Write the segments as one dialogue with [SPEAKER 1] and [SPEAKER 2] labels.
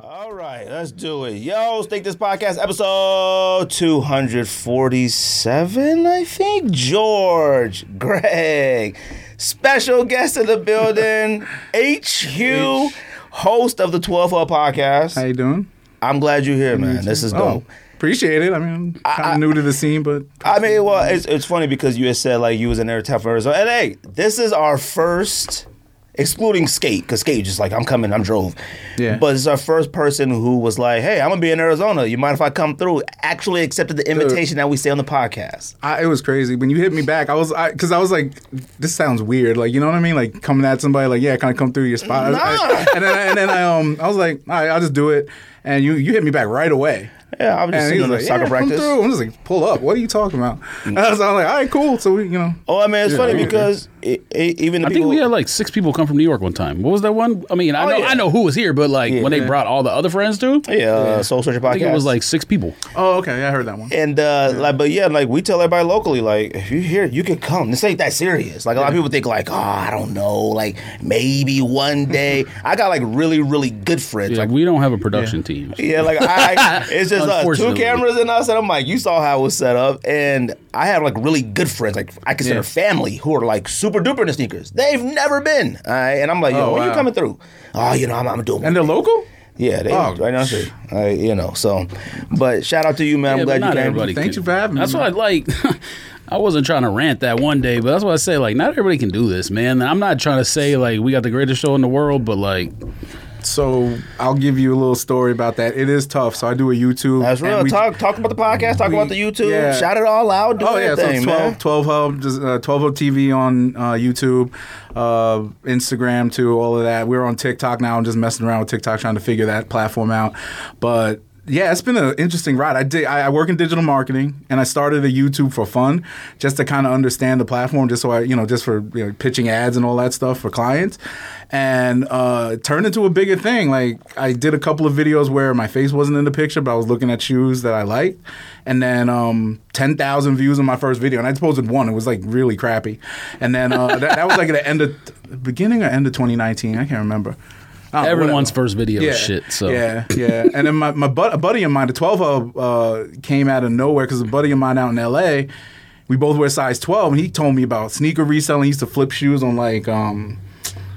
[SPEAKER 1] All right, let's do it. Yo, Stake This Podcast, episode 247, I think. George, Greg, special guest in the building, HQ, host of the 12 Up Podcast.
[SPEAKER 2] How you doing?
[SPEAKER 1] I'm glad you're here, man. This is dope.
[SPEAKER 2] Oh, appreciate it. I mean, I'm kind of new to the scene, but
[SPEAKER 1] I mean, well, it's, it's funny because you had said like you was in there tough Arizona, and hey, this is our first, excluding Skate, because Skate was just like I'm coming, I'm drove.
[SPEAKER 2] Yeah.
[SPEAKER 1] But it's our first person who was like, hey, I'm gonna be in Arizona. You mind if I come through? Actually accepted the invitation that we say on the podcast.
[SPEAKER 2] I, it was crazy when you hit me back. I was because I, was like, this sounds weird. Like you know what I mean? Like coming at somebody like, yeah, kind of come through your spot. I- I- and then I, and then I um I was like, all right, I'll just do it. And you you hit me back right away.
[SPEAKER 1] Yeah, I was just
[SPEAKER 2] And he
[SPEAKER 1] sitting
[SPEAKER 2] was
[SPEAKER 1] in the
[SPEAKER 2] like,
[SPEAKER 1] soccer
[SPEAKER 2] yeah, come
[SPEAKER 1] practice. Mm.
[SPEAKER 2] through. I'm just like, pull up. What are you talking about? And I was, I was like, all right, cool. So we, you know,
[SPEAKER 1] Oh, I mean, it's
[SPEAKER 2] Yeah,
[SPEAKER 1] funny
[SPEAKER 2] yeah.
[SPEAKER 1] because it, it, even the
[SPEAKER 3] I think
[SPEAKER 1] people.
[SPEAKER 3] we had like six people come from New York one time. What was that one? I mean, I
[SPEAKER 1] Oh,
[SPEAKER 3] know
[SPEAKER 1] yeah.
[SPEAKER 3] I know who was here, but like when they brought all the other friends too, I
[SPEAKER 1] yeah, uh, Soul Searcher podcast.
[SPEAKER 3] think it was like six people.
[SPEAKER 2] oh okay, yeah, I heard that one.
[SPEAKER 1] And uh, like, but yeah, like we tell everybody locally, like if you here, you can come. This ain't that serious. Like a lot of people think, like, oh, I don't know, like maybe one day. I got like really, really good friends.
[SPEAKER 3] Yeah,
[SPEAKER 1] Like,
[SPEAKER 3] we don't have a production team.
[SPEAKER 1] yeah, like I, it's just us, two
[SPEAKER 3] Unfortunately.
[SPEAKER 1] cameras and us, and I'm like, you saw how it was set up, and I have like really good friends, like I consider
[SPEAKER 2] Yeah.
[SPEAKER 1] family, who are like super duper into sneakers. They've never been, all right? and I'm like, yo,
[SPEAKER 2] Oh,
[SPEAKER 1] when you
[SPEAKER 2] wow.
[SPEAKER 1] coming through? Oh, you know, I'm, I'm doing.
[SPEAKER 2] And they're local.
[SPEAKER 1] yeah, they
[SPEAKER 2] Oh.
[SPEAKER 1] right now, see. I, you know. So, but shout out to you, man.
[SPEAKER 3] Yeah,
[SPEAKER 1] I'm
[SPEAKER 3] but
[SPEAKER 1] glad you
[SPEAKER 3] not
[SPEAKER 1] came.
[SPEAKER 3] everybody
[SPEAKER 2] Thank
[SPEAKER 3] can-
[SPEAKER 2] you for having me,
[SPEAKER 3] That's what I
[SPEAKER 2] man.
[SPEAKER 3] like. I wasn't trying to rant that one day, but that's what I say. Like, not everybody can do this, man. I'm not trying to say like we got the greatest show in the world, but like
[SPEAKER 1] Oh,
[SPEAKER 2] So I'll give you a little story about that. It is tough. So I do a YouTube.
[SPEAKER 1] That's
[SPEAKER 2] and
[SPEAKER 1] real.
[SPEAKER 2] we-
[SPEAKER 1] talk talk about the podcast. Talk
[SPEAKER 2] we-
[SPEAKER 1] about the YouTube.
[SPEAKER 2] yeah.
[SPEAKER 1] Shout it all out. Do
[SPEAKER 2] Oh yeah, so
[SPEAKER 1] everything,
[SPEAKER 2] it's 12, 12 Hub, just, uh, 12 Hub TV on uh, YouTube, uh, Instagram too, all of that. We're on TikTok now. I'm just messing around with TikTok, trying to figure that platform out. But yeah, it's been an interesting ride. I did. I, I work in digital marketing, and I started a YouTube for fun, just to kind of understand the platform, just so I, you know, just for you know, pitching ads and all that stuff for clients, and uh, it turned into a bigger thing. Like I did a couple of videos where my face wasn't in the picture, but I was looking at shoes that I liked, and then um, ten thousand views on my first video, and I posted one. It was like really crappy, and then uh, that, that was like at the end of beginning or end of 2019. I can't remember. I don't know,
[SPEAKER 3] everyone's
[SPEAKER 2] whatever.
[SPEAKER 3] first video is shit. So
[SPEAKER 2] Yeah, yeah. And then my, my bud, a buddy of mine, the 12 hub, uh, came out of nowhere because a buddy of mine out in LA, we both wear size 12, and he told me about sneaker reselling. He used to flip shoes on like, um,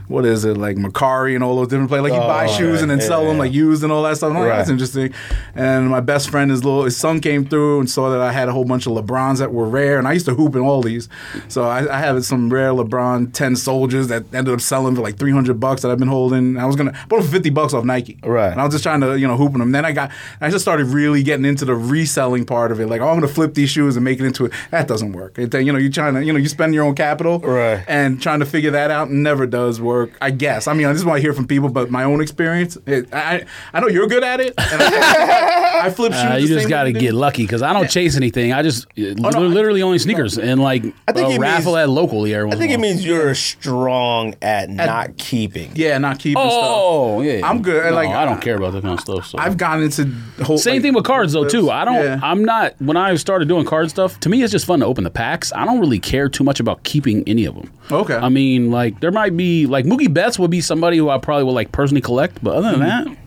[SPEAKER 2] what is it, like Macari and all those different places. Like, he buy
[SPEAKER 1] Oh,
[SPEAKER 2] shoes and then
[SPEAKER 1] yeah,
[SPEAKER 2] sell them,
[SPEAKER 1] yeah.
[SPEAKER 2] like used and all that stuff. I'm like,
[SPEAKER 1] Right.
[SPEAKER 2] that's interesting. And my best friend, his little his son came through and saw that I had a whole bunch of LeBrons that were rare, and I used to hoop in all these. So I, I have some rare LeBron ten soldiers that ended up selling for like three hundred bucks that I've been holding. I was gonna I bought them for fifty bucks off Nike,
[SPEAKER 1] Right.
[SPEAKER 2] And I was just trying to you know hoop in them. Then I got I just started really getting into the reselling part of it. Like, oh, I'm gonna flip these shoes and make it into it. That doesn't work. It, you know, you're trying to you know you spend your own capital,
[SPEAKER 1] Right.
[SPEAKER 2] and trying to figure that out never does work. I guess. I mean, this is what I hear from people, but my own experience, it, I I know you're good at it. And I, I flip shoes.
[SPEAKER 3] Uh,
[SPEAKER 2] the
[SPEAKER 3] you
[SPEAKER 2] same
[SPEAKER 3] just
[SPEAKER 2] way
[SPEAKER 3] got to
[SPEAKER 2] do.
[SPEAKER 3] get lucky because I don't chase anything. I just
[SPEAKER 1] Oh,
[SPEAKER 3] li- literally only sneakers and like I
[SPEAKER 1] think
[SPEAKER 3] think
[SPEAKER 1] he means-
[SPEAKER 3] raffle at locally. Every
[SPEAKER 1] I think it means you're strong at not keeping.
[SPEAKER 2] Yeah, not keeping stuff.
[SPEAKER 3] Oh yeah,
[SPEAKER 2] I'm good.
[SPEAKER 3] No,
[SPEAKER 2] Like,
[SPEAKER 3] I don't care about that kind of stuff. So.
[SPEAKER 2] I've gotten into whole
[SPEAKER 3] Same
[SPEAKER 2] like,
[SPEAKER 3] thing with cards though too. I don't.
[SPEAKER 2] Yeah.
[SPEAKER 3] I'm not. When I started doing card stuff, to me it's just fun to open the packs. I don't really care too much about keeping any of them.
[SPEAKER 2] Okay.
[SPEAKER 3] I mean, like there might be like Mookie Betts would be somebody who I probably would like personally collect, but other than
[SPEAKER 2] Mm-hmm.
[SPEAKER 3] that,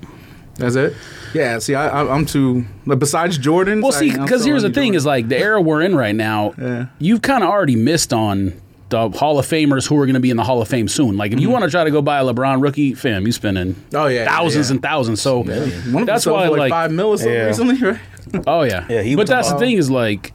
[SPEAKER 2] That's it. Yeah. See, I, I, I'm too. Like, besides Jordan.
[SPEAKER 3] well, see, because here's the thing: is like the era we're in right now. You've kind of already missed on the Hall of Famers who are going to be in the Hall of Fame soon. Like if you want to try to go buy a LeBron rookie, fam, you spending
[SPEAKER 2] Mm-hmm. Oh, yeah, yeah,
[SPEAKER 3] thousands
[SPEAKER 2] yeah.
[SPEAKER 3] and thousands. So
[SPEAKER 2] One of
[SPEAKER 3] that's
[SPEAKER 2] them sold
[SPEAKER 3] why
[SPEAKER 2] for like,
[SPEAKER 3] like
[SPEAKER 2] five mil or something
[SPEAKER 1] Yeah.
[SPEAKER 2] recently, right?
[SPEAKER 3] Oh yeah,
[SPEAKER 1] Yeah, he was
[SPEAKER 3] but that's
[SPEAKER 1] about-
[SPEAKER 3] the thing is like,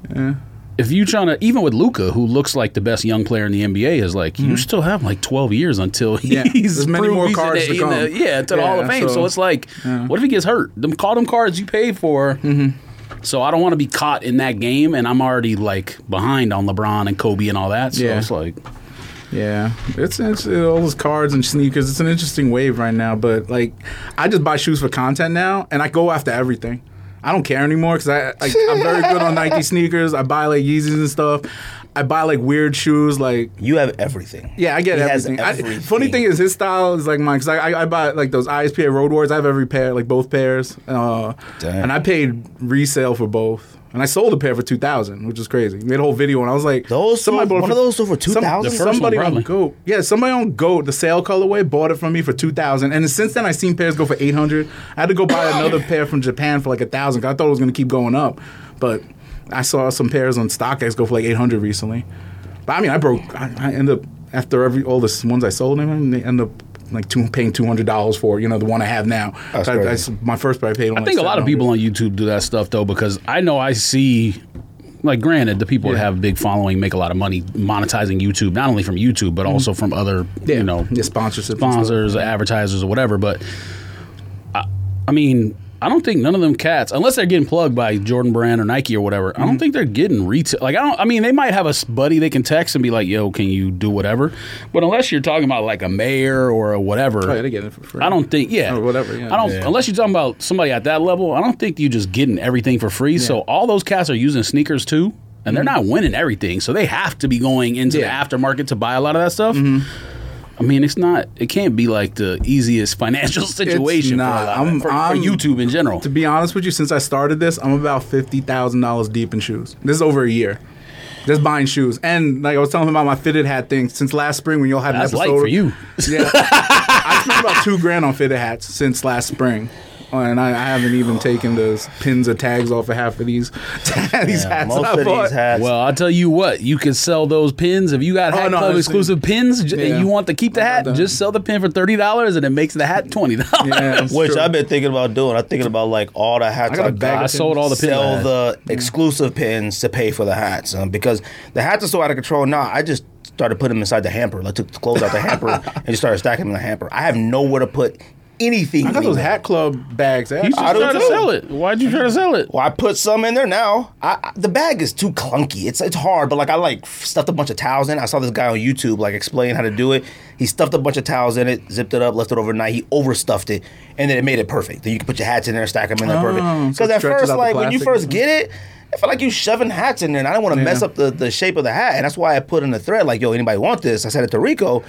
[SPEAKER 3] if you trying to even with Luca, who looks like the best young player in the NBA, is like you still have like twelve years until
[SPEAKER 2] Mm-hmm. Yeah,
[SPEAKER 3] he's
[SPEAKER 2] there's many
[SPEAKER 3] proved
[SPEAKER 2] more
[SPEAKER 3] he's in
[SPEAKER 2] cards
[SPEAKER 3] the-
[SPEAKER 2] to
[SPEAKER 3] in the-
[SPEAKER 2] come.
[SPEAKER 3] yeah, to the Hall of
[SPEAKER 2] Yeah,
[SPEAKER 3] Fame. So,
[SPEAKER 2] so-
[SPEAKER 3] it's like, what if he gets hurt? Them call them cards you paid for.
[SPEAKER 2] Mm-hmm.
[SPEAKER 3] So I don't want to be caught in that game, and I'm already like behind on LeBron and Kobe and all that. So
[SPEAKER 2] Yeah.
[SPEAKER 3] it's like,
[SPEAKER 2] Yeah, it's, it's all those cards and sneakers. It's an interesting wave right now. But like, I just buy shoes for content now, and I go after everything. I don't care anymore because I like, I'm very good on Nike sneakers. I buy like Yeezys and stuff. I buy like weird shoes, like
[SPEAKER 1] You have everything.
[SPEAKER 2] yeah, I get
[SPEAKER 1] He has
[SPEAKER 2] everything. I- funny thing is, his style is like mine because I, I I buy like those ISPA Road Wars. I have every pair, like both pairs, uh,
[SPEAKER 1] Damn.
[SPEAKER 2] and I paid resale for both. And I sold a pair for two thousand, which is crazy. We made a whole video, and I was like,
[SPEAKER 1] Those sold-
[SPEAKER 2] it
[SPEAKER 1] one of those sold for
[SPEAKER 2] some-
[SPEAKER 1] 2,000? The
[SPEAKER 3] first one,
[SPEAKER 2] Somebody on
[SPEAKER 3] probably.
[SPEAKER 2] Goat, yeah, somebody on Goat, the sale colorway, bought it from me for two thousand. And since then, I seen pairs go for eight hundred. I had to go buy another pair from Japan for like a thousand. I thought it was going to keep going up, but I saw some pairs on StockX go for like eight hundred recently. But I mean, I broke. I, I end up after every all the s- ones I sold them, they end up like two, paying two hundred dollars for you know the one I have now.
[SPEAKER 1] That's
[SPEAKER 2] So I- I
[SPEAKER 1] crazy.
[SPEAKER 2] s- my first pair I paid. On
[SPEAKER 3] I think a lot of people on YouTube do that stuff though because I know I see like granted the people that have a big following make a lot of money monetizing YouTube not only from YouTube but also from other you know
[SPEAKER 2] Mm-hmm. yeah, sponsorships. and stuff.
[SPEAKER 3] sponsors or advertisers or whatever but I, I mean I don't think none of them cats unless they're getting plugged by Jordan Brand or Nike or whatever I
[SPEAKER 2] Mm-hmm.
[SPEAKER 3] don't think they're getting retail like I don't I mean they might have a s- buddy they can text and be like yo can you do whatever but unless you're talking about like a mayor or a whatever
[SPEAKER 2] Oh, yeah, they get it for free.
[SPEAKER 3] I don't think, yeah,
[SPEAKER 2] Or whatever, yeah.
[SPEAKER 3] I don't
[SPEAKER 2] Yeah.
[SPEAKER 3] unless you're talking about somebody at that level. I don't think you just getting everything for free. So all those cats are using sneakers too, and they're not winning everything. So they have to be going into
[SPEAKER 2] Yeah. Mm-hmm.
[SPEAKER 3] the aftermarket to buy a lot of that stuff. I mean, it's not. It can't be like the easiest financial situation
[SPEAKER 2] not.
[SPEAKER 3] for, a lot of-
[SPEAKER 2] I'm-
[SPEAKER 3] for, for
[SPEAKER 2] I'm-
[SPEAKER 3] YouTube in general.
[SPEAKER 2] To be honest with you, since I started this, I'm about fifty thousand dollars deep in shoes. This is over a year. Just buying shoes, and like I was telling him about my fitted hat thing. Since last spring, when y'all had
[SPEAKER 3] That's
[SPEAKER 2] an
[SPEAKER 3] light
[SPEAKER 2] episode
[SPEAKER 3] for you.
[SPEAKER 2] yeah, I spent about two grand on fitted hats since last spring. And I, I haven't even taken the pins or tags off of half of these these hats.
[SPEAKER 1] most
[SPEAKER 2] I
[SPEAKER 1] of
[SPEAKER 2] bought.
[SPEAKER 1] these hats.
[SPEAKER 3] Well, I'll tell you what, you can sell those pins. If you got Hat
[SPEAKER 2] Oh, no,
[SPEAKER 3] Club
[SPEAKER 2] it's-
[SPEAKER 3] exclusive pins j-
[SPEAKER 2] Yeah.
[SPEAKER 3] and you want to keep the hat,
[SPEAKER 2] done.
[SPEAKER 3] just sell the pin for $30 and it makes the hat $20.
[SPEAKER 2] Yeah, it's
[SPEAKER 1] which
[SPEAKER 2] true.
[SPEAKER 1] I've been thinking about doing. I'm thinking about like all the hats.
[SPEAKER 2] I got a bag
[SPEAKER 3] I
[SPEAKER 2] of
[SPEAKER 3] sold
[SPEAKER 2] pins.
[SPEAKER 3] all the pins. I
[SPEAKER 1] sell
[SPEAKER 3] had.
[SPEAKER 1] the exclusive pins to pay for the hats um, because the hats are so out of control now. I just started putting them inside the hamper. Like took the clothes out the hamper and just started stacking them in the hamper. I have nowhere to put anything.
[SPEAKER 2] I got those
[SPEAKER 1] anymore.
[SPEAKER 2] hat club bags.
[SPEAKER 3] You should
[SPEAKER 1] I don't
[SPEAKER 3] try to
[SPEAKER 1] know.
[SPEAKER 3] sell it. Why'd you try to sell it?
[SPEAKER 1] Well, I put some in there now. I, I- the bag is too clunky. It's it's hard, but like I like stuffed a bunch of towels in. I saw this guy on YouTube like explain how to do it. He stuffed a bunch of towels in it, zipped it up, left it overnight. He overstuffed it, and then it made it perfect. Then you can put your hats in there, stack them in there, perfect.
[SPEAKER 2] Oh, so
[SPEAKER 1] Because
[SPEAKER 2] it
[SPEAKER 1] at
[SPEAKER 2] stretches
[SPEAKER 1] first,
[SPEAKER 2] out the
[SPEAKER 1] like when you
[SPEAKER 2] plastic.
[SPEAKER 1] first get it. I feel like you shoving hats in there, and I didn't want to mess up the, the shape of the hat, and that's why I put in a thread like, "Yo, anybody want this?" I said it to Rico,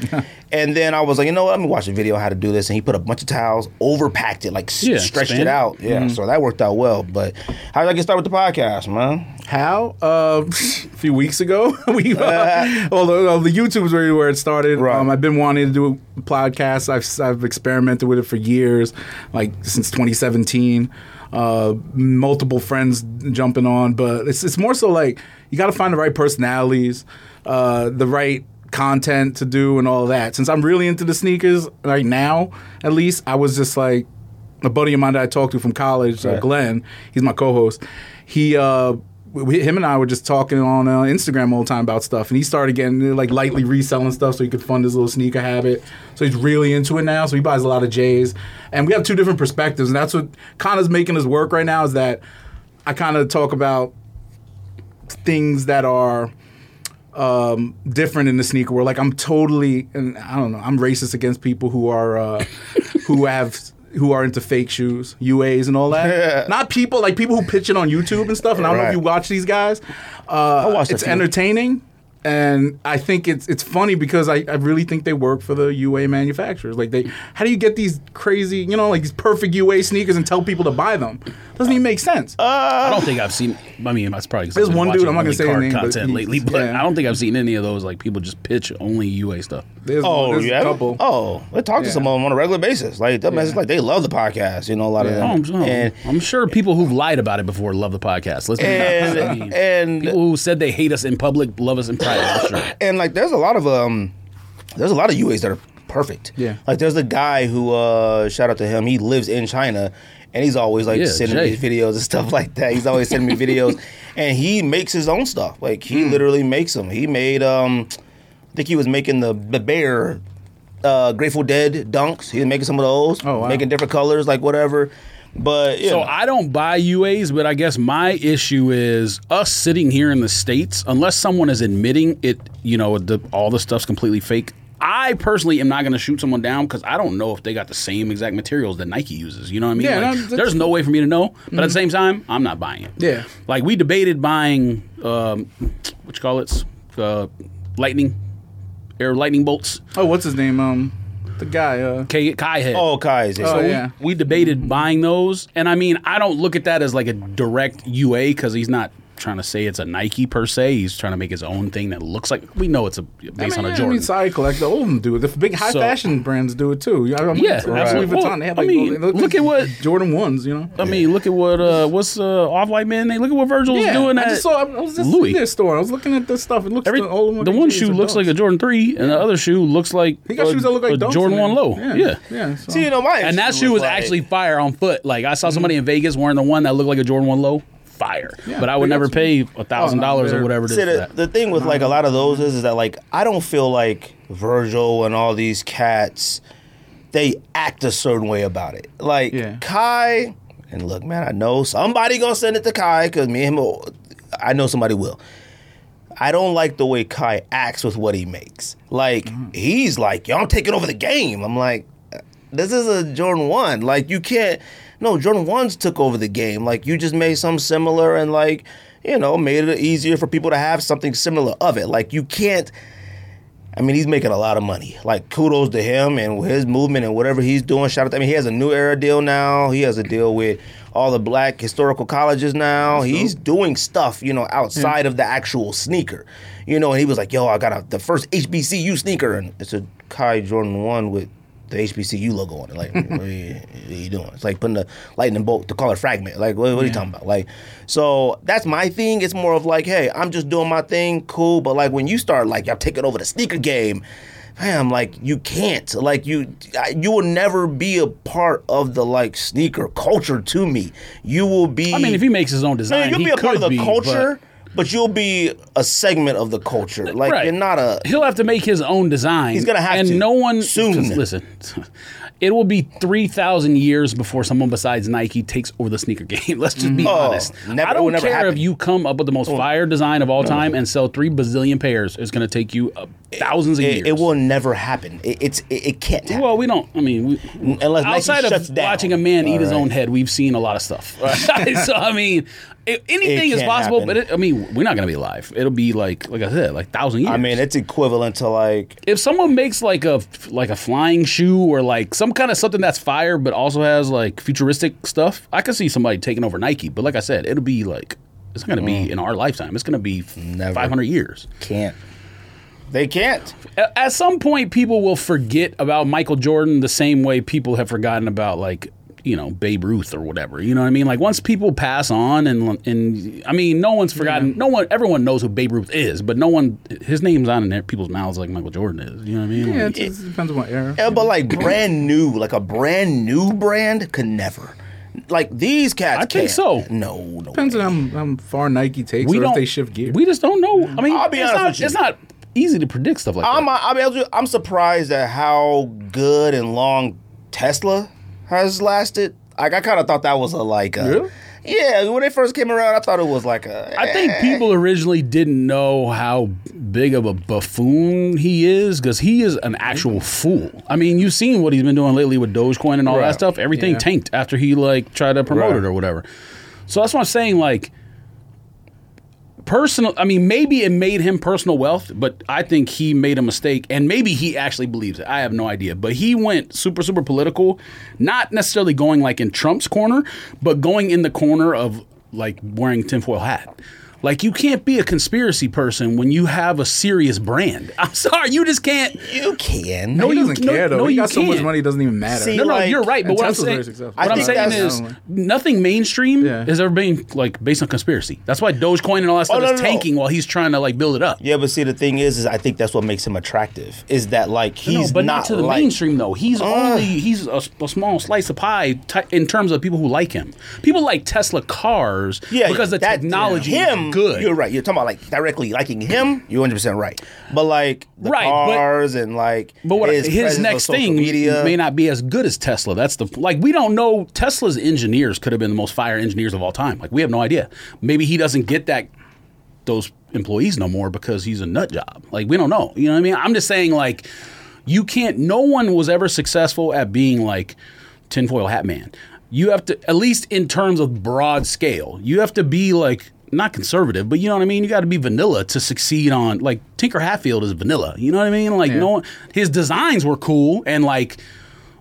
[SPEAKER 1] and then I was like, "You know what? Let me watch a video on how to do this." And he put a bunch of towels, overpacked it, like s-
[SPEAKER 3] Yeah, Mm-hmm.
[SPEAKER 1] stretched
[SPEAKER 3] expand
[SPEAKER 1] it
[SPEAKER 3] it.
[SPEAKER 1] out out. Yeah, so that worked out well. But how did I get started with the podcast, man?
[SPEAKER 2] How? Uh, a few weeks ago, we uh, well, the, well, the YouTube's really where it started.
[SPEAKER 1] Right.
[SPEAKER 2] Um, I've been wanting to do podcasts. I've I've experimented with it for years, like since 2017. Uh, multiple friends jumping on, but it's it's more so like you got to find the right personalities, uh, the right content to do, and all that. Since I'm really into the sneakers right now, at least I was just like a buddy of mine that I talked to from college, uh, Glenn. He's my co-host. He, uh, we, him and I were just talking on uh, Instagram all the time about stuff, and he started getting uh, like lightly reselling stuff so he could fund his little sneaker habit. So he's really into it now. So he buys a lot of J's, and we have two different perspectives, and that's what kind of making us work right now. Is that I kind of talk about things that are um, different in the sneaker world. Like I'm totally, and I don't know, I'm racist against people who are uh, who have who are into fake shoes, UAs, and all that. Not people like people who pitch it on YouTube and stuff. And I don't know if
[SPEAKER 1] Right.
[SPEAKER 2] you watch these guys. Uh,
[SPEAKER 1] watch a
[SPEAKER 2] it's
[SPEAKER 1] few.
[SPEAKER 2] entertaining. And I think it's it's funny because I, I really think they work for the UA manufacturers. Like they, how do you get these crazy, you know, like these perfect UA sneakers and tell people to buy them? Doesn't even make sense.
[SPEAKER 1] Uh,
[SPEAKER 3] I don't think I've seen. I mean, that's probably 'cause I've
[SPEAKER 2] uh, There's
[SPEAKER 3] been
[SPEAKER 2] one dude,
[SPEAKER 3] watching
[SPEAKER 2] I'm not gonna
[SPEAKER 3] only
[SPEAKER 2] say
[SPEAKER 3] car
[SPEAKER 2] his name, but
[SPEAKER 3] content
[SPEAKER 2] he-
[SPEAKER 3] lately, but
[SPEAKER 2] yeah.
[SPEAKER 3] I don't think I've seen any of those. Like people just pitch only UA stuff.
[SPEAKER 2] There's one- there's a couple.
[SPEAKER 1] Oh, they talk to
[SPEAKER 2] Yeah.
[SPEAKER 1] some of them on a regular basis. Like that message, like they love the podcast. You know, a lot
[SPEAKER 2] Yeah.
[SPEAKER 1] of
[SPEAKER 3] Oh, I'm,
[SPEAKER 1] them. And
[SPEAKER 3] I'm sure people who've lied about it before love the podcast. Let's be honest. I mean,
[SPEAKER 1] and and
[SPEAKER 3] people who said they hate us in public love us in private. I'm sure.
[SPEAKER 1] and like there's a lot of um there's a lot of UAs that are perfect.
[SPEAKER 2] Yeah.
[SPEAKER 1] Like there's a guy who uh shout out to him, he lives in China and he's always like
[SPEAKER 3] Yeah,
[SPEAKER 1] sending
[SPEAKER 3] Jay.
[SPEAKER 1] me videos and stuff like that. He's always sending me videos and he makes his own stuff. Like he
[SPEAKER 3] Hmm.
[SPEAKER 1] literally makes them. He made um I think he was making the, the bear uh Grateful Dead dunks. He was making some of those.
[SPEAKER 2] Oh, wow.
[SPEAKER 1] Making different colors, like whatever. But yeah.
[SPEAKER 3] So I don't buy UAs, but I guess my issue is us sitting here in the states. Unless someone is admitting it, you know, the, all the stuff's completely fake. I personally am not going to shoot someone down because I don't know if they got the same exact materials that Nike uses. You know what I mean?
[SPEAKER 2] Yeah,
[SPEAKER 3] Like,
[SPEAKER 2] no, that's- Mm-hmm.
[SPEAKER 3] there's no way for me to know. But at the same time, I'm not buying it.
[SPEAKER 2] Yeah.
[SPEAKER 3] Like we debated buying, um, what you call it? uh, lightning, air lightning bolts.
[SPEAKER 2] Oh, what's his name? Um, the guy. Uh,
[SPEAKER 3] K- Kai had.
[SPEAKER 1] Oh, Kai is it? So-
[SPEAKER 2] Oh, yeah.
[SPEAKER 3] We debated buying those, and I mean, I don't look at that as like a direct UA because he's not trying to say it's a Nike per se. He's trying to make his own thing that looks like we know it's a based
[SPEAKER 2] I mean,
[SPEAKER 3] on a
[SPEAKER 2] yeah, I
[SPEAKER 3] Jordan.
[SPEAKER 2] mean, side collect. The old them do it. The big high
[SPEAKER 3] So-
[SPEAKER 2] fashion brands do it too. I mean,
[SPEAKER 3] Yeah,
[SPEAKER 2] Louis
[SPEAKER 3] absolutely.
[SPEAKER 2] Vuitton.
[SPEAKER 3] Well,
[SPEAKER 2] they have,
[SPEAKER 3] I
[SPEAKER 2] like,
[SPEAKER 3] mean,
[SPEAKER 2] they look,
[SPEAKER 3] look at what-
[SPEAKER 2] Jordan ones. You know.
[SPEAKER 3] I mean, look at what uh, what's uh, off white man. They look at what Virgil's
[SPEAKER 2] Yeah,
[SPEAKER 3] doing.
[SPEAKER 2] I
[SPEAKER 3] at
[SPEAKER 2] just saw. I was just
[SPEAKER 3] Louis.
[SPEAKER 2] in their store. I was looking at this stuff. It looks
[SPEAKER 3] Every,
[SPEAKER 2] the, all
[SPEAKER 3] the one shoe looks like a Jordan three, and the other shoe looks like
[SPEAKER 2] He got
[SPEAKER 3] a,
[SPEAKER 2] shoes that look like
[SPEAKER 3] a
[SPEAKER 2] dunks
[SPEAKER 3] Jordan
[SPEAKER 2] in
[SPEAKER 3] one
[SPEAKER 2] there.
[SPEAKER 3] low. Yeah.
[SPEAKER 2] Yeah. yeah so.
[SPEAKER 1] See, you know, my
[SPEAKER 3] and that shoe was
[SPEAKER 1] like-
[SPEAKER 3] actually fire on foot. Like I
[SPEAKER 2] Mm-hmm.
[SPEAKER 3] saw somebody in Vegas wearing the one that looked like a Jordan one low, fire.
[SPEAKER 2] Yeah,
[SPEAKER 3] but I would
[SPEAKER 2] they got
[SPEAKER 3] never
[SPEAKER 2] some- Oh,
[SPEAKER 3] pay a thousand dollars or
[SPEAKER 2] they're-
[SPEAKER 3] whatever it is.
[SPEAKER 1] See,
[SPEAKER 3] for
[SPEAKER 1] the,
[SPEAKER 3] that.
[SPEAKER 1] the thing with like a lot of those is, is that like I don't feel like Virgil and all these cats, they act a certain way about it. Like
[SPEAKER 2] Yeah.
[SPEAKER 1] Kai, and look, man, I know somebody gonna send it to Kai because me and him, I know somebody will. I don't like the way Kai acts with what he makes. Like he's like, "Yo, I'm taking over the game." I'm like, "This is a Jordan one. Like you can't." No, Jordan ones took over the game. Like you just made something similar and like you know made it easier for people to have something similar of it. Like you can't. I mean, he's making a lot of money. Like kudos to him and his movement and whatever he's doing. Shout out to I mean, he has a new era deal now. He has a deal with all the black historical colleges now. he's doing stuff, you know, outside of the actual sneaker. You know, and he was like, "Yo, I got a, the first HBCU sneaker and it's a Kai Jordan 1 with the HBCU logo on it. Like, what, are you, what are you doing? It's like putting a lightning bolt to call it fragment. Like, what, what are you talking about? Like, so that's my thing. It's more of like, hey, I'm just doing my thing, cool. But like, when you start like y'all taking over the sneaker game, man, like you can't. Like you, I- you will never be a part of the like sneaker culture to me. You will be.
[SPEAKER 3] I mean, if he makes his own
[SPEAKER 1] Man,
[SPEAKER 3] design,
[SPEAKER 1] you'll
[SPEAKER 3] he
[SPEAKER 1] be a part of
[SPEAKER 3] could
[SPEAKER 1] the
[SPEAKER 3] be,
[SPEAKER 1] culture. But you'll be a segment of the culture. Like
[SPEAKER 3] Right.
[SPEAKER 1] you're not a.
[SPEAKER 3] He'll have to make his own design. He's
[SPEAKER 1] gonna have
[SPEAKER 3] and
[SPEAKER 1] to.
[SPEAKER 3] no one
[SPEAKER 1] Soon.
[SPEAKER 3] just Listen, it will be three thousand years before someone besides Nike takes over the sneaker game. Let's just be
[SPEAKER 1] Mm.
[SPEAKER 3] honest.
[SPEAKER 1] Oh, never-
[SPEAKER 3] I
[SPEAKER 1] it
[SPEAKER 3] don't
[SPEAKER 1] will never
[SPEAKER 3] care
[SPEAKER 1] happen.
[SPEAKER 3] if you come up with the most fire design of all time and sell three bazillion pairs. It's going to take you uh, thousands of
[SPEAKER 1] It,
[SPEAKER 3] years.
[SPEAKER 1] it will never happen. It, it's it, it can't happen.
[SPEAKER 3] Well, we don't. I mean, we,
[SPEAKER 1] unless Nike
[SPEAKER 3] outside
[SPEAKER 1] shuts
[SPEAKER 3] of
[SPEAKER 1] down.
[SPEAKER 3] watching a man eat
[SPEAKER 1] All
[SPEAKER 3] his
[SPEAKER 1] right.
[SPEAKER 3] own head, we've seen a lot of stuff. so I mean, i anything
[SPEAKER 1] It
[SPEAKER 3] is
[SPEAKER 1] can't
[SPEAKER 3] possible.
[SPEAKER 1] happen.
[SPEAKER 3] But it, I mean, we're not going to be alive. It'll be like, like I said, like thousand years.
[SPEAKER 1] I mean, it's equivalent to like
[SPEAKER 3] if someone makes like a like a flying shoe or like some kind of something that's fire but also has like futuristic stuff, I could see somebody taking over Nike. But like I said, it'll be like it's not gonna be in our lifetime. It's gonna be
[SPEAKER 1] Mm-hmm. Never.
[SPEAKER 3] five hundred years.
[SPEAKER 1] can't. They can't.
[SPEAKER 3] A- At some point, people will forget about Michael Jordan the same way people have forgotten about like you know Babe Ruth or whatever. You know what I mean? Like once people pass on and and I mean no one's forgotten. No one, everyone knows who Babe Ruth is, but no one his name's on in people's mouths like Michael Jordan is. You know what I mean? Like-
[SPEAKER 2] yeah, it, just depends on what era.
[SPEAKER 1] Yeah, but like brand new, like a brand new brand could never. Like these cats.
[SPEAKER 3] I think
[SPEAKER 1] can't.
[SPEAKER 3] so.
[SPEAKER 1] No, no.
[SPEAKER 2] Depends
[SPEAKER 1] way.
[SPEAKER 2] on how, how far Nike takes
[SPEAKER 3] we
[SPEAKER 2] or
[SPEAKER 3] don't
[SPEAKER 2] if they shift gear.
[SPEAKER 3] We just don't know. I mean,
[SPEAKER 1] I'll be
[SPEAKER 3] it's,
[SPEAKER 1] honest
[SPEAKER 3] not,
[SPEAKER 1] with you.
[SPEAKER 3] it's not easy to predict stuff like that.
[SPEAKER 1] I'm, I mean, I'll ju- I'm surprised at how good and long Tesla has lasted. Like I kind of thought that was a like a.
[SPEAKER 2] Really?
[SPEAKER 1] Yeah, when it first came around, I thought it was like a. eh,
[SPEAKER 3] I think people originally didn't know how big of a buffoon he is because he is an actual fool. I mean, you've seen what he's been doing lately with Dogecoin and all
[SPEAKER 2] Right.
[SPEAKER 3] that stuff. Everything
[SPEAKER 2] Yeah.
[SPEAKER 3] tanked after he like tried to promote
[SPEAKER 2] Right.
[SPEAKER 3] it or whatever. So that's what I'm saying. Like personal, I mean, maybe it made him personal wealth, but I think he made a mistake, and maybe he actually believes it. I have no idea, but he went super super political, not necessarily going like in Trump's corner, but going in the corner of like wearing tinfoil hat. Like you can't be a conspiracy person when you have a serious brand. I'm sorry, you just can't.
[SPEAKER 1] you can.
[SPEAKER 2] he
[SPEAKER 3] you-
[SPEAKER 2] doesn't
[SPEAKER 3] no-
[SPEAKER 2] care though.
[SPEAKER 3] no,
[SPEAKER 2] he
[SPEAKER 3] you
[SPEAKER 2] got so much
[SPEAKER 3] can't.
[SPEAKER 2] money, it doesn't even matter.
[SPEAKER 1] See,
[SPEAKER 3] No, no,
[SPEAKER 1] like-
[SPEAKER 3] you're right. But
[SPEAKER 2] And
[SPEAKER 3] what I'm
[SPEAKER 2] Tesla's very
[SPEAKER 3] saying,
[SPEAKER 2] successful.
[SPEAKER 1] I
[SPEAKER 3] what I'm
[SPEAKER 1] think
[SPEAKER 3] saying
[SPEAKER 1] that's-
[SPEAKER 3] is nothing mainstream
[SPEAKER 2] Yeah.
[SPEAKER 3] has ever been like based on conspiracy. That's why Dogecoin and all that stuff
[SPEAKER 1] Oh, no,
[SPEAKER 3] is
[SPEAKER 1] no, no.
[SPEAKER 3] tanking while he's trying to like build it up.
[SPEAKER 1] Yeah, but see, the thing is, is I think that's what makes him attractive. Is that like he's
[SPEAKER 3] no, but
[SPEAKER 1] not,
[SPEAKER 3] not, to the
[SPEAKER 1] like,
[SPEAKER 3] mainstream though. He's only he's a, s- a small slice of pie ty- in terms of people who like him. People like Tesla cars because the
[SPEAKER 1] that-
[SPEAKER 3] technology
[SPEAKER 1] him,
[SPEAKER 3] is good.
[SPEAKER 1] You're right. You're talking about like directly liking him. You're 100 percent right. But like the
[SPEAKER 3] Right, but-
[SPEAKER 1] cars and like
[SPEAKER 3] But what his,
[SPEAKER 1] presence on
[SPEAKER 3] next
[SPEAKER 1] social
[SPEAKER 3] thing
[SPEAKER 1] media.
[SPEAKER 3] may not be as good as Tesla. That's the like we don't know. Tesla's engineers could have been the most fire engineers of all time. Like we have no idea. Maybe he doesn't get that those employees no more because he's a nut job. Like we don't know. You know what I mean? I'm just saying like you can't. No one was ever successful at being like tinfoil hat man. You have to at least in terms of broad scale. You have to be like not conservative, but you know what I mean. You got to be vanilla to succeed on like Tinker Hatfield is vanilla. You know what I mean? Like no one, his designs were cool and like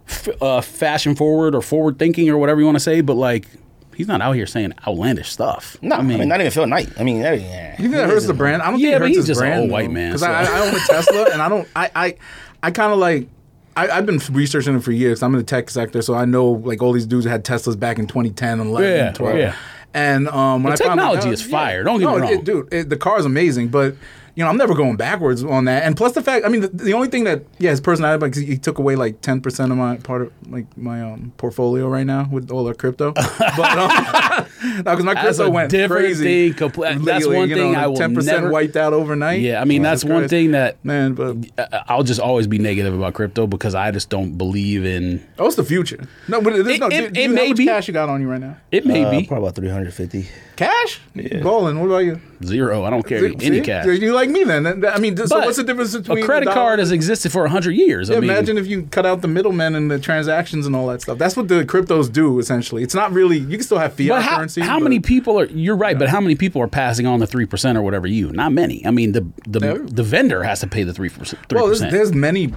[SPEAKER 3] f- uh, fashion forward or forward thinking or whatever you want to say, but like. He's not out here saying outlandish stuff.
[SPEAKER 1] No, I mean, not even Phil Knight. I mean, that, yeah.
[SPEAKER 2] You think that hurts the brand? I don't
[SPEAKER 3] Yeah,
[SPEAKER 2] think it
[SPEAKER 3] but
[SPEAKER 2] hurts
[SPEAKER 3] he's
[SPEAKER 2] his
[SPEAKER 3] just an
[SPEAKER 2] brand.
[SPEAKER 3] old white man,
[SPEAKER 2] Because
[SPEAKER 3] so-
[SPEAKER 2] I, I own a Tesla, and I don't. I I, I kind of like. I, I've been researching it for years. I'm in the tech sector, so I know like all these dudes had Teslas back in 2010 and 11
[SPEAKER 3] Yeah,
[SPEAKER 2] and 12.
[SPEAKER 3] yeah.
[SPEAKER 2] And um, when
[SPEAKER 3] The
[SPEAKER 2] I found out-
[SPEAKER 3] technology is fire, don't get
[SPEAKER 2] no,
[SPEAKER 3] me
[SPEAKER 2] it-
[SPEAKER 3] wrong.
[SPEAKER 2] dude. It, the car's amazing, but you know I'm never going backwards on that. And plus the fact, I mean, the, the only thing that yeah, his personality, like he took away like 10 percent of my part of like my um, portfolio right now with all the crypto. but um, because my
[SPEAKER 3] That's
[SPEAKER 2] crypto
[SPEAKER 3] a
[SPEAKER 2] went
[SPEAKER 3] different
[SPEAKER 2] crazy.
[SPEAKER 3] thing compl- that's
[SPEAKER 2] Lately,
[SPEAKER 3] one
[SPEAKER 2] you know,
[SPEAKER 3] thing I
[SPEAKER 2] the
[SPEAKER 3] will
[SPEAKER 2] 10%
[SPEAKER 3] never-
[SPEAKER 2] wiped out overnight. Oh,
[SPEAKER 3] Yeah, I mean,
[SPEAKER 2] Jesus
[SPEAKER 3] that's one
[SPEAKER 2] Christ.
[SPEAKER 3] thing that-
[SPEAKER 2] man. But
[SPEAKER 3] I- I'll just always be negative about crypto because I just don't believe in
[SPEAKER 2] oh, it's the future. No, but there's
[SPEAKER 3] It-
[SPEAKER 2] no.
[SPEAKER 3] it-
[SPEAKER 2] do- do
[SPEAKER 3] it
[SPEAKER 2] you know
[SPEAKER 3] may
[SPEAKER 2] how much
[SPEAKER 3] be.
[SPEAKER 2] cash you got on you right now?
[SPEAKER 3] it. May
[SPEAKER 1] Uh,
[SPEAKER 3] be
[SPEAKER 1] probably about 350.
[SPEAKER 2] Cash? Yeah. Balling. What about you?
[SPEAKER 3] zero. I don't carry any
[SPEAKER 2] See?
[SPEAKER 3] cash.
[SPEAKER 2] You like me then? Then- I mean, th- so
[SPEAKER 3] But
[SPEAKER 2] what's the difference between
[SPEAKER 3] a credit
[SPEAKER 2] the dollar-
[SPEAKER 3] card has existed for hundred years? I
[SPEAKER 2] Yeah,
[SPEAKER 3] mean,
[SPEAKER 2] imagine if you cut out the middlemen and the transactions and all that stuff. That's what the cryptos do essentially. It's not really. You can still have fiat
[SPEAKER 3] but how,
[SPEAKER 2] currency.
[SPEAKER 3] how
[SPEAKER 2] but-
[SPEAKER 3] many people are? You're right, but how many people are passing on the three percent or whatever? You not many. I mean, the the the vendor has to pay the three percent.
[SPEAKER 2] Well, there's, there's many.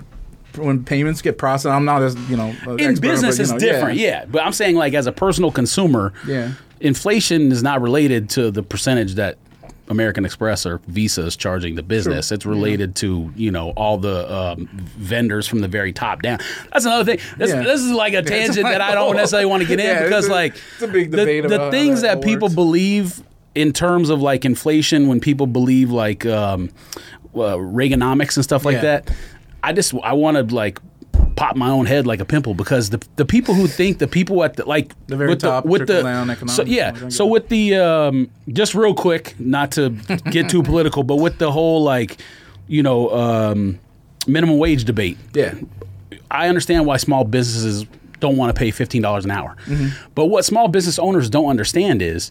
[SPEAKER 2] When payments get processed, I'm not as you know. an
[SPEAKER 3] in
[SPEAKER 2] expert,
[SPEAKER 3] business
[SPEAKER 2] but, you
[SPEAKER 3] it's
[SPEAKER 2] know,
[SPEAKER 3] different, yeah. But I'm saying like as a personal consumer,
[SPEAKER 2] Yeah.
[SPEAKER 3] inflation is not related to the percentage that American Express or Visa is charging the business. It's related to you know all the um, vendors from the very top down. That's another thing. This,
[SPEAKER 2] Yeah.
[SPEAKER 3] this is like a tangent that I don't necessarily want to get in
[SPEAKER 2] Yeah, it's
[SPEAKER 3] because
[SPEAKER 2] a-
[SPEAKER 3] like
[SPEAKER 2] it's a big
[SPEAKER 3] the-
[SPEAKER 2] debate
[SPEAKER 3] the,
[SPEAKER 2] about how
[SPEAKER 3] things
[SPEAKER 2] that
[SPEAKER 3] that,
[SPEAKER 2] all
[SPEAKER 3] people
[SPEAKER 2] works.
[SPEAKER 3] believe in terms of like inflation when people believe like um, uh, Reaganomics and stuff like
[SPEAKER 2] Yeah.
[SPEAKER 3] that. I just I want to like pop my own head like a pimple because the the people who think the people at the like
[SPEAKER 2] The very top trickle-down
[SPEAKER 3] so,
[SPEAKER 2] economics.
[SPEAKER 3] yeah so with the um, just real quick not to get too political but with the whole like you know um, minimum wage debate
[SPEAKER 2] Yeah,
[SPEAKER 3] I understand why small businesses don't want to pay fifteen dollars an hour.
[SPEAKER 2] Mm-hmm.
[SPEAKER 3] But what small business owners don't understand is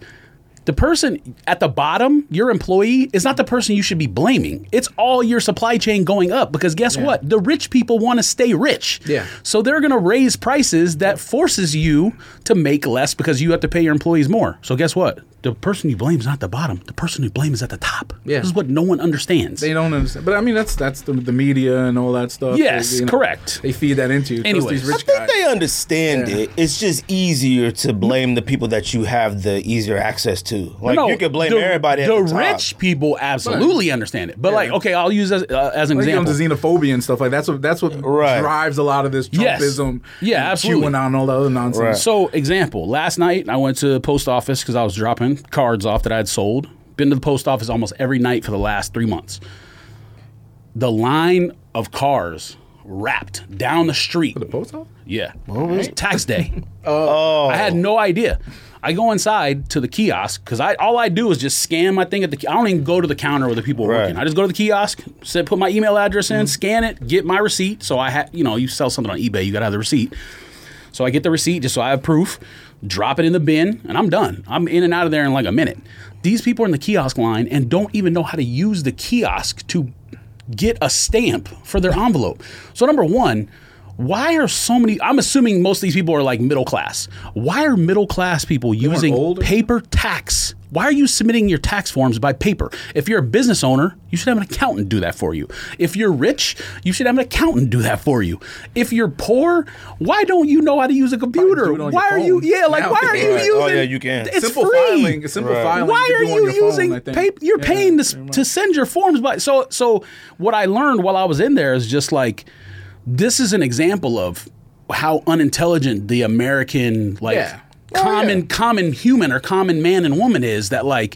[SPEAKER 3] the person at the bottom, your employee, is not the person you should be blaming. It's all your supply chain going up because guess what? The rich people want to stay rich.
[SPEAKER 2] Yeah.
[SPEAKER 3] So they're going to raise prices that forces you to make less because you have to pay your employees more. So guess what? The person you blame is not the bottom. The person you blame is at the top.
[SPEAKER 2] Yeah.
[SPEAKER 3] This is what no one understands.
[SPEAKER 2] They don't understand. But I mean, that's that's the, the media and all that stuff.
[SPEAKER 3] Yes,
[SPEAKER 2] They- you know,
[SPEAKER 3] correct.
[SPEAKER 2] They feed that into you. Trust
[SPEAKER 3] Anyways.
[SPEAKER 2] these
[SPEAKER 3] I
[SPEAKER 1] I
[SPEAKER 2] rich
[SPEAKER 1] think
[SPEAKER 2] guys.
[SPEAKER 1] they understand it. It's just easier to blame the people that you have the easier access to. Like
[SPEAKER 3] No,
[SPEAKER 1] you can blame
[SPEAKER 3] the-
[SPEAKER 1] everybody. At
[SPEAKER 3] the
[SPEAKER 1] the, top.
[SPEAKER 3] rich people absolutely understand it, but like, okay, I'll use as, uh, as an
[SPEAKER 2] Like, you know,
[SPEAKER 3] example.
[SPEAKER 2] the xenophobia and stuff like that's what that's what
[SPEAKER 1] Right.
[SPEAKER 2] drives a lot of this
[SPEAKER 3] Yes.
[SPEAKER 2] Trumpism,
[SPEAKER 3] Yeah,
[SPEAKER 2] and
[SPEAKER 3] absolutely.
[SPEAKER 2] QAnon, and all the other nonsense.
[SPEAKER 1] Right.
[SPEAKER 3] So, example, last night I went to the post office because I was dropping cards off that I'd sold. Been to the post office almost every night for the last three months. The line of cars wrapped down the street.
[SPEAKER 2] Post office?
[SPEAKER 3] Yeah. It was tax day. I had no idea. I go inside to the kiosk because I all I do is just scan my thing at the. ki- I don't even go to the counter where the people are
[SPEAKER 1] Right.
[SPEAKER 3] working. I just go to the kiosk, sit, put my email address in, scan it, get my receipt. So I have, you know, you sell something on eBay, you gotta have the receipt. So I get the receipt just so I have proof, drop it in the bin, and I'm done. I'm in and out of there in like a minute. These people are in the kiosk line and don't even know how to use the kiosk to get a stamp for their envelope. So, number one, why are so many? I'm assuming most of these people are like middle class. Why are middle class people using
[SPEAKER 2] older?
[SPEAKER 3] paper tax? Why are you submitting your tax forms by paper? If you're a business owner, you should have an accountant do that for you. If you're rich, you should have an accountant do that for you. If you're poor, why don't you know how to use a computer?
[SPEAKER 2] do it on
[SPEAKER 3] Why
[SPEAKER 2] your
[SPEAKER 3] are you?
[SPEAKER 2] phone.
[SPEAKER 3] Yeah, like
[SPEAKER 2] Now
[SPEAKER 3] why
[SPEAKER 2] you
[SPEAKER 3] are
[SPEAKER 2] can.
[SPEAKER 3] you
[SPEAKER 1] Right.
[SPEAKER 3] using?
[SPEAKER 1] Oh, yeah, you can.
[SPEAKER 3] It's
[SPEAKER 2] simple
[SPEAKER 3] free.
[SPEAKER 2] filing, simple
[SPEAKER 1] Right.
[SPEAKER 2] filing.
[SPEAKER 3] Why
[SPEAKER 2] you
[SPEAKER 3] are
[SPEAKER 2] can do on
[SPEAKER 3] you
[SPEAKER 2] your phone,
[SPEAKER 3] using
[SPEAKER 2] I think.
[SPEAKER 3] paper? You're
[SPEAKER 2] Yeah.
[SPEAKER 3] paying to, s- to send your forms by. So so what I learned while I was in there is just like this is an example of how unintelligent the American like
[SPEAKER 2] Yeah. Oh,
[SPEAKER 3] common
[SPEAKER 2] yeah.
[SPEAKER 3] common human or common man and woman is that like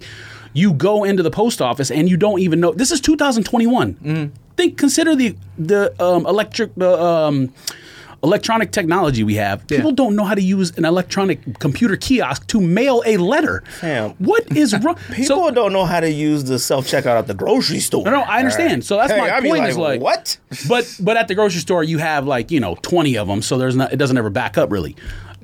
[SPEAKER 3] you go into the post office and you don't even know this is 2021.
[SPEAKER 1] Mm-hmm.
[SPEAKER 3] Think consider the the um, electric the um, electronic technology we have. People don't know how to use an electronic computer kiosk to mail a letter.
[SPEAKER 1] Fam.
[SPEAKER 3] What is wrong?
[SPEAKER 1] People
[SPEAKER 3] so,
[SPEAKER 1] don't know how to use the self checkout at the grocery store.
[SPEAKER 3] no, no, I understand. So that's
[SPEAKER 1] Hey,
[SPEAKER 3] my
[SPEAKER 1] I be
[SPEAKER 3] point. is like
[SPEAKER 1] what?
[SPEAKER 3] But but at the grocery store you have like you know twenty of them, so there's not it doesn't ever back up really.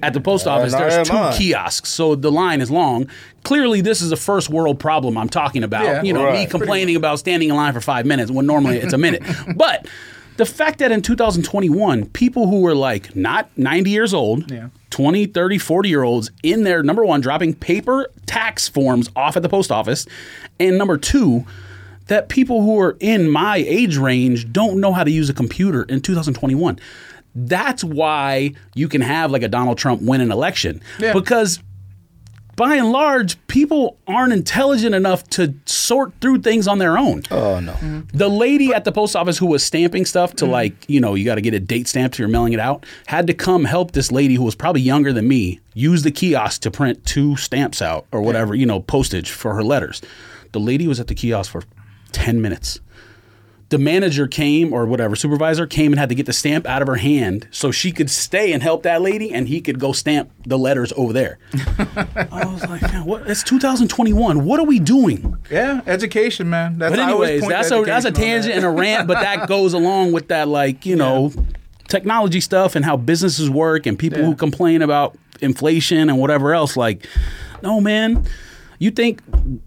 [SPEAKER 3] At the post office,
[SPEAKER 1] neither
[SPEAKER 3] there's two
[SPEAKER 1] am I.
[SPEAKER 3] kiosks, so the line is long. Clearly, this is a first world problem I'm talking about.
[SPEAKER 2] Yeah.
[SPEAKER 3] you know, me
[SPEAKER 1] Right.
[SPEAKER 3] complaining about standing in line for five minutes when normally it's a minute. But the fact that in 2021, people who were like not 90 years old,
[SPEAKER 2] Yeah.
[SPEAKER 3] 20 20, 30, 40 year olds in there, number one, dropping paper tax forms off at the post office, and number two, that people who are in my age range don't know how to use a computer in 2021. That's why you can have like a Donald Trump win an election
[SPEAKER 2] Yeah.
[SPEAKER 3] because by and large, people aren't intelligent enough to sort through things on their own.
[SPEAKER 1] Oh no.
[SPEAKER 3] The lady at the post office who was stamping stuff to like, you know, you got to get a date stamp so you're mailing it out, had to come help this lady who was probably younger than me use the kiosk to print two stamps out or whatever, you know, postage for her letters. The lady was at the kiosk for 10 minutes. The manager came or whatever, supervisor came and had to get the stamp out of her hand so she could stay and help that lady and he could go stamp the letters over there. I was like, man, what? It's 2021. What are we doing?
[SPEAKER 2] Yeah, education, man. That's
[SPEAKER 3] But
[SPEAKER 2] I always
[SPEAKER 3] anyways,
[SPEAKER 2] point to
[SPEAKER 3] that's a that's a
[SPEAKER 2] education on
[SPEAKER 3] tangent
[SPEAKER 2] that.
[SPEAKER 3] and a rant, but that goes along with that, like you know, technology stuff and how businesses work and people who
[SPEAKER 2] Yeah.
[SPEAKER 3] complain about inflation and whatever else. Like, no man, you think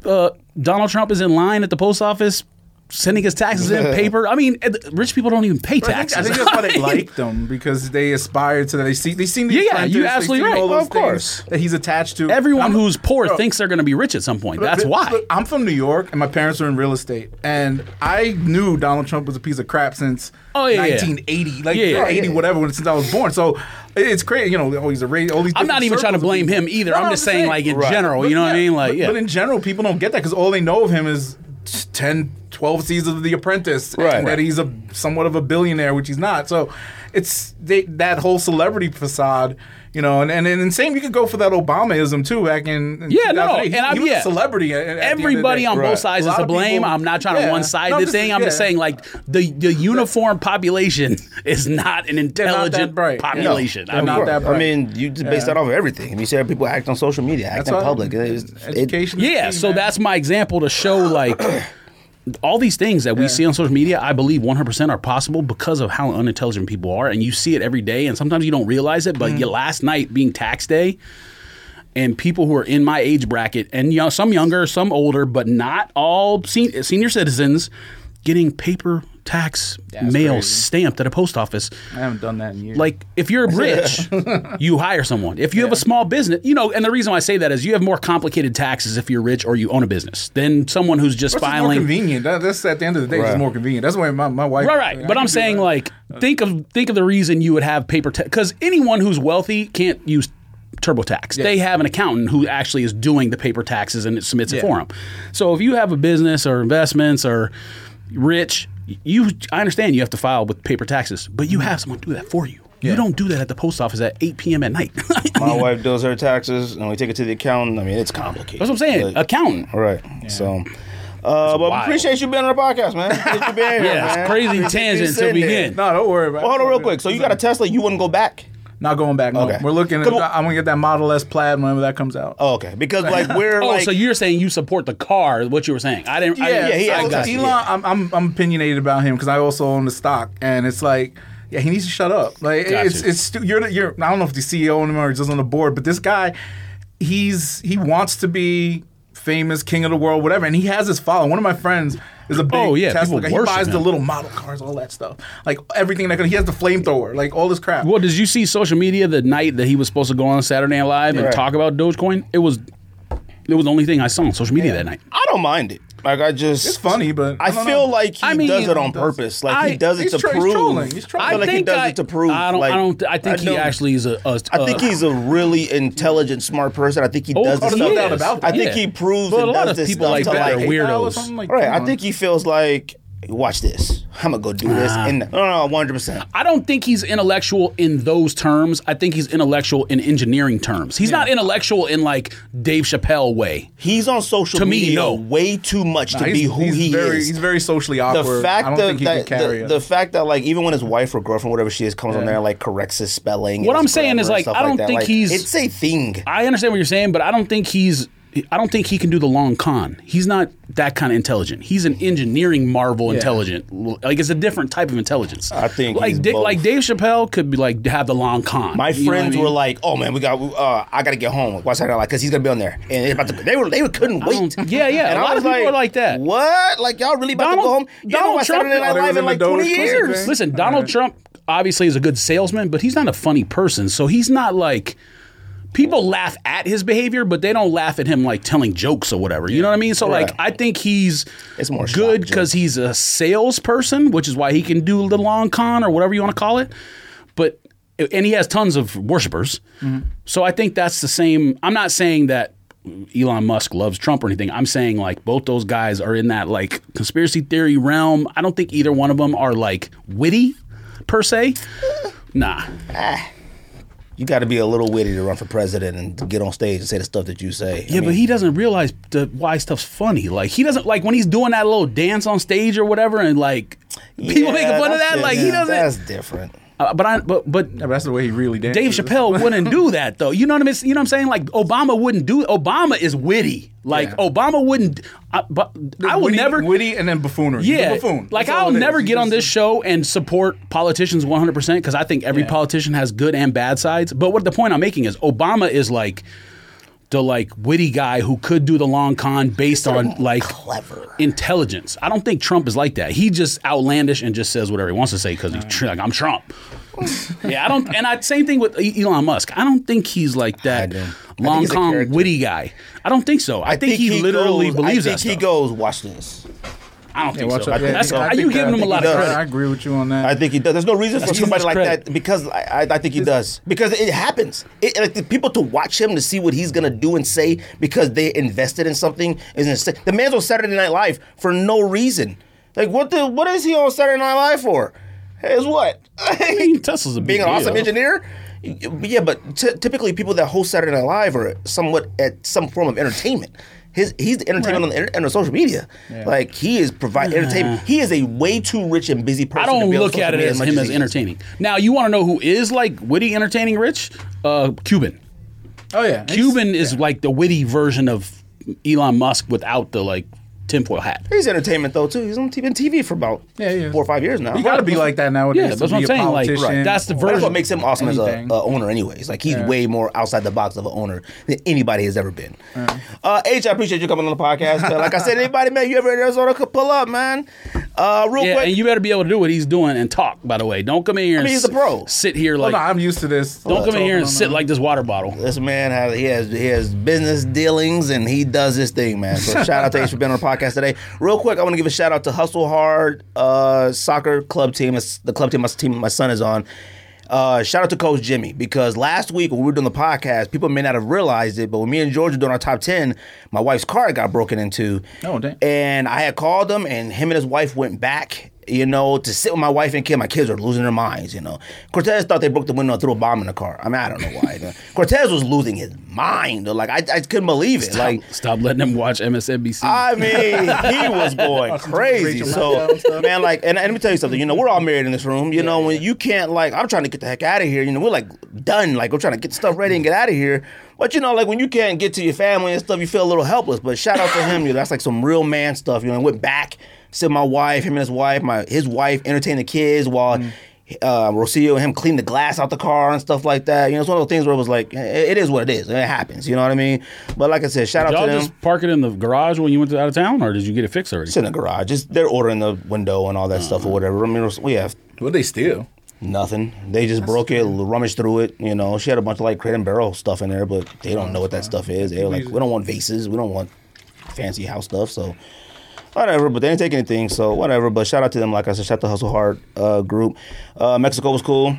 [SPEAKER 3] uh, Donald Trump is in line at the post office sending his taxes in paper? I mean, eh, rich people don't even pay
[SPEAKER 2] I think,
[SPEAKER 3] taxes.
[SPEAKER 2] I think that's why they like them because they aspire to that. They see, they seen the
[SPEAKER 3] Yeah, yeah, you're
[SPEAKER 2] apprentice, they
[SPEAKER 3] absolutely
[SPEAKER 2] seen
[SPEAKER 3] right.
[SPEAKER 2] all
[SPEAKER 1] Well,
[SPEAKER 2] those
[SPEAKER 1] of course.
[SPEAKER 2] things that he's attached to.
[SPEAKER 3] Everyone
[SPEAKER 2] I'm- Oh.
[SPEAKER 3] who's poor
[SPEAKER 2] Bro,
[SPEAKER 3] thinks they're going to be rich at some point. That's
[SPEAKER 2] Look,
[SPEAKER 3] why.
[SPEAKER 2] look, I'm from New York, and my parents were in real estate, and I knew Donald Trump was a piece of crap since
[SPEAKER 3] Oh, yeah, yeah.
[SPEAKER 2] 1980, like
[SPEAKER 3] Yeah, yeah.
[SPEAKER 2] or 80 whatever, since I was born. So it's crazy, you know. Oh, he's a ra- all these
[SPEAKER 3] I'm not
[SPEAKER 2] different
[SPEAKER 3] even trying to
[SPEAKER 2] circles of
[SPEAKER 3] blame
[SPEAKER 2] people.
[SPEAKER 3] him either.
[SPEAKER 2] No,
[SPEAKER 3] I'm
[SPEAKER 2] no,
[SPEAKER 3] just saying, like in general,
[SPEAKER 2] But
[SPEAKER 3] you know what I
[SPEAKER 2] yeah,
[SPEAKER 3] mean? Like,
[SPEAKER 2] but,
[SPEAKER 3] yeah.
[SPEAKER 2] but in general, people don't get that because all they know of him is 10, 12 seasons of The Apprentice, and
[SPEAKER 1] Right.
[SPEAKER 2] that he's a somewhat of a billionaire, which he's not. So it's they, that whole celebrity facade, you know. And and, and same, you could go for that Obamaism too. Back in, in
[SPEAKER 3] Yeah, no,
[SPEAKER 2] 2008.
[SPEAKER 3] and
[SPEAKER 2] he,
[SPEAKER 3] I'm-
[SPEAKER 2] he was
[SPEAKER 3] yeah.
[SPEAKER 2] a celebrity. at- at the end of the
[SPEAKER 3] everybody
[SPEAKER 2] day.
[SPEAKER 3] on both
[SPEAKER 1] Right.
[SPEAKER 3] sides
[SPEAKER 2] A
[SPEAKER 3] is
[SPEAKER 2] lot
[SPEAKER 3] to
[SPEAKER 2] of
[SPEAKER 3] blame.
[SPEAKER 2] people-
[SPEAKER 3] I'm not trying to
[SPEAKER 2] Yeah.
[SPEAKER 3] one
[SPEAKER 2] No,
[SPEAKER 3] sided
[SPEAKER 2] I'm just-
[SPEAKER 3] thing. I'm just
[SPEAKER 2] yeah.
[SPEAKER 3] saying like the the uniform population is not
[SPEAKER 2] not
[SPEAKER 3] an
[SPEAKER 2] that
[SPEAKER 3] intelligent
[SPEAKER 2] bright.
[SPEAKER 3] population.
[SPEAKER 2] No,
[SPEAKER 3] I
[SPEAKER 2] they're
[SPEAKER 3] mean,
[SPEAKER 2] not that
[SPEAKER 1] I
[SPEAKER 2] bright.
[SPEAKER 1] mean, you just base that off of everything. You see how people act on social media, act in
[SPEAKER 2] why-
[SPEAKER 1] public. It's- it-
[SPEAKER 2] education. is
[SPEAKER 3] yeah,
[SPEAKER 2] key,
[SPEAKER 3] so
[SPEAKER 2] man.
[SPEAKER 3] that's my example to show like all these things that we see on social media, I believe 100% are possible because of how unintelligent people are. And you see it every day, and sometimes you don't realize it.
[SPEAKER 2] Mm.
[SPEAKER 3] But yeah, last night being tax day, and people who are in my age bracket, and you know, some younger, some older, but not all sen- senior citizens, getting paper tax mail
[SPEAKER 2] crazy.
[SPEAKER 3] stamped at a post office.
[SPEAKER 2] I haven't done that in years.
[SPEAKER 3] Like if you're rich, you hire someone. If you have a small business, you know, and the reason why I say that is you have more complicated taxes if you're rich or you own a business than someone who's just
[SPEAKER 2] Which is more
[SPEAKER 3] filing.
[SPEAKER 2] convenient. That, that's at the end of the day, it's just
[SPEAKER 1] Right.
[SPEAKER 2] more convenient. That's why my, my wife.
[SPEAKER 3] Right, right.
[SPEAKER 2] I
[SPEAKER 3] But
[SPEAKER 2] can
[SPEAKER 3] I'm
[SPEAKER 2] do
[SPEAKER 3] saying
[SPEAKER 2] that. Uh,
[SPEAKER 3] like think of think of the reason you would have paper tax because anyone who's wealthy can't use TurboTax. They have an accountant who actually is doing the paper taxes and it submits it for them. So if you have a business or investments or rich, you I understand you have to file with paper taxes, but you have someone do that for you. You don't do that at the post office at 8 p.m. at night.
[SPEAKER 1] my wife does her taxes, and we take it to the accountant. I mean, it's complicated.
[SPEAKER 3] That's what I'm saying.
[SPEAKER 1] Like,
[SPEAKER 3] Accountant.
[SPEAKER 1] all right. So. Uh, but we
[SPEAKER 3] wild.
[SPEAKER 1] appreciate you being on the podcast, man. Appreciate you being here,
[SPEAKER 3] Yeah, it's
[SPEAKER 1] man.
[SPEAKER 3] crazy
[SPEAKER 1] Appreciate you
[SPEAKER 3] tangent to
[SPEAKER 1] sitting there.
[SPEAKER 3] begin.
[SPEAKER 2] no, don't worry about.
[SPEAKER 1] Well,
[SPEAKER 2] it.
[SPEAKER 1] hold on, real quick. So you got a Tesla? You wouldn't go back?
[SPEAKER 2] Not going back. No.
[SPEAKER 1] Okay.
[SPEAKER 2] We're looking. At,
[SPEAKER 1] Come on.
[SPEAKER 2] I'm gonna get that Model S Plaid whenever that comes out.
[SPEAKER 1] Oh, okay. Because like we're
[SPEAKER 3] Oh,
[SPEAKER 1] like
[SPEAKER 3] so you're saying you support the car? What you were saying? I didn't. I
[SPEAKER 2] yeah,
[SPEAKER 3] didn't-
[SPEAKER 1] yeah, he
[SPEAKER 2] so
[SPEAKER 1] has- got you.
[SPEAKER 2] Elon, I'm, I'm I'm opinionated about him because I also own the stock, and it's like. Yeah, he needs to shut up. Like
[SPEAKER 3] Got
[SPEAKER 2] it's
[SPEAKER 3] you.
[SPEAKER 2] it's stu- you're the- you're I don't know if the CEO anymore or just on the board, but this guy, he's he wants to be famous, king of the world, whatever, and he has his following. One of my friends is a big
[SPEAKER 3] Oh, yeah, people
[SPEAKER 2] Tesla guy. He
[SPEAKER 3] worship
[SPEAKER 2] buys the
[SPEAKER 3] him.
[SPEAKER 2] little model cars, all that stuff, like everything that could. He has the flamethrower, like all this crap.
[SPEAKER 3] Well, did you see social media the night that he was supposed to go on Saturday Night Live and
[SPEAKER 1] Right.
[SPEAKER 3] talk about Dogecoin? It was it was the only thing I saw on social media that night.
[SPEAKER 1] I don't mind it. Like I just
[SPEAKER 2] It's funny, but
[SPEAKER 1] I,
[SPEAKER 2] don't
[SPEAKER 1] feel
[SPEAKER 2] know.
[SPEAKER 1] like he
[SPEAKER 3] I mean,
[SPEAKER 1] does it on
[SPEAKER 3] he does.
[SPEAKER 1] purpose. Like
[SPEAKER 3] I-
[SPEAKER 1] he does it
[SPEAKER 2] he's
[SPEAKER 1] to
[SPEAKER 2] tro- he's
[SPEAKER 1] prove.
[SPEAKER 2] trolling. He's trolling.
[SPEAKER 1] I feel like he does it to prove.
[SPEAKER 3] I don't.
[SPEAKER 1] like,
[SPEAKER 3] I don't. I think he
[SPEAKER 1] don't-
[SPEAKER 3] actually is a. a
[SPEAKER 1] I think
[SPEAKER 3] a-
[SPEAKER 1] he's a really intelligent, smart person. I think he does
[SPEAKER 3] Uh, oh,
[SPEAKER 1] this
[SPEAKER 2] no
[SPEAKER 1] stuff.
[SPEAKER 2] doubt about that.
[SPEAKER 1] I think
[SPEAKER 3] Yeah.
[SPEAKER 1] he proves
[SPEAKER 3] But a
[SPEAKER 1] and
[SPEAKER 3] lot
[SPEAKER 1] does
[SPEAKER 3] of
[SPEAKER 1] this
[SPEAKER 3] people
[SPEAKER 1] stuff
[SPEAKER 3] like
[SPEAKER 1] to
[SPEAKER 3] that
[SPEAKER 1] like
[SPEAKER 3] are weird.
[SPEAKER 2] $8 or
[SPEAKER 3] weirdos.
[SPEAKER 2] something like
[SPEAKER 1] Right.
[SPEAKER 2] come
[SPEAKER 1] I
[SPEAKER 2] on.
[SPEAKER 1] think he feels like, watch this. I'm gonna go do this. And no, no, one hundred percent.
[SPEAKER 3] I don't think he's intellectual in those terms. I think he's intellectual in engineering terms. He's not intellectual in like Dave Chappelle way.
[SPEAKER 1] He's on social
[SPEAKER 3] To me,
[SPEAKER 1] media
[SPEAKER 3] no.
[SPEAKER 1] way too much to
[SPEAKER 2] He's-
[SPEAKER 1] be who
[SPEAKER 2] he's
[SPEAKER 1] he
[SPEAKER 2] very,
[SPEAKER 1] is.
[SPEAKER 2] He's very socially
[SPEAKER 1] the
[SPEAKER 2] awkward. I
[SPEAKER 1] fact
[SPEAKER 2] don't
[SPEAKER 1] that,
[SPEAKER 2] think he
[SPEAKER 1] that-
[SPEAKER 2] can carry
[SPEAKER 1] the,
[SPEAKER 2] us.
[SPEAKER 1] the fact that like even when his wife or girlfriend whatever she is comes on there and like corrects his spelling.
[SPEAKER 3] What
[SPEAKER 1] and
[SPEAKER 3] I'm
[SPEAKER 1] his
[SPEAKER 3] saying is,
[SPEAKER 1] grammar and
[SPEAKER 3] like,
[SPEAKER 1] stuff
[SPEAKER 3] I don't
[SPEAKER 1] that,
[SPEAKER 3] think
[SPEAKER 1] like,
[SPEAKER 3] he's-
[SPEAKER 1] it's a thing.
[SPEAKER 3] I understand what you're saying, but I don't think he's. I don't think he can do the long con. He's not that kind of intelligent. He's an engineering marvel intelligent. Like it's a different type of intelligence.
[SPEAKER 1] I think
[SPEAKER 3] like
[SPEAKER 1] he's
[SPEAKER 3] Da-
[SPEAKER 1] both.
[SPEAKER 3] like Dave Chappelle could be like have the long con.
[SPEAKER 1] My
[SPEAKER 3] You know what I
[SPEAKER 1] friends
[SPEAKER 3] mean?
[SPEAKER 1] were like, "Oh man, we got. Uh, I gotta get home. Watch that like, cause he's gonna be on there." And it's about to, they were they were couldn't wait.
[SPEAKER 3] don't- yeah, yeah,
[SPEAKER 1] And
[SPEAKER 3] a
[SPEAKER 1] I
[SPEAKER 3] lot of
[SPEAKER 1] was
[SPEAKER 3] people are like that.
[SPEAKER 1] What? Like y'all really about
[SPEAKER 3] Donald-
[SPEAKER 1] to go home? You
[SPEAKER 3] Donald
[SPEAKER 1] know, I
[SPEAKER 3] Trump-
[SPEAKER 1] Saturday
[SPEAKER 3] Oh,
[SPEAKER 1] Night
[SPEAKER 2] they
[SPEAKER 1] Live
[SPEAKER 2] was in
[SPEAKER 1] in like
[SPEAKER 2] the
[SPEAKER 1] twenty
[SPEAKER 2] Doge Club?
[SPEAKER 1] years.
[SPEAKER 3] Listen, Donald Trump obviously is a good salesman, but he's not a funny person. So he's not like people laugh at his behavior, but they don't laugh at him like telling jokes or whatever. You know what I mean? So like, I think he's
[SPEAKER 1] It's more shock
[SPEAKER 3] good because he's a salesperson, which is why he can do the long con or whatever you want to call it. But and he has tons of worshipers.
[SPEAKER 1] Mm-hmm.
[SPEAKER 3] So I think that's the same. I'm not saying that Elon Musk loves Trump or anything. I'm saying like both those guys are in that like conspiracy theory realm. I don't think either one of them are like witty per se. Nah.
[SPEAKER 1] You got to be a little witty to run for president and to get on stage and say the stuff that you say.
[SPEAKER 3] Yeah, but he doesn't realize the why stuff's funny. Like he doesn't like when he's doing that little dance on stage or whatever, and like people making fun of that. Like he doesn't.
[SPEAKER 1] That's different.
[SPEAKER 3] Uh, but I but but
[SPEAKER 2] Yeah, but that's the way he really dances.
[SPEAKER 3] Dave Chappelle wouldn't do that though. You know what I mean? You know what I'm saying? Like Obama wouldn't do. Obama is witty. Like
[SPEAKER 2] Yeah.
[SPEAKER 3] Obama wouldn't. I, but I would
[SPEAKER 2] Witty-
[SPEAKER 3] never.
[SPEAKER 2] witty and then buffoonery. He's a
[SPEAKER 3] Yeah,
[SPEAKER 2] buffoon.
[SPEAKER 3] like
[SPEAKER 2] That's all
[SPEAKER 3] I'll
[SPEAKER 2] it is.
[SPEAKER 3] never get
[SPEAKER 2] He's
[SPEAKER 3] on this show and support politicians 100 percent because I think every politician has good and bad sides. But what the point I'm making is Obama is like the like witty guy who could do the long con based on like
[SPEAKER 1] Clever.
[SPEAKER 3] intelligence. I don't think Trump is like that. He just outlandish and just says whatever he wants to say because he's tr- like I'm Trump. yeah, I don't. And I same thing with E- Elon Musk. I don't think he's like that
[SPEAKER 1] do. I think
[SPEAKER 3] long
[SPEAKER 1] he's a
[SPEAKER 3] con
[SPEAKER 1] character.
[SPEAKER 3] witty guy. I don't think so. I, think, he, literally
[SPEAKER 1] goes,
[SPEAKER 3] believes
[SPEAKER 1] I think
[SPEAKER 3] that.
[SPEAKER 1] he
[SPEAKER 3] stuff.
[SPEAKER 1] goes, watch this.
[SPEAKER 3] I don't think
[SPEAKER 2] watch
[SPEAKER 3] so.
[SPEAKER 2] out. Yeah,
[SPEAKER 3] That's-
[SPEAKER 1] I
[SPEAKER 3] are
[SPEAKER 1] think uh,
[SPEAKER 3] you
[SPEAKER 2] that-
[SPEAKER 3] giving him a
[SPEAKER 1] I
[SPEAKER 3] lot
[SPEAKER 1] think he
[SPEAKER 3] of
[SPEAKER 1] does.
[SPEAKER 3] credit?
[SPEAKER 2] I agree with you on that.
[SPEAKER 1] I think he does. There's no reason for
[SPEAKER 3] That's
[SPEAKER 1] somebody
[SPEAKER 3] Jesus
[SPEAKER 1] like
[SPEAKER 3] credit.
[SPEAKER 1] that because I, I, I think he does because it happens. It, like the people to watch him to see what he's gonna do and say because they invested in something is insane. The man's on Saturday Night Live for no reason. Like what the what is he on Saturday Night Live for? Is what
[SPEAKER 3] I mean, Tesla's a big
[SPEAKER 1] being an
[SPEAKER 3] deal.
[SPEAKER 1] awesome engineer? Yeah, but t- typically people that host Saturday Night Live are somewhat at some form of entertainment. His he's the entertainment on the internet and on social media. Like he is provide entertainment. He is a way too rich and busy person.
[SPEAKER 3] I
[SPEAKER 1] to
[SPEAKER 3] don't
[SPEAKER 1] be on
[SPEAKER 3] look
[SPEAKER 1] social
[SPEAKER 3] at it
[SPEAKER 1] media
[SPEAKER 3] as
[SPEAKER 1] much
[SPEAKER 3] him as
[SPEAKER 1] he is.
[SPEAKER 3] entertaining. Now, you want to know who is like witty, entertaining, rich? Uh, Cuban.
[SPEAKER 2] oh yeah,
[SPEAKER 3] Cuban is like the witty version of Elon Musk without the like tinfoil hat.
[SPEAKER 1] He's entertainment though too. He's on TV, TV for about
[SPEAKER 2] Yeah, he is.
[SPEAKER 1] four or five years now.
[SPEAKER 2] You got to be like that nowadays.
[SPEAKER 3] Yeah,
[SPEAKER 2] to
[SPEAKER 3] that's what
[SPEAKER 2] be
[SPEAKER 3] I'm
[SPEAKER 2] a
[SPEAKER 3] saying. Like,
[SPEAKER 2] politician.
[SPEAKER 3] right. that's the
[SPEAKER 1] But that's
[SPEAKER 3] version.
[SPEAKER 1] what makes him awesome as
[SPEAKER 2] Anything.
[SPEAKER 1] a, a owner, anyways. Like he's way more outside the box of an owner than anybody has ever been. Uh, H, I appreciate you coming on the podcast. Uh, like I said, anybody man, you ever in Arizona could pull up, man. Uh, real
[SPEAKER 3] Yeah,
[SPEAKER 1] quick,
[SPEAKER 3] and you better be able to do what he's doing and talk. By the way, don't come in here. and
[SPEAKER 1] mean, he's a
[SPEAKER 3] s-
[SPEAKER 1] pro.
[SPEAKER 3] Sit here
[SPEAKER 2] Hold
[SPEAKER 3] like
[SPEAKER 2] on, I'm used to this.
[SPEAKER 3] don't come in here and
[SPEAKER 2] No, no,
[SPEAKER 3] sit
[SPEAKER 2] no.
[SPEAKER 3] like this water bottle.
[SPEAKER 1] this man has he has he has business dealings and he does his thing, man. So shout out to H for being on the podcast today. Real quick, I want to give a shout out to Hustle Hard uh, Soccer Club team. It's the club team my team my son is on. Uh, shout out to Coach Jimmy because last week when we were doing the podcast, people may not have realized it, but when me and George were doing our top ten, my wife's car got broken into.
[SPEAKER 2] Oh, damn.
[SPEAKER 1] And I had called him, and him and his wife went back, you know, to sit with my wife and kid. My kids are losing their minds, you know. Cortez thought they broke the window and threw a bomb in the car. I mean, I don't know why. man. Cortez was losing his mind. Like, I, I couldn't believe it. Like,
[SPEAKER 3] Stop letting him watch MSNBC.
[SPEAKER 1] I mean, he was going crazy.
[SPEAKER 2] Rachel
[SPEAKER 1] So,
[SPEAKER 2] Maddow stuff.
[SPEAKER 1] man, like, and, and let me tell you something. You know, we're all married in this room. You know, when you can't, like, I'm trying to get the heck out of here. You know, we're like done. Like, we're trying to get stuff ready and get out of here. But you know, like when you can't get to your family and stuff, you feel a little helpless. But shout out to him. You know, that's like some real man stuff. You know, and went back, said my wife, him and his wife, my his wife, entertain the kids while. Uh, Rocio and him clean the glass out the car and stuff like that. You know, it's one of those things where it was like, eh, it is what it is. It happens. You know what I mean? But like I said, shout out
[SPEAKER 3] Y'all
[SPEAKER 1] to them.
[SPEAKER 3] just park it in the garage when you went to out of town, or did you get it fixed already?
[SPEAKER 1] It's in the garage. It's, they're ordering the window and all that stuff or
[SPEAKER 3] Uh-huh.
[SPEAKER 1] whatever. I mean, we have
[SPEAKER 2] What they steal?
[SPEAKER 1] nothing. They just broke it, rummaged through it. You know, she had a bunch of like crate and barrel stuff in there, but they
[SPEAKER 3] Oh,
[SPEAKER 1] don't know what that stuff is. They're like, we don't want vases. We don't want fancy house stuff. So whatever. But they didn't take anything. So whatever. But shout out to them. Like I said, shout out to Hustle Hard uh, group. Uh, Mexico was cool.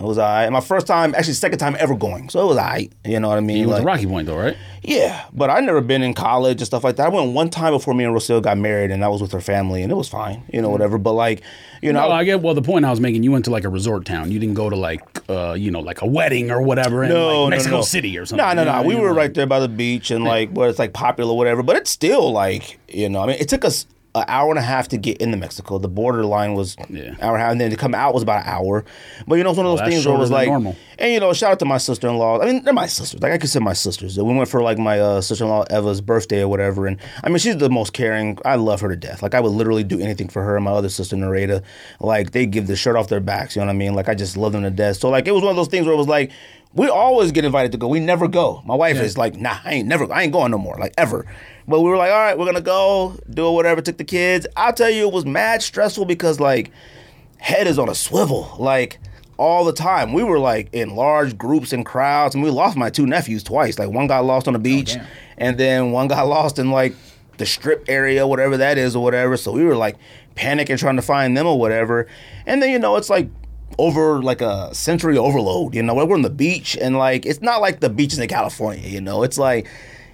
[SPEAKER 1] It was all right. My first time, actually, second time ever going. So it was all right. You know what I mean?
[SPEAKER 3] You went
[SPEAKER 1] Like-
[SPEAKER 3] to Rocky Point though, right?
[SPEAKER 1] yeah, but I never been in college and stuff like that. I went one time before me and Rocio got married, and I was with her family, and it was fine, you know, whatever. But like, you know,
[SPEAKER 3] Mm. No, I get. Well, the point I was making, you went to like a resort town. You didn't go to like, uh, you know, like a wedding or whatever in like, Mexico City or something.
[SPEAKER 1] No, no,
[SPEAKER 3] You
[SPEAKER 1] no.
[SPEAKER 3] know,
[SPEAKER 1] We
[SPEAKER 3] you
[SPEAKER 1] were
[SPEAKER 3] know,
[SPEAKER 1] right there by the beach and like where it's like popular, whatever. But it's still like you know. I mean, it took us an hour and a half to get into Mexico. The border line was
[SPEAKER 3] Yeah.
[SPEAKER 1] hour and a half, and then to come out was about an hour. But you know, it's one of those
[SPEAKER 3] that's
[SPEAKER 1] things where it
[SPEAKER 3] shorter
[SPEAKER 1] was
[SPEAKER 3] than
[SPEAKER 1] like,
[SPEAKER 3] normal.
[SPEAKER 1] and you know, shout out to my sister in law. I mean, they're my sisters. Like I consider my sisters. We went for like my uh, sister in law Eva's birthday or whatever, and I mean, she's the most caring. I love her to death. Like I would literally do anything for her. And my other sister Nareda, like they give the shirt off their backs. You know what I mean? Like I just love them to death. So like it was one of those things where it was like. We always get invited to go. We never go. My wife is like, nah, I ain't never, I ain't going no more, like ever. But we were like, all right, we're gonna go, do whatever. Took the kids. I'll tell you, it was mad stressful because like, head is on a swivel. Like, all the time. We were like in large groups and crowds, and we lost my two nephews twice. Like one got lost on the beach,
[SPEAKER 3] damn.
[SPEAKER 1] and then one got lost in like the strip area, whatever that is, or whatever. So we were like panicking trying to find them or whatever. And then you know it's like over like a sensory overload. You know, like we're on the beach, and like it's not like the beaches in California. You know, it's like.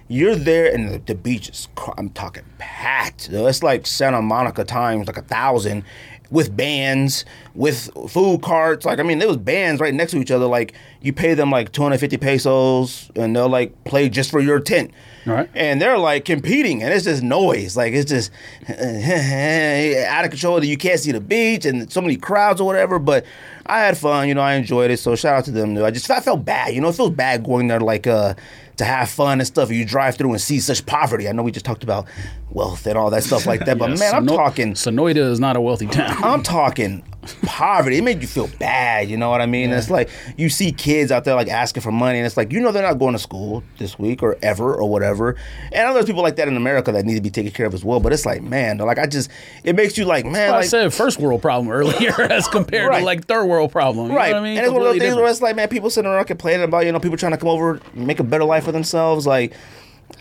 [SPEAKER 1] You're there, and the, the beach is. cr- I'm talking packed. It's like Santa Monica times like a thousand, with bands, with food carts. Like I mean, there was bands right next to each other. Like you pay them like 250 pesos, and they'll like play just for your tent.
[SPEAKER 3] Right.
[SPEAKER 1] And they're like competing, and it's just noise. Like it's just out of control. You can't see the beach and so many crowds or whatever. But I had fun. You know, I enjoyed it. So shout out to them. Dude. I just I felt bad. You know, it feels bad going there like uh to have fun and stuff. You drive through and see such poverty. I know we just talked about wealth and all that stuff like that. But man, I'm
[SPEAKER 3] Sono-
[SPEAKER 1] talking
[SPEAKER 3] Sonoyta is not a wealthy town.
[SPEAKER 1] I'm talking poverty. It made you feel bad. You know what I mean? It's like you see kids out there like asking for money, and it's like you know they're not going to school this week or ever or whatever. And I know there's people like that in America that need to be taken care of as well. But it's like man, like I just it makes you like man,
[SPEAKER 3] I
[SPEAKER 1] like,
[SPEAKER 3] said first world problem earlier as compared
[SPEAKER 1] Right.
[SPEAKER 3] to like third world problem. You
[SPEAKER 1] Right,
[SPEAKER 3] know what I mean?
[SPEAKER 1] and it's one of those
[SPEAKER 3] Completely
[SPEAKER 1] things where
[SPEAKER 3] different.
[SPEAKER 1] it's like, man, people sitting around complaining about you know people trying to come over, make a better life for themselves. Like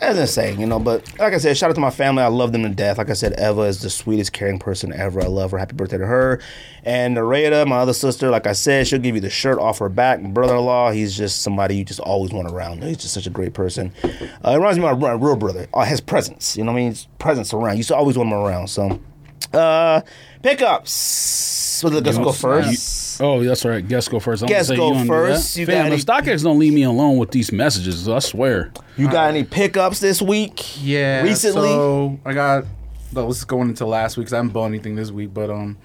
[SPEAKER 1] that's insane, you know. But like I said, shout out to my family. I love them to death. Like I said, Eva is the sweetest, caring person ever. I love her. Happy birthday to her. And Nareda, my other sister, like I said, she'll give you the shirt off her back. Brother in law, he's just somebody you just always want around. He's just such a great person. Uh, it reminds me of my my real brother. Uh, his presence, you know what I mean? His presence around. You just always want him around. So, uh, pickups. So let's go first.
[SPEAKER 3] Oh, that's right. Guess go first. I'm
[SPEAKER 1] Guess
[SPEAKER 3] gonna say
[SPEAKER 1] go
[SPEAKER 3] you don't do
[SPEAKER 1] first.
[SPEAKER 3] that.
[SPEAKER 1] You
[SPEAKER 3] Fam,
[SPEAKER 1] got
[SPEAKER 3] if StockX don't leave me alone with these messages, I swear.
[SPEAKER 1] You got any pickups this week?
[SPEAKER 2] Yeah.
[SPEAKER 1] Recently?
[SPEAKER 2] So I got. Well, this is going into last week because I haven't bought anything this week, but um,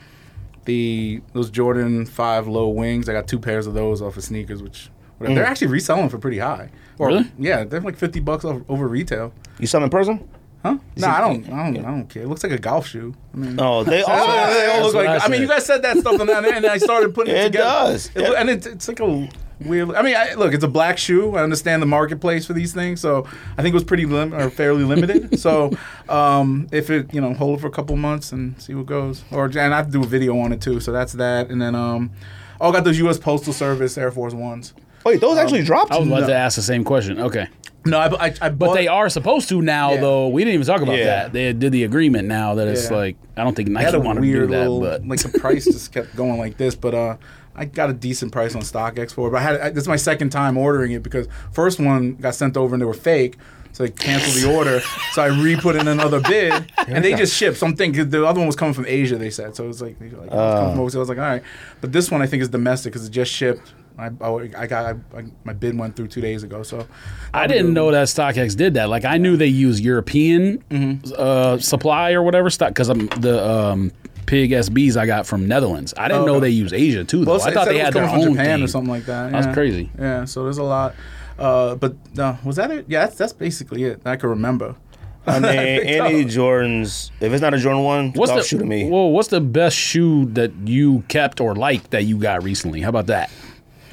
[SPEAKER 2] the those Jordan Five low wings. I got two pairs of those off of sneakers, which whatever. they're actually reselling for pretty high. Or,
[SPEAKER 3] Mm. Really?
[SPEAKER 2] Yeah, they're like fifty bucks off, over retail.
[SPEAKER 1] You saw them in person?
[SPEAKER 2] Huh? No, I don't. I don't. I don't care. It looks like a golf shoe. I mean,
[SPEAKER 1] Oh, they all.
[SPEAKER 2] Oh, they all look
[SPEAKER 3] what
[SPEAKER 2] like.
[SPEAKER 3] I
[SPEAKER 2] I, mean,
[SPEAKER 3] said.
[SPEAKER 2] you guys said that stuff, and then and I started putting it,
[SPEAKER 1] It
[SPEAKER 2] together.
[SPEAKER 1] does.
[SPEAKER 2] It loo- and it, it's like a weird. I mean, I, look, it's a black shoe. I understand the marketplace for these things, so I think it was pretty lim- or fairly limited. so, um, if it you know hold it for a couple months and see what goes, or and I have to do a video on it too. So that's that, and then um, oh, I got those U.S. Postal Service Air Force Ones.
[SPEAKER 1] Wait, those actually dropped.
[SPEAKER 3] Um, I was about
[SPEAKER 2] No.
[SPEAKER 3] to ask the same question. Okay.
[SPEAKER 2] No, I, I, I
[SPEAKER 3] But they are supposed to now,
[SPEAKER 2] Yeah.
[SPEAKER 3] though. We didn't even talk about
[SPEAKER 1] Yeah.
[SPEAKER 3] that. They did the agreement now that it's
[SPEAKER 2] Yeah.
[SPEAKER 3] like, I don't think
[SPEAKER 2] had
[SPEAKER 3] Nike
[SPEAKER 2] a
[SPEAKER 3] wanted to do
[SPEAKER 2] weird
[SPEAKER 3] that,
[SPEAKER 2] little
[SPEAKER 3] but.
[SPEAKER 2] like the price just kept going like this. But uh, I got a decent price on StockX for it. But I had I, this is my second time ordering it because first one got sent over and they were fake. So they canceled the order. So I re put in another bid, and they just shipped. So I'm thinking the other one was coming from Asia. They said so. It was like, they were like, "Oh, it's coming from overseas." I was like, all right. But this one I think is domestic because it just shipped. I, I, I got I, my bid went through two days ago. So
[SPEAKER 3] I didn't know that StockX did that. Like I knew they use European
[SPEAKER 2] Mm-hmm.
[SPEAKER 3] uh, supply or whatever stock because I'm the um, pig SBs I got from Netherlands. I didn't know they use Asia too. Though
[SPEAKER 2] Well,
[SPEAKER 3] I thought
[SPEAKER 2] said
[SPEAKER 3] they
[SPEAKER 2] it was
[SPEAKER 3] had their
[SPEAKER 2] coming
[SPEAKER 3] own
[SPEAKER 2] from Japan
[SPEAKER 3] thing.
[SPEAKER 2] or something like that.
[SPEAKER 3] That's
[SPEAKER 2] yeah.
[SPEAKER 3] crazy.
[SPEAKER 2] Yeah, so there's a lot. Uh, but no, was that it? Yeah, that's that's basically it. that I can remember.
[SPEAKER 1] I mean, any Jordans. If it's not a Jordan one,
[SPEAKER 3] What's
[SPEAKER 1] golf
[SPEAKER 3] the
[SPEAKER 1] shoe to me.
[SPEAKER 3] Well, what's the best shoe that you kept or liked that you got recently? How about that?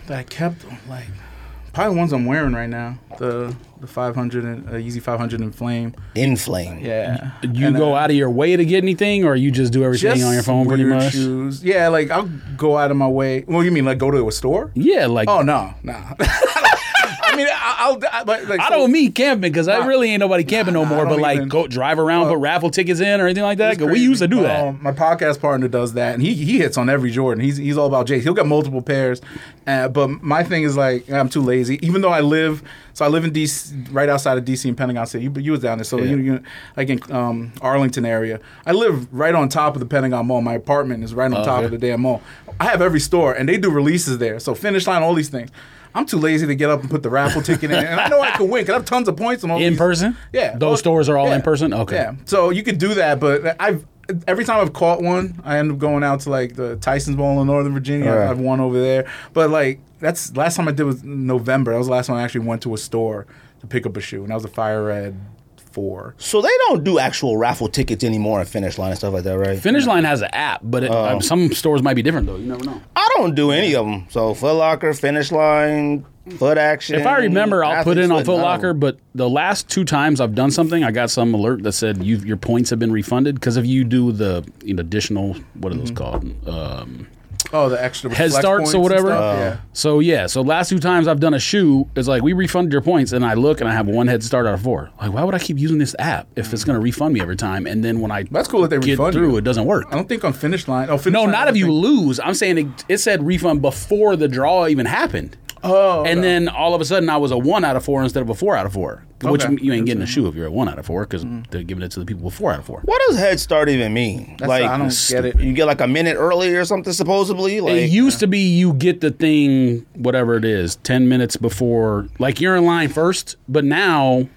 [SPEAKER 2] That I kept like probably the ones I'm wearing right now. The the 500 and uh, Yeezy 500 and Flame.
[SPEAKER 1] In flame.
[SPEAKER 2] Yeah,
[SPEAKER 3] You
[SPEAKER 2] And,
[SPEAKER 3] go
[SPEAKER 2] uh,
[SPEAKER 3] out of your way to get anything, or you just do everything
[SPEAKER 2] just
[SPEAKER 3] on your phone pretty
[SPEAKER 2] weird
[SPEAKER 3] much?
[SPEAKER 2] Shoes. Yeah, like I'll go out of my way. Well, you mean like go to a store?
[SPEAKER 3] Yeah, like
[SPEAKER 2] Oh no, no. I mean, I- I'll. I, but, like,
[SPEAKER 3] I
[SPEAKER 2] so-
[SPEAKER 3] don't mean camping because I really ain't nobody camping no
[SPEAKER 2] nah, I
[SPEAKER 3] more.
[SPEAKER 2] don't
[SPEAKER 3] But like,
[SPEAKER 2] even-
[SPEAKER 3] go drive around, put raffle tickets in, or anything like that. 'Cause
[SPEAKER 2] It's
[SPEAKER 3] We
[SPEAKER 2] crazy.
[SPEAKER 3] used to do that.
[SPEAKER 2] Um, my podcast partner does that, and he he hits on every Jordan. He's he's all about Jays. He'll get multiple pairs, uh, but my thing is like I'm too lazy. Even though I live, so I live in DC, right outside of DC in Pentagon City. You, you was down there, so you, you like in um, Arlington area. I live right on top of the Pentagon Mall. My apartment is right on top of the damn mall. I have every store, and they do releases there. So finish line, all these things. I'm too lazy to get up and put the raffle ticket in, and I know I could win because I have tons of points on all
[SPEAKER 3] In
[SPEAKER 2] these-
[SPEAKER 3] person?
[SPEAKER 2] Yeah,
[SPEAKER 3] Those stores are all in person? Okay.
[SPEAKER 2] yeah. So you could do that, but I've every time I've caught one, I end up going out to like the Tyson's Bowl in Northern Virginia.
[SPEAKER 1] Right.
[SPEAKER 2] I've won over there, but like that's last time I did was November. That was the last time I actually went to a store to pick up a shoe, and that was a fire red four.
[SPEAKER 1] So they don't do actual raffle tickets anymore at Finish Line and stuff like that, right?
[SPEAKER 3] Finish Line has an app, but it,
[SPEAKER 2] Oh.
[SPEAKER 3] um, some stores might be different though. You never know.
[SPEAKER 1] I don't do any of them. So Foot Locker, Finish Line, Foot Action.
[SPEAKER 3] If I remember, I'll put
[SPEAKER 1] Athlete's
[SPEAKER 3] in on
[SPEAKER 1] Foot,
[SPEAKER 3] Foot
[SPEAKER 1] none of
[SPEAKER 3] Locker.
[SPEAKER 1] them.
[SPEAKER 3] But the last two times I've done something, I got some alert that said you your
[SPEAKER 2] Mm-hmm.
[SPEAKER 3] points have been refunded because if you do the you know, additional what are those called? Um,
[SPEAKER 2] Oh, the extra
[SPEAKER 3] head
[SPEAKER 2] flex
[SPEAKER 3] starts
[SPEAKER 2] points
[SPEAKER 3] or
[SPEAKER 2] and
[SPEAKER 3] whatever. Oh.
[SPEAKER 2] stuff? Yeah.
[SPEAKER 3] So yeah, so last two times I've done a shoe is like we refunded your points, and I look and I have one head start out of four. Like why would I keep using this app if it's going to refund me every time? And then when I
[SPEAKER 2] Mm. That's cool that they
[SPEAKER 3] get
[SPEAKER 2] refund
[SPEAKER 3] through,
[SPEAKER 2] you.
[SPEAKER 3] it doesn't work.
[SPEAKER 2] I don't think on finish line. Oh, finish
[SPEAKER 3] No,
[SPEAKER 2] line,
[SPEAKER 3] not
[SPEAKER 2] I
[SPEAKER 3] if you
[SPEAKER 2] think-
[SPEAKER 3] lose. I'm saying it, it said refund before the draw even happened.
[SPEAKER 2] Oh,
[SPEAKER 3] and
[SPEAKER 2] no.
[SPEAKER 3] then all of a sudden I was a one out of four instead of a four out of four, which
[SPEAKER 2] Okay.
[SPEAKER 3] you ain't getting a shoe if you're a one out of four because they're giving it to the people with four out of four.
[SPEAKER 1] What does head start even mean?
[SPEAKER 2] That's-
[SPEAKER 1] like
[SPEAKER 2] I don't get it.
[SPEAKER 1] You get like a minute early or something supposedly. Like
[SPEAKER 3] It used to be you get the thing, whatever it is, 10 minutes before, like you're in line first, but now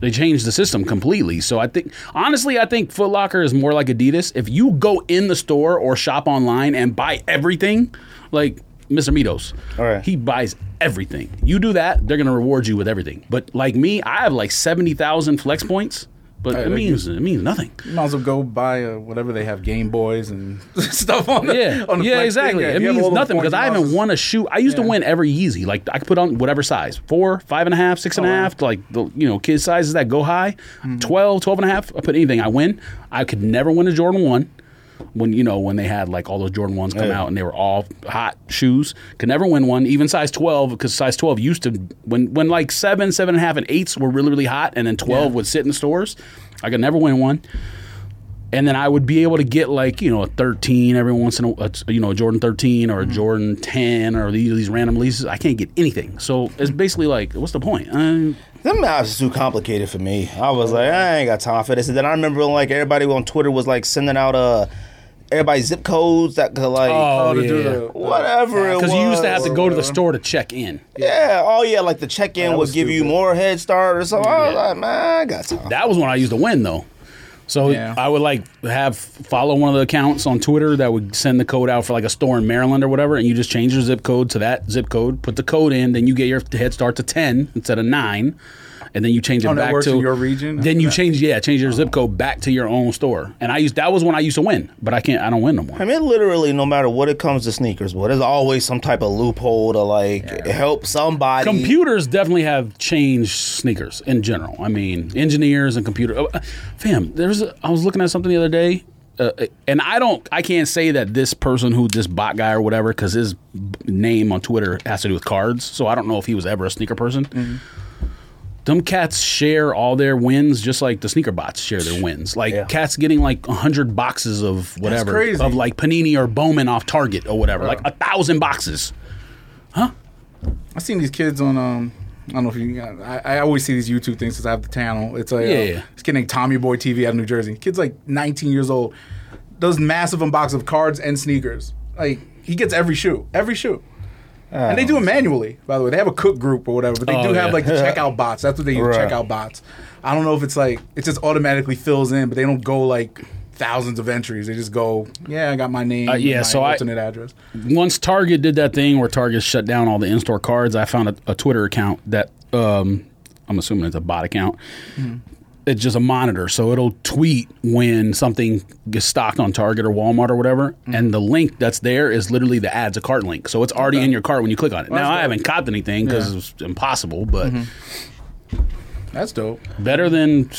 [SPEAKER 3] they changed the system completely. So I think, honestly, I think Foot Locker is more like Adidas. If you go in the store or shop online and buy everything, like Mr. Mitos,
[SPEAKER 1] All right.
[SPEAKER 3] he buys everything. You do that, they're going to reward you with everything. But like me, I have like 70,000 flex points. But it means it means nothing.
[SPEAKER 2] You might as well go buy uh, whatever they have, Game Boys and stuff on the
[SPEAKER 3] Yeah,
[SPEAKER 2] on the
[SPEAKER 3] yeah,
[SPEAKER 2] flex
[SPEAKER 3] exactly.
[SPEAKER 2] thing. Yeah,
[SPEAKER 3] It
[SPEAKER 2] you have
[SPEAKER 3] means
[SPEAKER 2] all those
[SPEAKER 3] nothing because
[SPEAKER 2] points,
[SPEAKER 3] I
[SPEAKER 2] you might
[SPEAKER 3] haven't
[SPEAKER 2] as well-
[SPEAKER 3] won a shoe. I used to
[SPEAKER 2] Yeah.
[SPEAKER 3] win every Yeezy. Like I could put on whatever size, four, five and a half,
[SPEAKER 2] Oh,
[SPEAKER 3] six and a half. like the you know kid sizes that go high,
[SPEAKER 2] Mm-hmm.
[SPEAKER 3] 12, 12 and a half. I put anything. I win. I could never win a Jordan one. When you know when they had like all those Jordan ones come
[SPEAKER 1] Yeah.
[SPEAKER 3] out and they were all hot shoes, could never win one. Even size twelve because size twelve used to when when like seven, seven and a half, and eights were really really hot, and then twelve would sit in the stores. I could never win one and then I would be able to get like you know a 13 every once in a, a you know a Jordan 13 or a Jordan 10 or these these random leases. I can't get anything, so it's basically like what's the point? Uh,
[SPEAKER 1] Them maps is too complicated for me. I was like, I ain't got time for this. And then I remember like everybody on Twitter was like sending out uh everybody zip codes that could like
[SPEAKER 2] Oh, to do the-
[SPEAKER 1] whatever it was.
[SPEAKER 3] because you used to have to go to the store to check in.
[SPEAKER 1] Yeah, oh yeah, like the check in would
[SPEAKER 2] was
[SPEAKER 1] give you
[SPEAKER 2] stupid.
[SPEAKER 1] more head start or something. I was like, man, I got time.
[SPEAKER 3] That was when I used to win though. So
[SPEAKER 2] Yeah.
[SPEAKER 3] I would like have follow one of the accounts on Twitter that would send the code out for like a store in Maryland or whatever, and you just change your zip code to that zip code, put the code in, then you get your head start to ten instead of nine, and then you change it
[SPEAKER 2] Oh, that
[SPEAKER 3] back
[SPEAKER 2] works
[SPEAKER 3] to
[SPEAKER 2] in your region?
[SPEAKER 3] Then you change yeah, change your zip code back to your own store. And I used that was when I used to win, but I can't I don't win no more.
[SPEAKER 1] I mean, literally, no matter what it comes to sneakers, but there's always some type of loophole to like help somebody.
[SPEAKER 3] Computers definitely have changed sneakers in general. I mean, engineers and computer. uh, fam, there's. A, I was looking at something the other day, uh, and I don't. I can't say that this person who this bot guy or whatever, because his b- name on Twitter has to do with cards. So I don't know if he was ever a sneaker person. Them cats share all their wins, just like the sneaker bots share their wins. Like
[SPEAKER 1] Yeah.
[SPEAKER 3] cats getting like hundred boxes of whatever
[SPEAKER 2] crazy.
[SPEAKER 3] of like Panini or Bowman off Target or whatever, like a thousand boxes.
[SPEAKER 2] I seen these kids on. um I don't know if you. I, I always see these YouTube things because I have the channel. It's like
[SPEAKER 3] Yeah,
[SPEAKER 2] uh,
[SPEAKER 3] yeah.
[SPEAKER 2] this kid named Tommy Boy TV out of New Jersey. Kid's like 19 years old. Does massive unbox of cards and sneakers. Like he gets every shoe, every shoe. and they do it manually, by the way. They have a cook group or whatever, but they
[SPEAKER 3] Oh,
[SPEAKER 2] do have
[SPEAKER 3] yeah.
[SPEAKER 2] like the checkout bots. That's what they use,
[SPEAKER 1] Right.
[SPEAKER 2] checkout bots. I don't know if it's like it just automatically fills in, but they don't go like thousands of entries. They just go, yeah, I got my name,
[SPEAKER 3] Uh, yeah,
[SPEAKER 2] my
[SPEAKER 3] so I-
[SPEAKER 2] alternate address.
[SPEAKER 3] once Target did that thing where Target shut down all the in-store cards, I found a, a Twitter account that um, I'm assuming it's a bot account.
[SPEAKER 2] Mm-hmm.
[SPEAKER 3] It's just a monitor, so it'll tweet when something gets stocked on Target or Walmart or whatever,
[SPEAKER 2] Mm-hmm.
[SPEAKER 3] and the link that's there is literally the ads a cart link, so it's already in your cart when you click on it. now
[SPEAKER 2] that's
[SPEAKER 3] I
[SPEAKER 2] dope.
[SPEAKER 3] haven't copped anything because
[SPEAKER 2] Yeah. Mm-hmm.
[SPEAKER 3] it's impossible, but
[SPEAKER 2] That's dope.
[SPEAKER 3] better than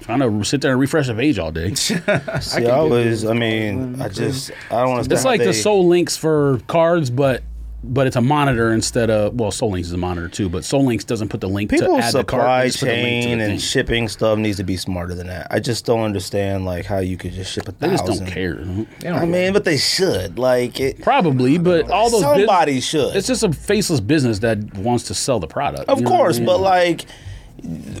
[SPEAKER 3] trying to sit there and refresh a page all day.
[SPEAKER 1] See, I, was, I mean, I just, I don't understand.
[SPEAKER 3] It's
[SPEAKER 1] how
[SPEAKER 3] like the
[SPEAKER 1] they-
[SPEAKER 3] Soul Links for cards, but but it's a monitor instead of well, Soul Links is a monitor too, but Soul Links doesn't put the link to
[SPEAKER 1] People's
[SPEAKER 3] add the card.
[SPEAKER 1] supply
[SPEAKER 3] they just put the link to
[SPEAKER 1] chain
[SPEAKER 3] the
[SPEAKER 1] and
[SPEAKER 3] thing.
[SPEAKER 1] shipping stuff needs to be smarter than that. I just don't understand like how you could just ship a
[SPEAKER 3] They
[SPEAKER 1] thousand.
[SPEAKER 3] just don't care.
[SPEAKER 1] I mean, but they should. Like it,
[SPEAKER 3] Probably, but all those bus-
[SPEAKER 1] somebody should.
[SPEAKER 3] It's just a faceless business that wants to sell the product.
[SPEAKER 1] of
[SPEAKER 3] you know what I
[SPEAKER 1] course,
[SPEAKER 3] mean?
[SPEAKER 1] but like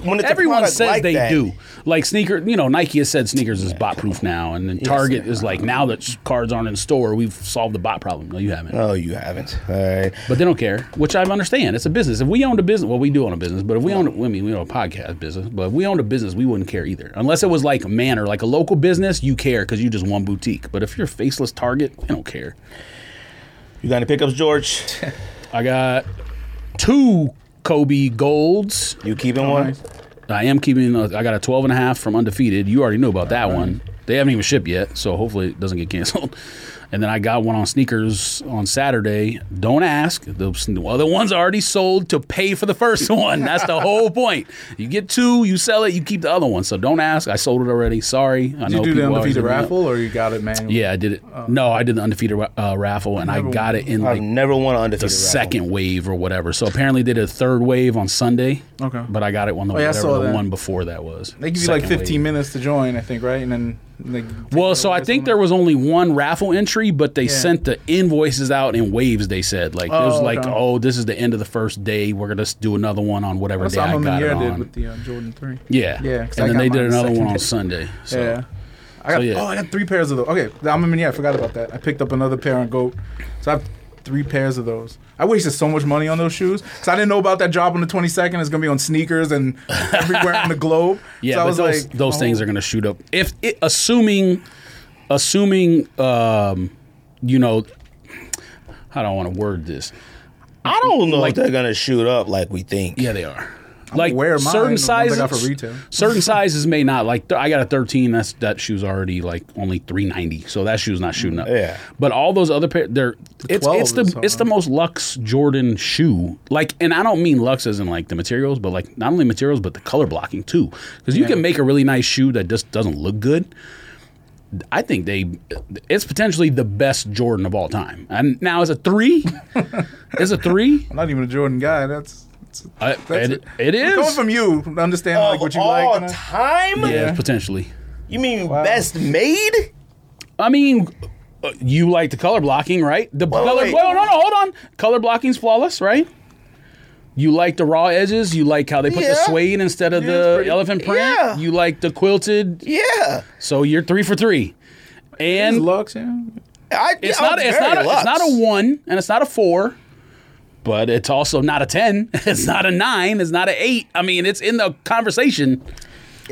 [SPEAKER 1] when it's a
[SPEAKER 3] everyone
[SPEAKER 1] product
[SPEAKER 3] says
[SPEAKER 1] like
[SPEAKER 3] they
[SPEAKER 1] that,
[SPEAKER 3] do. Like sneaker, you know, Nike has said sneakers is bot proof now, and then Target is like now that s- cards aren't in store, we've solved the bot problem. No, you haven't.
[SPEAKER 1] Oh, you haven't. All right.
[SPEAKER 3] But they don't care, which I understand. It's a business. If we owned a business, well, we do own a business, but if we owned, I mean, we own a podcast business, but if we owned a business, we wouldn't care either. Unless it was like a manor, like a local business, you care because you just one boutique. But if you're a faceless Target, they don't care.
[SPEAKER 1] You got any pickups, George?
[SPEAKER 3] I got two Kobe Golds.
[SPEAKER 1] You keeping one?
[SPEAKER 3] uh, I am keeping, a, I got a 12 and a half from Undefeated. You already knew about that one. They haven't even shipped yet, so hopefully it doesn't get canceled. And then I got one on sneakers on Saturday. Don't ask. The other one's already sold to pay for the first one. That's the whole point. You get two, you sell it, you keep the other one. So don't ask. I sold it already. Sorry. I
[SPEAKER 2] Did you do
[SPEAKER 3] people
[SPEAKER 2] the
[SPEAKER 3] always
[SPEAKER 2] undefeated
[SPEAKER 3] hit me up.
[SPEAKER 2] raffle, or you got it manually?
[SPEAKER 3] Yeah, I did it. no, I did the undefeated ra- uh, raffle, and I
[SPEAKER 2] Never
[SPEAKER 3] got it in
[SPEAKER 1] I've
[SPEAKER 3] like
[SPEAKER 1] never won an undefeated
[SPEAKER 3] the second wave or whatever. So apparently they did a third wave on Sunday.
[SPEAKER 2] Okay.
[SPEAKER 3] But I got it one the,
[SPEAKER 2] Oh, yeah, I saw
[SPEAKER 3] whatever, the
[SPEAKER 2] that.
[SPEAKER 3] one before that was.
[SPEAKER 2] They give you like
[SPEAKER 3] Second
[SPEAKER 2] 15
[SPEAKER 3] wave.
[SPEAKER 2] minutes to join, I think, right? And then they
[SPEAKER 3] Well, so I think there was only one raffle entry, but they
[SPEAKER 2] Yeah.
[SPEAKER 3] sent the invoices out in waves. They said like it was
[SPEAKER 2] Oh,
[SPEAKER 3] like,
[SPEAKER 2] okay.
[SPEAKER 3] oh, this is the end of the first day. We're gonna s- do another one on whatever
[SPEAKER 2] That's
[SPEAKER 3] day
[SPEAKER 2] what
[SPEAKER 3] I
[SPEAKER 2] Amon
[SPEAKER 3] got it
[SPEAKER 2] Mier did
[SPEAKER 3] on.
[SPEAKER 2] with the uh, Jordan Three.
[SPEAKER 3] yeah,
[SPEAKER 2] Yeah, 'cause
[SPEAKER 3] and
[SPEAKER 2] I got
[SPEAKER 3] then they
[SPEAKER 2] mine
[SPEAKER 3] did
[SPEAKER 2] the
[SPEAKER 3] another
[SPEAKER 2] second
[SPEAKER 3] one on
[SPEAKER 2] day.
[SPEAKER 3] Sunday. So.
[SPEAKER 2] Yeah. I got,
[SPEAKER 3] So, yeah.
[SPEAKER 2] Oh, I got three pairs of those. Okay, I mean, yeah, I forgot about that. I picked up another pair on Goat, so I have three pairs of those. I wasted so much money on those shoes because I didn't know about that job on the twenty second. It's gonna be on sneakers and everywhere on the globe.
[SPEAKER 3] Yeah,
[SPEAKER 2] so I
[SPEAKER 3] but
[SPEAKER 2] was
[SPEAKER 3] those,
[SPEAKER 2] like,
[SPEAKER 3] those
[SPEAKER 2] oh.
[SPEAKER 3] things are going to shoot up. If it, assuming, assuming, um, you know, how do I want to word this?
[SPEAKER 1] I don't know if they're gonna shoot up like we think.
[SPEAKER 3] Yeah, they are. like
[SPEAKER 2] aware of mine, the
[SPEAKER 3] certain
[SPEAKER 2] ones I
[SPEAKER 3] sizes,
[SPEAKER 2] got for retail.
[SPEAKER 3] certain sizes may not. Like th- I got a 13. That's that shoe's already like only 390. So that shoe's not shooting up.
[SPEAKER 1] Yeah.
[SPEAKER 3] But all those other pair, they're it's
[SPEAKER 2] 12
[SPEAKER 3] it's
[SPEAKER 2] is
[SPEAKER 3] the
[SPEAKER 2] hard.
[SPEAKER 3] it's the most luxe Jordan shoe. Like, and I don't mean luxe as in like the materials, but like not only materials but the color blocking too. Because you can make a really nice shoe that just doesn't look good. I think they, it's potentially the best Jordan of all time. And now is a three, is a three.
[SPEAKER 2] I'm not even a Jordan guy. That's, that's,
[SPEAKER 3] I-
[SPEAKER 2] that's
[SPEAKER 3] it- it is. Oh,
[SPEAKER 2] coming from you. I Understand like
[SPEAKER 1] Of
[SPEAKER 2] what you
[SPEAKER 1] all
[SPEAKER 2] like. and I-
[SPEAKER 1] time?
[SPEAKER 3] Yeah,
[SPEAKER 2] Yeah.
[SPEAKER 3] potentially.
[SPEAKER 1] You mean best made?
[SPEAKER 3] I mean, uh, you like the color blocking, right? The color.
[SPEAKER 1] wait.
[SPEAKER 3] Well, no, no, hold on. Color blocking's flawless, right? You like the raw edges. You like how they put the
[SPEAKER 1] Yeah.
[SPEAKER 3] suede instead of
[SPEAKER 2] Yeah,
[SPEAKER 3] the
[SPEAKER 2] it's pretty.
[SPEAKER 3] elephant print.
[SPEAKER 1] Yeah.
[SPEAKER 3] You like the quilted.
[SPEAKER 1] Yeah.
[SPEAKER 3] So you're three for three.
[SPEAKER 2] It's
[SPEAKER 3] And
[SPEAKER 2] Lux, yeah.
[SPEAKER 1] I,
[SPEAKER 3] it's
[SPEAKER 1] yeah,
[SPEAKER 3] not.
[SPEAKER 1] I'm
[SPEAKER 3] It's
[SPEAKER 1] very
[SPEAKER 3] not. A, it's
[SPEAKER 1] luxe.
[SPEAKER 3] not a one, and it's not a four. But it's also not a ten. It's not a nine. It's not an eight. I mean, it's in the conversation.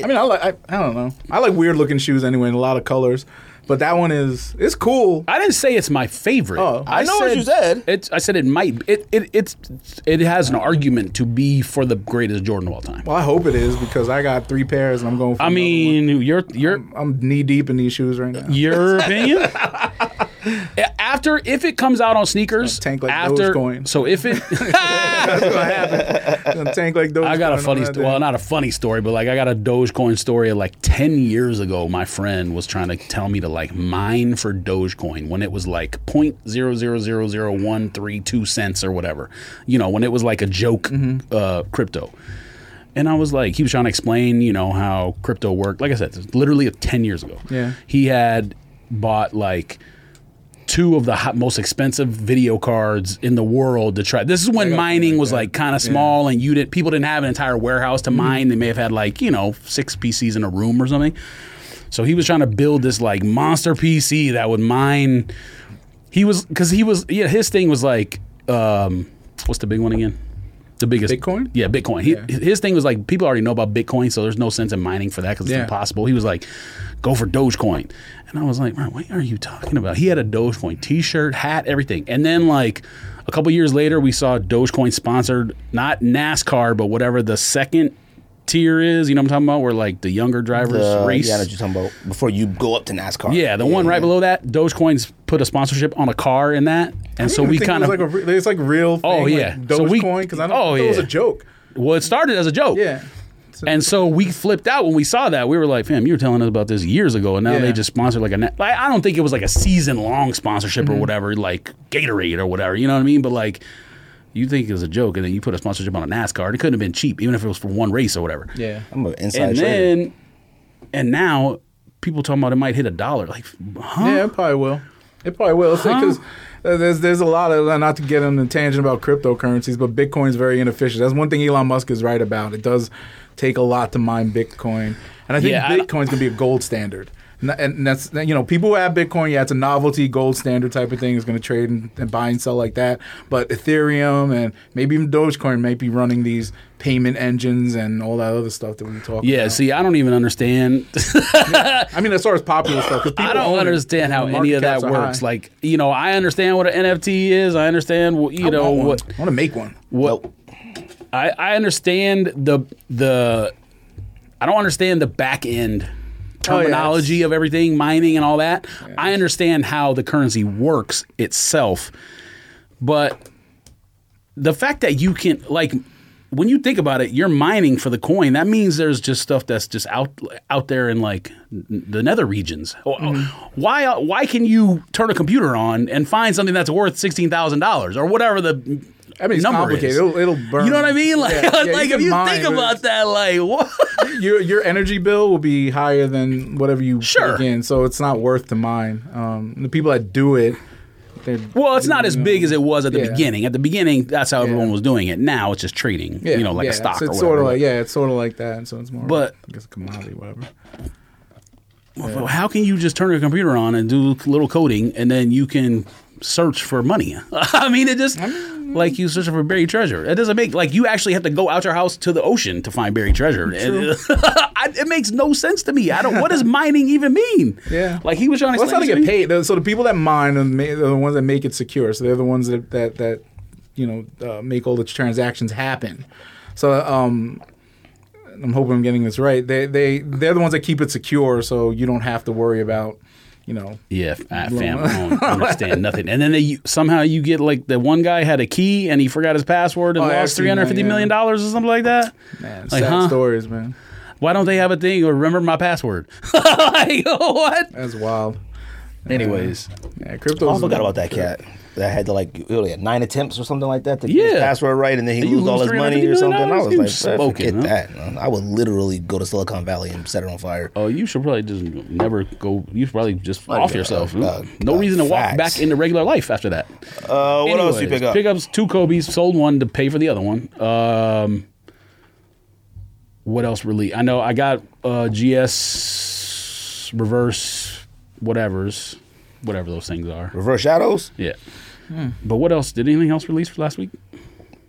[SPEAKER 2] I mean, I like. I, I don't know. I like weird looking shoes anyway, in a lot of colors. But that one is it's cool.
[SPEAKER 3] I didn't say it's my favorite.
[SPEAKER 2] Oh, I
[SPEAKER 1] know what you said.
[SPEAKER 3] It, I said it might. It, it it's it has an argument to be for the greatest Jordan of all time.
[SPEAKER 2] Well, I hope it is because I got three pairs and I'm going. For
[SPEAKER 3] I
[SPEAKER 2] another one.
[SPEAKER 3] mean, your your
[SPEAKER 2] I'm knee deep in these shoes right now.
[SPEAKER 3] your opinion. A- After if it comes out on sneakers,
[SPEAKER 2] Tank like
[SPEAKER 3] after
[SPEAKER 2] Dogecoin.
[SPEAKER 3] so if it,
[SPEAKER 2] Gonna tank like those.
[SPEAKER 3] I got a funny sto- well, not a funny story, but like I got a Dogecoin story like 10 years ago. My friend was trying to tell me to like mine for Dogecoin when it was like 0.00000132 cents or whatever, you know, when it was like a joke uh, crypto. And I was like, he was trying to explain, you know, how crypto worked. Like I said, this was literally 10 years ago.
[SPEAKER 2] Yeah.
[SPEAKER 3] He had bought like two of the hot, most expensive video cards in the world to try. This is when mining was like kind of small, and you did people didn't have an entire warehouse to mine. They may have had like you know six PCs in a room or something. So he was trying to build this like monster PC that would mine. He was because he was yeah. His thing was like um, what's the big one again? The biggest
[SPEAKER 2] Bitcoin?
[SPEAKER 3] Yeah, Bitcoin. He, His thing was like people already know about Bitcoin, so there's no sense in mining for that because it's
[SPEAKER 2] Yeah.
[SPEAKER 3] impossible. He was like, go for Dogecoin, and I was like, man, what are you talking about? He had a Dogecoin T-shirt, hat, everything, and then like. A couple years later, we saw Dogecoin sponsored not NASCAR, but whatever the second tier is. You know what I'm talking about? Where like the younger drivers
[SPEAKER 1] Uh,
[SPEAKER 3] race.
[SPEAKER 1] Yeah, I know what you're talking about. Before you go up to NASCAR.
[SPEAKER 3] Yeah, the one right below that, Dogecoin's put a sponsorship on a car in that, and so we kind of
[SPEAKER 2] like a, re- it's like real. Thing,
[SPEAKER 3] Oh,
[SPEAKER 2] like
[SPEAKER 3] yeah. So we-
[SPEAKER 2] Dogecoin because I don't
[SPEAKER 3] oh,
[SPEAKER 2] think it was
[SPEAKER 3] yeah.
[SPEAKER 2] a joke.
[SPEAKER 3] well, it started as a joke.
[SPEAKER 2] Yeah,
[SPEAKER 3] And so we flipped out when we saw that. We were like, "Fam, you were telling us about this years ago, and now
[SPEAKER 2] Yeah.
[SPEAKER 3] they just sponsored like a." na- Like, I don't think it was like a season long sponsorship
[SPEAKER 2] Mm-hmm.
[SPEAKER 3] or whatever, like Gatorade or whatever. You know what I mean? But like, you think it was a joke, and then you put a sponsorship on a NASCAR. and It couldn't have been cheap, even if it was for one race or whatever.
[SPEAKER 2] yeah.
[SPEAKER 1] I'm an inside
[SPEAKER 3] And
[SPEAKER 1] trader.
[SPEAKER 3] then, and now people talking about it might hit a dollar. Like, huh?
[SPEAKER 2] Yeah, it probably will. It probably will.
[SPEAKER 3] Huh?
[SPEAKER 2] Because uh, there's there's a lot of not to get on a tangent about cryptocurrencies, but Bitcoin's very inefficient. That's one thing Elon Musk is right about. It does take a lot to mine Bitcoin, and I think
[SPEAKER 3] Yeah, I don't-
[SPEAKER 2] Bitcoin's gonna be a gold standard. And that- And that's you know people who have Bitcoin, yeah, it's a novelty gold standard type of thing. Is going to trade and, and buy and sell like that. But Ethereum and maybe even Dogecoin might be running these payment engines and all that other stuff that we talk
[SPEAKER 3] Yeah,
[SPEAKER 2] about.
[SPEAKER 3] see, I don't even understand.
[SPEAKER 2] I mean as far as popular stuff, 'cause
[SPEAKER 3] I
[SPEAKER 2] people own
[SPEAKER 3] don't
[SPEAKER 2] it.
[SPEAKER 3] understand how
[SPEAKER 2] The
[SPEAKER 3] any of
[SPEAKER 2] market
[SPEAKER 3] that
[SPEAKER 2] caps are
[SPEAKER 3] works.
[SPEAKER 2] high.
[SPEAKER 3] Like, you know, I understand what an NFT is. I understand, what, you
[SPEAKER 2] I
[SPEAKER 3] know,
[SPEAKER 2] want one.
[SPEAKER 3] what
[SPEAKER 2] I want to make one.
[SPEAKER 3] what I, I understand the the I don't understand the back end
[SPEAKER 2] yes.
[SPEAKER 3] terminology of everything, mining and all that. I understand how the currency works itself, but the fact that you can like when you think about it, you're mining for the coin. That means there's just stuff that's just out out there in like n- the nether regions. Oh, oh, Why why can you turn a computer on and find something that's worth sixteen thousand dollars or whatever the
[SPEAKER 2] I mean, it's
[SPEAKER 3] number
[SPEAKER 2] complicated.
[SPEAKER 3] is?
[SPEAKER 2] It'll, it'll burn.
[SPEAKER 3] You know what I mean? Like,
[SPEAKER 2] Yeah, yeah,
[SPEAKER 3] like if
[SPEAKER 2] can
[SPEAKER 3] you
[SPEAKER 2] mine,
[SPEAKER 3] think
[SPEAKER 2] but
[SPEAKER 3] about that, like what?
[SPEAKER 2] your your energy bill will be higher than whatever you
[SPEAKER 3] Sure.
[SPEAKER 2] put in, so it's not worth the mine. Um, the people that do it, they're
[SPEAKER 3] Well, it's not as big as it was at the
[SPEAKER 2] Yeah.
[SPEAKER 3] beginning. At the beginning, that's how everyone was doing it. Now it's just trading,
[SPEAKER 2] yeah,
[SPEAKER 3] you know, like
[SPEAKER 2] yeah.
[SPEAKER 3] a stock
[SPEAKER 2] So
[SPEAKER 3] or
[SPEAKER 2] it's
[SPEAKER 3] whatever.
[SPEAKER 2] sort of like yeah, it's sort of like that. So it's more,
[SPEAKER 3] But-
[SPEAKER 2] I guess a commodity, whatever.
[SPEAKER 3] Well, How can you just turn a computer on and do little coding, and then you can search for money? I mean, it just like you searching for buried treasure. It doesn't make like you actually have to go out your house to the ocean to find buried treasure. And, I, it makes no sense to me. I don't. What does mining even mean?
[SPEAKER 2] Yeah.
[SPEAKER 3] like he was trying to.
[SPEAKER 2] Well, that's how
[SPEAKER 3] explain
[SPEAKER 2] they
[SPEAKER 3] it to
[SPEAKER 2] get
[SPEAKER 3] me.
[SPEAKER 2] paid. So the people that mine are ma- are the ones that make it secure. So they're the ones that that, that you know uh, make all the transactions happen. So um, I'm hoping I'm getting this right. They they they're the ones that keep it secure, so you don't have to worry about you know.
[SPEAKER 3] Yeah, f- I, fam, I don't understand nothing. And then they, you- somehow you get like the one guy had a key and he forgot his password and
[SPEAKER 2] Oh, yeah, I've
[SPEAKER 3] lost
[SPEAKER 2] seen
[SPEAKER 3] three hundred fifty
[SPEAKER 2] that,
[SPEAKER 3] million dollars or something like that.
[SPEAKER 2] Man,
[SPEAKER 3] Like,
[SPEAKER 2] sad
[SPEAKER 3] huh?
[SPEAKER 2] stories, man.
[SPEAKER 3] Why don't they have a thing or remember my password? like what?
[SPEAKER 2] That's wild.
[SPEAKER 3] Anyways,
[SPEAKER 2] Yeah, crypto.
[SPEAKER 1] I forgot about that cat. That had to like really had nine attempts or something like that to get
[SPEAKER 3] Yeah.
[SPEAKER 1] his password right, and then he
[SPEAKER 3] you
[SPEAKER 1] lose all
[SPEAKER 3] lose
[SPEAKER 1] his money or
[SPEAKER 3] $350
[SPEAKER 1] something. I was
[SPEAKER 3] You
[SPEAKER 1] like,
[SPEAKER 3] spoken,
[SPEAKER 1] forget
[SPEAKER 3] huh?
[SPEAKER 1] that. man. I would literally go to Silicon Valley and set it on fire.
[SPEAKER 3] oh, you should probably just never go. You should probably just
[SPEAKER 1] Like,
[SPEAKER 3] off
[SPEAKER 1] uh,
[SPEAKER 3] yourself.
[SPEAKER 1] uh,
[SPEAKER 3] no
[SPEAKER 1] uh,
[SPEAKER 3] reason to
[SPEAKER 1] facts.
[SPEAKER 3] walk back into regular life after that.
[SPEAKER 1] Uh, what else you
[SPEAKER 3] Anyways,
[SPEAKER 1] pick up?
[SPEAKER 3] Pickups two Kobe's, sold one to pay for the other one. Um, what else really? I know I got uh, GS reverse whatever's, whatever those things are.
[SPEAKER 1] Reverse Shadows.
[SPEAKER 3] Yeah.
[SPEAKER 2] Hmm.
[SPEAKER 3] But what else? Did anything else release last week?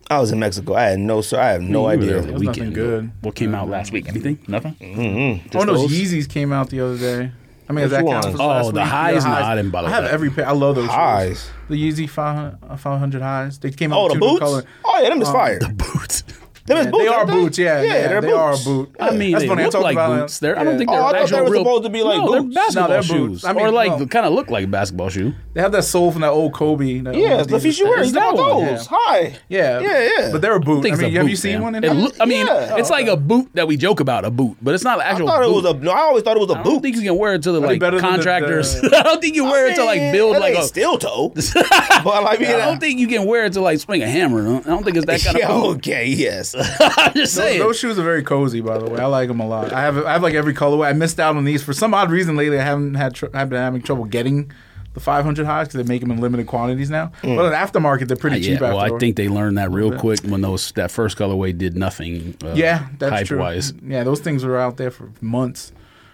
[SPEAKER 3] I
[SPEAKER 1] I was in Mexico. I had no, sir. I have no
[SPEAKER 3] mean, you were there
[SPEAKER 1] idea.
[SPEAKER 3] the
[SPEAKER 2] There's nothing
[SPEAKER 3] weekend.
[SPEAKER 2] good. Mm-hmm.
[SPEAKER 3] What came out last week? Anything? Nothing.
[SPEAKER 2] Oh, no,
[SPEAKER 3] those?
[SPEAKER 2] Yeezys came out the other day. I mean, is that
[SPEAKER 1] Which
[SPEAKER 2] count
[SPEAKER 1] ones?
[SPEAKER 2] for last
[SPEAKER 3] Oh, the
[SPEAKER 2] week?
[SPEAKER 3] highs?
[SPEAKER 2] Yeah,
[SPEAKER 3] No, I didn't bother
[SPEAKER 2] I have
[SPEAKER 3] with that.
[SPEAKER 2] every pair. I love those shoes.
[SPEAKER 1] Highs.
[SPEAKER 2] The Yeezy 500, uh, 500 highs. They came out.
[SPEAKER 1] Oh,
[SPEAKER 2] in
[SPEAKER 1] the
[SPEAKER 2] two different
[SPEAKER 1] boots.
[SPEAKER 2] Color. Um,
[SPEAKER 1] Oh yeah, them is fire. Them
[SPEAKER 3] Boots.
[SPEAKER 1] is
[SPEAKER 2] Yeah,
[SPEAKER 1] boots.
[SPEAKER 2] they are
[SPEAKER 1] aren't
[SPEAKER 2] boots. Yeah, yeah,
[SPEAKER 1] they're
[SPEAKER 2] they
[SPEAKER 1] boots.
[SPEAKER 2] are a boot.
[SPEAKER 3] I mean,
[SPEAKER 2] That's
[SPEAKER 3] they
[SPEAKER 2] funny, I
[SPEAKER 3] look
[SPEAKER 2] talked
[SPEAKER 3] like
[SPEAKER 2] about it.
[SPEAKER 3] boots. They're, I don't
[SPEAKER 2] Yeah.
[SPEAKER 3] think
[SPEAKER 1] Oh,
[SPEAKER 3] they're
[SPEAKER 1] I thought
[SPEAKER 3] actual
[SPEAKER 1] they were
[SPEAKER 3] real-
[SPEAKER 1] supposed to be like
[SPEAKER 3] no,
[SPEAKER 1] boots.
[SPEAKER 3] They're basketball
[SPEAKER 2] No, they're
[SPEAKER 3] shoes,
[SPEAKER 2] boots. I mean,
[SPEAKER 3] or like
[SPEAKER 2] no.
[SPEAKER 3] kind of look like basketball shoe.
[SPEAKER 2] They have that soul from that old Kobe. That
[SPEAKER 1] Yeah,
[SPEAKER 2] old
[SPEAKER 1] the
[SPEAKER 2] Adidas
[SPEAKER 1] feet you wear.
[SPEAKER 3] It's
[SPEAKER 1] You got
[SPEAKER 3] that one,
[SPEAKER 1] those. Hi.
[SPEAKER 2] Yeah,
[SPEAKER 1] Yeah, yeah.
[SPEAKER 2] But they're a boot. I
[SPEAKER 3] Thing's
[SPEAKER 2] mean,
[SPEAKER 3] a
[SPEAKER 2] have
[SPEAKER 3] boot,
[SPEAKER 2] you seen
[SPEAKER 3] man.
[SPEAKER 2] one? In
[SPEAKER 3] It loo- I mean,
[SPEAKER 1] Yeah.
[SPEAKER 3] it's like a boot that we joke about a boot, but it's not an
[SPEAKER 1] I
[SPEAKER 3] actual.
[SPEAKER 1] thought it
[SPEAKER 3] boot.
[SPEAKER 1] was a. No, I always thought it was a
[SPEAKER 3] I don't think
[SPEAKER 1] boot.
[SPEAKER 3] you can wear it to the like
[SPEAKER 2] better than the-
[SPEAKER 3] contractors.
[SPEAKER 2] the-
[SPEAKER 3] I don't think you wear it to like
[SPEAKER 1] Yeah,
[SPEAKER 3] build
[SPEAKER 1] that
[SPEAKER 3] like
[SPEAKER 1] ain't
[SPEAKER 3] a.
[SPEAKER 1] steel toe. but like,
[SPEAKER 3] I don't
[SPEAKER 1] yeah,
[SPEAKER 3] think you can wear it to like swing a hammer. I don't think it's that kind
[SPEAKER 1] yeah,
[SPEAKER 3] of. Boot.
[SPEAKER 1] okay, yes.
[SPEAKER 3] I'm just saying.
[SPEAKER 2] Those shoes are very cozy, by the way. I like them a lot. I have I have like every colorway. I missed out on these for some odd reason lately. I haven't had tr- I've been having trouble getting the 500 highs because they make them in limited quantities now. But in aftermarket, they're pretty
[SPEAKER 3] Mm. Ah, Yeah,
[SPEAKER 2] cheap.
[SPEAKER 3] well, I
[SPEAKER 2] afterward.
[SPEAKER 3] think they learned that real quick when those that first colorway did nothing. Uh,
[SPEAKER 2] yeah, that's
[SPEAKER 3] hype
[SPEAKER 2] true.
[SPEAKER 3] wise.
[SPEAKER 2] Yeah, those things were out there for months.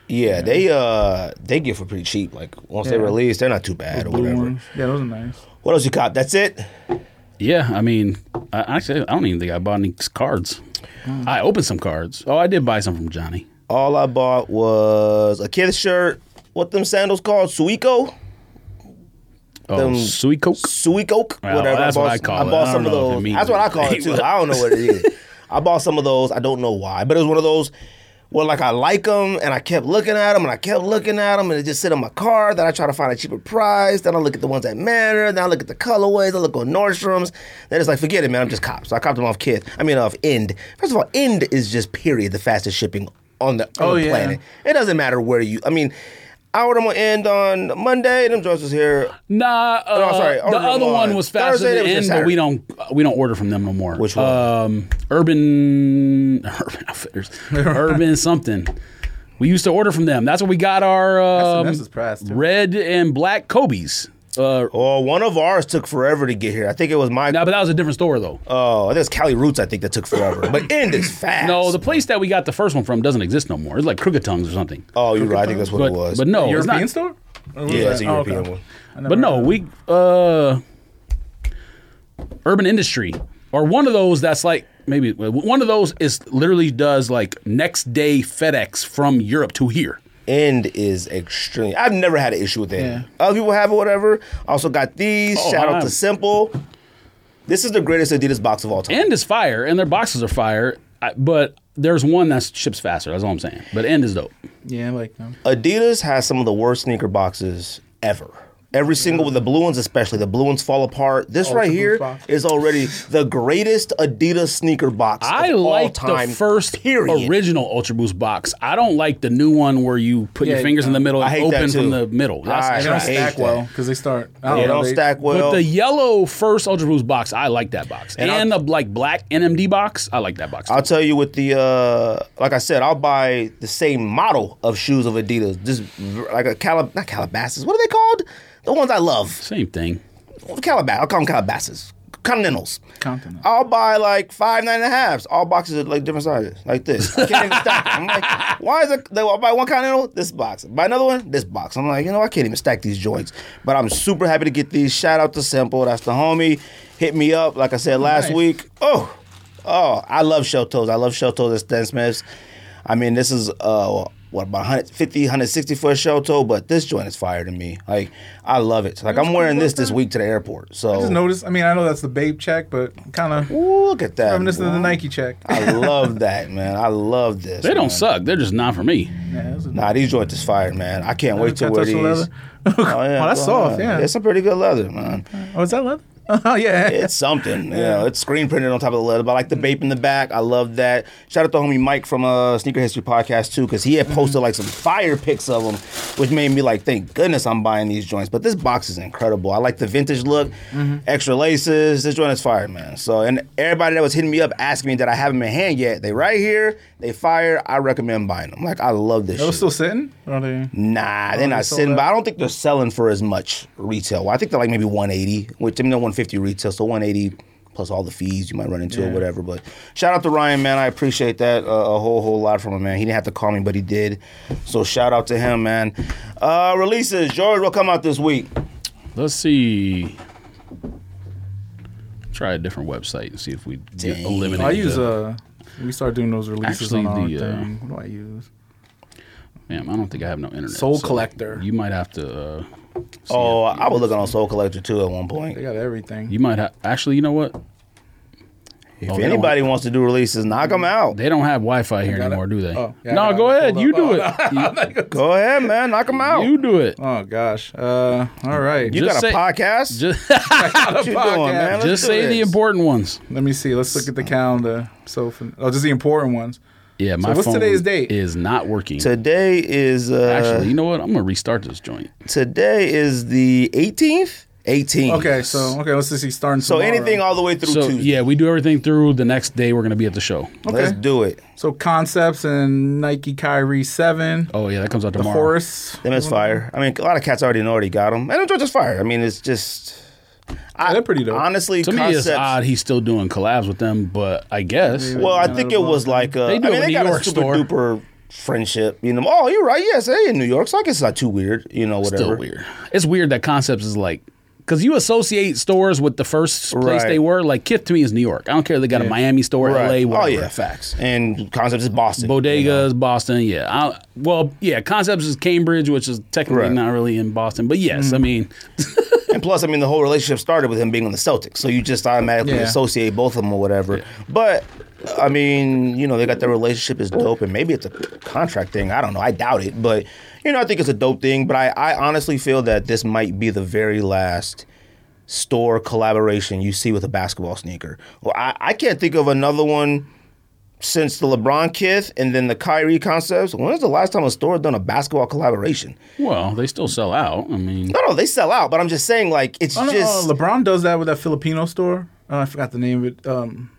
[SPEAKER 1] Yeah, they uh they get for pretty cheap. Like once they
[SPEAKER 2] Yeah.
[SPEAKER 1] release, they're not too bad or
[SPEAKER 2] Blue
[SPEAKER 1] whatever.
[SPEAKER 2] ones. Yeah, those are nice.
[SPEAKER 1] What else you cop? That's it.
[SPEAKER 3] Yeah, I mean, I, actually, I don't even think I bought any cards.
[SPEAKER 2] Hmm.
[SPEAKER 3] I opened some cards. Oh, I did buy some from Johnny.
[SPEAKER 1] All I bought was a kid's shirt. What them sandals called? Suico.
[SPEAKER 3] Oh,
[SPEAKER 1] Them-
[SPEAKER 3] sweet coke.
[SPEAKER 1] Suicoke,
[SPEAKER 3] Well,
[SPEAKER 1] whatever.
[SPEAKER 3] that's
[SPEAKER 1] I bought,
[SPEAKER 3] what I call it.
[SPEAKER 1] I bought
[SPEAKER 3] I
[SPEAKER 1] some
[SPEAKER 3] don't
[SPEAKER 1] of
[SPEAKER 3] know if it
[SPEAKER 1] those.
[SPEAKER 3] means
[SPEAKER 1] That's what I call it too. I don't know what it is. I bought some of those. I don't know why, but it was one of those where like I like them and I kept looking at them and I kept looking at them and it just sit in my car. Then I try to find a cheaper price. Then I look at the ones that matter. Then I look at the colorways. I look on Nordstroms. Then it's like forget it, man. I'm just cops. So I copped them off kids. I mean off End. First of all, End is just period the fastest shipping on the, on
[SPEAKER 2] Oh,
[SPEAKER 1] the
[SPEAKER 2] yeah.
[SPEAKER 1] planet. It doesn't matter where you. I mean. I ordered them on end on Monday. Them joints was here
[SPEAKER 3] Nah, uh,
[SPEAKER 1] Oh, no, sorry.
[SPEAKER 3] the
[SPEAKER 1] Order them
[SPEAKER 3] other one
[SPEAKER 1] on
[SPEAKER 3] was faster
[SPEAKER 1] Thursday,
[SPEAKER 3] than
[SPEAKER 1] it was
[SPEAKER 3] N,
[SPEAKER 1] just
[SPEAKER 3] but we
[SPEAKER 1] Saturday.
[SPEAKER 3] don't we don't order from them no more.
[SPEAKER 1] Which one?
[SPEAKER 3] Um, Urban Urban Outfitters, Urban something. We used to order from them. That's what we got our um,
[SPEAKER 2] that's his price, too.
[SPEAKER 3] red and black Kobe's. Uh,
[SPEAKER 1] Oh, one of ours took forever to get here. I think it was my.
[SPEAKER 3] now, but that was a different store though.
[SPEAKER 1] Oh, I think it's Cali Roots. I think that took forever. but end is fast.
[SPEAKER 3] no, the place that we got the first one from doesn't exist no more. It's like Crooked Tongues or something.
[SPEAKER 1] Oh, you're right. I think that's what
[SPEAKER 3] But
[SPEAKER 1] it was.
[SPEAKER 3] but no, Oh, it's
[SPEAKER 2] European
[SPEAKER 3] not.
[SPEAKER 2] store? Or what
[SPEAKER 1] yeah, it's
[SPEAKER 2] was
[SPEAKER 1] a
[SPEAKER 2] that? Oh,
[SPEAKER 1] European
[SPEAKER 2] okay.
[SPEAKER 1] one.
[SPEAKER 2] I never
[SPEAKER 3] But no,
[SPEAKER 2] heard of
[SPEAKER 3] we uh Urban Industry or one of those that's like maybe one of those is literally does like next day FedEx from Europe to here.
[SPEAKER 1] End is extreme. I've never had an issue with end.
[SPEAKER 2] Yeah.
[SPEAKER 1] Other people have it, whatever. Also got these.
[SPEAKER 3] Oh,
[SPEAKER 1] Shout
[SPEAKER 3] I-
[SPEAKER 1] out to Simple. This is the greatest Adidas box of all time.
[SPEAKER 3] And is fire and their boxes are fire, I, but there's one that ships faster. That's all I'm saying. But end is dope.
[SPEAKER 2] Yeah, like um,
[SPEAKER 1] Adidas has some of the worst sneaker boxes ever. Every single with the blue ones, especially the blue ones, fall apart. This
[SPEAKER 3] Oh,
[SPEAKER 2] Ultra
[SPEAKER 1] right
[SPEAKER 2] blue
[SPEAKER 1] here
[SPEAKER 2] box.
[SPEAKER 1] is already the greatest Adidas sneaker box.
[SPEAKER 3] I
[SPEAKER 1] of
[SPEAKER 3] like
[SPEAKER 1] all time,
[SPEAKER 3] the first
[SPEAKER 1] period.
[SPEAKER 3] original Ultra Boost box. I don't like the new one where you put your
[SPEAKER 2] Yeah,
[SPEAKER 3] fingers in the middle
[SPEAKER 1] uh, I
[SPEAKER 3] and
[SPEAKER 1] hate that
[SPEAKER 3] open
[SPEAKER 1] too.
[SPEAKER 3] from the middle. That's
[SPEAKER 1] I
[SPEAKER 2] they
[SPEAKER 1] hate
[SPEAKER 2] don't
[SPEAKER 3] trash.
[SPEAKER 2] stack
[SPEAKER 1] that.
[SPEAKER 2] well because they start. I don't
[SPEAKER 1] They
[SPEAKER 2] know,
[SPEAKER 1] Oh, don't
[SPEAKER 2] they-
[SPEAKER 1] stack well.
[SPEAKER 3] But the yellow first Ultra Boost box, I like that box. And,
[SPEAKER 1] And I-
[SPEAKER 3] the like black NMD box, I like that box.
[SPEAKER 1] I'll tell you with the uh, like I said, I'll buy the same model of shoes of Adidas. Just v- like a Calab, not Calabasas. What are they called? The ones I love.
[SPEAKER 3] Same thing.
[SPEAKER 1] Calabas. I'll call them Calabasas. Continentals.
[SPEAKER 2] Continental.
[SPEAKER 1] I'll buy like five nine and a halves. All boxes are like different sizes, like this. I can't even stack. them. I'm like, why is it? They, I'll buy one continental, this box. Buy another one, this box. I'm like, you know, I can't even stack these joints. But I'm super happy to get these. Shout out to Simple, that's the homie. Hit me up, like I said last
[SPEAKER 2] Nice.
[SPEAKER 1] week. Oh, oh, I love shell toes. I love shell toes at Stan Smith's. I mean, this is uh. What about 150, 160 foot shell toe? But this joint is fire to me. Like I love it. Like I'm wearing this this week to the airport. So
[SPEAKER 2] I just noticed. I mean, I know that's the Babe check, but kind of
[SPEAKER 1] Ooh, look at that.
[SPEAKER 2] reminiscent of the
[SPEAKER 1] bro.
[SPEAKER 2] Nike check.
[SPEAKER 1] I love that, man. I love this.
[SPEAKER 3] They
[SPEAKER 1] man.
[SPEAKER 3] don't suck. They're just not for me.
[SPEAKER 2] Yeah, it was a-
[SPEAKER 1] Nah, these joints is fire, man. I can't wait to
[SPEAKER 2] Can I
[SPEAKER 1] wear these.
[SPEAKER 2] touch the leather? Oh, that's
[SPEAKER 1] go
[SPEAKER 2] soft,
[SPEAKER 1] ahead.
[SPEAKER 2] yeah.
[SPEAKER 1] It's some pretty good leather, man.
[SPEAKER 2] Oh, is that leather? Oh yeah.
[SPEAKER 1] It's something. yeah. it's screen printed on top of the leather. But I like the vape in the back. I love that. Shout out to homie Mike from uh, Sneaker History Podcast, too, because he had posted like some fire pics of them, which made me like, thank goodness I'm buying these joints. But this box is incredible. I like the vintage look, extra laces. This joint is fire, man. So, and everybody that was hitting me up asking me that I haven't been hand yet, they right here. They fire. I recommend buying them. Like, I love this
[SPEAKER 2] They're
[SPEAKER 1] shit.
[SPEAKER 2] still sitting? Or are Oh, they?
[SPEAKER 1] Nah,
[SPEAKER 3] Oh,
[SPEAKER 1] they're
[SPEAKER 2] they
[SPEAKER 1] not
[SPEAKER 2] sold
[SPEAKER 1] sitting,
[SPEAKER 2] out?
[SPEAKER 1] but I don't think they're selling for as much retail. I think they're like maybe 180, which I mean, they're 150 retail, so 180 plus all the fees you might run into or
[SPEAKER 2] Yeah.
[SPEAKER 1] whatever. But shout out to Ryan, man. I appreciate that uh, a whole, whole lot from him, man. He didn't have to call me, but he did. So shout out to him, man. Uh, releases, George will come out this week.
[SPEAKER 3] Let's see. Try a different website and see if we get
[SPEAKER 1] Dang.
[SPEAKER 3] eliminate.
[SPEAKER 2] I use
[SPEAKER 3] the-
[SPEAKER 2] uh we start doing those releases
[SPEAKER 3] Actually,
[SPEAKER 2] on our
[SPEAKER 3] the, uh,
[SPEAKER 2] thing. What do I use?
[SPEAKER 3] Damn, I don't think I have no internet.
[SPEAKER 2] Soul
[SPEAKER 3] so
[SPEAKER 2] Collector.
[SPEAKER 3] You might have to. Uh, see
[SPEAKER 1] Oh,
[SPEAKER 3] if-
[SPEAKER 1] I was looking on Soul Collector too at one
[SPEAKER 2] They
[SPEAKER 1] point.
[SPEAKER 2] got everything.
[SPEAKER 3] you might have. Actually, you know what?
[SPEAKER 1] If
[SPEAKER 3] Oh, they don't
[SPEAKER 1] anybody wants to do releases, knock them out.
[SPEAKER 3] They don't have Wi-Fi here
[SPEAKER 2] got it.
[SPEAKER 3] anymore, do they?
[SPEAKER 2] Oh, yeah, I
[SPEAKER 3] no,
[SPEAKER 2] got
[SPEAKER 3] go
[SPEAKER 2] it.
[SPEAKER 3] ahead.
[SPEAKER 2] Hold
[SPEAKER 3] You
[SPEAKER 2] up.
[SPEAKER 3] do
[SPEAKER 2] Oh,
[SPEAKER 3] it.
[SPEAKER 1] Go ahead, man. Knock them out.
[SPEAKER 3] You, you do it.
[SPEAKER 2] Oh gosh. Uh, all right.
[SPEAKER 1] You
[SPEAKER 3] just
[SPEAKER 1] got a
[SPEAKER 3] say-
[SPEAKER 1] podcast?
[SPEAKER 3] Just,
[SPEAKER 1] what you doing, man? Let's
[SPEAKER 3] just
[SPEAKER 1] do
[SPEAKER 3] say the
[SPEAKER 1] this.
[SPEAKER 3] important ones.
[SPEAKER 2] Let me see. Let's look at the calendar. So, for, oh, just the important ones.
[SPEAKER 3] Yeah, my
[SPEAKER 2] what's
[SPEAKER 3] phone
[SPEAKER 2] today's date?
[SPEAKER 3] is not working.
[SPEAKER 1] uh, Today is uh,
[SPEAKER 3] Actually, you know what? I'm gonna restart this joint.
[SPEAKER 1] Today is the 18th. 18th.
[SPEAKER 2] Okay, so okay, let's just see. Starting
[SPEAKER 1] So anything all the way through
[SPEAKER 3] So
[SPEAKER 1] Tuesday.
[SPEAKER 3] yeah, we do everything through the next day. We're gonna be at the show.
[SPEAKER 1] Let's do it.
[SPEAKER 2] So concepts and Nike Kyrie Seven,
[SPEAKER 3] Oh yeah, that comes out tomorrow.
[SPEAKER 2] Horace.
[SPEAKER 1] Them is fire. I mean, a lot of cats already know already got them. And enjoy just fire. I mean, it's just. I,
[SPEAKER 2] they're pretty dope.
[SPEAKER 1] Honestly,
[SPEAKER 3] To me,
[SPEAKER 1] concepts.
[SPEAKER 3] it's odd he's still doing collabs with them, but I guess
[SPEAKER 1] Well, I think it was like a,
[SPEAKER 3] They
[SPEAKER 1] I
[SPEAKER 3] do
[SPEAKER 1] mean,
[SPEAKER 3] it in
[SPEAKER 1] they
[SPEAKER 3] New
[SPEAKER 1] got
[SPEAKER 3] York
[SPEAKER 1] a super
[SPEAKER 3] store.
[SPEAKER 1] duper friendship. You know, oh, you're right. Yes, hey, in New York, so I guess it's not too weird. You know, whatever.
[SPEAKER 3] still weird. It's weird that concepts is like because you associate stores with the first place
[SPEAKER 1] Right.
[SPEAKER 3] they were. Like Kith to me is New York. I don't care. if They got a Miami store,
[SPEAKER 1] Right.
[SPEAKER 3] L.A. Whatever.
[SPEAKER 1] oh yeah, facts. And concepts is Boston.
[SPEAKER 3] Bodegas, Boston, yeah. I, well, yeah, Concepts is Cambridge, which is technically
[SPEAKER 1] Right. Mm.
[SPEAKER 3] not really in Boston, but yes, I mean,
[SPEAKER 1] And plus, I mean, the whole relationship started with him being on the Celtics, so you just automatically
[SPEAKER 2] Yeah.
[SPEAKER 1] associate both of them or whatever. But I mean, you know, they got their relationship is dope, and maybe it's a contract thing. I don't know. I doubt it, but you know, I think it's a dope thing. But I, I honestly feel that this might be the very last store collaboration you see with a basketball sneaker. Well, I, I can't think of another one since the LeBron kith and then the Kyrie concepts. When was the last time a store done a basketball collaboration?
[SPEAKER 3] well, they still sell out. I mean,
[SPEAKER 1] No, no, they sell out, but I'm just saying, like, it's
[SPEAKER 2] Oh, no,
[SPEAKER 1] just.
[SPEAKER 2] uh, LeBron does that with that Filipino store. Uh, I forgot the name of it. Um,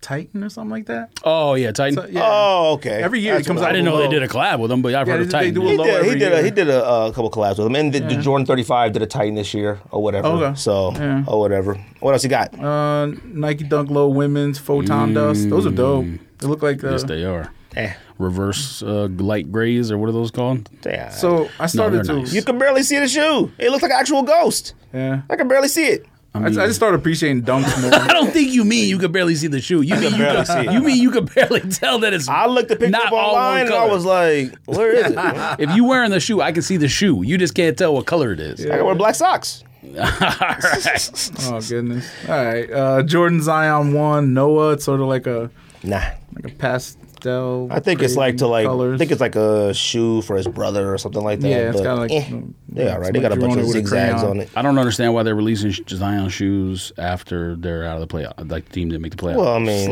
[SPEAKER 2] Titan or something like that.
[SPEAKER 3] oh yeah, Titan.
[SPEAKER 2] So, yeah.
[SPEAKER 1] Oh, okay.
[SPEAKER 2] Every year it
[SPEAKER 1] That's
[SPEAKER 2] comes
[SPEAKER 1] what-
[SPEAKER 3] I
[SPEAKER 2] out
[SPEAKER 3] didn't know
[SPEAKER 2] Below.
[SPEAKER 3] they did a collab with them, but I've
[SPEAKER 2] Yeah,
[SPEAKER 3] heard of
[SPEAKER 2] they- they
[SPEAKER 3] Titan.
[SPEAKER 2] do a
[SPEAKER 1] He
[SPEAKER 2] low
[SPEAKER 1] did. He
[SPEAKER 2] every
[SPEAKER 1] did. A,
[SPEAKER 2] year.
[SPEAKER 1] he did a, uh, couple collabs with him, and the, the Jordan Thirty Five did a Titan this year or whatever.
[SPEAKER 2] Okay.
[SPEAKER 1] So or whatever. What else you got?
[SPEAKER 2] Uh, Nike Dunk Low women's photon dust. Those are dope. They look like uh,
[SPEAKER 3] yes, they are.
[SPEAKER 1] Eh,
[SPEAKER 3] Reverse uh, light grays, or what are those called?
[SPEAKER 1] damn.
[SPEAKER 2] So I started
[SPEAKER 3] they're
[SPEAKER 2] to.
[SPEAKER 3] nice.
[SPEAKER 1] you can barely see the shoe. It looks like an actual ghost.
[SPEAKER 2] Yeah.
[SPEAKER 1] I can barely see it.
[SPEAKER 2] I, I just started appreciating dunks
[SPEAKER 3] I
[SPEAKER 2] more.
[SPEAKER 3] don't think you mean you could barely see the shoe. You mean you,
[SPEAKER 1] barely
[SPEAKER 3] could,
[SPEAKER 1] see it.
[SPEAKER 3] you mean you could barely tell that it's.
[SPEAKER 1] I looked the picture
[SPEAKER 3] Not
[SPEAKER 1] up
[SPEAKER 3] all one
[SPEAKER 1] online, and I
[SPEAKER 3] color.
[SPEAKER 1] was like, "Where is it?" I
[SPEAKER 3] if you wearing the shoe, I can see the shoe. You just can't tell what color it is.
[SPEAKER 1] can wear black socks.
[SPEAKER 3] All right.
[SPEAKER 2] oh goodness. All right. Uh, Jordan Zion one Noah. It's sort of like a
[SPEAKER 1] Nah,
[SPEAKER 2] like a past pastel.
[SPEAKER 1] I think it's like to like.
[SPEAKER 2] colors.
[SPEAKER 1] I think it's like a shoe for his brother or something like that.
[SPEAKER 2] Yeah, it's
[SPEAKER 1] but,
[SPEAKER 2] got, like,
[SPEAKER 1] eh,
[SPEAKER 2] mm,
[SPEAKER 1] yeah, right. They
[SPEAKER 2] somebody
[SPEAKER 1] got a
[SPEAKER 2] drew
[SPEAKER 1] bunch
[SPEAKER 2] on it
[SPEAKER 1] of
[SPEAKER 2] with a
[SPEAKER 1] zigzags
[SPEAKER 2] crayon.
[SPEAKER 1] on it.
[SPEAKER 3] I don't understand why they're releasing sh- Zion shoes after they're out of the playoff. Like the team didn't make the playoff.
[SPEAKER 1] Well, I mean,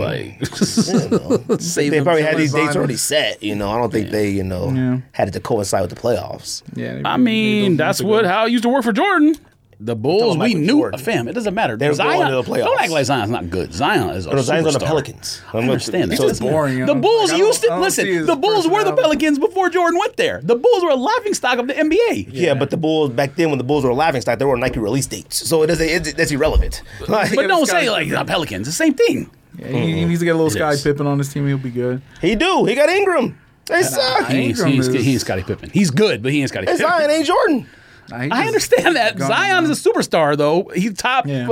[SPEAKER 3] like save
[SPEAKER 1] They probably
[SPEAKER 3] themselves.
[SPEAKER 1] had these dates
[SPEAKER 2] Zion.
[SPEAKER 1] already set. You know, I don't think they you know had it to coincide with the playoffs.
[SPEAKER 2] Yeah, they-
[SPEAKER 3] I
[SPEAKER 2] they
[SPEAKER 3] mean,
[SPEAKER 2] built
[SPEAKER 3] that's
[SPEAKER 2] them
[SPEAKER 3] what how it used to work for Jordan. The Bulls, we
[SPEAKER 1] Michael
[SPEAKER 3] knew,
[SPEAKER 1] Jordan.
[SPEAKER 3] fam. It doesn't matter.
[SPEAKER 1] They're
[SPEAKER 3] Zion,
[SPEAKER 1] going to the playoffs.
[SPEAKER 3] Don't act like Zion's not good. Zion is a
[SPEAKER 1] But Zion's on the
[SPEAKER 3] superstar.
[SPEAKER 1] Pelicans.
[SPEAKER 3] I understand that.
[SPEAKER 1] So
[SPEAKER 2] it's boring, you
[SPEAKER 3] The
[SPEAKER 2] know?
[SPEAKER 3] Bulls
[SPEAKER 2] Like, I don't-
[SPEAKER 3] used
[SPEAKER 2] I
[SPEAKER 3] to
[SPEAKER 2] don't see
[SPEAKER 3] listen.
[SPEAKER 2] his
[SPEAKER 3] The Bulls were the
[SPEAKER 2] personality.
[SPEAKER 3] Pelicans before Jordan went there. The Bulls were a laughing stock of the NBA.
[SPEAKER 1] Yeah, but the Bulls back then, when the Bulls were a laughing stock, they were Nike release dates, so it doesn't. It's, that's irrelevant. Like,
[SPEAKER 3] But
[SPEAKER 2] Yeah,
[SPEAKER 3] don't
[SPEAKER 2] this
[SPEAKER 3] say
[SPEAKER 2] guy's
[SPEAKER 3] like the Pelicans. The same thing.
[SPEAKER 2] Yeah, he, he needs to get a little Sky
[SPEAKER 3] is.
[SPEAKER 2] Pippen on his team. He'll be good.
[SPEAKER 1] he do. He got Ingram. They suck.
[SPEAKER 3] He ain't,
[SPEAKER 2] Ingram
[SPEAKER 3] he, ain't,
[SPEAKER 2] is-
[SPEAKER 3] he ain't Scottie Pippen. He's good, but he ain't Scottie
[SPEAKER 1] And
[SPEAKER 3] Pippen.
[SPEAKER 1] Zion ain't Jordan.
[SPEAKER 2] Nah, he
[SPEAKER 3] I
[SPEAKER 2] just-
[SPEAKER 3] understand that
[SPEAKER 2] gone,
[SPEAKER 3] Zion
[SPEAKER 2] man.
[SPEAKER 3] is a superstar, though he top
[SPEAKER 2] Yeah.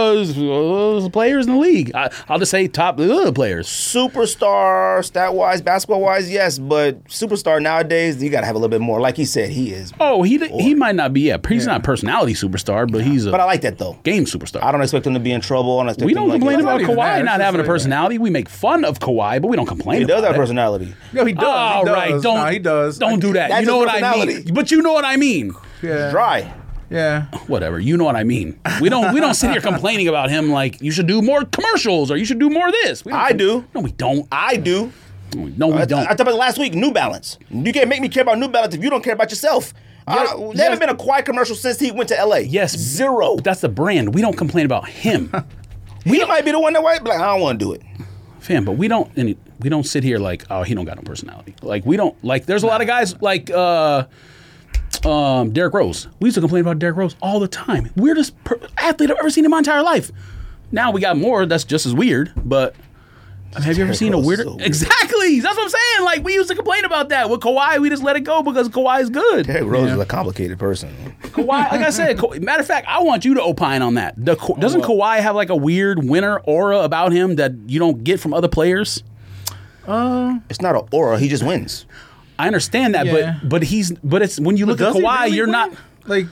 [SPEAKER 3] uh, players in the league. I, I'll just say top uh, players.
[SPEAKER 1] Superstar, stat wise, basketball wise, yes, but superstar nowadays, you got to have a little bit more. Like he said, he is.
[SPEAKER 3] Oh, he he might not be. Yeah, he's not a personality superstar, but he's a
[SPEAKER 1] But I like that though.
[SPEAKER 3] game
[SPEAKER 1] I
[SPEAKER 3] superstar.
[SPEAKER 1] don't expect him to be in trouble. I don't expect
[SPEAKER 3] We
[SPEAKER 1] him,
[SPEAKER 3] don't
[SPEAKER 1] like,
[SPEAKER 3] complain
[SPEAKER 1] you know,
[SPEAKER 3] about
[SPEAKER 2] not even
[SPEAKER 3] Kawhi
[SPEAKER 2] that. It's
[SPEAKER 3] not
[SPEAKER 2] just
[SPEAKER 3] having a
[SPEAKER 2] like-
[SPEAKER 3] personality. We make fun of Kawhi, but we don't complain.
[SPEAKER 1] He does
[SPEAKER 3] about
[SPEAKER 1] have
[SPEAKER 3] it.
[SPEAKER 1] personality.
[SPEAKER 2] No, he does.
[SPEAKER 3] All
[SPEAKER 2] he does.
[SPEAKER 3] right, don't
[SPEAKER 2] Nah, he does.
[SPEAKER 3] Don't do that.
[SPEAKER 1] That's
[SPEAKER 3] you know
[SPEAKER 1] his
[SPEAKER 3] what I mean.
[SPEAKER 1] personality.
[SPEAKER 3] But you know what I mean.
[SPEAKER 2] Yeah.
[SPEAKER 1] Dry.
[SPEAKER 2] Yeah.
[SPEAKER 3] Whatever. You know what I mean. We don't. We don't sit here complaining about him like you should do more commercials or you should do more of this. We don't-
[SPEAKER 1] I do.
[SPEAKER 3] No, we don't.
[SPEAKER 1] I do.
[SPEAKER 3] No, we
[SPEAKER 1] I,
[SPEAKER 3] don't.
[SPEAKER 1] I talked about it last week. New Balance. You can't make me care about New Balance if you don't care about yourself. I don't- there
[SPEAKER 3] yes.
[SPEAKER 1] haven't been a Kawhi commercial since he went to LA.
[SPEAKER 3] Yes.
[SPEAKER 1] zero.
[SPEAKER 3] But that's the brand. We don't complain about him,
[SPEAKER 1] he might be the one that white. Like I don't want to do it.
[SPEAKER 3] fam. But we don't. And we don't sit here like, oh, he don't got no personality. Like we don't. Like there's a lot of guys like uh, um, Derrick Rose. We used to complain about Derrick Rose all the time. Weirdest per- athlete I've ever seen in my entire life. Now we got more. That's just as weird. But I mean, have you ever seen a
[SPEAKER 1] Rose is
[SPEAKER 3] weirder?
[SPEAKER 1] so weird.
[SPEAKER 3] Exactly. That's what I'm saying. Like we used to complain about that with Kawhi. We just let it go because Kawhi is good.
[SPEAKER 1] Derrick Rose is a complicated person.
[SPEAKER 3] Kawhi, like I said, Ka- matter of fact, I want you to opine on that. The, Ka- doesn't Kawhi have like a weird winner aura about him that you don't get from other players?
[SPEAKER 1] It's not an aura. He just wins.
[SPEAKER 3] I understand that,
[SPEAKER 2] Yeah.
[SPEAKER 3] but but he's but it's when you look at
[SPEAKER 2] Does he
[SPEAKER 3] Kawhi,
[SPEAKER 2] really
[SPEAKER 3] you're
[SPEAKER 2] win?
[SPEAKER 3] not.
[SPEAKER 2] Like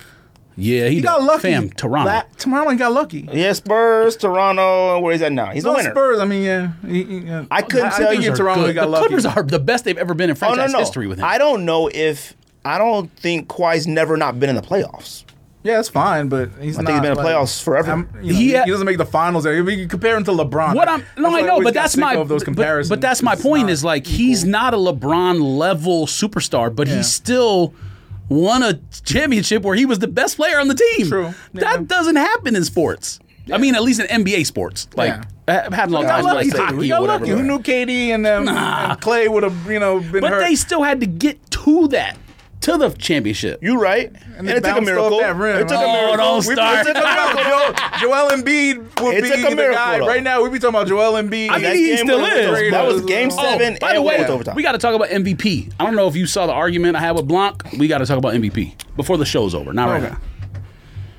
[SPEAKER 3] Yeah, he,
[SPEAKER 2] he got
[SPEAKER 3] does.
[SPEAKER 2] lucky.
[SPEAKER 3] Fam, Toronto.
[SPEAKER 2] La- Toronto he got lucky.
[SPEAKER 1] Yeah, Spurs, Toronto, and where he's at now. He's a
[SPEAKER 2] No
[SPEAKER 1] winner.
[SPEAKER 2] Spurs. I mean, yeah. He- he- yeah.
[SPEAKER 1] I couldn't
[SPEAKER 2] I,
[SPEAKER 1] tell
[SPEAKER 2] I think
[SPEAKER 1] you
[SPEAKER 2] in Toronto
[SPEAKER 3] Good.
[SPEAKER 2] he got
[SPEAKER 3] the
[SPEAKER 2] lucky.
[SPEAKER 3] Clippers are the best they've ever been in
[SPEAKER 1] Oh no,
[SPEAKER 3] franchise
[SPEAKER 1] no.
[SPEAKER 3] history with him.
[SPEAKER 1] I don't know if I don't think Kawhi's never not been in the playoffs.
[SPEAKER 2] Yeah, it's fine, but he's
[SPEAKER 1] I
[SPEAKER 2] not.
[SPEAKER 1] think he's been in the
[SPEAKER 2] like-
[SPEAKER 1] playoffs forever.
[SPEAKER 2] I'm- you know,
[SPEAKER 3] He
[SPEAKER 2] he,
[SPEAKER 3] ha-
[SPEAKER 2] he doesn't make the finals. I mean, you compare him to LeBron.
[SPEAKER 3] What I'm no, I
[SPEAKER 2] why
[SPEAKER 3] know,
[SPEAKER 2] always
[SPEAKER 3] but
[SPEAKER 2] got
[SPEAKER 3] that's
[SPEAKER 2] sick
[SPEAKER 3] my
[SPEAKER 2] of those
[SPEAKER 3] but-
[SPEAKER 2] comparisons.
[SPEAKER 3] But, that's my
[SPEAKER 2] It's
[SPEAKER 3] point
[SPEAKER 2] not
[SPEAKER 3] is like he's not a LeBron level superstar, but he
[SPEAKER 2] Yeah.
[SPEAKER 3] still won a championship where he was the best player on the team.
[SPEAKER 2] True.
[SPEAKER 3] That
[SPEAKER 2] Yeah.
[SPEAKER 3] doesnts happen in sports. I mean, at least in NBA sports, like ha- having all
[SPEAKER 2] He got
[SPEAKER 3] guys
[SPEAKER 2] lucky.
[SPEAKER 3] like
[SPEAKER 1] hockey
[SPEAKER 2] He
[SPEAKER 1] or
[SPEAKER 2] got
[SPEAKER 1] whatever,
[SPEAKER 2] lucky. Who
[SPEAKER 1] right?
[SPEAKER 2] knew KD and them? and Clay would have, you know, been
[SPEAKER 3] But
[SPEAKER 2] hurt.
[SPEAKER 3] they still had to get to that, to the championship.
[SPEAKER 1] You right. And,
[SPEAKER 2] they
[SPEAKER 1] it took a
[SPEAKER 2] bounced
[SPEAKER 1] miracle.
[SPEAKER 2] off that rim.
[SPEAKER 1] It took a
[SPEAKER 3] Oh,
[SPEAKER 1] miracle.
[SPEAKER 3] don't
[SPEAKER 1] We-
[SPEAKER 3] start.
[SPEAKER 1] It took a miracle.
[SPEAKER 2] Yo, Joel Embiid would
[SPEAKER 1] It
[SPEAKER 2] be
[SPEAKER 1] took a
[SPEAKER 2] the
[SPEAKER 1] miracle,
[SPEAKER 2] guy.
[SPEAKER 1] though.
[SPEAKER 2] Right now, we be talking about Joel Embiid.
[SPEAKER 3] I mean,
[SPEAKER 1] That
[SPEAKER 3] he
[SPEAKER 1] game
[SPEAKER 3] still
[SPEAKER 1] went
[SPEAKER 3] is.
[SPEAKER 1] overtime. That was game
[SPEAKER 2] Oh,
[SPEAKER 1] seven.
[SPEAKER 3] by the
[SPEAKER 1] and
[SPEAKER 3] way,
[SPEAKER 1] went overtime.
[SPEAKER 3] we got to talk about MVP. I don't know if you saw the argument I had with Blanc. We got to talk about MVP before the show's over. Not right
[SPEAKER 2] Okay.
[SPEAKER 3] now.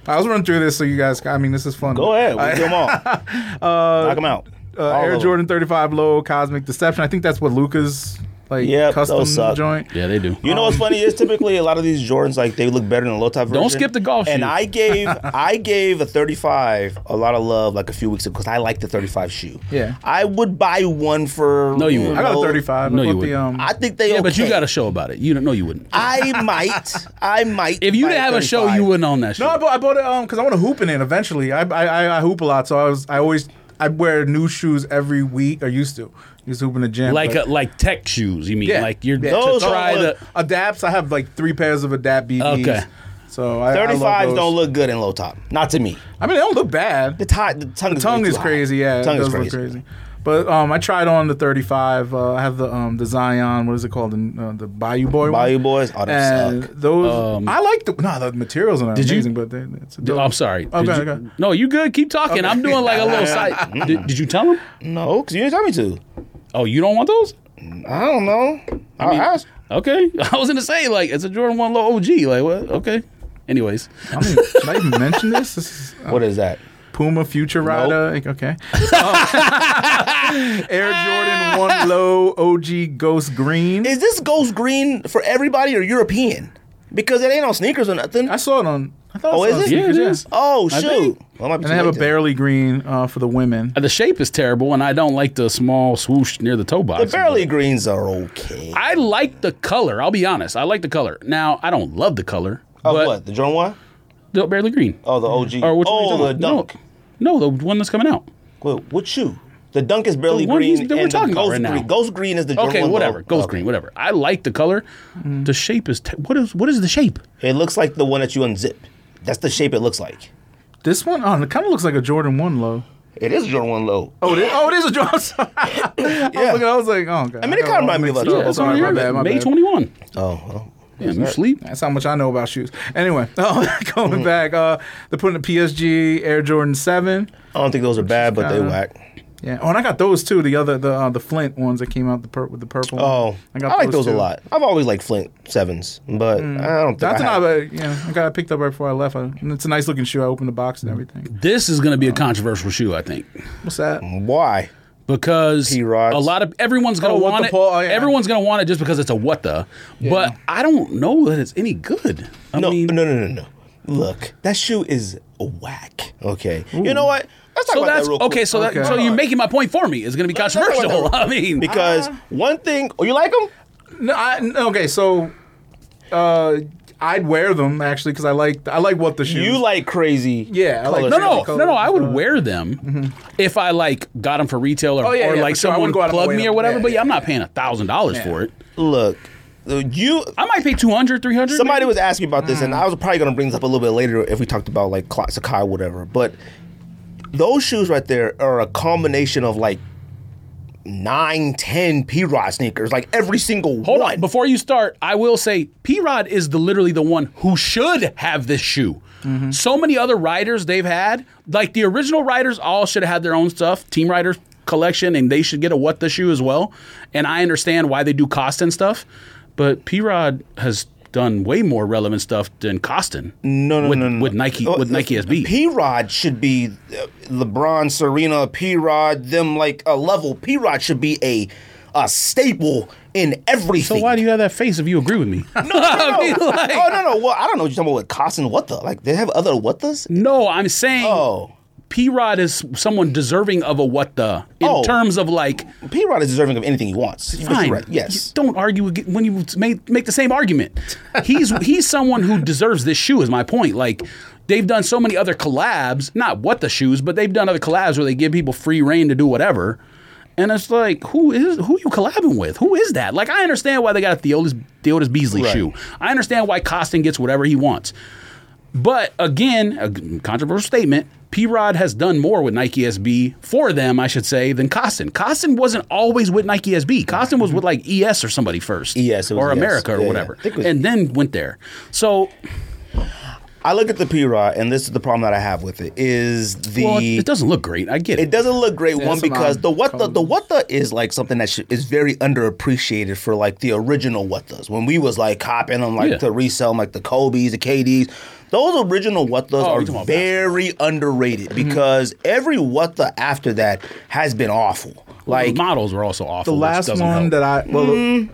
[SPEAKER 2] I was running through this so you guys. I mean, this is fun.
[SPEAKER 1] Go ahead.
[SPEAKER 2] I-
[SPEAKER 1] We do them all. Knock them out.
[SPEAKER 2] uh,
[SPEAKER 1] All
[SPEAKER 2] Air
[SPEAKER 1] of them.
[SPEAKER 2] Jordan 35 low, Cosmic Deception. I think that's what Luca's like
[SPEAKER 1] Yep,
[SPEAKER 2] custom
[SPEAKER 1] those suck.
[SPEAKER 2] joint.
[SPEAKER 3] Yeah, they do. Um,
[SPEAKER 1] You know what's funny is typically a lot of these Jordans like they look better than the low top version.
[SPEAKER 3] skip the golf
[SPEAKER 1] And
[SPEAKER 3] shoe.
[SPEAKER 1] I gave I gave a 35 a lot of love like a few weeks ago because I like the 35 shoe.
[SPEAKER 2] Yeah.
[SPEAKER 1] I would buy one for
[SPEAKER 3] No, you wouldn't.
[SPEAKER 2] I got a
[SPEAKER 1] know,
[SPEAKER 2] 35.
[SPEAKER 3] No,
[SPEAKER 2] I
[SPEAKER 3] you
[SPEAKER 2] put the,
[SPEAKER 3] wouldn't.
[SPEAKER 2] um,
[SPEAKER 1] I think they.
[SPEAKER 3] Yeah, but you
[SPEAKER 1] okay.
[SPEAKER 3] got a show about it. You don't know you wouldn't.
[SPEAKER 1] I might. I might.
[SPEAKER 3] If you
[SPEAKER 1] buy
[SPEAKER 3] didn't have a show,
[SPEAKER 1] 35.
[SPEAKER 3] you wouldn't own that show.
[SPEAKER 2] No, I bought, I bought it um because I want to hoop in it eventually. I, I I I hoop a lot, so I was I always I wear new shoes every week. I used to used to hoop in the gym.
[SPEAKER 3] like
[SPEAKER 2] but-
[SPEAKER 3] uh like tech shoes. You mean
[SPEAKER 2] Yeah.
[SPEAKER 3] like you're
[SPEAKER 2] Yeah.
[SPEAKER 1] Those
[SPEAKER 3] to try
[SPEAKER 1] are-
[SPEAKER 3] the
[SPEAKER 2] adapts. I have like three pairs of adapt BBs.
[SPEAKER 3] Okay.
[SPEAKER 2] So I, I love
[SPEAKER 1] 35s
[SPEAKER 2] those.
[SPEAKER 1] don't look good in low top. Not to me.
[SPEAKER 2] I mean, they don't look bad.
[SPEAKER 1] The, ti- the tongue, is, way
[SPEAKER 2] tongue
[SPEAKER 1] too
[SPEAKER 2] is
[SPEAKER 1] high.
[SPEAKER 2] crazy. Yeah,
[SPEAKER 1] tongue
[SPEAKER 2] it
[SPEAKER 1] is
[SPEAKER 2] does
[SPEAKER 1] crazy.
[SPEAKER 2] look crazy. But um, I tried on the 35. Uh, I have the um, the Zion. What is it called? The, uh, the Bayou Boy.
[SPEAKER 1] Bayou
[SPEAKER 2] one.
[SPEAKER 1] Boys? Oh, they
[SPEAKER 2] and
[SPEAKER 1] suck.
[SPEAKER 2] those. I like the no. The materials are not
[SPEAKER 3] Um, Did you-
[SPEAKER 2] amazing, but they, it's a
[SPEAKER 3] Oh,
[SPEAKER 2] dope-
[SPEAKER 3] I'm sorry.
[SPEAKER 2] Okay,
[SPEAKER 3] Did you-
[SPEAKER 2] okay.
[SPEAKER 3] No, you good. Keep talking. I'm doing like a little side. did, did you tell him?
[SPEAKER 1] No, because you didn't tell me to.
[SPEAKER 3] Oh, you don't want those?
[SPEAKER 1] I don't know. I will ask.
[SPEAKER 3] Okay. I was gonna say like it's a Jordan One Low OG. Like what? Okay. Anyways,
[SPEAKER 2] I mean, did I even mention this? This is
[SPEAKER 1] What is that?
[SPEAKER 2] Puma Future Rider. Okay. Um, Air Jordan 1 Low OG Ghost Green.
[SPEAKER 1] Is this ghost green for everybody or European? Because it ain't on sneakers or nothing.
[SPEAKER 2] I saw it on. I thought
[SPEAKER 1] Oh,
[SPEAKER 2] I saw
[SPEAKER 1] is it?
[SPEAKER 2] sneakers,
[SPEAKER 3] Yeah, it
[SPEAKER 2] yes.
[SPEAKER 3] is.
[SPEAKER 1] Oh
[SPEAKER 3] I
[SPEAKER 1] shoot!
[SPEAKER 3] think.
[SPEAKER 1] Well, I might be
[SPEAKER 2] And
[SPEAKER 1] too
[SPEAKER 2] they have a
[SPEAKER 1] late then.
[SPEAKER 2] barely green uh, for the women.
[SPEAKER 3] The shape is terrible, and I don't like the small swoosh near the toe box.
[SPEAKER 1] The barely greens are okay.
[SPEAKER 3] I like the color. I'll be honest. I like the color. Now I don't love the color.
[SPEAKER 1] Oh,
[SPEAKER 3] but
[SPEAKER 1] what the Jordan one?
[SPEAKER 3] The barely green.
[SPEAKER 1] Oh, the OG.
[SPEAKER 3] Or which one
[SPEAKER 1] oh,
[SPEAKER 3] are you
[SPEAKER 1] the
[SPEAKER 3] talking about?
[SPEAKER 1] dunk.
[SPEAKER 3] No, no, the one that's coming out.
[SPEAKER 1] Wait, what shoe? The dunk is barely
[SPEAKER 3] The one he's-
[SPEAKER 1] green.
[SPEAKER 3] that we're
[SPEAKER 1] and the
[SPEAKER 3] talking about
[SPEAKER 1] ghost
[SPEAKER 3] right now.
[SPEAKER 1] green. Ghost green is the Jordan
[SPEAKER 3] Okay,
[SPEAKER 1] one
[SPEAKER 3] whatever.
[SPEAKER 1] logo.
[SPEAKER 3] Goes
[SPEAKER 1] Okay.
[SPEAKER 3] green, whatever. I like the color.
[SPEAKER 2] Mm.
[SPEAKER 3] The shape is. Te- what is what is the shape?
[SPEAKER 1] It looks like the one that you unzip. That's the shape it looks like.
[SPEAKER 2] This one, oh, it kind of looks like a Jordan 1 low.
[SPEAKER 1] It is Jordan one low.
[SPEAKER 2] Oh, it is, oh, it is a Jordan. I'm sorry. I, was
[SPEAKER 1] Yeah.
[SPEAKER 2] looking, I was like, oh, God.
[SPEAKER 1] I mean, it kinda
[SPEAKER 2] got all
[SPEAKER 1] reminded me of
[SPEAKER 2] mixed
[SPEAKER 1] a-
[SPEAKER 2] up.
[SPEAKER 1] Yeah, it's
[SPEAKER 2] Oh, Sorry, my bad, my
[SPEAKER 3] May
[SPEAKER 2] bad.
[SPEAKER 3] twenty one.
[SPEAKER 1] Oh, well.
[SPEAKER 3] Yeah, you sleep.
[SPEAKER 2] That's how much I know about shoes. Anyway, oh, going
[SPEAKER 1] Mm-hmm.
[SPEAKER 2] back, uh, they're putting the PSG Air Jordan Seven.
[SPEAKER 1] I don't think those are bad, but they
[SPEAKER 2] kinda-
[SPEAKER 1] whack.
[SPEAKER 2] Yeah. Oh, and I got those too. The other, the uh, the Flint ones that came out the pur- with the purple. one.
[SPEAKER 1] Oh, I,
[SPEAKER 2] got
[SPEAKER 1] like those a
[SPEAKER 2] too.
[SPEAKER 1] lot. I've always liked Flint sevens, but
[SPEAKER 3] Mm.
[SPEAKER 1] I don't think
[SPEAKER 2] That's
[SPEAKER 1] I
[SPEAKER 2] not
[SPEAKER 1] have.
[SPEAKER 2] bad. Yeah, I got it picked up right before I left. I, and it's a nice looking shoe. I opened the box and everything.
[SPEAKER 3] This is going to be a controversial shoe, I think,
[SPEAKER 2] What's that?
[SPEAKER 1] Why?
[SPEAKER 3] because
[SPEAKER 1] P-Rods.
[SPEAKER 3] a lot of everyone's going
[SPEAKER 2] Oh,
[SPEAKER 3] to
[SPEAKER 2] what
[SPEAKER 3] want
[SPEAKER 2] the
[SPEAKER 3] it.
[SPEAKER 2] Paul- oh, yeah.
[SPEAKER 3] Everyone's going to want it just because it's a what the. But I don't know that it's any good. I
[SPEAKER 1] No,
[SPEAKER 3] mean, mm.
[SPEAKER 1] no, no, no, no. Look, that shoe is whack. Okay, you know what? Let's talk
[SPEAKER 3] so
[SPEAKER 1] about
[SPEAKER 3] that's
[SPEAKER 1] that real quick. Uh,
[SPEAKER 3] okay. So that,
[SPEAKER 2] Okay.
[SPEAKER 3] so you're making my point for me. It's going to be
[SPEAKER 1] talk about that
[SPEAKER 3] controversial.
[SPEAKER 1] real
[SPEAKER 3] I mean,
[SPEAKER 1] because one thing, oh, you like them?
[SPEAKER 2] No, I, n- okay, so uh, I'd wear them actually because I like I like what the shoes.
[SPEAKER 1] You like crazy?
[SPEAKER 2] Yeah, I like
[SPEAKER 1] colors.
[SPEAKER 3] No,
[SPEAKER 2] Sure,
[SPEAKER 3] no,
[SPEAKER 2] the colors
[SPEAKER 3] no, no. I would
[SPEAKER 2] and stuff.
[SPEAKER 3] wear them if I like got them for retail or,
[SPEAKER 2] uh, mm-hmm. Oh, yeah,
[SPEAKER 3] or
[SPEAKER 2] yeah,
[SPEAKER 3] like
[SPEAKER 2] for sure. I
[SPEAKER 3] someone
[SPEAKER 2] wouldn't go out of my
[SPEAKER 3] plugged
[SPEAKER 2] way
[SPEAKER 3] me
[SPEAKER 2] to-
[SPEAKER 3] or whatever.
[SPEAKER 2] yeah,
[SPEAKER 3] but yeah,
[SPEAKER 2] yeah,
[SPEAKER 3] I'm not paying a thousand dollars for it.
[SPEAKER 1] Look, uh, you.
[SPEAKER 3] I might pay two hundred, three hundred.
[SPEAKER 1] Somebody was asking about this, and I was probably going to bring this up a little bit later if we talked about like Cla- Sakai or whatever. But those shoes right there are a combination of like nine, ten P Rod sneakers, like every single
[SPEAKER 3] Hold
[SPEAKER 1] one.
[SPEAKER 3] on. Before you start, I will say P Rod is the literally the one who should have this shoe.
[SPEAKER 1] Mm-hmm.
[SPEAKER 3] So many other riders they've had, like the original riders, all should have had their own stuff. Team riders collection, and they should get a what the shoe as well. And I understand why they do Costin stuff, but P Rod has done way more relevant stuff than Costin.
[SPEAKER 1] no, no,
[SPEAKER 3] with,
[SPEAKER 1] no, no, Oh,
[SPEAKER 3] with Nike with Nike SB.
[SPEAKER 1] P Rod should be uh, LeBron, Serena, P Rod, them like a level. P Rod should be a a staple in
[SPEAKER 3] So
[SPEAKER 1] everything.
[SPEAKER 3] why do you have that face if you agree with me? No,
[SPEAKER 1] No, oh no no! Well, I don't know what you're talking about with Costin. What the? Like they have other what the?
[SPEAKER 3] I'm saying
[SPEAKER 1] Oh,
[SPEAKER 3] P Rod is someone deserving of a what the in
[SPEAKER 1] Oh.
[SPEAKER 3] terms of like
[SPEAKER 1] P Rod is deserving of anything he wants. But you're
[SPEAKER 3] fine.
[SPEAKER 1] right, Yes.
[SPEAKER 3] You don't argue ag- when you make make the same argument. He's he's someone who deserves this shoe. Is my point. Like they've done so many other collabs, not what the shoes, but they've done other collabs where they give people free reign to do whatever. And it's like, who is who you collabing with? Who is that? Like, I understand why they got a Theotis, Theotis Beasley
[SPEAKER 1] Right.
[SPEAKER 3] shoe. I understand why Costin gets whatever he wants. But again, a controversial statement. P Rod has done more with Nike SB for them, I should say, than Costin. Costin wasn't always with Nike SB. Costin was with like ES or somebody first,
[SPEAKER 1] ES, E it was
[SPEAKER 3] or
[SPEAKER 1] ES.
[SPEAKER 3] America
[SPEAKER 1] Yeah,
[SPEAKER 3] or
[SPEAKER 1] yeah.
[SPEAKER 3] whatever,
[SPEAKER 1] I think it was-
[SPEAKER 3] and then went there. So,
[SPEAKER 1] I look at the P Rod, and this is the problem that I have with it is the
[SPEAKER 3] well, it
[SPEAKER 1] it,
[SPEAKER 3] doesn't look great. I get it.
[SPEAKER 1] doesn't look great. one
[SPEAKER 2] it's an
[SPEAKER 1] because
[SPEAKER 2] odd
[SPEAKER 1] the what the the
[SPEAKER 2] color.
[SPEAKER 1] what the is like something that should, is very underappreciated for like the original what does when we was like copping them like
[SPEAKER 3] Yeah.
[SPEAKER 1] to resell like the Kobe's, the KD's. Those original what does
[SPEAKER 3] Oh,
[SPEAKER 1] are
[SPEAKER 3] you're talking about Mm-hmm.
[SPEAKER 1] very underrated because every what the after that has been awful.
[SPEAKER 3] Like
[SPEAKER 1] Like
[SPEAKER 3] models were also awful.
[SPEAKER 2] The
[SPEAKER 3] which
[SPEAKER 2] last one
[SPEAKER 3] doesn't help.
[SPEAKER 2] that I well,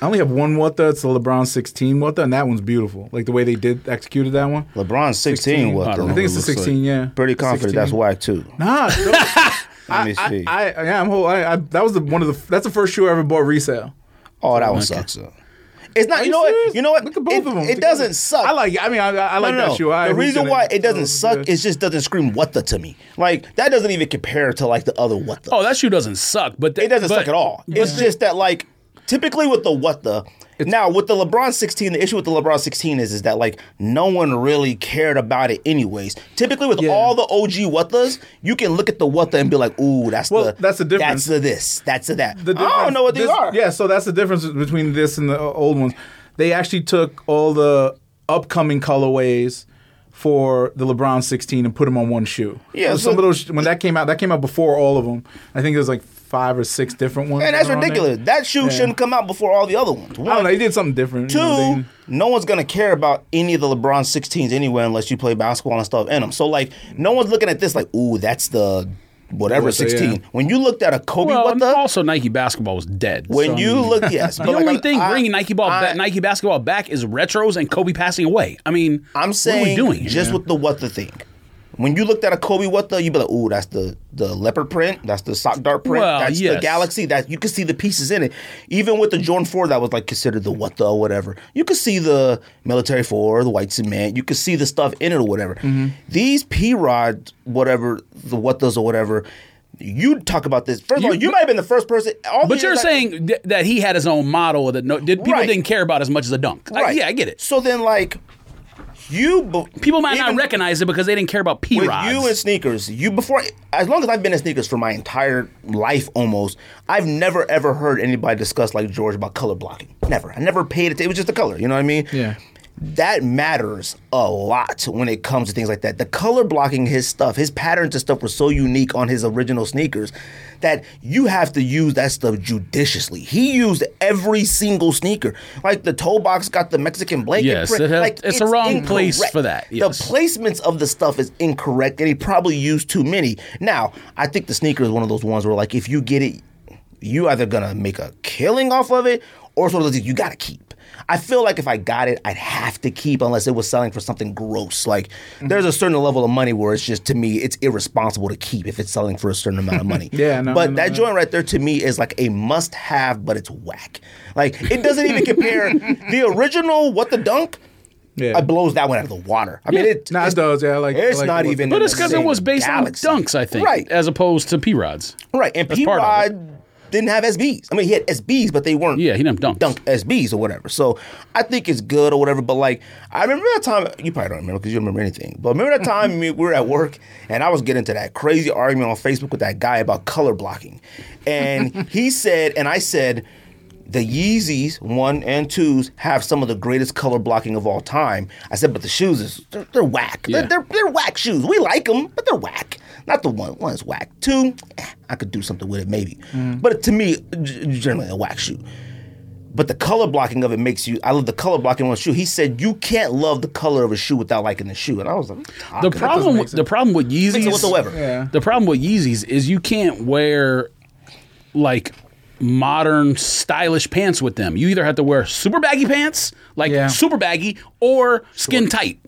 [SPEAKER 2] I only have one what the. It's the LeBron 16 what the, and that one's beautiful. Like the way they did executed that one.
[SPEAKER 1] LeBron sixteen,
[SPEAKER 3] I
[SPEAKER 1] what
[SPEAKER 3] don't
[SPEAKER 1] the
[SPEAKER 3] know.
[SPEAKER 2] I think it's the
[SPEAKER 3] It looks
[SPEAKER 2] 16. yeah,
[SPEAKER 1] pretty confident
[SPEAKER 2] 16.
[SPEAKER 1] that's whack too.
[SPEAKER 2] Nah, those-
[SPEAKER 1] Let
[SPEAKER 2] I,
[SPEAKER 1] me
[SPEAKER 2] I,
[SPEAKER 1] see.
[SPEAKER 2] I, yeah, I'm whole. I, I, that was the one of the. That's the first shoe I ever bought resale.
[SPEAKER 1] Oh, that one sucks. It's not. You, know what?
[SPEAKER 2] serious?
[SPEAKER 1] You know what?
[SPEAKER 2] Look at both
[SPEAKER 1] it,
[SPEAKER 2] of them.
[SPEAKER 1] It doesn't suck.
[SPEAKER 2] I like. I mean, I, I like
[SPEAKER 1] no, no,
[SPEAKER 2] that shoe.
[SPEAKER 1] no.
[SPEAKER 2] I,
[SPEAKER 1] the reason why it doesn't suck
[SPEAKER 2] is.
[SPEAKER 1] is just doesn't scream what the to me. Like that doesn't even compare to like the other what the.
[SPEAKER 3] Oh, that shoe doesn't suck, but th-
[SPEAKER 1] it doesn't
[SPEAKER 3] but-
[SPEAKER 1] suck at all. It's just that like typically with the what the. Now with the LeBron 16, the issue with the LeBron 16 is is that like no one really cared about it anyways. Typically with
[SPEAKER 2] Yeah.
[SPEAKER 1] all the OG what the's, you can look at the what the and be like, ooh, that's
[SPEAKER 2] Well,
[SPEAKER 1] the
[SPEAKER 2] that's the
[SPEAKER 1] That's
[SPEAKER 2] difference.
[SPEAKER 1] the this. That's the that.
[SPEAKER 2] the
[SPEAKER 1] I don't
[SPEAKER 2] difference-
[SPEAKER 1] know what these
[SPEAKER 2] this-
[SPEAKER 1] are.
[SPEAKER 2] Yeah, so that's the difference between this and the uh, old ones. They actually took all the upcoming colorways for the LeBron 16 and put them on one shoe.
[SPEAKER 1] Yeah,
[SPEAKER 2] So
[SPEAKER 1] so-
[SPEAKER 2] some of those when that came out, that came out before all of them. I think there's like five or six different ones.
[SPEAKER 1] And that's
[SPEAKER 2] that are on there.
[SPEAKER 1] ridiculous. That shoe shouldn't come out before all the other ones.
[SPEAKER 2] I don't
[SPEAKER 1] One,
[SPEAKER 2] know. They did something different. you know, they-
[SPEAKER 1] Two, no one's gonna care about any of the LeBron 16s anywhere unless you play basketball and stuff in them. So like, no one's looking at this like, ooh, that's the whatever
[SPEAKER 2] What the-
[SPEAKER 1] sixteen.
[SPEAKER 2] yeah.
[SPEAKER 1] When you looked at a Kobe,
[SPEAKER 3] Well,
[SPEAKER 1] what the?
[SPEAKER 3] also Nike basketball was dead.
[SPEAKER 1] when
[SPEAKER 3] so, I
[SPEAKER 1] you
[SPEAKER 3] mean,
[SPEAKER 1] look, yes,
[SPEAKER 3] the only
[SPEAKER 1] I-
[SPEAKER 3] thing
[SPEAKER 1] I-
[SPEAKER 3] bringing Nike ball,
[SPEAKER 1] I-
[SPEAKER 3] ba- Nike basketball back is retros and Kobe passing away. I mean,
[SPEAKER 1] I'm saying
[SPEAKER 3] what are we doing? here?
[SPEAKER 1] just with the what the thing. When you looked at a Kobe what the, you'd be like, ooh, that's the the leopard print, that's the sock dart print,
[SPEAKER 3] Well,
[SPEAKER 1] that's
[SPEAKER 3] yes.
[SPEAKER 1] the galaxy. That you could see the pieces in it. Even with the Jordan Four that was like considered the what the or whatever, you could see the military four, the white cement. You could see the stuff in it or whatever.
[SPEAKER 3] Mm-hmm.
[SPEAKER 1] These P Rod whatever the what does or whatever. You talk about this. First
[SPEAKER 3] You-
[SPEAKER 1] of all, you might have been the first person. All the
[SPEAKER 3] But you're
[SPEAKER 1] years I-
[SPEAKER 3] saying th- that he had his own model or that no, did, people
[SPEAKER 1] Right.
[SPEAKER 3] didn't care about as much as a dunk. I- yeah, I get it.
[SPEAKER 1] So then, like, you be-
[SPEAKER 3] People might not
[SPEAKER 1] even-
[SPEAKER 3] recognize it because they didn't care about P
[SPEAKER 1] with
[SPEAKER 3] Rods.
[SPEAKER 1] you and sneakers, you before as long as I've been in sneakers for my entire life almost, I've never ever heard anybody discuss like George about color blocking. Never. I never paid it. It was just the color. You know what I mean?
[SPEAKER 2] Yeah.
[SPEAKER 1] That matters a lot when it comes to things like that. The color blocking his stuff, his patterns and stuff were so unique on his original sneakers that you have to use that stuff judiciously. He used every single sneaker. Like the toe box got the Mexican blanket.
[SPEAKER 3] Yes,
[SPEAKER 1] print.
[SPEAKER 3] it has-
[SPEAKER 1] like,
[SPEAKER 3] it's the wrong place
[SPEAKER 1] incorrect.
[SPEAKER 3] for that,
[SPEAKER 1] The
[SPEAKER 3] yes.
[SPEAKER 1] placements of the stuff is incorrect, and he probably used too many. Now, I think the sneaker is one of those ones where, like, if you get it, you either gonna make a killing off of it, or it's one of those things you gotta keep. I feel like if I got it, I'd have to keep unless it was selling for something gross. Like,
[SPEAKER 2] Mm-hmm.
[SPEAKER 1] there's a certain level of money where it's just to me, it's irresponsible to keep if it's selling for a certain amount of money.
[SPEAKER 2] Yeah, no,
[SPEAKER 1] but
[SPEAKER 2] no, no,
[SPEAKER 1] that
[SPEAKER 2] no.
[SPEAKER 1] joint right there to me is like a must-have, but it's whack. Like, it doesn't even compare the original what the dunk.
[SPEAKER 2] Yeah.
[SPEAKER 1] I blows that one out of the water. I mean, it,
[SPEAKER 2] Nah, it does, yeah, I like-
[SPEAKER 1] it's
[SPEAKER 2] I like
[SPEAKER 1] not
[SPEAKER 2] what-
[SPEAKER 1] even.
[SPEAKER 3] but
[SPEAKER 1] in
[SPEAKER 3] it's
[SPEAKER 1] the
[SPEAKER 3] because it
[SPEAKER 1] same
[SPEAKER 3] was based
[SPEAKER 1] galaxy.
[SPEAKER 3] on dunks, I think,
[SPEAKER 1] Right,
[SPEAKER 3] as opposed to P Rods.
[SPEAKER 1] right. And P
[SPEAKER 3] part of it.
[SPEAKER 1] Rod didn't have SBs. I mean, he had SBs, but they weren't.
[SPEAKER 3] Yeah, he didn't have dunks.
[SPEAKER 1] Dunk SBs or whatever. So I think it's good or whatever. But like, I remember that time. You probably don't remember because you don't remember anything. But remember that time we were at work and I was getting into that crazy argument on Facebook with that guy about color blocking, and he said, and I said. The Yeezys one and twos have some of the greatest color blocking of all time. I said, but the shoes is they're, they're whack. They're-
[SPEAKER 3] Yeah.
[SPEAKER 1] they're they're whack shoes. We like them, but they're whack. Not the one. One's whack. Two, eh, I could do something with it maybe.
[SPEAKER 3] Mm.
[SPEAKER 1] But to me, g- generally a whack shoe. But the color blocking of it makes you. I love the color blocking on a shoe. He said you can't love the color of a shoe without liking the shoe, and I was like,
[SPEAKER 3] The
[SPEAKER 1] problem
[SPEAKER 3] problem, with, the problem with Yeezys
[SPEAKER 1] whatsoever.
[SPEAKER 2] Yeah.
[SPEAKER 3] The problem with Yeezys is you can't wear like modern stylish pants with them. You either have to wear super baggy pants, like
[SPEAKER 2] Yeah.
[SPEAKER 3] super baggy, or skin tight.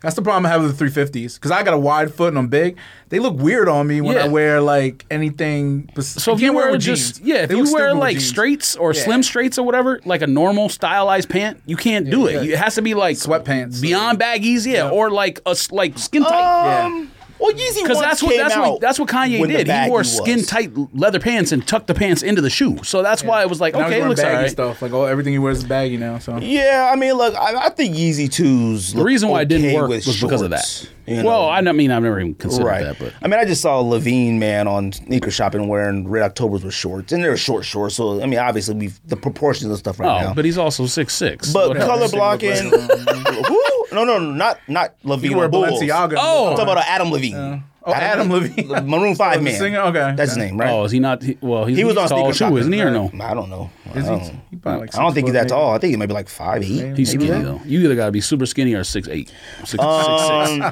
[SPEAKER 2] That's the problem I have with the 350s because I got a wide foot and I'm big. They look weird on me when
[SPEAKER 3] Yeah.
[SPEAKER 2] I wear like anything.
[SPEAKER 3] So if you wear, just yeah, if you wear like straights or
[SPEAKER 2] Yeah.
[SPEAKER 3] slim straights or whatever, like a normal stylized pant, you can't do it.
[SPEAKER 2] yeah.
[SPEAKER 3] You- It has to be like
[SPEAKER 2] Sweatpants.
[SPEAKER 3] beyond baggies, yeah, or like a s- like skin tight.
[SPEAKER 1] Um, well, Yeezy
[SPEAKER 3] because
[SPEAKER 1] ones
[SPEAKER 3] that's what
[SPEAKER 1] came
[SPEAKER 3] that's what
[SPEAKER 1] out
[SPEAKER 3] that's what Kanye
[SPEAKER 1] when the
[SPEAKER 3] did. He
[SPEAKER 1] baggy
[SPEAKER 3] wore
[SPEAKER 1] was.
[SPEAKER 3] skin tight leather pants and tucked the pants into the shoe. So that's why it was like,
[SPEAKER 2] okay,
[SPEAKER 3] okay, it
[SPEAKER 2] wearing
[SPEAKER 3] looks
[SPEAKER 2] baggy
[SPEAKER 3] alright.
[SPEAKER 2] stuff. Like oh, everything he wears is baggy now. So
[SPEAKER 1] Yeah, I mean, look, I, I think Yeezy twos.
[SPEAKER 3] The reason why it didn't work was because of that. Well, I don't mean I've never even considered
[SPEAKER 1] right.
[SPEAKER 3] that, but
[SPEAKER 1] I mean, I just saw Levine man on sneaker shopping wearing Red Octobers with shorts, and they're short shorts. So I mean, obviously, we have the proportions and stuff right
[SPEAKER 3] oh,
[SPEAKER 1] now.
[SPEAKER 3] but he's also six six. Oh,
[SPEAKER 1] But
[SPEAKER 2] Whatever.
[SPEAKER 1] color blocking.
[SPEAKER 2] Single
[SPEAKER 1] Who? No, no, no, not not Levine.
[SPEAKER 2] you wear
[SPEAKER 1] or Bulls.
[SPEAKER 2] Balenciaga.
[SPEAKER 3] Oh.
[SPEAKER 1] I'm talking about Adam Levine.
[SPEAKER 2] Oh, Adam Levine.
[SPEAKER 1] the Maroon Five
[SPEAKER 2] the
[SPEAKER 1] man.
[SPEAKER 2] singer? Okay.
[SPEAKER 1] that's his name, right?
[SPEAKER 3] oh, is he not? He, well, he's,
[SPEAKER 1] he was on
[SPEAKER 3] tall
[SPEAKER 1] sneaker
[SPEAKER 3] too,
[SPEAKER 1] shopping.
[SPEAKER 3] isn't he or no?
[SPEAKER 1] I don't know. I
[SPEAKER 2] Is he-
[SPEAKER 1] don't,
[SPEAKER 2] he
[SPEAKER 3] Oh.
[SPEAKER 2] probably like
[SPEAKER 1] I don't think he's that
[SPEAKER 2] 6'4",,
[SPEAKER 1] tall. I think he might be like five eight.
[SPEAKER 3] He's skinny though. You either gotta be super skinny or six eight. Six, six,
[SPEAKER 1] Um,
[SPEAKER 3] six.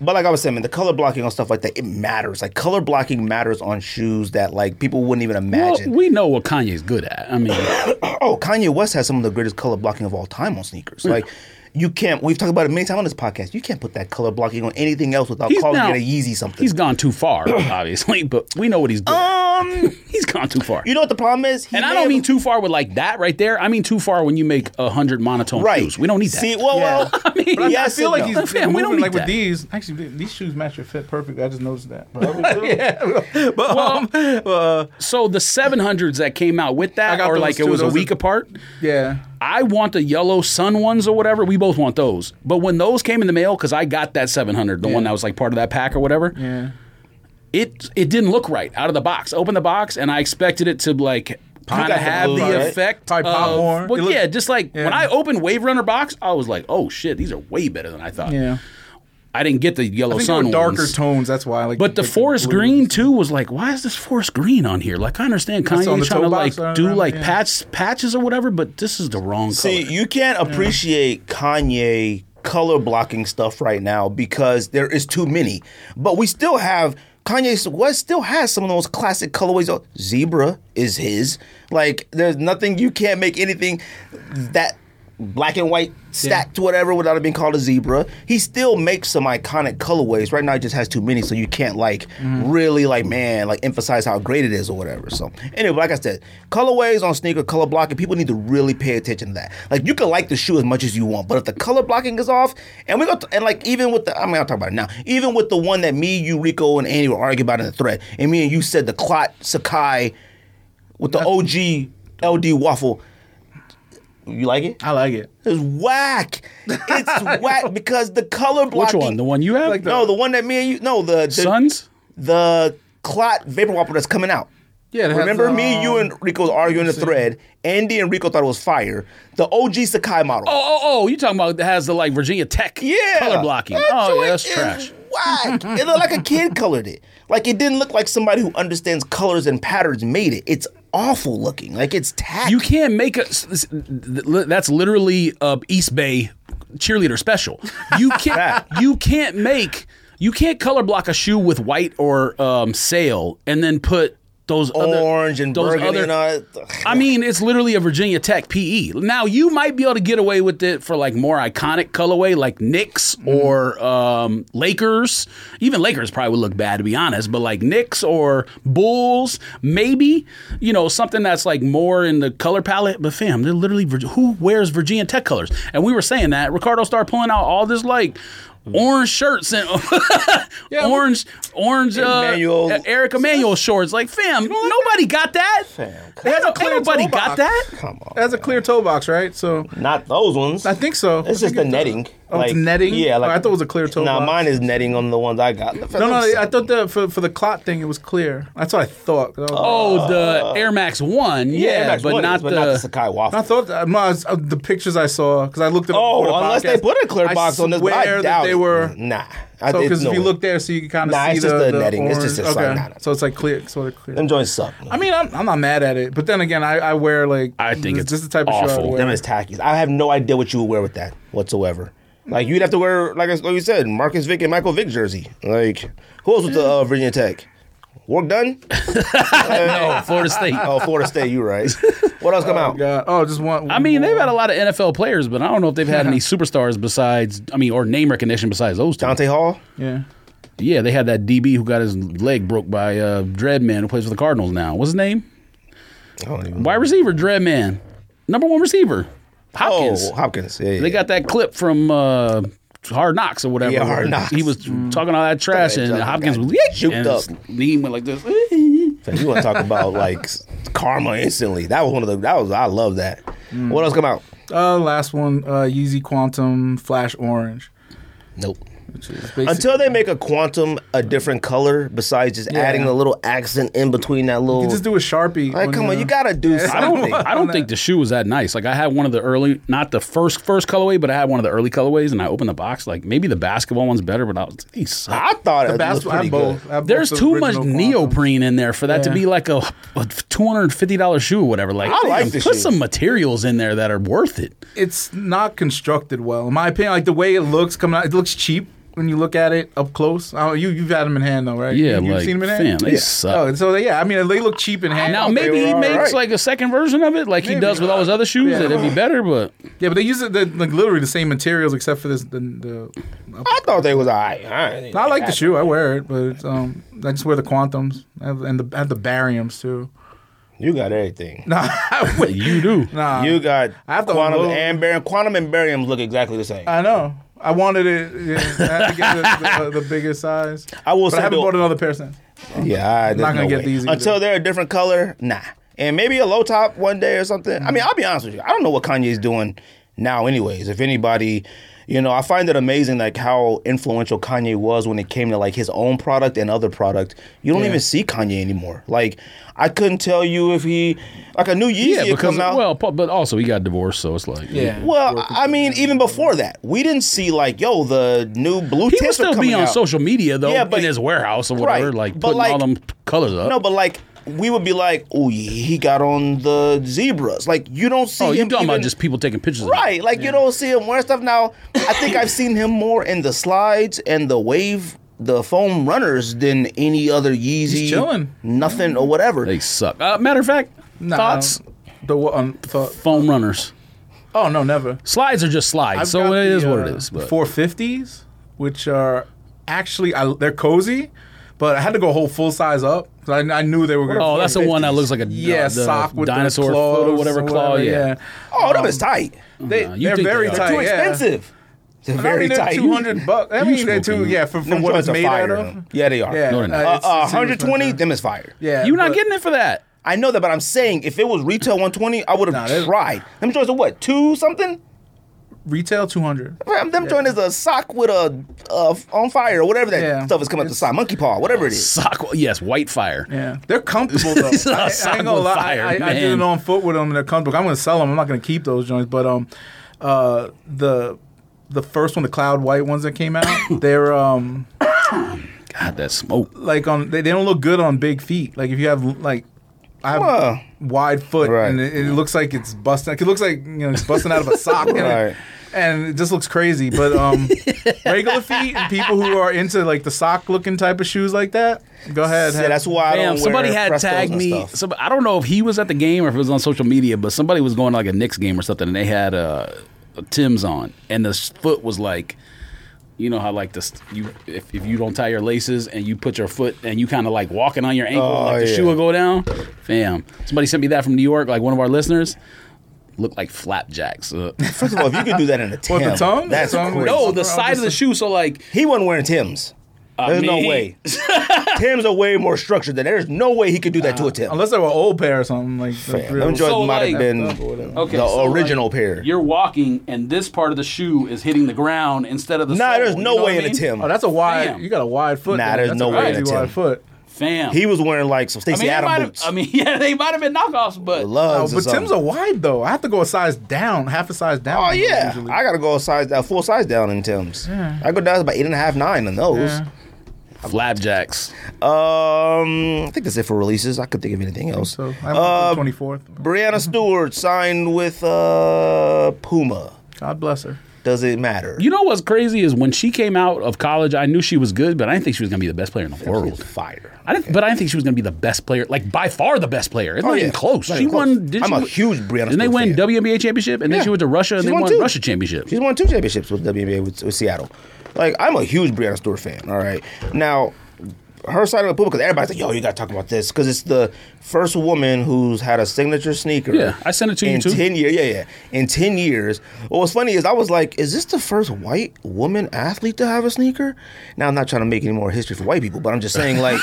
[SPEAKER 1] But like I was saying, man, the color blocking on stuff like that, it matters. Like color blocking matters on shoes that like people wouldn't even
[SPEAKER 3] Well,
[SPEAKER 1] imagine.
[SPEAKER 3] we know what Kanye's good at. I mean,
[SPEAKER 1] Oh, Kanye West has some of the greatest color blocking of all time on sneakers. Like, you can't. We've talked about it many times on this podcast. You can't put that color blocking on anything else without
[SPEAKER 3] he's
[SPEAKER 1] calling
[SPEAKER 3] now,
[SPEAKER 1] it a Yeezy something.
[SPEAKER 3] He's gone too far, obviously, but we know what he's good.
[SPEAKER 1] um,
[SPEAKER 3] at. He's gone too far.
[SPEAKER 1] you know what the problem is? He
[SPEAKER 3] And I
[SPEAKER 1] may
[SPEAKER 3] don't
[SPEAKER 1] have-
[SPEAKER 3] mean too far with like that right there. I mean too far when you make a hundred monotone
[SPEAKER 1] right.
[SPEAKER 3] shoes. We don't need that.
[SPEAKER 1] See, well, well,
[SPEAKER 3] I mean,
[SPEAKER 1] but
[SPEAKER 2] I
[SPEAKER 1] yes
[SPEAKER 2] feel
[SPEAKER 1] and
[SPEAKER 2] like
[SPEAKER 1] no.
[SPEAKER 2] he's
[SPEAKER 3] Yeah, we
[SPEAKER 2] moving,
[SPEAKER 3] don't need
[SPEAKER 2] like
[SPEAKER 3] that.
[SPEAKER 2] with these. Actually, th- these shoes match your fit perfectly. I just noticed that. yeah, but um, uh,
[SPEAKER 3] so the seven hundreds that came out with
[SPEAKER 2] I
[SPEAKER 3] that,
[SPEAKER 2] got
[SPEAKER 3] or
[SPEAKER 2] those
[SPEAKER 3] like it
[SPEAKER 2] too.
[SPEAKER 3] was a
[SPEAKER 2] Those
[SPEAKER 3] week
[SPEAKER 2] are-
[SPEAKER 3] apart.
[SPEAKER 2] yeah.
[SPEAKER 3] I want the yellow sun ones or whatever. We both want those. But when those came in the mail, because I got that seven hundred, the one that was like part of that pack or whatever.
[SPEAKER 2] Yeah.
[SPEAKER 3] It it didn't look right out of the box. Open the box, and I expected it to like. Kind of
[SPEAKER 1] got the
[SPEAKER 3] have
[SPEAKER 1] blue,
[SPEAKER 3] the
[SPEAKER 1] right?
[SPEAKER 3] effect.
[SPEAKER 2] Probably pop
[SPEAKER 3] of-
[SPEAKER 2] more.
[SPEAKER 3] Well,
[SPEAKER 2] It looked-
[SPEAKER 3] yeah, just like when
[SPEAKER 2] Yeah.
[SPEAKER 3] I opened Wave Runner box, I was like, "Oh shit, these are way better than I thought."
[SPEAKER 2] Yeah.
[SPEAKER 3] I didn't get the yellow
[SPEAKER 2] I think
[SPEAKER 3] sun
[SPEAKER 2] they were darker
[SPEAKER 3] ones.
[SPEAKER 2] tones. That's why. I Like,
[SPEAKER 3] But the
[SPEAKER 2] like
[SPEAKER 3] forest
[SPEAKER 2] blue.
[SPEAKER 3] green too was like, why is this forest green on here? Like I understand Kanye
[SPEAKER 2] on the
[SPEAKER 3] trying to
[SPEAKER 2] toe box
[SPEAKER 3] like
[SPEAKER 2] or
[SPEAKER 3] do
[SPEAKER 2] around,
[SPEAKER 3] like
[SPEAKER 2] yeah.
[SPEAKER 3] patch patches or whatever, but this is the wrong
[SPEAKER 1] See,
[SPEAKER 3] color.
[SPEAKER 1] you can't appreciate Kanye color blocking stuff right now because there is too many. But we still have Kanye West still has some of those classic colorways. Oh, Zebra is his. Like, there's nothing you can't make anything that black and white stacked whatever without it being called a zebra. He still makes some iconic colorways. Right now, he just has too many, so you can't like really like man like emphasize how great it is or whatever. So anyway, like I said, colorways on sneaker color blocking. People need to really pay attention to that. Like you can like the shoe as much as you want, but if the color blocking is off, and we go and like even with the I mean I'll talk about it now. Even with the one that me, you, Rico, and Andy were arguing about in the thread, and me and you said the Clot Sakai with the OG LD waffle. You like it?
[SPEAKER 2] I like it.
[SPEAKER 1] It's whack. It's whack because the color
[SPEAKER 3] Which
[SPEAKER 1] blocking.
[SPEAKER 3] one? The one you have?
[SPEAKER 2] Like the-
[SPEAKER 1] No, the one that me and you. No, the the,
[SPEAKER 3] Suns?
[SPEAKER 1] the clot vapor whopper that's coming out.
[SPEAKER 2] Yeah, it has,
[SPEAKER 1] Remember me, you,
[SPEAKER 2] um,
[SPEAKER 1] and Rico was arguing the thread. Andy and Rico thought it was fire. The OG Sakai model.
[SPEAKER 3] Oh, oh, oh! You talking about that has the like Virginia Tech
[SPEAKER 1] yeah,
[SPEAKER 3] color blocking?
[SPEAKER 1] That
[SPEAKER 3] oh,
[SPEAKER 1] joint
[SPEAKER 3] yeah, that's
[SPEAKER 1] is
[SPEAKER 3] trash.
[SPEAKER 1] Whack. it looked like a kid colored it. Like it didn't look like somebody who understands colors and patterns made it. It's awful looking. Like it's tacky.
[SPEAKER 3] You can't make a. s- s- th- That's literally uh, East Bay cheerleader special. You can't. you can't make. You can't color block a shoe with white or um, sail, and then put those other-
[SPEAKER 1] orange and
[SPEAKER 3] those
[SPEAKER 1] burgundy
[SPEAKER 3] other-
[SPEAKER 1] and all that.
[SPEAKER 3] I mean, it's literally a Virginia Tech PE. Now you might be able to get away with it for like more iconic colorway, like Knicks or um, Lakers. Even Lakers probably would look bad to be honest, but like Knicks or Bulls, maybe you know something that's like more in the color palette. But fam, they're literally Vir- who wears Virginia Tech colors? And we were saying that Ricardo started pulling out all this like. Orange shirts and orange, orange, uh,
[SPEAKER 1] Emmanuel-
[SPEAKER 3] Eric Emanuel shorts. Like, fam, nobody got that. Ain't
[SPEAKER 2] That's a
[SPEAKER 3] no- ain't
[SPEAKER 2] clear
[SPEAKER 3] nobody
[SPEAKER 2] toolbox.
[SPEAKER 3] got that.
[SPEAKER 1] Come on.
[SPEAKER 2] It has a clear toe box, right? So
[SPEAKER 1] Not those ones.
[SPEAKER 2] I think so.
[SPEAKER 1] It's just the netting.
[SPEAKER 2] Oh, it's netting?
[SPEAKER 1] Yeah,
[SPEAKER 2] Oh, I thought it was a clear toe
[SPEAKER 1] Nah,
[SPEAKER 2] box.
[SPEAKER 1] mine is netting on the ones I got.
[SPEAKER 2] No, no. I thought that for, for the clot thing, it was clear. That's what I thought.
[SPEAKER 3] Oh,
[SPEAKER 1] Uh,
[SPEAKER 3] the Air Max One, yeah, but, not
[SPEAKER 1] but not the
[SPEAKER 3] the.
[SPEAKER 1] Sakai waffle.
[SPEAKER 2] I thought uh, no, I was- uh, the pictures I saw because I looked at.
[SPEAKER 1] oh, unless they put a clear
[SPEAKER 2] I
[SPEAKER 1] box on this, but
[SPEAKER 2] swear
[SPEAKER 1] I
[SPEAKER 2] that
[SPEAKER 1] doubt
[SPEAKER 2] they
[SPEAKER 1] it. Mm,
[SPEAKER 2] were-
[SPEAKER 1] Nah,
[SPEAKER 2] So because
[SPEAKER 1] no
[SPEAKER 2] if you
[SPEAKER 1] way.
[SPEAKER 2] look there, so you can kind of
[SPEAKER 1] Nah,
[SPEAKER 2] see
[SPEAKER 1] it's just
[SPEAKER 2] the,
[SPEAKER 1] the
[SPEAKER 2] the
[SPEAKER 1] netting. It's
[SPEAKER 2] Orange.
[SPEAKER 1] just- it's
[SPEAKER 2] okay.
[SPEAKER 1] like, nah, nah.
[SPEAKER 2] So it's like clear. So it's clear.
[SPEAKER 1] them joints suck.
[SPEAKER 2] I mean, I'm, I'm not mad at it, but then again, I, I wear like
[SPEAKER 3] I think
[SPEAKER 2] this,
[SPEAKER 3] it's
[SPEAKER 2] this is the type of shoe I
[SPEAKER 3] awful.
[SPEAKER 2] would wear.
[SPEAKER 1] them is tacky. I have no idea what you would wear with that whatsoever. Like you'd have to wear, like I- like you said, Marcus Vick and Michael Vick jersey. Like who else with the uh, Virginia Tech? Work done?
[SPEAKER 3] no, Florida State.
[SPEAKER 1] Oh, Florida State. You right? What else come out?
[SPEAKER 2] God. Oh, just one.
[SPEAKER 3] I mean, they've had a lot of NFL players, but I don't know if they've had any superstars besides, I mean, or name recognition besides those two.
[SPEAKER 1] Dante Hall.
[SPEAKER 2] yeah.
[SPEAKER 3] Yeah, they had that DB who got his leg broke by uh, Dreadman, who plays for the Cardinals now. What's his name?
[SPEAKER 1] I don't even.
[SPEAKER 3] Wide receiver, Dreadman, number one receiver, Hopkins.
[SPEAKER 1] Oh, Hopkins. Yeah, yeah.
[SPEAKER 3] They got that clip from uh, Hard Knocks or whatever.
[SPEAKER 1] Yeah, Hard
[SPEAKER 3] where
[SPEAKER 1] Knocks.
[SPEAKER 3] He was talking all that trash,
[SPEAKER 1] Yeah,
[SPEAKER 3] and
[SPEAKER 1] Jonathan
[SPEAKER 3] Hopkins
[SPEAKER 1] got
[SPEAKER 3] was "Yeet,"
[SPEAKER 1] juked
[SPEAKER 3] and
[SPEAKER 1] up.
[SPEAKER 3] his knee went like this.
[SPEAKER 1] So you want to talk about like s- karma instantly? That was one of the. That was I love that.
[SPEAKER 2] Mm.
[SPEAKER 1] What else come out?
[SPEAKER 2] Uh, last one. Uh, Yeezy Quantum Flash Orange.
[SPEAKER 1] Nope.
[SPEAKER 2] Which is basically,
[SPEAKER 1] Until they make a quantum a different color besides just adding a little accent in between that little.
[SPEAKER 2] just do uh, a sharpie.
[SPEAKER 1] like,
[SPEAKER 2] on
[SPEAKER 1] come
[SPEAKER 2] your-
[SPEAKER 1] on, you gotta do
[SPEAKER 3] I don't.
[SPEAKER 1] something.
[SPEAKER 3] I don't think the shoe was that nice. Like I had one of the early, not the first first colorway, but I had one of the early colorways, and I opened the box. Like maybe the basketball one's better, but I was, these suck.
[SPEAKER 1] I thought it was
[SPEAKER 2] Basketball. I
[SPEAKER 1] pretty
[SPEAKER 2] have both.
[SPEAKER 1] good.
[SPEAKER 2] I have
[SPEAKER 3] There's
[SPEAKER 2] both the
[SPEAKER 3] too much
[SPEAKER 2] original Quantum.
[SPEAKER 3] neoprene in there for that to
[SPEAKER 2] Yeah.
[SPEAKER 3] be like a, a two hundred fifty dollars shoe or whatever. Like,
[SPEAKER 1] I like
[SPEAKER 3] damn,
[SPEAKER 1] this
[SPEAKER 3] put
[SPEAKER 1] shoe.
[SPEAKER 3] some materials in there that are worth it.
[SPEAKER 2] It's not constructed well, in my opinion. Like the way it looks coming out, it looks cheap when you look at it up close. I don't, you you've had them in hand though, right?
[SPEAKER 3] Yeah,
[SPEAKER 2] you, you've
[SPEAKER 3] like
[SPEAKER 2] seen them in
[SPEAKER 3] fam,
[SPEAKER 2] hand.
[SPEAKER 3] they suck.
[SPEAKER 2] Oh, so they, yeah, I mean they look cheap in hand.
[SPEAKER 3] now
[SPEAKER 1] they
[SPEAKER 3] maybe
[SPEAKER 1] were
[SPEAKER 3] he
[SPEAKER 1] all
[SPEAKER 3] makes
[SPEAKER 1] right.
[SPEAKER 3] like a second version of it, like he
[SPEAKER 2] Maybe.
[SPEAKER 3] does with all his other shoes.
[SPEAKER 2] Yeah.
[SPEAKER 3] It'd be better, but
[SPEAKER 2] yeah, but they use it the, like literally the same materials except for this. The, the
[SPEAKER 1] I thought they was alright. alright.
[SPEAKER 2] I like the shoe, I wear it, but it's, um, I just wear the Quantums I have- and the I have the Bariums too.
[SPEAKER 1] You got everything.
[SPEAKER 2] Nah, I, wear-
[SPEAKER 3] you do.
[SPEAKER 2] nah,
[SPEAKER 1] you got
[SPEAKER 2] I have to
[SPEAKER 1] quantum
[SPEAKER 2] unload.
[SPEAKER 1] and barium. Quantum and bariums look exactly the same. I,
[SPEAKER 2] I know. I wanted it. Yeah, I had to get the, the, the bigger size.
[SPEAKER 1] will
[SPEAKER 2] But I
[SPEAKER 1] say
[SPEAKER 2] haven't
[SPEAKER 1] though,
[SPEAKER 2] bought another pair since.
[SPEAKER 1] Yeah, I, am
[SPEAKER 2] not gonna get these either.
[SPEAKER 1] until they're a different color. Nah, and maybe a low top one day or something. I mean, I'll be honest with you. I don't know what Kanye's doing now, anyways. If anybody, you know, I find it amazing like how influential Kanye was when it came to like his own product and other product. You don't even see Kanye anymore. Like, I couldn't tell you if he like a new Yeezy
[SPEAKER 3] Yeah,
[SPEAKER 1] had
[SPEAKER 3] because
[SPEAKER 1] come out.
[SPEAKER 3] well, pu- but also he got divorced, so it's like
[SPEAKER 1] Well, I mean, even before that, we didn't see like, yo, the new blue.
[SPEAKER 3] He would
[SPEAKER 1] Tips are
[SPEAKER 3] still be
[SPEAKER 1] coming
[SPEAKER 3] on
[SPEAKER 1] out.
[SPEAKER 3] social media though,
[SPEAKER 1] Yeah, but-
[SPEAKER 3] in his warehouse or whatever,
[SPEAKER 1] Right,
[SPEAKER 3] like
[SPEAKER 1] but
[SPEAKER 3] putting all
[SPEAKER 1] like-
[SPEAKER 3] them colors up.
[SPEAKER 1] No, but like we would be like, oh, he got on the zebras. Like you don't see.
[SPEAKER 3] oh, you
[SPEAKER 1] him
[SPEAKER 3] talking about
[SPEAKER 1] even-
[SPEAKER 3] just people taking pictures? of it.
[SPEAKER 1] right? Like you don't see him wearing stuff now. I think I've seen him more in the slides and the wave the foam runners than any other Yeezy.
[SPEAKER 2] chilling.
[SPEAKER 1] Nothing or whatever.
[SPEAKER 3] They suck. Uh, matter of fact,
[SPEAKER 2] Nah,
[SPEAKER 3] thoughts?
[SPEAKER 2] The wa- um, thought,
[SPEAKER 3] Foam runners.
[SPEAKER 2] oh no, never.
[SPEAKER 3] Slides are just slides, so it is
[SPEAKER 1] uh,
[SPEAKER 3] what it is. But
[SPEAKER 2] uh, Four fifties, which are actually I, they're cozy, but I had to go whole full size up 'cause I, I knew they were. going
[SPEAKER 3] Oh, that's the one that looks like a d-
[SPEAKER 2] yeah
[SPEAKER 3] the
[SPEAKER 2] sock with
[SPEAKER 3] dinosaur
[SPEAKER 2] the
[SPEAKER 3] foot
[SPEAKER 2] claws
[SPEAKER 3] or whatever claw, yeah.
[SPEAKER 1] oh, them is tight.
[SPEAKER 2] They,
[SPEAKER 3] Nah, you
[SPEAKER 2] they're
[SPEAKER 3] think they
[SPEAKER 2] very
[SPEAKER 3] are.
[SPEAKER 2] tight.
[SPEAKER 1] Too
[SPEAKER 2] yeah.
[SPEAKER 1] expensive. They're
[SPEAKER 2] I
[SPEAKER 1] very
[SPEAKER 2] mean, they're
[SPEAKER 1] tight.
[SPEAKER 2] two hundred bucks. I
[SPEAKER 3] you
[SPEAKER 2] mean, they're
[SPEAKER 3] smoking.
[SPEAKER 2] too. Yeah, from,
[SPEAKER 1] Them
[SPEAKER 2] from what
[SPEAKER 1] joints
[SPEAKER 2] it's
[SPEAKER 1] are
[SPEAKER 2] made out
[SPEAKER 1] fire,
[SPEAKER 2] of.
[SPEAKER 1] though. Yeah, they are.
[SPEAKER 2] Yeah,
[SPEAKER 3] No, they're not.
[SPEAKER 2] uh,
[SPEAKER 1] Uh,
[SPEAKER 2] it's-
[SPEAKER 1] uh,
[SPEAKER 2] it's super
[SPEAKER 1] 120,
[SPEAKER 2] expensive.
[SPEAKER 1] them is fire.
[SPEAKER 2] Yeah,
[SPEAKER 3] you're not
[SPEAKER 2] but-
[SPEAKER 3] getting it for that.
[SPEAKER 1] I know that, but I'm saying if it was retail 120, I would
[SPEAKER 2] Nah,
[SPEAKER 1] have
[SPEAKER 2] they're-
[SPEAKER 1] tried. Them joints are what, two something?
[SPEAKER 2] retail two hundred.
[SPEAKER 1] Fam, Them joint is a sock with a, a f- on fire or whatever that
[SPEAKER 2] Yeah.
[SPEAKER 1] stuff is coming up the side. Monkey paw, whatever it is.
[SPEAKER 3] Sock. Yes, white fire.
[SPEAKER 2] Yeah, they're comfortable though.
[SPEAKER 3] It's not
[SPEAKER 2] I, I ain't gonna
[SPEAKER 3] Sock
[SPEAKER 2] lie.
[SPEAKER 3] on fire,
[SPEAKER 2] I, I, I did it
[SPEAKER 3] man.
[SPEAKER 2] on foot with them, and they're comfortable. I'm gonna sell them. I'm not gonna keep those joints. But um, uh, the the first one, the cloud white ones that came out, they're um
[SPEAKER 3] God, that smoke.
[SPEAKER 2] like on they, they don't look good on big feet. Like if you have like. I have
[SPEAKER 1] Well.
[SPEAKER 2] wide foot,
[SPEAKER 1] Right.
[SPEAKER 2] and it, it looks like it's busting. It looks like you know it's busting out of a sock, and,
[SPEAKER 1] Right.
[SPEAKER 2] it, and it just looks crazy. But um, regular feet and people who are into like the sock looking type of shoes like that, go ahead.
[SPEAKER 1] Yeah,
[SPEAKER 2] have-
[SPEAKER 1] that's why I
[SPEAKER 3] Damn,
[SPEAKER 1] don't
[SPEAKER 3] somebody
[SPEAKER 1] wear
[SPEAKER 3] had
[SPEAKER 1] Prestos
[SPEAKER 3] tagged
[SPEAKER 1] and
[SPEAKER 3] me.
[SPEAKER 1] stuff.
[SPEAKER 3] Some, I don't know if he was at the game or if it was on social media, but somebody was going to like a Knicks game or something, and they had uh, Tim's on, and the s- foot was like, you know how like this, you if, if you don't tie your laces and you put your foot and you kind of like walking on your ankle,
[SPEAKER 1] Oh,
[SPEAKER 3] like the
[SPEAKER 1] yeah.
[SPEAKER 3] shoe will go down. Fam, somebody sent me that from New York, like one of our listeners. Looked like flapjacks. Uh,
[SPEAKER 1] First of all, if you could do that in a Tim,
[SPEAKER 2] the tongue?
[SPEAKER 1] that's
[SPEAKER 2] The tongue?
[SPEAKER 1] crazy.
[SPEAKER 3] no, the
[SPEAKER 2] I'm
[SPEAKER 3] side of
[SPEAKER 2] just-
[SPEAKER 3] the shoe. So like,
[SPEAKER 1] He wasn't wearing Tim's. There's no
[SPEAKER 3] mean, he-
[SPEAKER 1] way. Tim's are way more structured than there's no way he could do that to a Tim.
[SPEAKER 2] Unless they were old pair or something like
[SPEAKER 1] Fam, Them joints
[SPEAKER 3] So,
[SPEAKER 1] might
[SPEAKER 3] like-
[SPEAKER 1] have been
[SPEAKER 3] Okay,
[SPEAKER 1] the
[SPEAKER 3] so, like,
[SPEAKER 1] original pair.
[SPEAKER 3] you're walking and this part of the shoe is hitting the ground instead of the.
[SPEAKER 1] Nah,
[SPEAKER 3] sole,
[SPEAKER 1] there's no
[SPEAKER 3] you know what
[SPEAKER 1] way
[SPEAKER 3] I
[SPEAKER 1] in a
[SPEAKER 3] mean?
[SPEAKER 1] Tim.
[SPEAKER 2] Oh, that's a wide.
[SPEAKER 3] Damn.
[SPEAKER 2] You got a wide foot.
[SPEAKER 1] Nah,
[SPEAKER 2] then.
[SPEAKER 1] there's
[SPEAKER 2] That's
[SPEAKER 1] no
[SPEAKER 2] a
[SPEAKER 1] way
[SPEAKER 2] crazy
[SPEAKER 1] that's
[SPEAKER 2] wide
[SPEAKER 1] him.
[SPEAKER 2] foot.
[SPEAKER 3] Fam,
[SPEAKER 1] He was wearing like some Stacey
[SPEAKER 3] they might
[SPEAKER 1] Adams
[SPEAKER 3] have-
[SPEAKER 1] boots.
[SPEAKER 3] I mean, yeah, they might have been knockoffs, but
[SPEAKER 2] Oh,
[SPEAKER 1] lugs. or
[SPEAKER 2] but
[SPEAKER 1] something.
[SPEAKER 2] Tim's are wide though. I have to go a size down, half a size down.
[SPEAKER 1] Oh
[SPEAKER 2] on those
[SPEAKER 1] yeah,
[SPEAKER 2] usually.
[SPEAKER 1] I gotta go a size, a full size down in Tim's. I go down to about eight and a half, nine in those.
[SPEAKER 2] Yeah.
[SPEAKER 3] flapjacks.
[SPEAKER 1] Um, I think that's it for releases. I could think of anything else.
[SPEAKER 2] so
[SPEAKER 1] Uh,
[SPEAKER 2] I'm twenty fourth.
[SPEAKER 1] Brianna Stewart signed with uh, Puma.
[SPEAKER 2] God bless her.
[SPEAKER 1] Does it matter?
[SPEAKER 3] You know what's crazy is when she came out of college, I knew she was good, but I didn't think she was going to be the best player in the
[SPEAKER 1] She's
[SPEAKER 3] world.
[SPEAKER 1] fire.
[SPEAKER 3] I didn't, but I didn't think she was going to be the best player, like by far the best player. It's
[SPEAKER 1] Oh,
[SPEAKER 3] not
[SPEAKER 1] yeah.
[SPEAKER 3] even close.
[SPEAKER 1] Not
[SPEAKER 3] she
[SPEAKER 1] even close.
[SPEAKER 3] won. Did
[SPEAKER 1] I'm
[SPEAKER 3] she
[SPEAKER 1] a
[SPEAKER 3] win-
[SPEAKER 1] huge Brianna
[SPEAKER 3] Didn't they
[SPEAKER 1] Stewart
[SPEAKER 3] win
[SPEAKER 1] fan.
[SPEAKER 3] WNBA championship, and
[SPEAKER 1] Yeah.
[SPEAKER 3] then she went to Russia, and
[SPEAKER 1] She
[SPEAKER 3] they
[SPEAKER 1] won
[SPEAKER 3] won,
[SPEAKER 1] two.
[SPEAKER 3] Russia championship.
[SPEAKER 1] She's won two championships with WNBA with, with Seattle. Like I'm a huge Brianna Stewart fan. All right, now her side of the Puma because everybody's like, "Yo, you got to talk about this" because it's the first woman who's had a signature sneaker.
[SPEAKER 3] Yeah, I sent it to you,
[SPEAKER 1] in
[SPEAKER 3] too.
[SPEAKER 1] Ten years, yeah, yeah. In ten years, well, what's funny is I was like, "Is this the first white woman athlete to have a sneaker?" Now I'm not trying to make any more history for white people, but I'm just saying, like,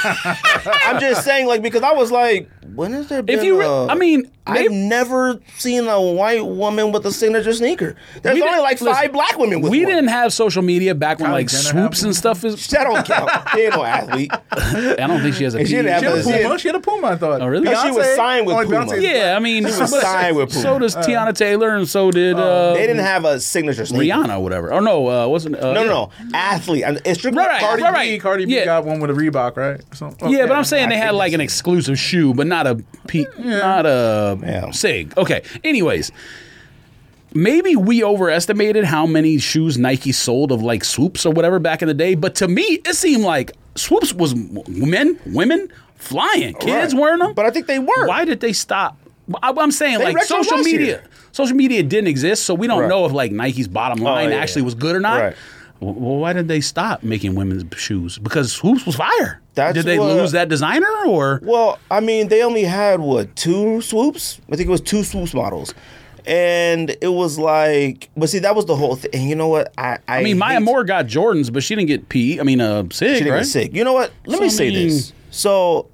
[SPEAKER 1] I'm just saying, like, because I was like, "When has there been?"
[SPEAKER 3] you re-
[SPEAKER 1] a-
[SPEAKER 3] I mean,
[SPEAKER 1] I've
[SPEAKER 3] they-
[SPEAKER 1] never seen a white woman with a signature sneaker. There's
[SPEAKER 3] We
[SPEAKER 1] only
[SPEAKER 3] didn't-
[SPEAKER 1] like five
[SPEAKER 3] listen,
[SPEAKER 1] black women with
[SPEAKER 3] we
[SPEAKER 1] one.
[SPEAKER 3] didn't have social media back when
[SPEAKER 2] Kylie
[SPEAKER 3] like
[SPEAKER 2] Jenner
[SPEAKER 3] swoops
[SPEAKER 2] had
[SPEAKER 3] and stuff is.
[SPEAKER 1] That don't count. She ain't no athlete.
[SPEAKER 3] I don't think she has a.
[SPEAKER 1] She
[SPEAKER 3] PE.
[SPEAKER 1] didn't have
[SPEAKER 2] She had a
[SPEAKER 1] That's it.
[SPEAKER 2] Puma. She had a Puma. I thought. Oh
[SPEAKER 3] really?
[SPEAKER 1] She was signed with Puma.
[SPEAKER 3] Yeah, I mean,
[SPEAKER 1] was signed with Puma.
[SPEAKER 3] so does Tiana Taylor, and so did uh,
[SPEAKER 1] They didn't have a signature sneaker.
[SPEAKER 3] Rihanna, or whatever. Oh no, uh, wasn't uh,
[SPEAKER 1] No, no, no. Athlete. I'm- It's strictly
[SPEAKER 3] Right, right.
[SPEAKER 1] Cardi
[SPEAKER 3] Right,
[SPEAKER 1] B.
[SPEAKER 3] right.
[SPEAKER 2] Cardi B
[SPEAKER 3] Yeah.
[SPEAKER 2] got one with a Reebok, right? So,
[SPEAKER 3] Yeah, but
[SPEAKER 2] okay.
[SPEAKER 3] I'm saying they had like an exclusive shoe, but not a pe- not a
[SPEAKER 1] Yeah.
[SPEAKER 3] Sig. Okay. Anyways, maybe we overestimated how many shoes Nike sold of like swoops or whatever back in the day. But to me, it seemed like swoops was m- men, women flying, kids
[SPEAKER 1] Right.
[SPEAKER 3] wearing them.
[SPEAKER 1] But I think they were.
[SPEAKER 3] Why did they stop? I, am saying
[SPEAKER 1] They
[SPEAKER 3] like
[SPEAKER 1] wrecked 'em
[SPEAKER 3] social
[SPEAKER 1] last
[SPEAKER 3] media.
[SPEAKER 1] year.
[SPEAKER 3] Social media didn't exist, so we don't
[SPEAKER 1] Right. Oh,
[SPEAKER 3] know if like Nike's bottom line
[SPEAKER 1] yeah,
[SPEAKER 3] actually
[SPEAKER 1] yeah.
[SPEAKER 3] was good or not.
[SPEAKER 1] Right.
[SPEAKER 3] W- Well, why did they stop making women's shoes? Because swoops was fire.
[SPEAKER 1] That's
[SPEAKER 3] Did they
[SPEAKER 1] what-
[SPEAKER 3] lose that designer or?
[SPEAKER 1] Well, I mean, they only had what two swoops? I think it was two swoops models, and it was like, but see, that was the whole thing. And you know what? I, I,
[SPEAKER 3] I mean, Maya
[SPEAKER 1] hate-
[SPEAKER 3] Moore got Jordans, but she didn't get P. I mean, uh, Sig,
[SPEAKER 1] She didn't
[SPEAKER 3] right?
[SPEAKER 1] get sick. You know what? Let me
[SPEAKER 3] I
[SPEAKER 1] say this. So,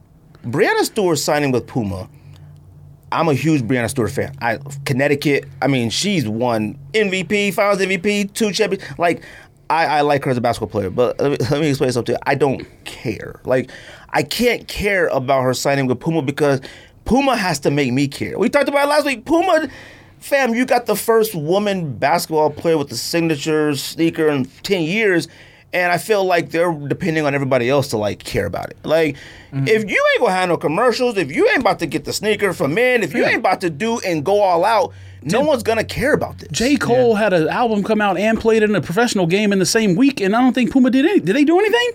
[SPEAKER 1] Brianna Stewart signing with Puma. I'm a huge Brianna Stewart fan. I Connecticut. I mean, she's won MVP, Finals MVP, two champions. Like, I, I like her as a basketball player, but let me, let me explain something. I don't care. Like, I can't care about her signing with Puma because Puma has to make me care. We talked about it last week. Puma, fam, you got the first woman basketball player with the signature sneaker in ten years. And I feel like they're depending on everybody else to like care about it. Like,
[SPEAKER 3] Mm-hmm.
[SPEAKER 1] if you ain't gonna have no commercials, if you ain't about to get the sneaker for men, if you ain't about to do and go all out, no one's gonna care about this.
[SPEAKER 3] J. Cole had an album come out and played in a professional game in the same week, and I don't think Puma did any. Did they do anything?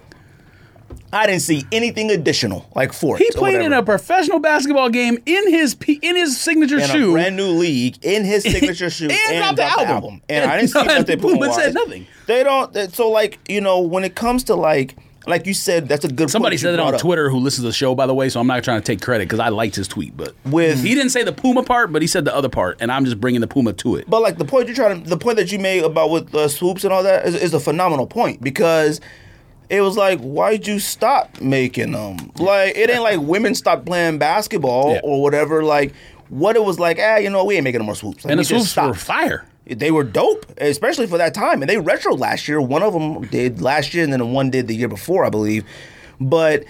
[SPEAKER 1] I didn't see anything additional like for
[SPEAKER 3] He played in a professional basketball game in his p- in his signature
[SPEAKER 1] in
[SPEAKER 3] shoe.
[SPEAKER 1] a brand new league in his signature shoe
[SPEAKER 3] And dropped the album.
[SPEAKER 1] And,
[SPEAKER 3] And
[SPEAKER 1] I didn't see
[SPEAKER 3] none-
[SPEAKER 1] nothing.
[SPEAKER 3] Puma said
[SPEAKER 1] promo-wise.
[SPEAKER 3] nothing.
[SPEAKER 1] They don't. that- So like you know, when it comes to like like you said, that's a good. point
[SPEAKER 3] Somebody
[SPEAKER 1] you
[SPEAKER 3] said it
[SPEAKER 1] brought
[SPEAKER 3] on
[SPEAKER 1] up.
[SPEAKER 3] Twitter who listens to the show, by the way, so I'm not trying to take credit because I liked his tweet. But
[SPEAKER 1] With-
[SPEAKER 3] he didn't say the Puma part, but he said the other part, and I'm just bringing the Puma to it.
[SPEAKER 1] But like the point you're trying to, the point that you made about with uh, swoops and all that is, is a phenomenal point because it was like, why'd you stop making them? Like it ain't like women stopped playing basketball
[SPEAKER 3] Yeah.
[SPEAKER 1] or whatever. Like what it was like, ah, you know, we ain't making no more swoops. Like,
[SPEAKER 3] and
[SPEAKER 1] we
[SPEAKER 3] the
[SPEAKER 1] just
[SPEAKER 3] swoops were
[SPEAKER 1] stopped.
[SPEAKER 3] fire.
[SPEAKER 1] They were dope, especially for that time. And they retro last year. One of them did last year, and then one did the year before, I believe. But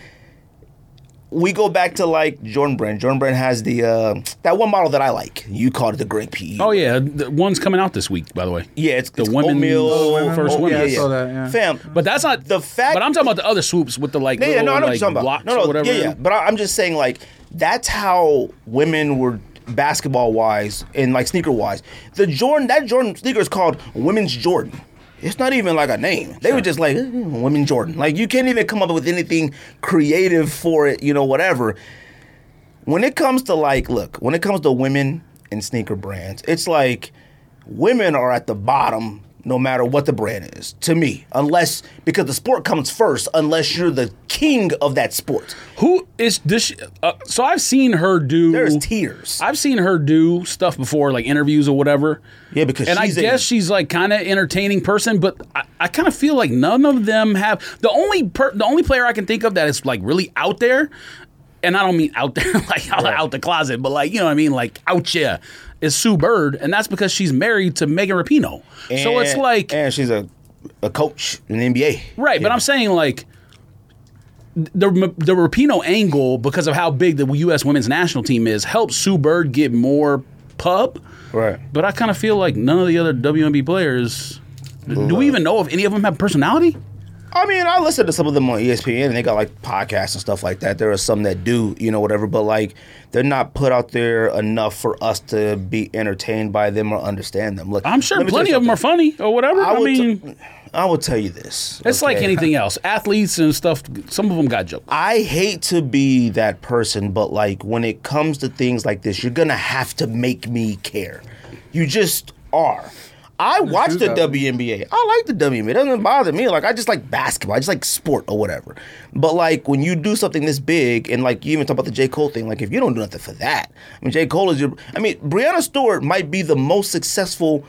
[SPEAKER 1] we go back to like Jordan Brand. Jordan Brand has the uh, that one model that I like. You called it the Great E. PE.
[SPEAKER 3] Oh yeah, the one's coming out this week, by the way.
[SPEAKER 1] Yeah, it's
[SPEAKER 3] the
[SPEAKER 1] it's
[SPEAKER 3] women's
[SPEAKER 1] oatmeal,
[SPEAKER 3] first
[SPEAKER 1] oat-
[SPEAKER 3] women.
[SPEAKER 2] yeah, I saw that, yeah.
[SPEAKER 1] Fam,
[SPEAKER 3] But that's not
[SPEAKER 1] The fact-
[SPEAKER 3] But I'm talking about the other swoops with the like
[SPEAKER 1] yeah, yeah,
[SPEAKER 3] little,
[SPEAKER 1] no, I know
[SPEAKER 3] like,
[SPEAKER 1] what you're talking
[SPEAKER 3] blocks
[SPEAKER 1] about. No,
[SPEAKER 3] or
[SPEAKER 1] no,
[SPEAKER 3] whatever.
[SPEAKER 1] yeah, yeah. But I, I'm just saying, like that's how women were basketball wise and like sneaker wise. The Jordan, that Jordan sneaker is called Women's Jordan. It's not even like a name. They were just like eh, Women Jordan. Like you can't even come up with anything creative for it. You know, whatever. when it comes to like look when it comes to women and sneaker brands it's like women are at the bottom no matter what the brand is to me unless because the sport comes first unless you're the king of that sport
[SPEAKER 3] Who is this? Uh, so I've seen her do.
[SPEAKER 1] there's tears
[SPEAKER 3] I've seen her do stuff before, like interviews or whatever.
[SPEAKER 1] Yeah, because
[SPEAKER 3] and
[SPEAKER 1] she's
[SPEAKER 3] I
[SPEAKER 1] a-
[SPEAKER 3] guess she's like kind of entertaining person, but I, I kind of feel like none of them have the only per, the only player I can think of that is like really out there, and I don't mean out there like out, out the closet, but like you know what I mean, like out yeah, is Sue Bird, and that's because she's married to Megan Rapinoe. so it's
[SPEAKER 1] And-
[SPEAKER 3] like
[SPEAKER 1] and she's a a coach in the nba
[SPEAKER 3] Right, but I'm saying like the the Rapino angle because of how big the U.S. women's national team is helps Sue Bird get more pub.
[SPEAKER 1] Right.
[SPEAKER 3] But I kind of feel like none of the other WNBA players. Do we even know if any of them have personality?
[SPEAKER 1] I mean, I listen to some of them on E ESPN, and they got like podcasts and stuff like that. There are some that do, you know, whatever, but like they're not put out there enough for us to be entertained by them or understand them. Look,
[SPEAKER 3] I'm sure
[SPEAKER 1] let me tell
[SPEAKER 3] plenty
[SPEAKER 1] you
[SPEAKER 3] of them are
[SPEAKER 1] something.
[SPEAKER 3] funny or whatever. I,
[SPEAKER 1] I, will
[SPEAKER 3] mean,
[SPEAKER 1] t- I will tell you this.
[SPEAKER 3] it's like
[SPEAKER 1] okay?
[SPEAKER 3] anything else. Athletes and stuff. Some of them got jokes.
[SPEAKER 1] I hate to be that person, but like when it comes to things like this, you're gonna have to make me care. You just are. I watch
[SPEAKER 2] true,
[SPEAKER 1] the
[SPEAKER 2] though.
[SPEAKER 1] WNBA. I like the WNBA. It doesn't bother me. Like I just like basketball. I just like sport or whatever. But like when you do something this big, and like you even talk about the J Cole thing, like if you don't do nothing for that, I mean J Cole is your. I mean Brianna Stewart might be the most successful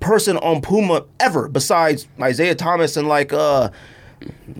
[SPEAKER 1] person on Puma ever, besides Isaiah Thomas and like uh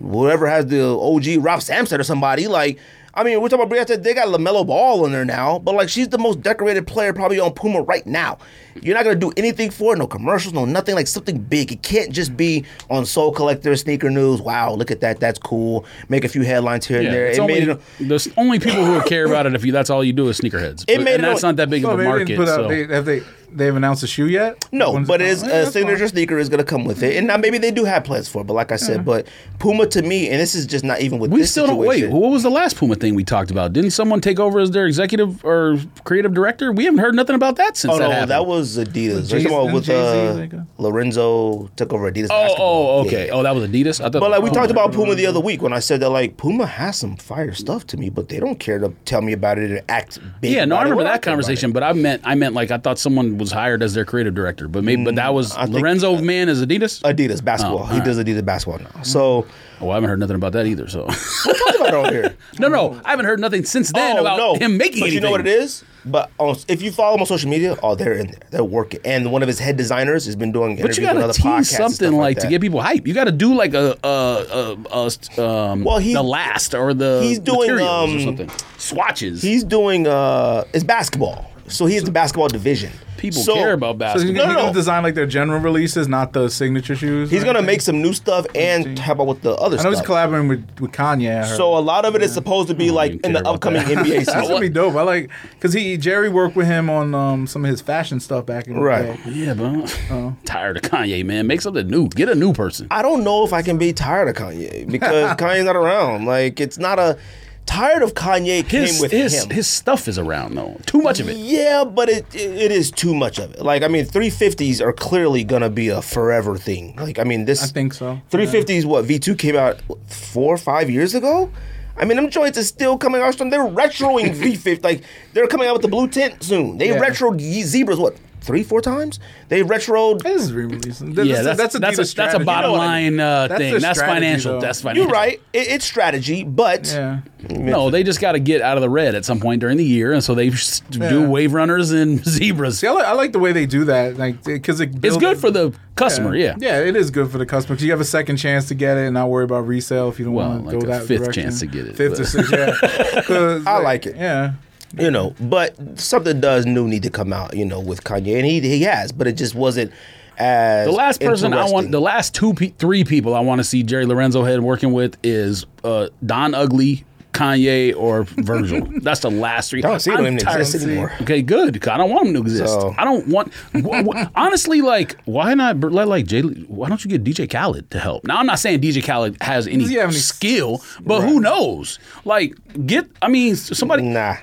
[SPEAKER 1] whoever has the OG Ralph Sampson or somebody. Like, I mean, we're talking about Brianna. They got Lamelo Ball in there now, but like she's the most decorated player probably on Puma right now. You're not gonna do anything for it, no commercials, no nothing. Like something big. It can't just be on Soul Collector, Sneaker News. Wow, look at that. That's cool. Make a few headlines here
[SPEAKER 3] Yeah,
[SPEAKER 1] and there.
[SPEAKER 3] it's
[SPEAKER 1] It
[SPEAKER 3] only,
[SPEAKER 1] made it.
[SPEAKER 3] there's only people who would care about it if you, that's all you do is sneakerheads.
[SPEAKER 1] It
[SPEAKER 3] But-
[SPEAKER 1] made
[SPEAKER 3] and
[SPEAKER 1] it
[SPEAKER 3] that's
[SPEAKER 1] on-
[SPEAKER 3] not that big
[SPEAKER 2] Well,
[SPEAKER 3] of a
[SPEAKER 2] they didn't
[SPEAKER 3] market.
[SPEAKER 2] put out-
[SPEAKER 3] so.
[SPEAKER 2] they- have they they've announced a shoe yet?
[SPEAKER 1] No,
[SPEAKER 2] When's
[SPEAKER 1] but
[SPEAKER 2] it
[SPEAKER 1] it is
[SPEAKER 2] coming? Yeah,
[SPEAKER 1] a
[SPEAKER 2] that's fine.
[SPEAKER 1] signature sneaker is gonna come with it, and now maybe they do have plans for it. But like I said, but Puma to me, and this is just not even with
[SPEAKER 3] Mm. We
[SPEAKER 1] this
[SPEAKER 3] still don't wait.
[SPEAKER 1] situation.
[SPEAKER 3] What was the last Puma thing we talked about? Didn't someone take over as their executive or creative director? We haven't heard nothing about that since
[SPEAKER 1] Oh
[SPEAKER 3] that
[SPEAKER 1] no,
[SPEAKER 3] happened.
[SPEAKER 1] that was Adidas. We're
[SPEAKER 2] Jay-Z-
[SPEAKER 1] talking about
[SPEAKER 2] and
[SPEAKER 1] with
[SPEAKER 2] Jay-Z,
[SPEAKER 1] uh,
[SPEAKER 2] like a-
[SPEAKER 1] Lorenzo took over Adidas.
[SPEAKER 3] oh,
[SPEAKER 1] basketball.
[SPEAKER 3] oh, okay.
[SPEAKER 1] Yeah.
[SPEAKER 3] Oh, that was Adidas. I thought.
[SPEAKER 1] But like we
[SPEAKER 3] oh.
[SPEAKER 1] talked about Puma the other week when I said that like Puma has some fire stuff to me, but they don't care to tell me about it and act big.
[SPEAKER 3] Yeah, no,
[SPEAKER 1] about
[SPEAKER 3] I
[SPEAKER 1] it.
[SPEAKER 3] remember
[SPEAKER 1] Well,
[SPEAKER 3] that
[SPEAKER 1] care about
[SPEAKER 3] conversation. But I meant, I meant like I thought someone was hired as their creative director, but maybe, but that was
[SPEAKER 1] Mm, I think-
[SPEAKER 3] Lorenzo Man as Adidas.
[SPEAKER 1] it. Adidas basketball. he does Adidas basketball now. So
[SPEAKER 3] oh, I haven't heard nothing about that either. So,
[SPEAKER 1] we talked about it on here.
[SPEAKER 3] no, no, I haven't heard nothing since then
[SPEAKER 1] Oh,
[SPEAKER 3] about
[SPEAKER 1] no.
[SPEAKER 3] him making
[SPEAKER 1] But
[SPEAKER 3] anything.
[SPEAKER 1] you know what it is? But on, if you follow him on social media, oh, they're in there. They're working. And one of his head designers has been doing
[SPEAKER 3] But
[SPEAKER 1] interviews
[SPEAKER 3] you
[SPEAKER 1] with
[SPEAKER 3] gotta
[SPEAKER 1] other
[SPEAKER 3] tease
[SPEAKER 1] podcasts. and stuff
[SPEAKER 3] something like, to
[SPEAKER 1] that.
[SPEAKER 3] get people hype. You gotta do like a uh uh uh um
[SPEAKER 1] Well, he-
[SPEAKER 3] the last or the
[SPEAKER 1] he's doing,
[SPEAKER 3] materials or
[SPEAKER 1] um,
[SPEAKER 3] something swatches.
[SPEAKER 1] He's doing uh it's basketball. So he's the basketball division.
[SPEAKER 3] People
[SPEAKER 1] So-
[SPEAKER 3] care about
[SPEAKER 2] So he's
[SPEAKER 3] basketball.
[SPEAKER 1] No,
[SPEAKER 2] gonna,
[SPEAKER 1] no, no.
[SPEAKER 2] design like their general releases, not the signature shoes.
[SPEAKER 1] He's
[SPEAKER 2] or
[SPEAKER 1] gonna
[SPEAKER 2] anything?
[SPEAKER 1] make some new stuff and how about with the other
[SPEAKER 2] I know he's
[SPEAKER 1] stuff.
[SPEAKER 2] collaborating with with Kanye. I heard.
[SPEAKER 1] so a lot of it is supposed to be like
[SPEAKER 3] even
[SPEAKER 1] in the
[SPEAKER 3] care about
[SPEAKER 1] upcoming
[SPEAKER 3] that.
[SPEAKER 1] NBA
[SPEAKER 2] That's
[SPEAKER 1] season.
[SPEAKER 2] gonna be dope. I like because he Jerry worked with him on um, some of his fashion stuff back in the
[SPEAKER 1] Right.
[SPEAKER 2] day.
[SPEAKER 3] yeah, bro. Tired of Kanye, man. Make something new. Get a new person.
[SPEAKER 1] I don't know if I can be tired of Kanye because Kanye's not around. Like it's not a tired of Kanye came
[SPEAKER 3] His
[SPEAKER 1] with
[SPEAKER 3] his,
[SPEAKER 1] him.
[SPEAKER 3] his stuff is around though. Too much of it.
[SPEAKER 1] Yeah, but it, it it is too much of it. Like I mean, 350s are clearly gonna be a forever thing. Like I mean, this
[SPEAKER 2] I think so.
[SPEAKER 1] 350s. What V2 came out what, four or five years ago. I mean, them joints is still coming out. They're retroing V50. Like they're coming out with the blue tint soon. They
[SPEAKER 2] Yeah.
[SPEAKER 1] retroed Ye- zebras what three four times. They retroed.
[SPEAKER 2] It is re-release.
[SPEAKER 3] yeah, that's that's a that's a,
[SPEAKER 2] Adidas strategy.
[SPEAKER 3] bottom
[SPEAKER 2] You know what I mean?
[SPEAKER 3] line uh,
[SPEAKER 2] That's
[SPEAKER 3] thing.
[SPEAKER 2] their
[SPEAKER 3] That's
[SPEAKER 2] strategy,
[SPEAKER 3] financial.
[SPEAKER 2] though.
[SPEAKER 3] That's financial.
[SPEAKER 1] You're right. It, it's strategy, but
[SPEAKER 2] Yeah.
[SPEAKER 3] No, they just got to get out of the red at some point during the year, and so they s- do
[SPEAKER 2] Yeah.
[SPEAKER 3] wave runners and zebras.
[SPEAKER 2] See, I, li- I like the way they do that, like because it
[SPEAKER 3] It's
[SPEAKER 2] builds-
[SPEAKER 3] good for the customer. Yeah.
[SPEAKER 2] Yeah, it is good for the customer because you have a second chance to get it and not worry about resale if you don't
[SPEAKER 3] Well,
[SPEAKER 2] want to go
[SPEAKER 3] like a
[SPEAKER 2] that
[SPEAKER 3] fifth
[SPEAKER 2] direction.
[SPEAKER 3] chance to get it,
[SPEAKER 2] Fifth or
[SPEAKER 3] but-
[SPEAKER 2] sixth, yeah. 'Cause,
[SPEAKER 1] I like it.
[SPEAKER 2] Yeah.
[SPEAKER 1] you know, but something does new need to come out, you know, with Kanye, and he he has, but it just wasn't as
[SPEAKER 3] The last person I want,
[SPEAKER 1] interesting.
[SPEAKER 3] the last two, pe- three people I want to see Jerry Lorenzo head working with is uh, Don Ugly, Kanye, or Virgil. That's the last three.
[SPEAKER 1] I don't see
[SPEAKER 3] I'm
[SPEAKER 1] them
[SPEAKER 3] tired-
[SPEAKER 1] exist anymore.
[SPEAKER 3] Okay, good. 'cause I don't want them to exist.
[SPEAKER 1] So-
[SPEAKER 3] I don't want. wh- wh- honestly, like, why not br- let like Jay? Why don't you get DJ Khaled to help? Now, I'm not saying DJ Khaled has any,
[SPEAKER 2] Does he have any-
[SPEAKER 3] skill, but who knows? Like, get. I mean, s- somebody.
[SPEAKER 1] Nah,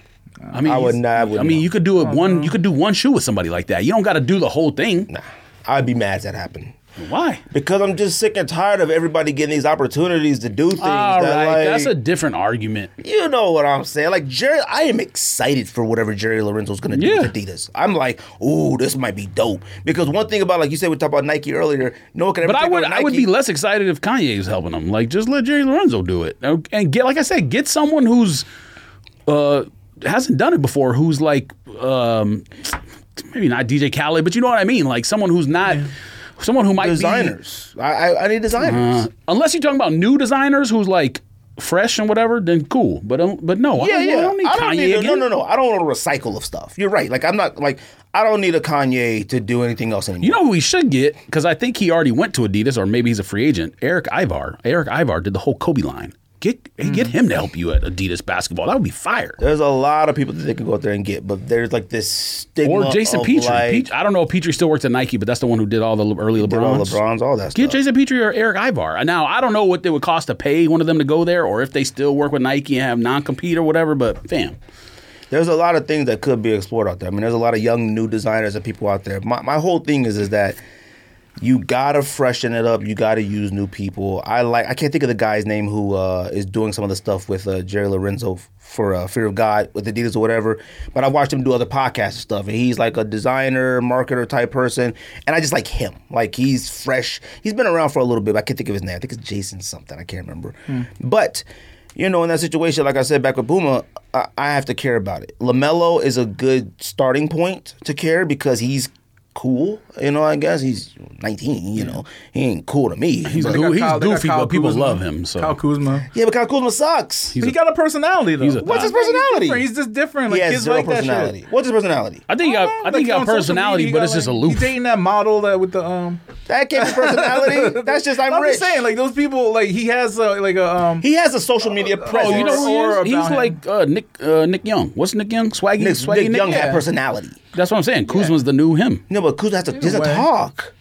[SPEAKER 3] I mean,
[SPEAKER 1] I would not- I
[SPEAKER 3] I,
[SPEAKER 1] would
[SPEAKER 3] mean,
[SPEAKER 1] not.
[SPEAKER 3] you could do
[SPEAKER 2] Oh,
[SPEAKER 3] it one. You could do one shoe with somebody like that. You don't got to do the whole thing.
[SPEAKER 1] nah, I'd be mad if that happened.
[SPEAKER 3] Why?
[SPEAKER 1] Because I'm just sick and tired of everybody getting these opportunities to do things.
[SPEAKER 3] All
[SPEAKER 1] that,
[SPEAKER 3] right,
[SPEAKER 1] like,
[SPEAKER 3] that's a different argument.
[SPEAKER 1] you know what I'm saying. Like Jerry, I am excited for whatever Jerry Lorenzo's gonna do
[SPEAKER 3] Yeah.
[SPEAKER 1] with Adidas. I'm like, ooh, this might be dope. Because one thing about, like you said, we talked about Nike earlier. No one can ever.
[SPEAKER 3] But I
[SPEAKER 1] take
[SPEAKER 3] would,
[SPEAKER 1] away
[SPEAKER 3] I would
[SPEAKER 1] Nike.
[SPEAKER 3] be less excited if Kanye is helping him. Like, just let Jerry Lorenzo do it, and and get, like I said, get someone who's uh hasn't done it before, who's like um maybe not DJ Khaled, but you know what I mean, like someone who's not. Someone who might be uh,
[SPEAKER 1] designers. I, I I need designers.
[SPEAKER 3] unless you're talking about new designers who's like fresh and whatever, then cool. But don't, but no,
[SPEAKER 1] Yeah,
[SPEAKER 3] I don't,
[SPEAKER 1] yeah.
[SPEAKER 3] I don't need Kanye
[SPEAKER 1] a-
[SPEAKER 3] again.
[SPEAKER 1] No, no, no. I don't want a recycle of stuff. You're right. Like I'm not like I don't need a Kanye to do anything else anymore.
[SPEAKER 3] You know who we should get because I think he already went to Adidas or maybe he's a free agent. Eric Ivar. Eric Ivar did the whole Kobe line. Get get him to help you at Adidas basketball. That would be fire.
[SPEAKER 1] there's a lot of people that they can go out there and get, but there's like this stigma.
[SPEAKER 3] Or Jason
[SPEAKER 1] of,
[SPEAKER 3] Petrie.
[SPEAKER 1] like,
[SPEAKER 3] Petrie- I don't know if Petrie still works at Nike, but that's the one who did all the early LeBrons.
[SPEAKER 1] did all LeBron's, all that
[SPEAKER 3] Get
[SPEAKER 1] stuff.
[SPEAKER 3] Jason Petrie or Eric Ivar. Now I don't know what it would cost to pay one of them to go there, or if they still work with Nike and have non compete or whatever. But fam,
[SPEAKER 1] there's a lot of things that could be explored out there. I mean, there's a lot of young new designers and people out there. My my whole thing is is that you gotta freshen it up. You gotta use new people. I like. I can't think of the guy's name who uh, is doing some of the stuff with uh, Jerry Lorenzo f- for uh, Fear of God with Adidas or whatever. But I watched him do other podcast stuff, and he's like a designer, marketer type person. And I just like him. Like he's fresh. He's been around for a little bit. But I can't think of his name. I think it's Jason something. I can't remember. But you know, in that situation, like I said back with Boomer, I, I have to care about it. Lamelo is a good starting point to care because he's cool. You know, I guess he's 19. You know, he ain't cool to me.
[SPEAKER 3] he's,
[SPEAKER 1] but-
[SPEAKER 2] They got
[SPEAKER 3] goo- he's
[SPEAKER 2] Kyle- they got
[SPEAKER 3] goofy,
[SPEAKER 2] Kyle
[SPEAKER 3] but people
[SPEAKER 2] Kuzma.
[SPEAKER 3] love him. So
[SPEAKER 2] Kyle Kuzma.
[SPEAKER 1] yeah, but Kyle Kuzma sucks.
[SPEAKER 2] But he got a personality though.
[SPEAKER 3] he's a
[SPEAKER 1] What's his
[SPEAKER 3] thot.
[SPEAKER 1] personality?
[SPEAKER 2] He's, just different.
[SPEAKER 1] he
[SPEAKER 2] Like
[SPEAKER 1] has
[SPEAKER 2] kids
[SPEAKER 1] zero
[SPEAKER 2] like that
[SPEAKER 1] personality.
[SPEAKER 2] shit.
[SPEAKER 1] What's his personality?
[SPEAKER 3] I think he
[SPEAKER 1] Oh,
[SPEAKER 3] got, I think he got
[SPEAKER 2] on social
[SPEAKER 3] personality,
[SPEAKER 2] media, he
[SPEAKER 3] but
[SPEAKER 2] got,
[SPEAKER 3] it's just
[SPEAKER 2] like-
[SPEAKER 3] aloof.
[SPEAKER 2] He's dating that model that with the um.
[SPEAKER 1] That can't be personality. That's just I'm,
[SPEAKER 2] I'm
[SPEAKER 1] rich.
[SPEAKER 2] just saying, like those people, like he has uh, like a um.
[SPEAKER 1] he has a social media presence.
[SPEAKER 3] Oh, you know who he
[SPEAKER 2] or
[SPEAKER 3] is? He's
[SPEAKER 2] about him.
[SPEAKER 3] like uh, Nick uh, Nick Young. What's Nick Young? Swaggy
[SPEAKER 1] Nick,
[SPEAKER 3] Swaggy
[SPEAKER 1] Nick Young
[SPEAKER 3] Yeah.
[SPEAKER 1] had personality.
[SPEAKER 3] That's what I'm saying. Kuzma's the new him.
[SPEAKER 1] No, but Kuzma has to, he has to
[SPEAKER 2] way.
[SPEAKER 1] talk.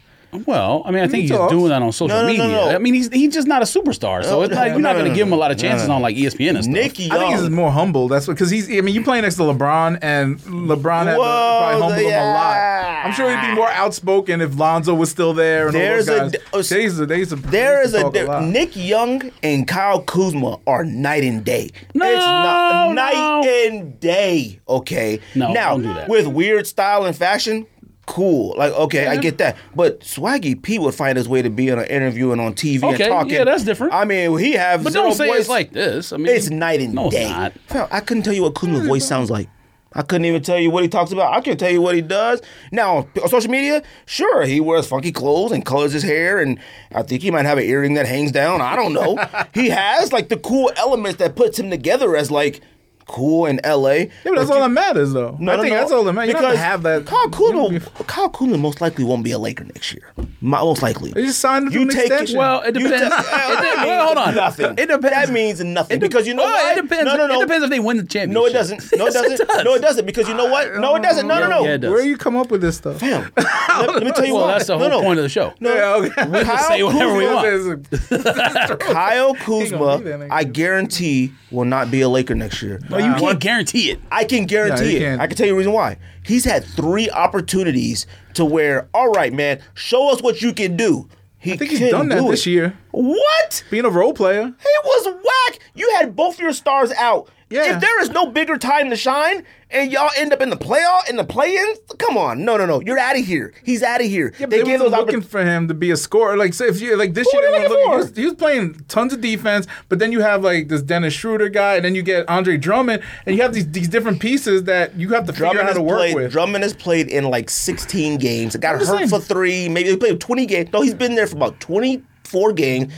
[SPEAKER 3] Well, I mean, I think he's
[SPEAKER 2] talks.
[SPEAKER 3] doing that on social
[SPEAKER 1] No, no, no,
[SPEAKER 3] media.
[SPEAKER 1] no.
[SPEAKER 3] I mean, he's he's just not a superstar, so it's not, you're not going to give him a lot of chances on like E ESPN and stuff.
[SPEAKER 1] Nick Young.
[SPEAKER 2] I think he's just more humble. That's because he's. I mean, you play next to LeBron, and LeBron had to
[SPEAKER 1] Whoa,
[SPEAKER 2] probably humbled him a
[SPEAKER 1] yeah.
[SPEAKER 2] lot. I'm sure he'd be more outspoken if Lonzo was still there. And
[SPEAKER 1] There's a
[SPEAKER 2] all those
[SPEAKER 1] di-
[SPEAKER 2] guys. they used to, they used to,
[SPEAKER 1] There
[SPEAKER 2] they
[SPEAKER 1] is
[SPEAKER 2] used to
[SPEAKER 1] a
[SPEAKER 2] talk
[SPEAKER 1] di-
[SPEAKER 2] lot.
[SPEAKER 1] Nick Young and Kyle Kuzma are night and day.
[SPEAKER 3] No,
[SPEAKER 1] it's not
[SPEAKER 3] no.
[SPEAKER 1] night and day. Okay,
[SPEAKER 3] No,
[SPEAKER 1] now
[SPEAKER 3] don't do that.
[SPEAKER 1] with weird style and fashion, cool. Like okay, I get that. But Swaggy P would find his way to be in an interview and on TV
[SPEAKER 3] Okay,
[SPEAKER 1] and talking.
[SPEAKER 3] yeah, that's different.
[SPEAKER 1] I mean, he have
[SPEAKER 3] but
[SPEAKER 1] zero
[SPEAKER 3] don't say
[SPEAKER 1] voice.
[SPEAKER 3] it's like this. I mean,
[SPEAKER 1] It's night and
[SPEAKER 3] no,
[SPEAKER 1] day.
[SPEAKER 3] It's not.
[SPEAKER 1] Fam, I couldn't tell you what Kuzma's voice sounds like. I couldn't even tell you what he talks about. I can't tell you what he does. Now, on p- on social media, sure, he wears funky clothes and colors his hair, and I think he might have an earring that hangs down. I don't know. he has like the cool elements that puts him together as like cool in LA.
[SPEAKER 2] Yeah, but that's all that matters, though. I think that's all that matters. You don't have to have that.
[SPEAKER 1] Kyle
[SPEAKER 2] you don't
[SPEAKER 1] Kuzma,
[SPEAKER 2] be-
[SPEAKER 1] Kyle Kuzma most likely won't be a Laker next year. Most likely.
[SPEAKER 2] They just signed it to
[SPEAKER 1] You
[SPEAKER 2] an
[SPEAKER 1] take it.
[SPEAKER 2] extension.
[SPEAKER 3] Well, it
[SPEAKER 1] You
[SPEAKER 3] depends.
[SPEAKER 1] ta-
[SPEAKER 3] It de-
[SPEAKER 1] That means
[SPEAKER 3] well, hold on.
[SPEAKER 1] Nothing.
[SPEAKER 3] It depends.
[SPEAKER 1] That means nothing
[SPEAKER 3] It de-
[SPEAKER 1] because you know
[SPEAKER 3] well,
[SPEAKER 1] what?
[SPEAKER 3] It depends.
[SPEAKER 1] No, no, no.
[SPEAKER 3] It depends if they win the championship.
[SPEAKER 1] No, it doesn't. No, it
[SPEAKER 3] Yes,
[SPEAKER 1] doesn't.
[SPEAKER 3] does.
[SPEAKER 1] No, it doesn't. Because you know what? No, it doesn't. No, no,
[SPEAKER 3] Yeah,
[SPEAKER 1] no.
[SPEAKER 3] yeah, it does.
[SPEAKER 2] Where you come up with this stuff?
[SPEAKER 1] Damn. Let, let me tell you
[SPEAKER 3] Well,
[SPEAKER 1] why.
[SPEAKER 3] that's the
[SPEAKER 1] No,
[SPEAKER 3] whole
[SPEAKER 1] no.
[SPEAKER 3] point of the show.
[SPEAKER 1] No.
[SPEAKER 2] Yeah, okay.
[SPEAKER 3] We can
[SPEAKER 1] Kyle
[SPEAKER 3] say whatever we
[SPEAKER 1] Kuzma
[SPEAKER 3] want.
[SPEAKER 1] Kyle
[SPEAKER 2] be there
[SPEAKER 1] Kuzma,
[SPEAKER 2] next
[SPEAKER 1] I
[SPEAKER 2] year.
[SPEAKER 1] guarantee, will not be a Laker next year.
[SPEAKER 3] But you can't guarantee it.
[SPEAKER 1] I can
[SPEAKER 2] No,
[SPEAKER 1] guarantee
[SPEAKER 2] you
[SPEAKER 1] it.
[SPEAKER 2] can't.
[SPEAKER 1] I can tell you the reason why. He's had three opportunities to where, all right, man, show us what you can do. He
[SPEAKER 2] I think he's
[SPEAKER 1] couldn't
[SPEAKER 2] done that
[SPEAKER 1] do
[SPEAKER 2] this
[SPEAKER 1] it.
[SPEAKER 2] year.
[SPEAKER 1] What?
[SPEAKER 2] Being a role player.
[SPEAKER 1] He was whack. You had both your stars out.
[SPEAKER 2] Yeah.
[SPEAKER 1] If there is no bigger time to shine, and y'all end up in the playoff in the play-ins, come on, no, no, no, you're out of here. He's out of here.
[SPEAKER 2] Yeah, but they,
[SPEAKER 1] those
[SPEAKER 2] wasn't looking
[SPEAKER 1] oppor-
[SPEAKER 2] for him to be a scorer. Like, so if you like this
[SPEAKER 1] Who
[SPEAKER 2] year,
[SPEAKER 1] were they
[SPEAKER 2] they
[SPEAKER 1] looking
[SPEAKER 2] were looking-
[SPEAKER 1] for?
[SPEAKER 2] he was, he was playing tons of defense, but then you have like this Dennis Schroeder guy, and then you get Andre Drummond, and you have these these different pieces that you have to figure out
[SPEAKER 1] Drummond
[SPEAKER 2] how
[SPEAKER 1] has
[SPEAKER 2] to work
[SPEAKER 1] played.
[SPEAKER 2] with.
[SPEAKER 1] Drummond has played in like 16 games. Got hurt
[SPEAKER 2] just saying.
[SPEAKER 1] for three. Maybe he played 20 games. No, he's been there for about 24 games.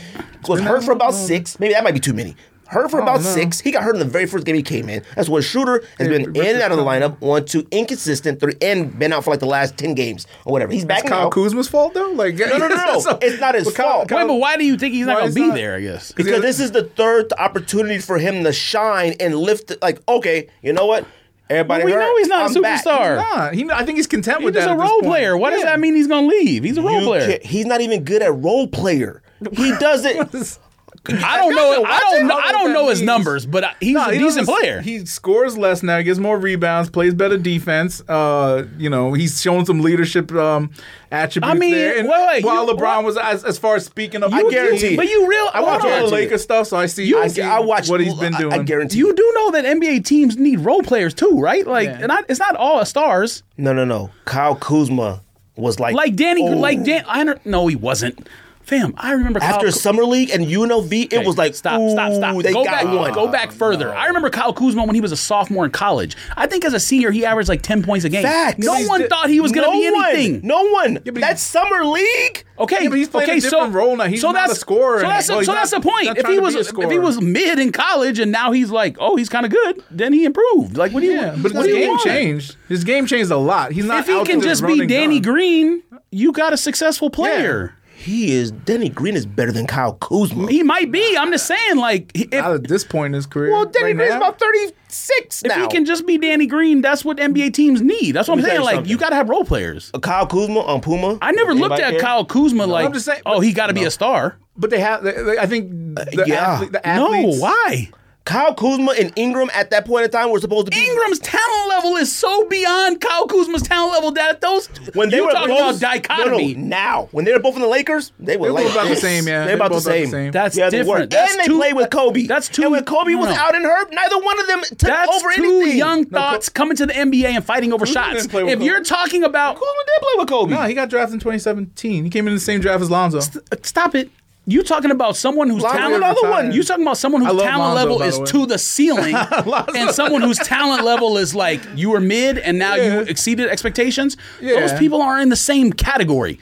[SPEAKER 1] Was hurt for about six. Maybe that might be too many. Hurt for about
[SPEAKER 2] Oh, no.
[SPEAKER 1] six. He got hurt in the very first game he came in. That's when Shooter has
[SPEAKER 2] Yeah,
[SPEAKER 1] been
[SPEAKER 2] but
[SPEAKER 1] in and out of the
[SPEAKER 2] that's
[SPEAKER 1] lineup, one, two, inconsistent, three, and been out for like the last 10 games or whatever. He's back
[SPEAKER 2] That's Kyle
[SPEAKER 1] now.
[SPEAKER 2] Kuzma's fault though. Like,
[SPEAKER 1] No, no, no, no. It's not his fault.
[SPEAKER 3] Wait, but why do you think he's not
[SPEAKER 2] Why
[SPEAKER 3] going
[SPEAKER 2] is
[SPEAKER 3] to be
[SPEAKER 2] not-
[SPEAKER 3] there? I guess.
[SPEAKER 1] Because this is the third opportunity for him to shine and lift. Like, okay, you know what? Everybody,
[SPEAKER 3] Well, we
[SPEAKER 1] hurt.
[SPEAKER 3] know he's not a
[SPEAKER 1] I'm back.
[SPEAKER 3] superstar.
[SPEAKER 2] Nah, he, I think he's content
[SPEAKER 3] He's
[SPEAKER 2] with
[SPEAKER 3] just
[SPEAKER 2] that.
[SPEAKER 3] a
[SPEAKER 2] at this
[SPEAKER 3] role
[SPEAKER 2] point.
[SPEAKER 3] player. What does
[SPEAKER 2] Yeah.
[SPEAKER 3] that mean? He's going to leave? He's a role
[SPEAKER 1] You
[SPEAKER 3] player.
[SPEAKER 1] can't- he's not even good at role player. He does it.
[SPEAKER 3] I don't know.
[SPEAKER 2] I
[SPEAKER 3] I don't
[SPEAKER 2] don't
[SPEAKER 3] know.
[SPEAKER 2] know
[SPEAKER 3] I
[SPEAKER 2] what
[SPEAKER 3] don't
[SPEAKER 2] that
[SPEAKER 3] know his
[SPEAKER 2] means.
[SPEAKER 3] numbers, but I- he's
[SPEAKER 2] Nah,
[SPEAKER 3] a
[SPEAKER 2] Ah, he
[SPEAKER 3] decent
[SPEAKER 2] doesn't-
[SPEAKER 3] player.
[SPEAKER 2] He scores less now. He gets more rebounds. Plays better defense. Uh, you know, he's shown some leadership um, attributes.
[SPEAKER 3] I mean,
[SPEAKER 2] there. And
[SPEAKER 3] wait, wait,
[SPEAKER 2] while
[SPEAKER 3] you-
[SPEAKER 2] LeBron was as, as far as speaking of,
[SPEAKER 1] You- guarantee.
[SPEAKER 3] But you real?
[SPEAKER 2] I watch all
[SPEAKER 3] hold on.
[SPEAKER 2] the
[SPEAKER 1] guarantee it.
[SPEAKER 2] Lakers stuff, so I see. I, see
[SPEAKER 1] I watch
[SPEAKER 2] what he's been
[SPEAKER 1] I-
[SPEAKER 2] doing.
[SPEAKER 1] I, guarantee.
[SPEAKER 3] You do know that NBA teams need role players too, right? Like,
[SPEAKER 2] Yeah.
[SPEAKER 3] and I, it's not all stars.
[SPEAKER 1] No, no, no. Kyle Kuzma was like
[SPEAKER 3] Like Danny,
[SPEAKER 1] oh.
[SPEAKER 3] like Dan. I don't- no, he wasn't. Fam, I remember Kyle
[SPEAKER 1] after
[SPEAKER 3] Ku-
[SPEAKER 1] summer league and UNLV. It
[SPEAKER 3] Okay,
[SPEAKER 1] was like
[SPEAKER 3] stop, stop, stop.
[SPEAKER 1] ooh, They
[SPEAKER 3] go
[SPEAKER 1] got
[SPEAKER 3] back,
[SPEAKER 1] one.
[SPEAKER 3] Go back further. I remember Kyle Kuzma when he was a sophomore in college. I think as a senior he averaged like ten points a game.
[SPEAKER 1] Facts.
[SPEAKER 3] No
[SPEAKER 1] He's
[SPEAKER 3] one
[SPEAKER 2] di-
[SPEAKER 3] thought he was going to
[SPEAKER 1] no
[SPEAKER 3] be anything. Oh.
[SPEAKER 1] One, no one.
[SPEAKER 2] but
[SPEAKER 1] That's summer league.
[SPEAKER 3] Okay,
[SPEAKER 2] Yeah, but he's playing a
[SPEAKER 3] okay, so,
[SPEAKER 2] different role now. He's
[SPEAKER 3] so
[SPEAKER 2] not
[SPEAKER 3] that's
[SPEAKER 2] a scorer
[SPEAKER 3] So
[SPEAKER 2] anymore.
[SPEAKER 3] that's,
[SPEAKER 2] Well, he's
[SPEAKER 3] so
[SPEAKER 2] not-
[SPEAKER 3] that's the point.
[SPEAKER 2] he's not
[SPEAKER 3] If
[SPEAKER 2] trying
[SPEAKER 3] he
[SPEAKER 2] to
[SPEAKER 3] was
[SPEAKER 2] be a
[SPEAKER 3] if he
[SPEAKER 2] scorer.
[SPEAKER 3] was mid in college and now he's like, oh, he's kind of good, then he improved. Like, what do you?
[SPEAKER 2] yeah, but his
[SPEAKER 3] what do you
[SPEAKER 2] game
[SPEAKER 3] want?
[SPEAKER 2] changed. His game changed a lot. He's not.
[SPEAKER 3] If he
[SPEAKER 2] out
[SPEAKER 3] can
[SPEAKER 2] to
[SPEAKER 3] just
[SPEAKER 2] run
[SPEAKER 3] be
[SPEAKER 2] and
[SPEAKER 3] Danny
[SPEAKER 2] gun.
[SPEAKER 3] Green, you got a successful player.
[SPEAKER 1] He is. Danny Green is better than Kyle Kuzma.
[SPEAKER 3] He might be. I'm just saying, like, if,
[SPEAKER 2] Not
[SPEAKER 3] if
[SPEAKER 2] at this point in his career.
[SPEAKER 1] well, Danny
[SPEAKER 2] right
[SPEAKER 1] Green's
[SPEAKER 2] now.
[SPEAKER 1] about thirty six now.
[SPEAKER 3] he can just be Danny Green, that's what NBA teams need. That's what I'm
[SPEAKER 1] Let me tell
[SPEAKER 3] saying.
[SPEAKER 1] you
[SPEAKER 3] Like,
[SPEAKER 1] something.
[SPEAKER 3] you got to have role players.
[SPEAKER 1] Uh, Kyle Kuzma on Puma.
[SPEAKER 3] I never looked
[SPEAKER 1] Anybody
[SPEAKER 3] at
[SPEAKER 1] care?
[SPEAKER 3] Kyle Kuzma like,
[SPEAKER 2] I'm just saying-
[SPEAKER 3] oh, he got to be a star.
[SPEAKER 2] But they have. They, they- I think the,
[SPEAKER 1] yeah.
[SPEAKER 2] athlete, the
[SPEAKER 3] Uh, No,
[SPEAKER 2] athletes.
[SPEAKER 3] why?
[SPEAKER 1] Kyle Kuzma and Ingram at that point in time were supposed to be
[SPEAKER 3] Ingram's talent level is so beyond Kyle Kuzma's talent level that those
[SPEAKER 1] when they
[SPEAKER 3] you
[SPEAKER 1] were
[SPEAKER 3] talking
[SPEAKER 1] both,
[SPEAKER 3] about dichotomy.
[SPEAKER 1] No, no, now when they were both in the Lakers, they were
[SPEAKER 2] They were
[SPEAKER 1] like
[SPEAKER 2] about the
[SPEAKER 1] this.
[SPEAKER 2] same, yeah.
[SPEAKER 1] They're
[SPEAKER 2] They
[SPEAKER 1] about the
[SPEAKER 2] both about the
[SPEAKER 1] same.
[SPEAKER 2] same.
[SPEAKER 3] That's
[SPEAKER 1] they
[SPEAKER 3] different.
[SPEAKER 1] were.
[SPEAKER 3] That's
[SPEAKER 1] and they
[SPEAKER 3] too-
[SPEAKER 1] played with Kobe.
[SPEAKER 3] that's too-
[SPEAKER 1] And when Kobe was
[SPEAKER 3] no.
[SPEAKER 1] out and hurt, neither one of them took
[SPEAKER 3] That's
[SPEAKER 1] over
[SPEAKER 3] two
[SPEAKER 1] anything.
[SPEAKER 3] young thoughts coming to the NBA and fighting over shots.
[SPEAKER 2] didn't play with
[SPEAKER 3] If you're
[SPEAKER 2] Kobe.
[SPEAKER 3] talking about
[SPEAKER 1] Kuzma did play with Kobe.
[SPEAKER 2] No, he got drafted in 2017. He came in the same draft as Lonzo.
[SPEAKER 3] stop it. You talking about someone whose
[SPEAKER 2] Lonzo
[SPEAKER 3] talent
[SPEAKER 2] retired.
[SPEAKER 3] level one. You talking about someone
[SPEAKER 2] I
[SPEAKER 3] whose
[SPEAKER 2] love
[SPEAKER 3] talent
[SPEAKER 2] Lonzo,
[SPEAKER 3] level
[SPEAKER 2] by
[SPEAKER 3] is
[SPEAKER 2] the way.
[SPEAKER 3] to the ceiling, and someone whose talent level is like you were mid and now you
[SPEAKER 2] Yeah.
[SPEAKER 3] exceeded expectations. Those
[SPEAKER 2] Yeah.
[SPEAKER 3] people are in the same category.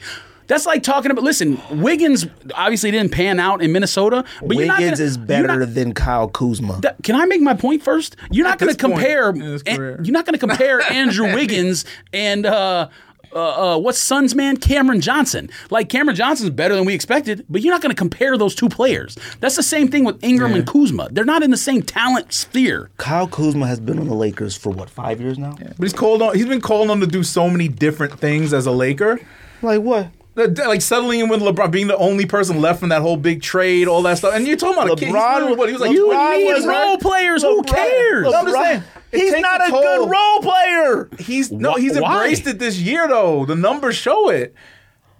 [SPEAKER 3] That's like talking about. Listen, Wiggins obviously didn't pan out in Minnesota, but you're not
[SPEAKER 1] Wiggins
[SPEAKER 3] gonna-
[SPEAKER 1] is
[SPEAKER 3] you're
[SPEAKER 1] better
[SPEAKER 3] not-
[SPEAKER 1] than Kyle Kuzma.
[SPEAKER 3] That- can I make my point first? You're not going to
[SPEAKER 2] this point
[SPEAKER 3] compare.
[SPEAKER 2] in his
[SPEAKER 3] An-
[SPEAKER 2] career.
[SPEAKER 3] you're not going to compare Andrew Wiggins and uh, uh, uh, what's Suns man Cameron Johnson. Like Cameron Johnson's better than we expected, but you're not going to compare those two players. That's the same thing with Ingram and Kuzma. They're not in the same talent sphere.
[SPEAKER 1] Kyle Kuzma has been on the Lakers for what five years now?
[SPEAKER 2] But he's called on. He's been called on to do so many different things as a Laker.
[SPEAKER 1] Like what?
[SPEAKER 2] Like settling in with LeBron, being the only person left from that whole big trade, all that stuff. And you're talking about a kid. he's
[SPEAKER 1] LeBron-
[SPEAKER 2] literally- what, he was like
[SPEAKER 1] You
[SPEAKER 2] 20
[SPEAKER 1] need
[SPEAKER 2] years old,
[SPEAKER 1] role
[SPEAKER 2] right?
[SPEAKER 3] players. Who cares?
[SPEAKER 2] I'm just saying, it
[SPEAKER 1] he's
[SPEAKER 2] takes
[SPEAKER 1] not
[SPEAKER 2] a
[SPEAKER 1] a
[SPEAKER 2] toll.
[SPEAKER 1] good role player.
[SPEAKER 2] He's no,
[SPEAKER 3] Wh-
[SPEAKER 2] he's
[SPEAKER 3] why?
[SPEAKER 2] embraced it this year though. The numbers show it.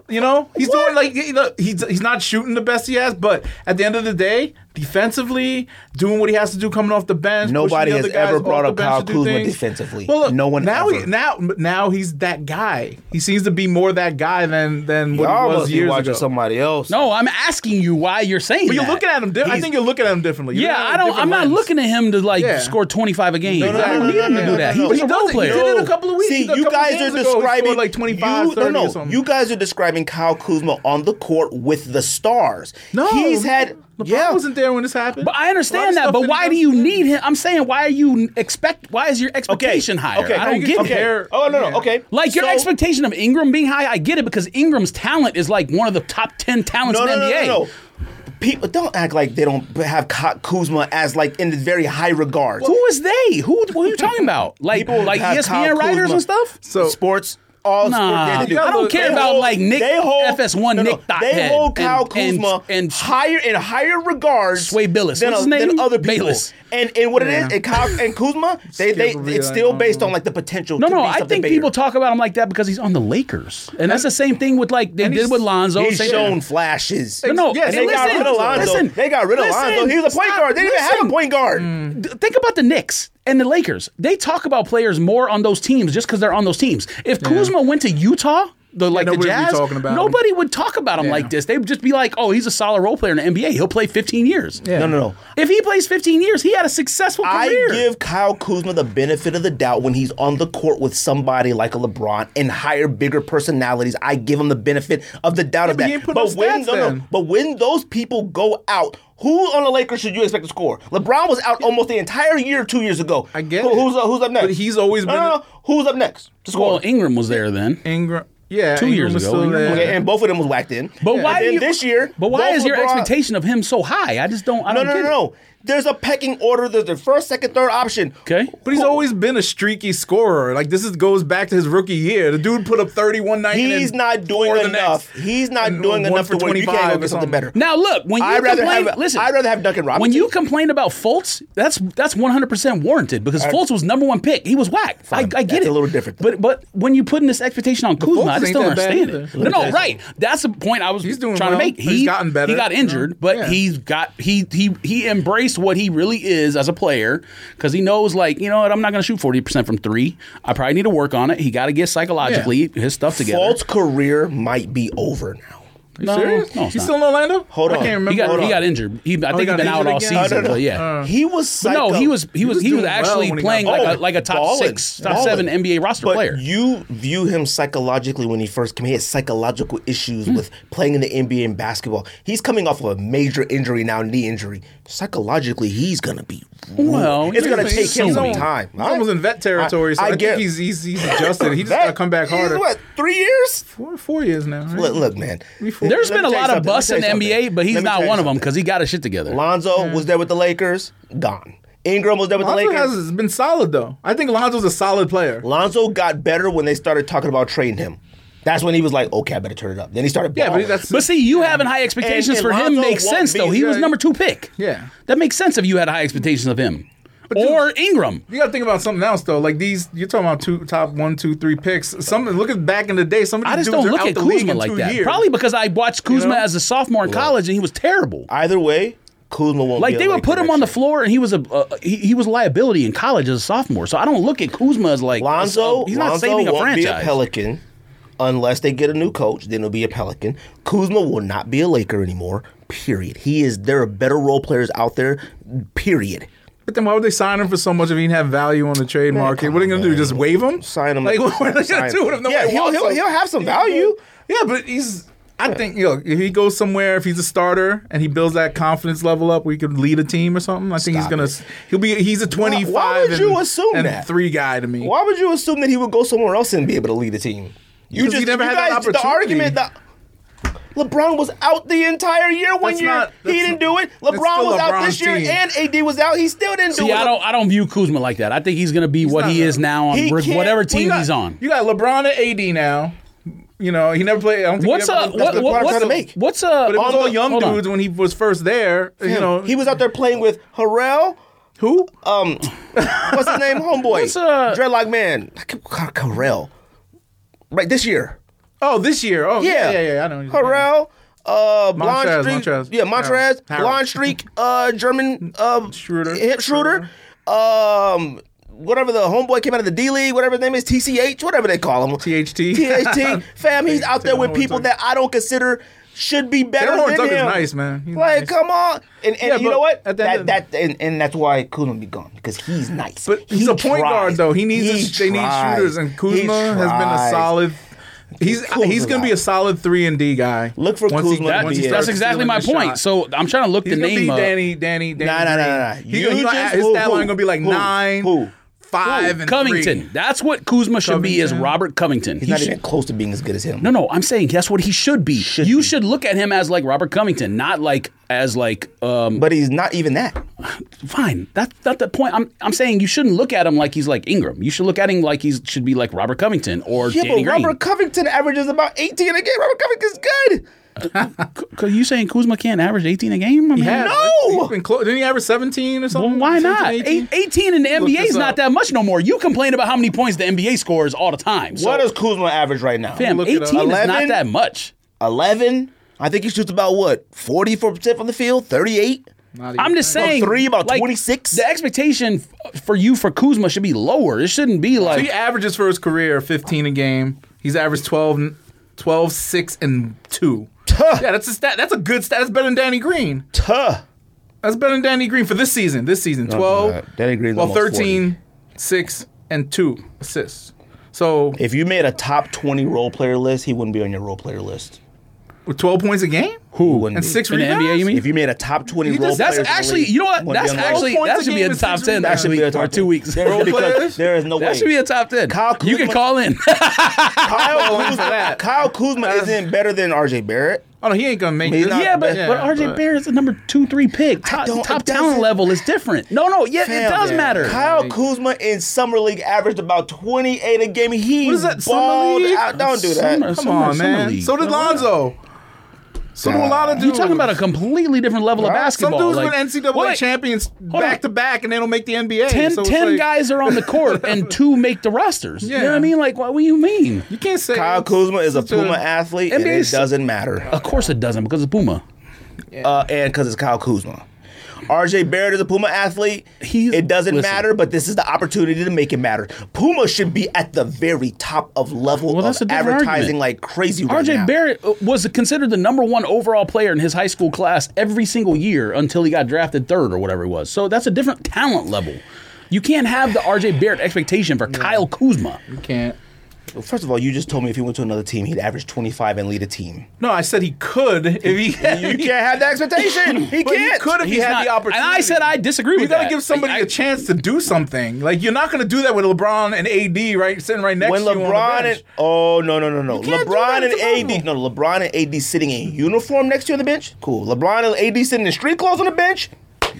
[SPEAKER 2] You know, he's doing like you know, he's he's not shooting the best he has, but at the end of the day, defensively, doing what he has to do coming off the bench. pushing
[SPEAKER 1] Nobody
[SPEAKER 2] the
[SPEAKER 1] has
[SPEAKER 2] other guys
[SPEAKER 1] ever
[SPEAKER 2] off
[SPEAKER 1] brought
[SPEAKER 2] the
[SPEAKER 1] up
[SPEAKER 2] bench
[SPEAKER 1] Kyle
[SPEAKER 2] to do
[SPEAKER 1] Kuzma
[SPEAKER 2] things.
[SPEAKER 1] defensively.
[SPEAKER 2] Well, look,
[SPEAKER 1] No one
[SPEAKER 2] now
[SPEAKER 1] ever.
[SPEAKER 2] He, now now he's that guy. He seems to be more that guy than than what
[SPEAKER 1] Y'all
[SPEAKER 2] he
[SPEAKER 1] must
[SPEAKER 2] was
[SPEAKER 1] be
[SPEAKER 2] years
[SPEAKER 1] watching
[SPEAKER 2] ago.
[SPEAKER 1] somebody else.
[SPEAKER 3] No, I'm asking you why you're saying.
[SPEAKER 2] but you're
[SPEAKER 3] that.
[SPEAKER 2] looking at him. Di- I
[SPEAKER 1] He's-
[SPEAKER 2] think you're looking at him differently. You're
[SPEAKER 3] Yeah,
[SPEAKER 2] looking at
[SPEAKER 3] I
[SPEAKER 2] him
[SPEAKER 3] don't.
[SPEAKER 2] different
[SPEAKER 3] I'm not
[SPEAKER 2] lens.
[SPEAKER 3] looking at him to like
[SPEAKER 2] Yeah.
[SPEAKER 3] score 25 a game.
[SPEAKER 2] no,
[SPEAKER 3] I don't
[SPEAKER 2] no,
[SPEAKER 3] need
[SPEAKER 2] no,
[SPEAKER 3] him to
[SPEAKER 2] no,
[SPEAKER 3] do
[SPEAKER 2] no,
[SPEAKER 3] that.
[SPEAKER 2] no, no.
[SPEAKER 3] He's just a
[SPEAKER 2] He
[SPEAKER 3] role
[SPEAKER 2] doesn't.
[SPEAKER 3] player.
[SPEAKER 2] He did it a couple of weeks-
[SPEAKER 1] See,
[SPEAKER 2] a
[SPEAKER 1] you
[SPEAKER 2] couple
[SPEAKER 1] guys are
[SPEAKER 2] games ago, he scored,
[SPEAKER 1] describing
[SPEAKER 2] like, 25,
[SPEAKER 1] you,
[SPEAKER 2] 30 or
[SPEAKER 1] no, no,
[SPEAKER 2] something.
[SPEAKER 1] you guys are describing Kyle Kuzma on the court with the stars.
[SPEAKER 2] No.
[SPEAKER 1] he's had
[SPEAKER 2] I
[SPEAKER 1] yeah.
[SPEAKER 2] wasn't there when this happened.
[SPEAKER 3] But I
[SPEAKER 2] A lot of
[SPEAKER 3] understand
[SPEAKER 2] stuff
[SPEAKER 3] that. But
[SPEAKER 2] that
[SPEAKER 3] why
[SPEAKER 2] he
[SPEAKER 3] do you
[SPEAKER 2] doesn't
[SPEAKER 3] need him? I'm saying why are you expect? Why is your expectation higher? I don't get
[SPEAKER 1] okay.
[SPEAKER 3] it.
[SPEAKER 2] compare-
[SPEAKER 1] Oh no, no,
[SPEAKER 2] yeah.
[SPEAKER 1] okay.
[SPEAKER 3] Like your
[SPEAKER 1] So-
[SPEAKER 3] expectation of Ingram being high, I get it because Ingram's talent is like one of the top ten talents
[SPEAKER 1] no,
[SPEAKER 3] in
[SPEAKER 1] no,
[SPEAKER 3] the
[SPEAKER 1] no,
[SPEAKER 3] NBA.
[SPEAKER 1] no, no. People don't act like they don't have Ka- Kuzma as like in very high regard.
[SPEAKER 3] Who is they? Who, who are you talking about? Like
[SPEAKER 1] People
[SPEAKER 3] like E
[SPEAKER 1] have Kyle
[SPEAKER 3] ESPN writers
[SPEAKER 1] Kuzma.
[SPEAKER 3] and stuff?
[SPEAKER 2] So-
[SPEAKER 1] sports, all
[SPEAKER 3] Nah,
[SPEAKER 1] sport, they do.
[SPEAKER 3] I don't care
[SPEAKER 1] They
[SPEAKER 3] about, like, Nick-
[SPEAKER 1] they
[SPEAKER 3] FS1 Nick
[SPEAKER 1] They
[SPEAKER 3] Dothead
[SPEAKER 1] hold Kyle
[SPEAKER 3] and- and-
[SPEAKER 1] Kuzma
[SPEAKER 3] and-
[SPEAKER 1] higher in higher regards
[SPEAKER 3] Sway Billups.
[SPEAKER 1] than,
[SPEAKER 3] What's
[SPEAKER 1] a-
[SPEAKER 3] his name?
[SPEAKER 1] than other people.
[SPEAKER 3] Bayless.
[SPEAKER 1] And and what
[SPEAKER 2] Yeah.
[SPEAKER 1] it is, and Kyle and Kuzma, they, they
[SPEAKER 2] Skip will be
[SPEAKER 1] it's
[SPEAKER 2] like,
[SPEAKER 1] still
[SPEAKER 2] oh.
[SPEAKER 1] based on like the potential.
[SPEAKER 3] No,
[SPEAKER 1] to
[SPEAKER 3] no,
[SPEAKER 1] be
[SPEAKER 3] I
[SPEAKER 1] something
[SPEAKER 3] think
[SPEAKER 1] bigger.
[SPEAKER 3] people talk about him like that because he's on the Lakers, and that's the same thing with like they
[SPEAKER 2] and
[SPEAKER 3] did
[SPEAKER 2] he's-
[SPEAKER 3] with Lonzo.
[SPEAKER 1] He's
[SPEAKER 3] same
[SPEAKER 1] shown flashes.
[SPEAKER 3] No, no,
[SPEAKER 2] Yes,
[SPEAKER 1] and
[SPEAKER 3] and
[SPEAKER 1] they got
[SPEAKER 3] listen,
[SPEAKER 1] rid of Lonzo.
[SPEAKER 3] listen,
[SPEAKER 1] they got rid of Lonzo.
[SPEAKER 3] listen,
[SPEAKER 1] He was a point
[SPEAKER 3] stop,
[SPEAKER 1] guard. They didn't even have a
[SPEAKER 3] listen.
[SPEAKER 1] point guard.
[SPEAKER 2] Mm.
[SPEAKER 3] Th- Think about the Knicks and the Lakers. They talk about players more on those teams just because they're on those teams. If Kuzma went to Utah, the like the
[SPEAKER 2] nobody would be
[SPEAKER 3] Jazz,
[SPEAKER 2] talking about him.
[SPEAKER 3] nobody would talk about him
[SPEAKER 2] Yeah.
[SPEAKER 3] like this. They'd just be like, "Oh, he's a solid role player in the NBA. He'll play 15 years."
[SPEAKER 2] Yeah.
[SPEAKER 1] No, no, no.
[SPEAKER 3] If he plays 15 years, he had a successful
[SPEAKER 1] I
[SPEAKER 3] career.
[SPEAKER 1] give Kyle Kuzma the benefit of the doubt when he's on the court with somebody like a LeBron and higher, bigger personalities. I give him the benefit of the doubt of
[SPEAKER 2] but
[SPEAKER 1] that.
[SPEAKER 2] he ain't putting up
[SPEAKER 1] when
[SPEAKER 2] stats
[SPEAKER 1] no, no,
[SPEAKER 2] then.
[SPEAKER 1] but when those people go out, who on the Lakers should you expect to score? LeBron was out almost the entire year two years ago.
[SPEAKER 2] I get
[SPEAKER 1] Who-
[SPEAKER 2] it.
[SPEAKER 1] Who's, uh, who's up next?
[SPEAKER 2] But he's always
[SPEAKER 1] no,
[SPEAKER 2] been-
[SPEAKER 1] no, no. Who's up next? To score.
[SPEAKER 3] well, Ingram was there then.
[SPEAKER 2] Ingram. Yeah,
[SPEAKER 3] Two
[SPEAKER 2] Ingram
[SPEAKER 3] years
[SPEAKER 2] was
[SPEAKER 3] ago,
[SPEAKER 2] still
[SPEAKER 3] Ingram
[SPEAKER 2] there.
[SPEAKER 3] was-
[SPEAKER 1] Okay, and both of them was whacked in.
[SPEAKER 3] But
[SPEAKER 1] And
[SPEAKER 3] why do
[SPEAKER 1] then
[SPEAKER 3] you,
[SPEAKER 1] this year?
[SPEAKER 3] But why
[SPEAKER 1] both
[SPEAKER 3] is your
[SPEAKER 1] LeBron-
[SPEAKER 3] expectation of him so high? I just don't. I
[SPEAKER 1] No,
[SPEAKER 3] don't
[SPEAKER 1] no, no,
[SPEAKER 3] get it.
[SPEAKER 1] no. There's a pecking order. There's the first, second, third option.
[SPEAKER 3] Okay.
[SPEAKER 2] But he's always been a streaky scorer. Like this is goes back to his rookie year. The dude put up thirty one night. and
[SPEAKER 1] He's
[SPEAKER 2] then
[SPEAKER 1] not doing
[SPEAKER 2] four the
[SPEAKER 1] enough.
[SPEAKER 2] next.
[SPEAKER 1] He's not
[SPEAKER 2] And
[SPEAKER 1] doing
[SPEAKER 2] one
[SPEAKER 1] enough
[SPEAKER 2] for
[SPEAKER 1] to where you can't
[SPEAKER 2] 25
[SPEAKER 1] go
[SPEAKER 2] or
[SPEAKER 1] get something
[SPEAKER 2] something.
[SPEAKER 1] better.
[SPEAKER 3] Now look, when you
[SPEAKER 1] I'd rather
[SPEAKER 3] complain,
[SPEAKER 1] have-
[SPEAKER 3] listen,
[SPEAKER 1] I'd rather have Duncan
[SPEAKER 3] When you
[SPEAKER 1] Robinson.
[SPEAKER 3] complain about Fultz, that's that's one hundred percent warranted because Fultz was number one pick. He was whack. I, I get
[SPEAKER 1] Uh, That's
[SPEAKER 3] it.
[SPEAKER 1] a little different, though.
[SPEAKER 3] But but when you putting this expectation on Kuzma, I
[SPEAKER 2] Fultz
[SPEAKER 3] just
[SPEAKER 2] ain't
[SPEAKER 3] don't
[SPEAKER 2] that bad
[SPEAKER 3] understand
[SPEAKER 2] either.
[SPEAKER 3] it. No, no, right. That's the point I was
[SPEAKER 2] He's doing
[SPEAKER 3] trying to
[SPEAKER 2] well.
[SPEAKER 3] make.
[SPEAKER 2] He's gotten better.
[SPEAKER 3] He got injured, but
[SPEAKER 2] Yeah.
[SPEAKER 3] he's got he he he embraced what he really is as a player because he knows like you know what I'm not going to shoot forty percent from three. I probably need to work on it. He got to get psychologically his stuff together.
[SPEAKER 1] Falt's career might be over now.
[SPEAKER 3] no,
[SPEAKER 2] Serious?
[SPEAKER 3] no, it's
[SPEAKER 2] he's
[SPEAKER 3] not.
[SPEAKER 2] still in Orlando.
[SPEAKER 1] Hold
[SPEAKER 2] I
[SPEAKER 1] on.
[SPEAKER 2] can't remember.
[SPEAKER 3] He got
[SPEAKER 1] Hold
[SPEAKER 3] he
[SPEAKER 1] on.
[SPEAKER 3] got injured. He, I think
[SPEAKER 2] Oh, got
[SPEAKER 3] he's been
[SPEAKER 2] injured
[SPEAKER 3] out all
[SPEAKER 2] again? Uh,
[SPEAKER 3] season.
[SPEAKER 2] No,
[SPEAKER 1] no, no.
[SPEAKER 3] but yeah.
[SPEAKER 1] He was psycho.
[SPEAKER 3] No, he was he was
[SPEAKER 2] was
[SPEAKER 3] he
[SPEAKER 2] doing
[SPEAKER 3] was
[SPEAKER 2] well
[SPEAKER 3] actually
[SPEAKER 2] when he got
[SPEAKER 3] playing
[SPEAKER 2] back.
[SPEAKER 3] like a
[SPEAKER 1] Oh,
[SPEAKER 3] like a top
[SPEAKER 1] balling,
[SPEAKER 3] six, top
[SPEAKER 1] balling.
[SPEAKER 3] seven NBA roster
[SPEAKER 1] But
[SPEAKER 3] player.
[SPEAKER 1] you view him psychologically when he first came. He had psychological issues
[SPEAKER 3] Hmm.
[SPEAKER 1] with playing in the NBA and basketball. He's coming off of a major injury now, knee injury. Psychologically, he's gonna be. ruined.
[SPEAKER 3] Well,
[SPEAKER 1] it's gonna
[SPEAKER 3] he's-
[SPEAKER 1] take
[SPEAKER 3] he's
[SPEAKER 1] him some
[SPEAKER 3] almost-
[SPEAKER 1] time.
[SPEAKER 2] He's almost in vet territory, so I, think he's, he's he's adjusted. He just got to come back
[SPEAKER 1] He's
[SPEAKER 2] harder.
[SPEAKER 1] What three years?
[SPEAKER 2] Four, four years now. Right?
[SPEAKER 1] Look, look, man.
[SPEAKER 3] There's
[SPEAKER 1] Let
[SPEAKER 3] been
[SPEAKER 1] me
[SPEAKER 3] a
[SPEAKER 1] tell you
[SPEAKER 3] lot of
[SPEAKER 1] something.
[SPEAKER 3] busts
[SPEAKER 1] Let
[SPEAKER 3] in
[SPEAKER 1] me
[SPEAKER 3] the
[SPEAKER 1] tell you
[SPEAKER 3] NBA,
[SPEAKER 1] something.
[SPEAKER 3] but
[SPEAKER 1] Let
[SPEAKER 3] he's
[SPEAKER 1] me tell
[SPEAKER 3] not
[SPEAKER 1] you
[SPEAKER 3] one of them
[SPEAKER 1] something.
[SPEAKER 3] because he got his shit together.
[SPEAKER 1] Lonzo
[SPEAKER 3] Mm.
[SPEAKER 1] was there with the Lakers, gone. Ingram was there with
[SPEAKER 2] Lonzo
[SPEAKER 1] the Lakers.
[SPEAKER 2] has been solid though. I think Lonzo's a solid player.
[SPEAKER 1] Lonzo got better when they started talking about trading him. That's when he was like, okay, I better turn it up. Then he started.
[SPEAKER 2] Yeah,
[SPEAKER 1] balling.
[SPEAKER 2] but that's
[SPEAKER 3] But see, you having high expectations
[SPEAKER 1] and
[SPEAKER 3] for him
[SPEAKER 1] Lonzo
[SPEAKER 3] makes
[SPEAKER 1] won't
[SPEAKER 3] sense
[SPEAKER 1] be-
[SPEAKER 3] though. He was
[SPEAKER 2] yeah.
[SPEAKER 3] number two pick.
[SPEAKER 2] Yeah.
[SPEAKER 3] that makes sense if you had high expectations of him or Ingram.
[SPEAKER 2] You got to think about something else though. Like these, you're talking about two top one, two, three picks. Some look at back in the day. Some of these
[SPEAKER 3] I just
[SPEAKER 2] dudes
[SPEAKER 3] don't
[SPEAKER 2] are
[SPEAKER 3] look
[SPEAKER 2] out
[SPEAKER 3] at
[SPEAKER 2] the league
[SPEAKER 3] Kuzma
[SPEAKER 2] in
[SPEAKER 3] like
[SPEAKER 2] two
[SPEAKER 3] that.
[SPEAKER 2] years.
[SPEAKER 3] Probably because I watched Kuzma
[SPEAKER 2] know?
[SPEAKER 3] as a sophomore in college and he was terrible.
[SPEAKER 1] either way, Kuzma won't. be
[SPEAKER 3] Like
[SPEAKER 1] a
[SPEAKER 3] they would
[SPEAKER 1] Laker
[SPEAKER 3] put him
[SPEAKER 1] next
[SPEAKER 3] on the
[SPEAKER 1] year.
[SPEAKER 3] floor, and he was a uh, he, he was a liability in college as a sophomore. So I don't look at Kuzma as like
[SPEAKER 1] Lonzo,
[SPEAKER 3] He's not
[SPEAKER 1] Lonzo
[SPEAKER 3] saving a
[SPEAKER 1] won't be a
[SPEAKER 3] franchise.
[SPEAKER 1] Pelican unless they get a new coach. Then he'll be a Pelican. Kuzma will not be a Laker anymore. Period. He is. There are better role players out there. Period.
[SPEAKER 2] But then why would they sign him for so much if he didn't have value on the trade market? What are they going to do? Just waive him?
[SPEAKER 1] Sign him.
[SPEAKER 2] Like what are they going
[SPEAKER 1] Sign
[SPEAKER 2] to do
[SPEAKER 1] him.
[SPEAKER 2] with him? Nobody
[SPEAKER 1] Yeah, he'll-
[SPEAKER 2] wants
[SPEAKER 1] he'll-
[SPEAKER 2] him.
[SPEAKER 1] he'll have some value.
[SPEAKER 2] Yeah, but he's. I think you know, if he goes somewhere, if he's a starter and he builds that confidence level up, we could lead a team or something. I think he's
[SPEAKER 1] Stop
[SPEAKER 2] gonna. He'll be. He's a twenty-five.
[SPEAKER 1] would
[SPEAKER 2] and,
[SPEAKER 1] you assume
[SPEAKER 2] and
[SPEAKER 1] that?
[SPEAKER 2] three guy to me?
[SPEAKER 1] Why would you assume that he would go somewhere else and be able to lead the team? You
[SPEAKER 2] Because he never had that
[SPEAKER 1] The
[SPEAKER 2] opportunity.
[SPEAKER 1] argument that LeBron was out the entire year one
[SPEAKER 2] That's
[SPEAKER 1] year.
[SPEAKER 2] not-
[SPEAKER 1] he
[SPEAKER 2] that's
[SPEAKER 1] didn't
[SPEAKER 2] not-
[SPEAKER 1] do it.
[SPEAKER 2] that's
[SPEAKER 1] LeBron
[SPEAKER 2] still
[SPEAKER 1] was out
[SPEAKER 2] LeBron's
[SPEAKER 1] this year
[SPEAKER 2] team.
[SPEAKER 1] and AD was out. He still didn't do
[SPEAKER 3] See,
[SPEAKER 1] it.
[SPEAKER 3] I don't I don't view Kuzma like that. I think he's going to be what
[SPEAKER 2] not
[SPEAKER 3] he
[SPEAKER 2] a-
[SPEAKER 3] is now on
[SPEAKER 1] He
[SPEAKER 3] reg-
[SPEAKER 1] can't-
[SPEAKER 3] whatever
[SPEAKER 1] well,
[SPEAKER 3] team
[SPEAKER 1] you got-
[SPEAKER 3] he's on.
[SPEAKER 2] You got LeBron at AD now. You know he never played. I don't think he
[SPEAKER 3] What's
[SPEAKER 2] ever
[SPEAKER 3] a
[SPEAKER 2] looked
[SPEAKER 3] what,
[SPEAKER 2] at the
[SPEAKER 3] what,
[SPEAKER 1] I'm trying
[SPEAKER 3] what's
[SPEAKER 1] to
[SPEAKER 3] a,
[SPEAKER 1] make.
[SPEAKER 3] what's a
[SPEAKER 2] But it was
[SPEAKER 3] on
[SPEAKER 2] all
[SPEAKER 3] the-
[SPEAKER 2] young
[SPEAKER 3] hold on.
[SPEAKER 2] dudes when he was first there. You know
[SPEAKER 1] he was out there playing with Harrell.
[SPEAKER 2] who?
[SPEAKER 1] Um, what's his name? Homeboy.
[SPEAKER 3] What's, uh,
[SPEAKER 1] Dreadlock man. I keep calling him Harrell. Right this year.
[SPEAKER 2] oh, this year. Oh
[SPEAKER 1] Yeah,
[SPEAKER 2] yeah, yeah, yeah. I know.
[SPEAKER 1] Harrell. Uh, Blonde
[SPEAKER 2] Montrez,
[SPEAKER 1] Streak,
[SPEAKER 2] Montrez.
[SPEAKER 1] yeah, Montrez,
[SPEAKER 2] Harold.
[SPEAKER 1] Blonde Streak, uh, German, uh,
[SPEAKER 2] Schroeder.
[SPEAKER 1] Hip Schroeder, um, whatever the homeboy came out of the D League, whatever his name is, TCH, whatever they call him,
[SPEAKER 2] THT.
[SPEAKER 1] THT, fam, he's out there
[SPEAKER 2] They
[SPEAKER 1] with
[SPEAKER 2] don't
[SPEAKER 1] people
[SPEAKER 2] want to
[SPEAKER 1] that I don't consider should be better
[SPEAKER 2] Aaron
[SPEAKER 1] than
[SPEAKER 2] Tucker's
[SPEAKER 1] him.
[SPEAKER 2] nice, man. He's
[SPEAKER 1] like,
[SPEAKER 2] nice.
[SPEAKER 1] come on, and, and
[SPEAKER 2] Yeah,
[SPEAKER 1] you
[SPEAKER 2] but
[SPEAKER 1] know what?
[SPEAKER 2] at the end
[SPEAKER 1] that
[SPEAKER 2] of
[SPEAKER 1] that and, and that's why Kuzma be gone because he's nice.
[SPEAKER 2] But he's
[SPEAKER 1] He
[SPEAKER 2] a point
[SPEAKER 1] tries.
[SPEAKER 2] guard though. He needs.
[SPEAKER 1] He
[SPEAKER 2] a- they need
[SPEAKER 1] tries.
[SPEAKER 2] shooters, and
[SPEAKER 1] He
[SPEAKER 2] Kuzma has been a
[SPEAKER 1] tries.
[SPEAKER 2] solid He's
[SPEAKER 1] Kuzma's
[SPEAKER 2] he's gonna be a
[SPEAKER 1] out.
[SPEAKER 2] solid three and D guy.
[SPEAKER 1] Look for
[SPEAKER 2] Once he-
[SPEAKER 1] Kuzma to
[SPEAKER 2] once
[SPEAKER 1] be
[SPEAKER 2] he
[SPEAKER 1] a-
[SPEAKER 2] starts
[SPEAKER 3] That's exactly
[SPEAKER 2] stealing
[SPEAKER 3] my
[SPEAKER 2] his
[SPEAKER 3] point.
[SPEAKER 2] shots.
[SPEAKER 3] So I'm trying to look
[SPEAKER 2] He's
[SPEAKER 3] the
[SPEAKER 2] gonna be
[SPEAKER 3] name up.
[SPEAKER 2] Danny, Danny, Danny.
[SPEAKER 1] Nah, nah, nah, nah, nah.
[SPEAKER 2] Green.
[SPEAKER 1] You
[SPEAKER 2] He, he gonna,
[SPEAKER 1] just-
[SPEAKER 2] his
[SPEAKER 1] who,
[SPEAKER 2] stat line
[SPEAKER 1] who,
[SPEAKER 2] gonna be like
[SPEAKER 1] who,
[SPEAKER 2] nine,
[SPEAKER 1] who,
[SPEAKER 2] five, and
[SPEAKER 3] Covington.
[SPEAKER 2] three.
[SPEAKER 3] That's what Kuzma should be is
[SPEAKER 2] Covington.
[SPEAKER 3] Robert Covington.
[SPEAKER 1] He's
[SPEAKER 3] He
[SPEAKER 1] not
[SPEAKER 3] should-
[SPEAKER 1] even close to being as good as him.
[SPEAKER 3] no, no, I'm saying that's what he should be. you should look at him as like Robert Covington, not like as like um
[SPEAKER 1] But he's not even that.
[SPEAKER 3] fine. That's not the point. I'm I'm saying you shouldn't look at him like he's like Ingram. You should look at him like he should be like Robert Covington or
[SPEAKER 1] Yeah,
[SPEAKER 3] Danny
[SPEAKER 1] but
[SPEAKER 3] Green.
[SPEAKER 1] Robert Covington averages about 18 a game. Robert Covington's good.
[SPEAKER 3] Cause you saying Kuzma can't average 18 a game? I mean,
[SPEAKER 2] Yeah,
[SPEAKER 3] no.
[SPEAKER 1] No!
[SPEAKER 2] he's been clo- didn't he average seventeen or
[SPEAKER 3] Well,
[SPEAKER 2] something?
[SPEAKER 3] why
[SPEAKER 2] 17,
[SPEAKER 3] not?
[SPEAKER 2] 18?
[SPEAKER 3] Eight- 18 in the NBA is
[SPEAKER 2] this up.
[SPEAKER 3] not that much no more. You complain about how many points the NBA scores all the time. So,
[SPEAKER 1] what does Kuzma average right now?
[SPEAKER 3] fam,
[SPEAKER 2] look it
[SPEAKER 3] 18 is
[SPEAKER 2] up.
[SPEAKER 3] not
[SPEAKER 1] 11?
[SPEAKER 3] that much.
[SPEAKER 1] 11. I think he shoots about what? 44% from the field? 38?
[SPEAKER 2] Not
[SPEAKER 3] I'm
[SPEAKER 2] even
[SPEAKER 3] just
[SPEAKER 2] close.
[SPEAKER 3] saying,
[SPEAKER 1] three, about
[SPEAKER 3] like,
[SPEAKER 1] 26?
[SPEAKER 3] The expectation f- for you for Kuzma should be lower. It shouldn't be
[SPEAKER 2] So
[SPEAKER 3] like
[SPEAKER 2] he averages for his career 15 a game. He's averaged 12, 12 6, and 2.
[SPEAKER 1] Tuh.
[SPEAKER 2] Yeah, that's a stat. That's a good stat. That's better than Danny Green.
[SPEAKER 1] Tuh.
[SPEAKER 2] That's better than Danny Green for this season. This season, 12.
[SPEAKER 1] God. Danny Green's
[SPEAKER 2] Well,
[SPEAKER 1] almost
[SPEAKER 2] 13, 6, and 2 assists. So
[SPEAKER 1] If you made a top 20 role player list, he wouldn't be on your role player list.
[SPEAKER 2] with 12 points a game?
[SPEAKER 1] Who? Wouldn't
[SPEAKER 2] And
[SPEAKER 1] be.
[SPEAKER 2] 6
[SPEAKER 3] In the
[SPEAKER 2] rebounds?
[SPEAKER 3] NBA, you mean?
[SPEAKER 1] If you made a top 20
[SPEAKER 2] You
[SPEAKER 1] role
[SPEAKER 2] just-
[SPEAKER 1] player
[SPEAKER 3] that's actually you know what that's actually
[SPEAKER 2] points
[SPEAKER 3] that
[SPEAKER 2] a
[SPEAKER 3] should be
[SPEAKER 2] game
[SPEAKER 3] a
[SPEAKER 2] is
[SPEAKER 3] top
[SPEAKER 2] six
[SPEAKER 3] ten.
[SPEAKER 1] that should be a top
[SPEAKER 3] two
[SPEAKER 1] 10.
[SPEAKER 3] weeks.
[SPEAKER 1] There,
[SPEAKER 2] Role
[SPEAKER 1] because
[SPEAKER 2] players?
[SPEAKER 1] there is no way.
[SPEAKER 3] That should be a top ten.
[SPEAKER 1] Kyle
[SPEAKER 3] you can
[SPEAKER 1] Kuzma-
[SPEAKER 3] call in.
[SPEAKER 1] Kyle
[SPEAKER 2] Going for
[SPEAKER 1] Kuzma,
[SPEAKER 2] that.
[SPEAKER 1] Kyle Kuzma isn't better than RJ Barrett.
[SPEAKER 2] Oh, no, he ain't going to make
[SPEAKER 1] He's
[SPEAKER 2] this.
[SPEAKER 1] not-
[SPEAKER 3] yeah, but,
[SPEAKER 1] Yeah,
[SPEAKER 3] but RJ Barrett's a number two, three pick. Top,
[SPEAKER 1] don't-
[SPEAKER 3] top
[SPEAKER 1] it doesn't-
[SPEAKER 3] talent level is different. No, no, yeah, it
[SPEAKER 1] Fam,
[SPEAKER 3] does
[SPEAKER 1] yeah.
[SPEAKER 3] matter.
[SPEAKER 1] Kyle Kuzma in summer league averaged about 28 a game. He
[SPEAKER 2] What is that, summer
[SPEAKER 1] balled
[SPEAKER 2] league?
[SPEAKER 1] out. Don't do that.
[SPEAKER 3] Summer-
[SPEAKER 2] Come
[SPEAKER 3] summer-
[SPEAKER 2] on,
[SPEAKER 3] summer
[SPEAKER 2] man.
[SPEAKER 3] league.
[SPEAKER 2] So did
[SPEAKER 3] Like, what-
[SPEAKER 2] Lonzo. So do a lot of dudes.
[SPEAKER 3] You're talking about a completely different level of
[SPEAKER 2] Some
[SPEAKER 3] basketball.
[SPEAKER 2] dudes
[SPEAKER 3] like-
[SPEAKER 2] win NCAA
[SPEAKER 3] Well, like,
[SPEAKER 2] champions
[SPEAKER 3] on.
[SPEAKER 2] back to back, and they don't make the NBA.
[SPEAKER 3] Ten,
[SPEAKER 2] So it's
[SPEAKER 3] ten
[SPEAKER 2] like-
[SPEAKER 3] guys are on the court and two make the rosters. You know what I
[SPEAKER 2] Yeah.
[SPEAKER 3] mean? Like, what, what do you mean?
[SPEAKER 2] You can't say
[SPEAKER 1] Kyle Kuzma is a
[SPEAKER 2] Such a-
[SPEAKER 1] Puma athlete, and
[SPEAKER 3] NBA
[SPEAKER 1] it
[SPEAKER 3] 's-
[SPEAKER 1] doesn't matter.
[SPEAKER 3] Of course it doesn't because of Puma.
[SPEAKER 1] Uh, and because it's Kyle Kuzma. RJ Barrett is a Puma athlete.
[SPEAKER 3] He's-
[SPEAKER 1] it doesn't
[SPEAKER 3] listen.
[SPEAKER 1] matter, but this is the opportunity to make it matter. Puma should be at the very top of level
[SPEAKER 3] Well, that's a
[SPEAKER 1] of
[SPEAKER 3] different
[SPEAKER 1] advertising
[SPEAKER 3] argument.
[SPEAKER 1] like crazy right
[SPEAKER 3] RJ
[SPEAKER 1] now.
[SPEAKER 3] Barrett uh, was considered the number one overall player in his high school class every single year until he got drafted third or whatever it was. So that's a different talent level. You can't have the RJ Barrett expectation for Kyle Kuzma.
[SPEAKER 2] You can't.
[SPEAKER 1] First of all, you just told me if he went to another team, he'd average 25 and lead a team.
[SPEAKER 2] No, I said he could if he.
[SPEAKER 1] You can't have that expectation. He
[SPEAKER 2] But he
[SPEAKER 1] can't.
[SPEAKER 2] could if he
[SPEAKER 3] He's
[SPEAKER 2] had
[SPEAKER 3] not-
[SPEAKER 2] the opportunity.
[SPEAKER 3] And I said I disagree
[SPEAKER 2] You
[SPEAKER 3] with
[SPEAKER 2] got to
[SPEAKER 3] that.
[SPEAKER 2] give somebody
[SPEAKER 3] I-
[SPEAKER 2] a chance to do something. Like you're not going to do that with LeBron and AD right sitting right next
[SPEAKER 1] when
[SPEAKER 2] to you. on
[SPEAKER 1] LeBron
[SPEAKER 2] the
[SPEAKER 1] and
[SPEAKER 2] bench.
[SPEAKER 1] oh no no no no
[SPEAKER 2] can't do
[SPEAKER 1] LeBron
[SPEAKER 2] that,
[SPEAKER 1] and
[SPEAKER 2] it's
[SPEAKER 1] AD
[SPEAKER 2] impossible.
[SPEAKER 1] no LeBron and AD sitting in uniform next to you on the bench cool LeBron and AD sitting in street clothes on the bench